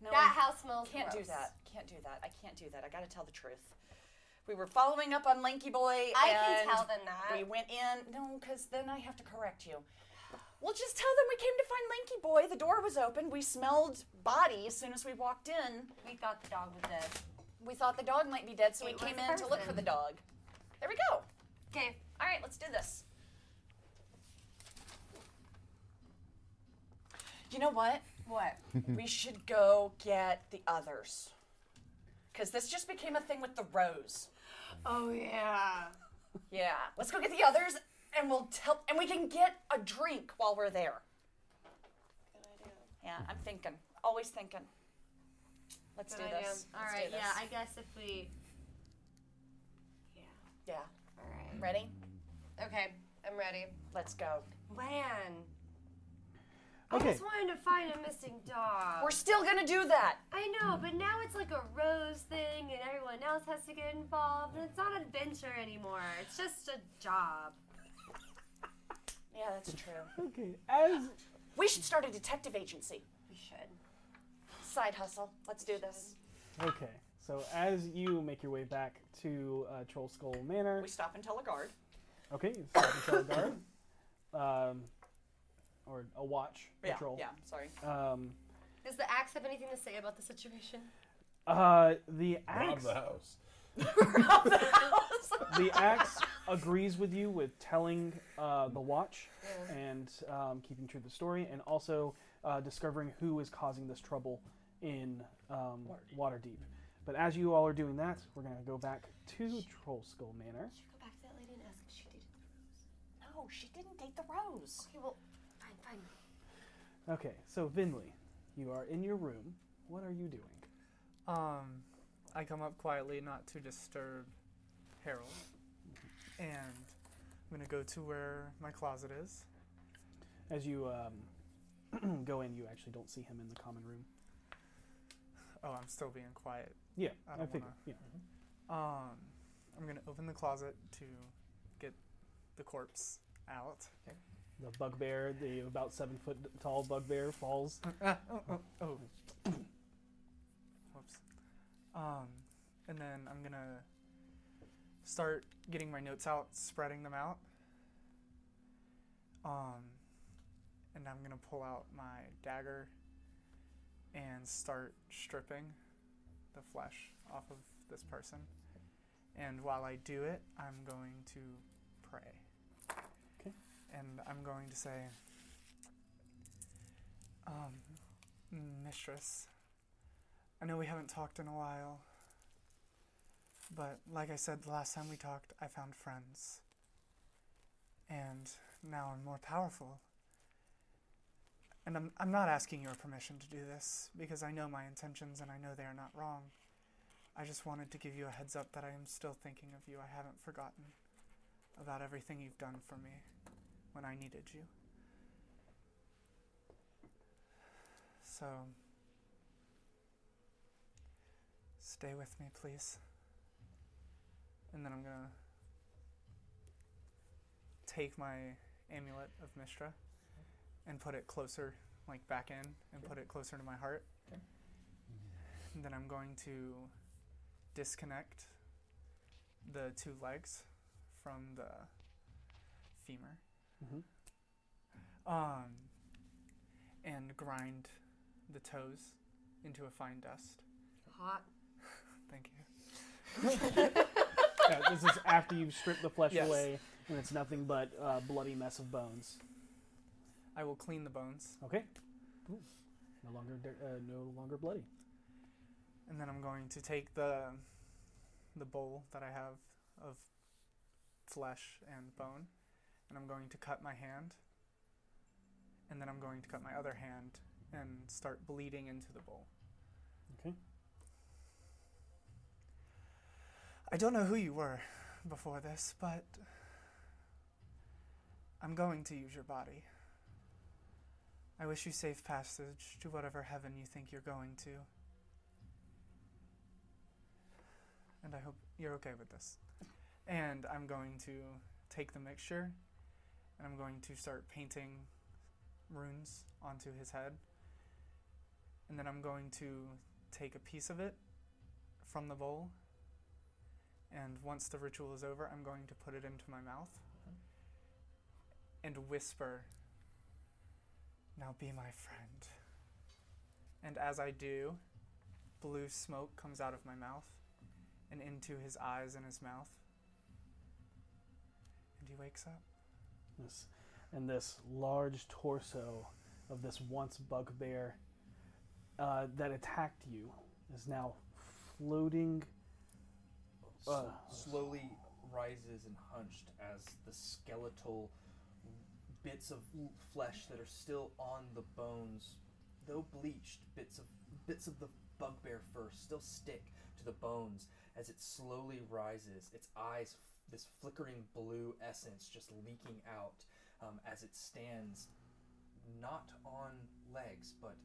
Speaker 4: no,
Speaker 6: That
Speaker 4: I
Speaker 6: house smells
Speaker 4: can't
Speaker 6: gross.
Speaker 4: do that. Can't do that. I can't do that. I gotta tell the truth. We were following up on Lanky Boy.
Speaker 6: I can
Speaker 4: and
Speaker 6: tell them that.
Speaker 4: We went in. No, because then I have to correct you. Well, just tell them we came to find Lanky Boy. The door was open. We smelled body as soon as we walked in.
Speaker 38: We thought the dog was dead.
Speaker 4: We thought the dog might be dead, so
Speaker 38: It
Speaker 4: we
Speaker 38: was
Speaker 4: came
Speaker 38: a
Speaker 4: in to look
Speaker 38: person.
Speaker 4: for the dog. There we go.
Speaker 38: Okay.
Speaker 4: All right, let's do this. You know what?
Speaker 38: What?
Speaker 4: we should go get the others. Because this just became a thing with the rose.
Speaker 6: Oh yeah.
Speaker 4: Yeah. Let's go get the others and we'll tell and we can get a drink while we're there. Good idea. Yeah, I'm thinking. Always thinking. Let's
Speaker 38: Good
Speaker 4: do
Speaker 38: idea.
Speaker 4: this.
Speaker 38: All
Speaker 4: Let's do
Speaker 38: right, yeah,
Speaker 4: this.
Speaker 38: I guess if we. Yeah.
Speaker 4: Yeah.
Speaker 38: All right.
Speaker 4: Ready?
Speaker 38: Okay, I'm ready.
Speaker 4: Let's go.
Speaker 38: Man,
Speaker 6: I
Speaker 3: Okay.
Speaker 6: just wanted to find a missing dog.
Speaker 4: We're still gonna do that.
Speaker 6: I know, but now it's like a rose thing, and everyone else has to get involved, and it's not an adventure anymore. It's just a job.
Speaker 4: Yeah, that's true.
Speaker 3: Okay. As
Speaker 4: We should start a detective agency.
Speaker 38: We should.
Speaker 4: Side hustle. Let's do this.
Speaker 3: okay, so as you make your way back to uh, Troll Skull Manor,
Speaker 4: We stop and tell a guard.
Speaker 3: okay, you stop and tell a guard, um, or a watch
Speaker 4: Yeah,
Speaker 3: patrol.
Speaker 4: yeah, sorry.
Speaker 3: Um,
Speaker 38: Does the axe have anything to say about the situation?
Speaker 3: uh, the
Speaker 5: Rob
Speaker 3: axe.
Speaker 5: the house.
Speaker 3: the axe agrees with you with telling uh, the watch
Speaker 38: Yeah.
Speaker 3: and um, keeping true to the story, and also uh, discovering who is causing this trouble in um, Waterdeep. But as you all are doing that, we're going to go back to Troll Skull Manor.
Speaker 6: Go back to that lady and ask if she dated the rose.
Speaker 4: No, she didn't date the rose.
Speaker 6: Okay, well, fine, fine.
Speaker 3: Okay, so Vinley, you are in your room. What are you doing?
Speaker 7: Um, I come up quietly, not to disturb Harold, and I'm gonna go to where my closet is.
Speaker 3: As you um, go in, you actually don't see him in the common room.
Speaker 7: Oh, I'm still being quiet.
Speaker 3: Yeah,
Speaker 7: I
Speaker 3: I,
Speaker 7: don't
Speaker 3: figured.
Speaker 7: wanna-
Speaker 3: Yeah.
Speaker 7: Um, I'm gonna open the closet to get the corpse out.
Speaker 3: The bugbear, the about seven foot tall bugbear, falls.
Speaker 7: Ah, oh, oh, oh. Whoops. Um, and then I'm gonna start getting my notes out, spreading them out. Um, and I'm gonna pull out my dagger and start stripping the flesh off of this person. And while I do it, I'm going to pray.
Speaker 3: Okay.
Speaker 7: And I'm going to say, um, mistress, I know we haven't talked in a while, but like I said the last time we talked, I found friends. And now I'm more powerful. And I'm, I'm not asking your permission to do this, because I know my intentions and I know they are not wrong. I just wanted to give you a heads up that I am still thinking of you. I haven't forgotten about everything you've done for me when I needed you. So, stay with me, please. And then I'm gonna take my amulet of Mishra and put it closer, like back in, and put it closer to my heart. And then I'm going to disconnect the two legs from the femur.
Speaker 3: Mhm.
Speaker 7: Um, and grind the toes into a fine dust.
Speaker 38: Hot.
Speaker 7: Thank you.
Speaker 3: Yeah, this is after you've stripped the flesh
Speaker 7: Yes.
Speaker 3: away and it's nothing but a bloody mess of bones.
Speaker 7: I will clean the bones.
Speaker 3: Okay. Ooh. No longer, dir- uh, no longer bloody.
Speaker 7: and then I'm going to take the the bowl that I have of flesh and bone, and I'm going to cut my hand, and then I'm going to cut my other hand and start bleeding into the bowl.
Speaker 3: Okay.
Speaker 7: I don't know who you were before this, but I'm going to use your body. I wish you safe passage to whatever heaven you think you're going to. And I hope you're okay with this. And I'm going to take the mixture and I'm going to start painting runes onto his head. And then I'm going to take a piece of it from the bowl. And once the ritual is over, I'm going to put it into my mouth and whisper Now be my friend. And as I do, blue smoke comes out of my mouth and into his eyes and his mouth. And he wakes up.
Speaker 3: This, and this large torso of this once bugbear uh, that attacked you is now floating. Uh,
Speaker 2: slowly rises and hunched as the skeletal bits of l- flesh that are still on the bones, though bleached, bits of bits of the bugbear fur still stick to the bones as it slowly rises. Its eyes, f- this flickering blue essence, just leaking out um, as it stands, not on legs, but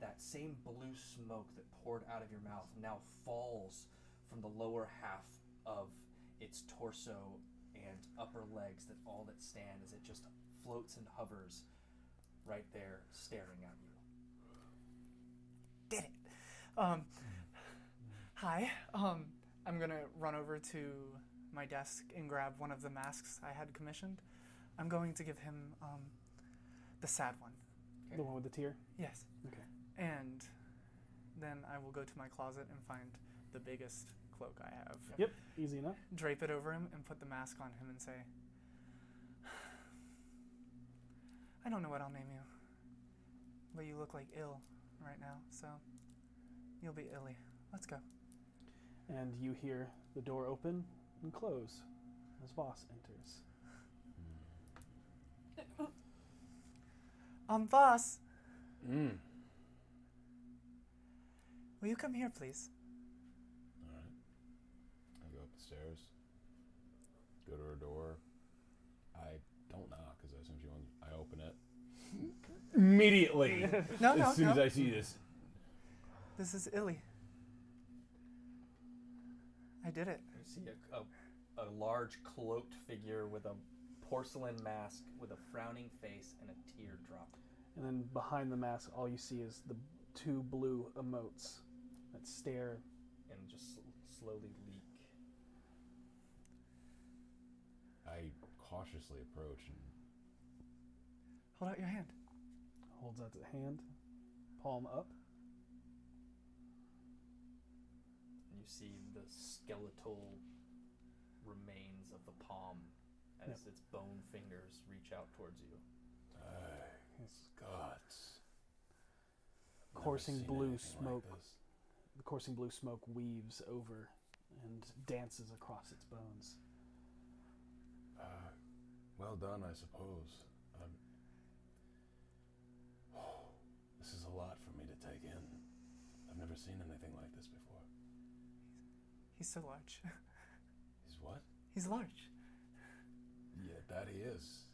Speaker 2: that same blue smoke that poured out of your mouth now falls from the lower half of its torso and upper legs that all that stand is it just floats and hovers right there staring at you.
Speaker 7: Did it. Um, hi. Um, I'm gonna run over to my desk and grab one of the masks I had commissioned. I'm going to give him um, the sad one.
Speaker 3: The one with the tear?
Speaker 7: Yes.
Speaker 3: Okay.
Speaker 7: And then I will go to my closet and find the biggest cloak I have.
Speaker 3: Yep, easy enough.
Speaker 7: Drape it over him and put the mask on him and say, I don't know what I'll name you, but you look like ill right now, so you'll be illy. Let's go.
Speaker 3: And you hear the door open and close as Voss enters.
Speaker 7: Um, Voss,
Speaker 5: Mm.
Speaker 7: will you come here, please?
Speaker 5: Alright. I go up the stairs, go to her door. I don't knock because I assume she wants. I open it immediately.
Speaker 7: No,
Speaker 2: Oh,
Speaker 5: as
Speaker 7: no,
Speaker 5: soon as
Speaker 7: no.
Speaker 5: I see this.
Speaker 7: This is illy. I did it.
Speaker 2: You see a, a, a large cloaked figure with a porcelain mask with a frowning face and a teardrop.
Speaker 3: And then behind the mask, all you see is the two blue emotes that stare.
Speaker 2: And just slowly leak.
Speaker 5: I cautiously approach and
Speaker 7: Hold out your hand.
Speaker 3: Holds out the hand, palm up.
Speaker 2: And you see the skeletal remains of the palm as its bone fingers reach out towards you.
Speaker 5: gods.
Speaker 3: coursing
Speaker 5: seen
Speaker 3: blue
Speaker 5: anything like
Speaker 3: smoke. the coursing blue smoke weaves over and dances across its bones.
Speaker 5: Uh, well done, I suppose. Um, this is a lot for me to take in. I've never seen anything like this before.
Speaker 7: He's so large.
Speaker 5: He's what?
Speaker 7: He's large.
Speaker 5: Yeah, that he is.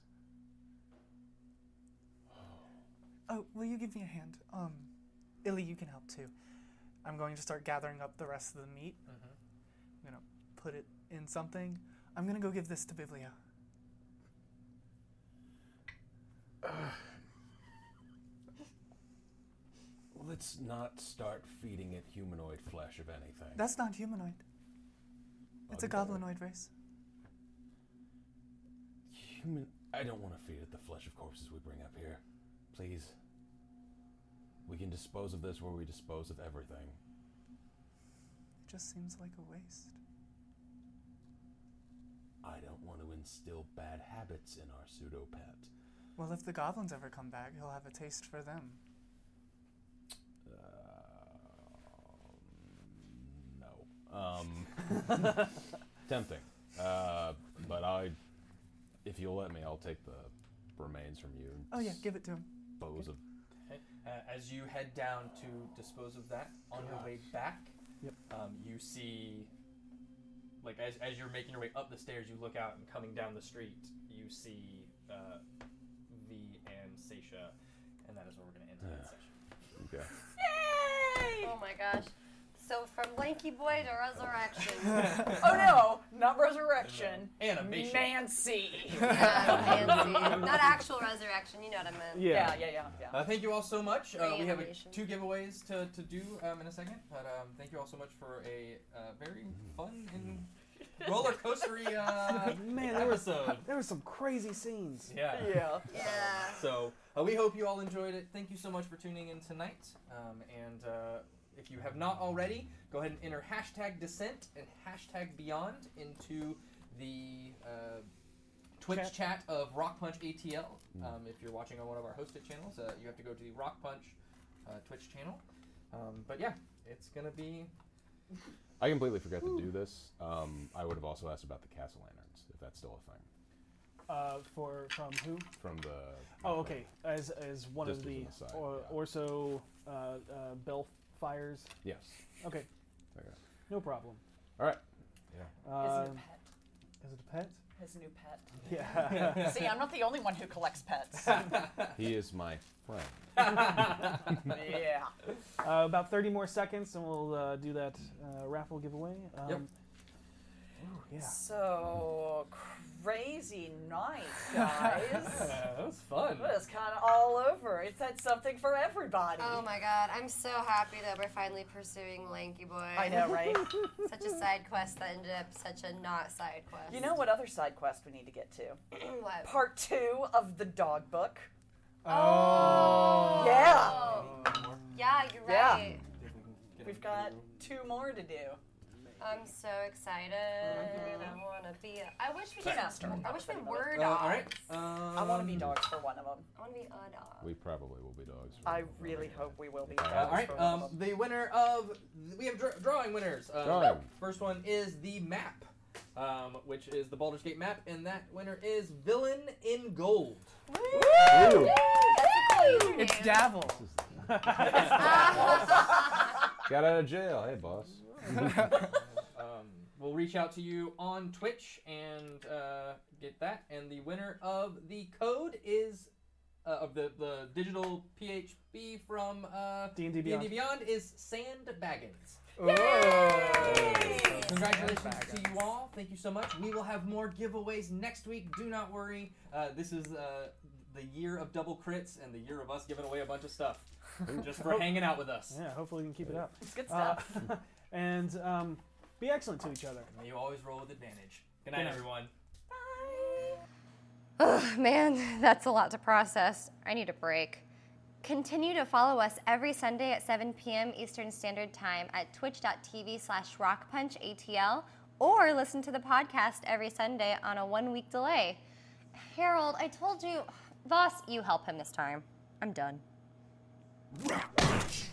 Speaker 7: Oh, will you give me a hand? Um, Illy, you can help too. I'm going to start gathering up the rest of the meat. I'm gonna put it in something. I'm gonna go give this to Biblia.
Speaker 5: Let's not start feeding it humanoid flesh of anything.
Speaker 7: That's not humanoid. It's
Speaker 5: Oh,
Speaker 7: a goblinoid race.
Speaker 5: human. I don't want to feed it the flesh of corpses we bring up here. Please. We can dispose of this where we dispose of everything.
Speaker 7: It just seems like a waste.
Speaker 5: I don't want to instill bad habits in our pseudo pet.
Speaker 7: Well, if the goblins ever come back, he'll have a taste for them.
Speaker 5: No. Um, tempting. Uh, but I, if you'll let me, I'll take the remains from you. and
Speaker 7: Oh, yeah, give it to him.
Speaker 5: Dispose of.
Speaker 2: Okay. Uh, as you head down to dispose of that, on your way back,
Speaker 3: Yep.
Speaker 2: um, you see, like, as, as you're making your way up the stairs, you look out and coming down the street, you see uh, V and Seisha, and that is where we're going to end tonight's session.
Speaker 5: Okay.
Speaker 1: Oh my gosh. So from lanky boy to resurrection.
Speaker 14: oh no, not resurrection.
Speaker 2: Animation.
Speaker 14: Nancy.
Speaker 1: Not actual resurrection, you know what I meant.
Speaker 2: Uh, thank you all so much. Uh, we have a,
Speaker 1: Reanimation.
Speaker 2: two giveaways to, to do um, in a second, but um, thank you all so much for a uh, very fun and roller coastery. Uh,
Speaker 3: Man, there were
Speaker 2: episode.
Speaker 3: There were some crazy scenes.
Speaker 2: Yeah.
Speaker 3: Yeah.
Speaker 2: So uh, we hope you all enjoyed it. Thank you so much for tuning in tonight. Um, and uh, if you have not already, go ahead and enter hashtag Descent and hashtag Beyond into the uh, Twitch chat. of Rock Punch ATL. Um, if you're watching on one of our hosted channels, uh, you have to go to the Rock Punch uh, Twitch channel. Um, but yeah, it's gonna be.
Speaker 5: I completely forgot to do this. Um, I would have also asked about the castle lanterns, if that's still a thing.
Speaker 3: Uh, for from who?
Speaker 5: From the.
Speaker 3: Oh, okay. As as one
Speaker 5: Just
Speaker 3: of
Speaker 5: as
Speaker 3: the
Speaker 5: an aside,
Speaker 3: or, Orso uh, uh, bell fires.
Speaker 5: Yes.
Speaker 3: Okay.
Speaker 5: Okay.
Speaker 3: No problem.
Speaker 5: All right. Yeah.
Speaker 3: Uh,
Speaker 2: Um,
Speaker 4: Is it
Speaker 3: Is it
Speaker 4: a pet?
Speaker 3: a pet?
Speaker 4: His new pet.
Speaker 3: Yeah.
Speaker 4: See, I'm not the only one who collects pets.
Speaker 5: He is my friend.
Speaker 4: yeah.
Speaker 3: Uh, about 30 more seconds, and we'll uh, do that uh, raffle giveaway. Um,
Speaker 4: Yep.
Speaker 3: ooh, yeah.
Speaker 4: So crazy night, guys.
Speaker 2: that was fun.
Speaker 4: It was kind of all over. It's had something for everybody.
Speaker 6: Oh my god, I'm so happy that we're finally pursuing Lanky Boy.
Speaker 4: I know, right?
Speaker 6: such a side quest that ended up such a not side quest.
Speaker 4: You know what other side quest we need to get to?
Speaker 6: What?
Speaker 4: Part two of the dog book.
Speaker 3: Oh.
Speaker 4: Yeah.
Speaker 6: Yeah, you're
Speaker 4: Yeah.
Speaker 6: right.
Speaker 4: We've got two more to do.
Speaker 6: I'm so excited.
Speaker 4: Mm-hmm.
Speaker 6: I wanna be. A, I wish we
Speaker 4: Can't
Speaker 6: could.
Speaker 4: start
Speaker 6: I wish we were
Speaker 5: Uh,
Speaker 6: dogs.
Speaker 5: all right.
Speaker 4: I
Speaker 2: um,
Speaker 4: want to be dogs for one of them.
Speaker 6: I wanna be a dog.
Speaker 5: We probably will be dogs.
Speaker 4: I really hope we will be.
Speaker 5: Uh,
Speaker 4: dogs
Speaker 2: all right.
Speaker 4: for one of
Speaker 2: Um, the winner of we have dra- drawing winners. Uh,
Speaker 5: Drawing.
Speaker 2: First one is the map, um, which is the Baldur's Gate map, and that winner is Villain in Gold.
Speaker 5: Ooh.
Speaker 39: It's Davil.
Speaker 5: Got out of jail. Hey, boss.
Speaker 2: um, we'll reach out to you on Twitch and uh, get that. And the winner of the code is uh, of the, the digital PHB from uh, D&D
Speaker 3: D&D Beyond.
Speaker 2: Beyond is Sand Baggins.
Speaker 3: Yay!
Speaker 2: Congratulations to you all. Thank you so much. We will have more giveaways next week. Do not worry. Uh, this is uh, the year of double crits and the year of us giving away a bunch of stuff just for hanging out with us.
Speaker 3: Yeah, hopefully we can keep it up.
Speaker 4: It's good
Speaker 3: Uh, and um, be excellent to each other.
Speaker 2: May you always roll with advantage. Good night,
Speaker 3: Good night.
Speaker 2: everyone.
Speaker 1: Ugh, man, that's a lot to process. I need a break. Continue to follow us every Sunday at 7 p.m. Eastern Standard Time at twitch.tv slash rockpunchatl or listen to the podcast every Sunday on a one-week delay. Harold, I told you... Voss, you help him this time. I'm done.
Speaker 40: Rock punch.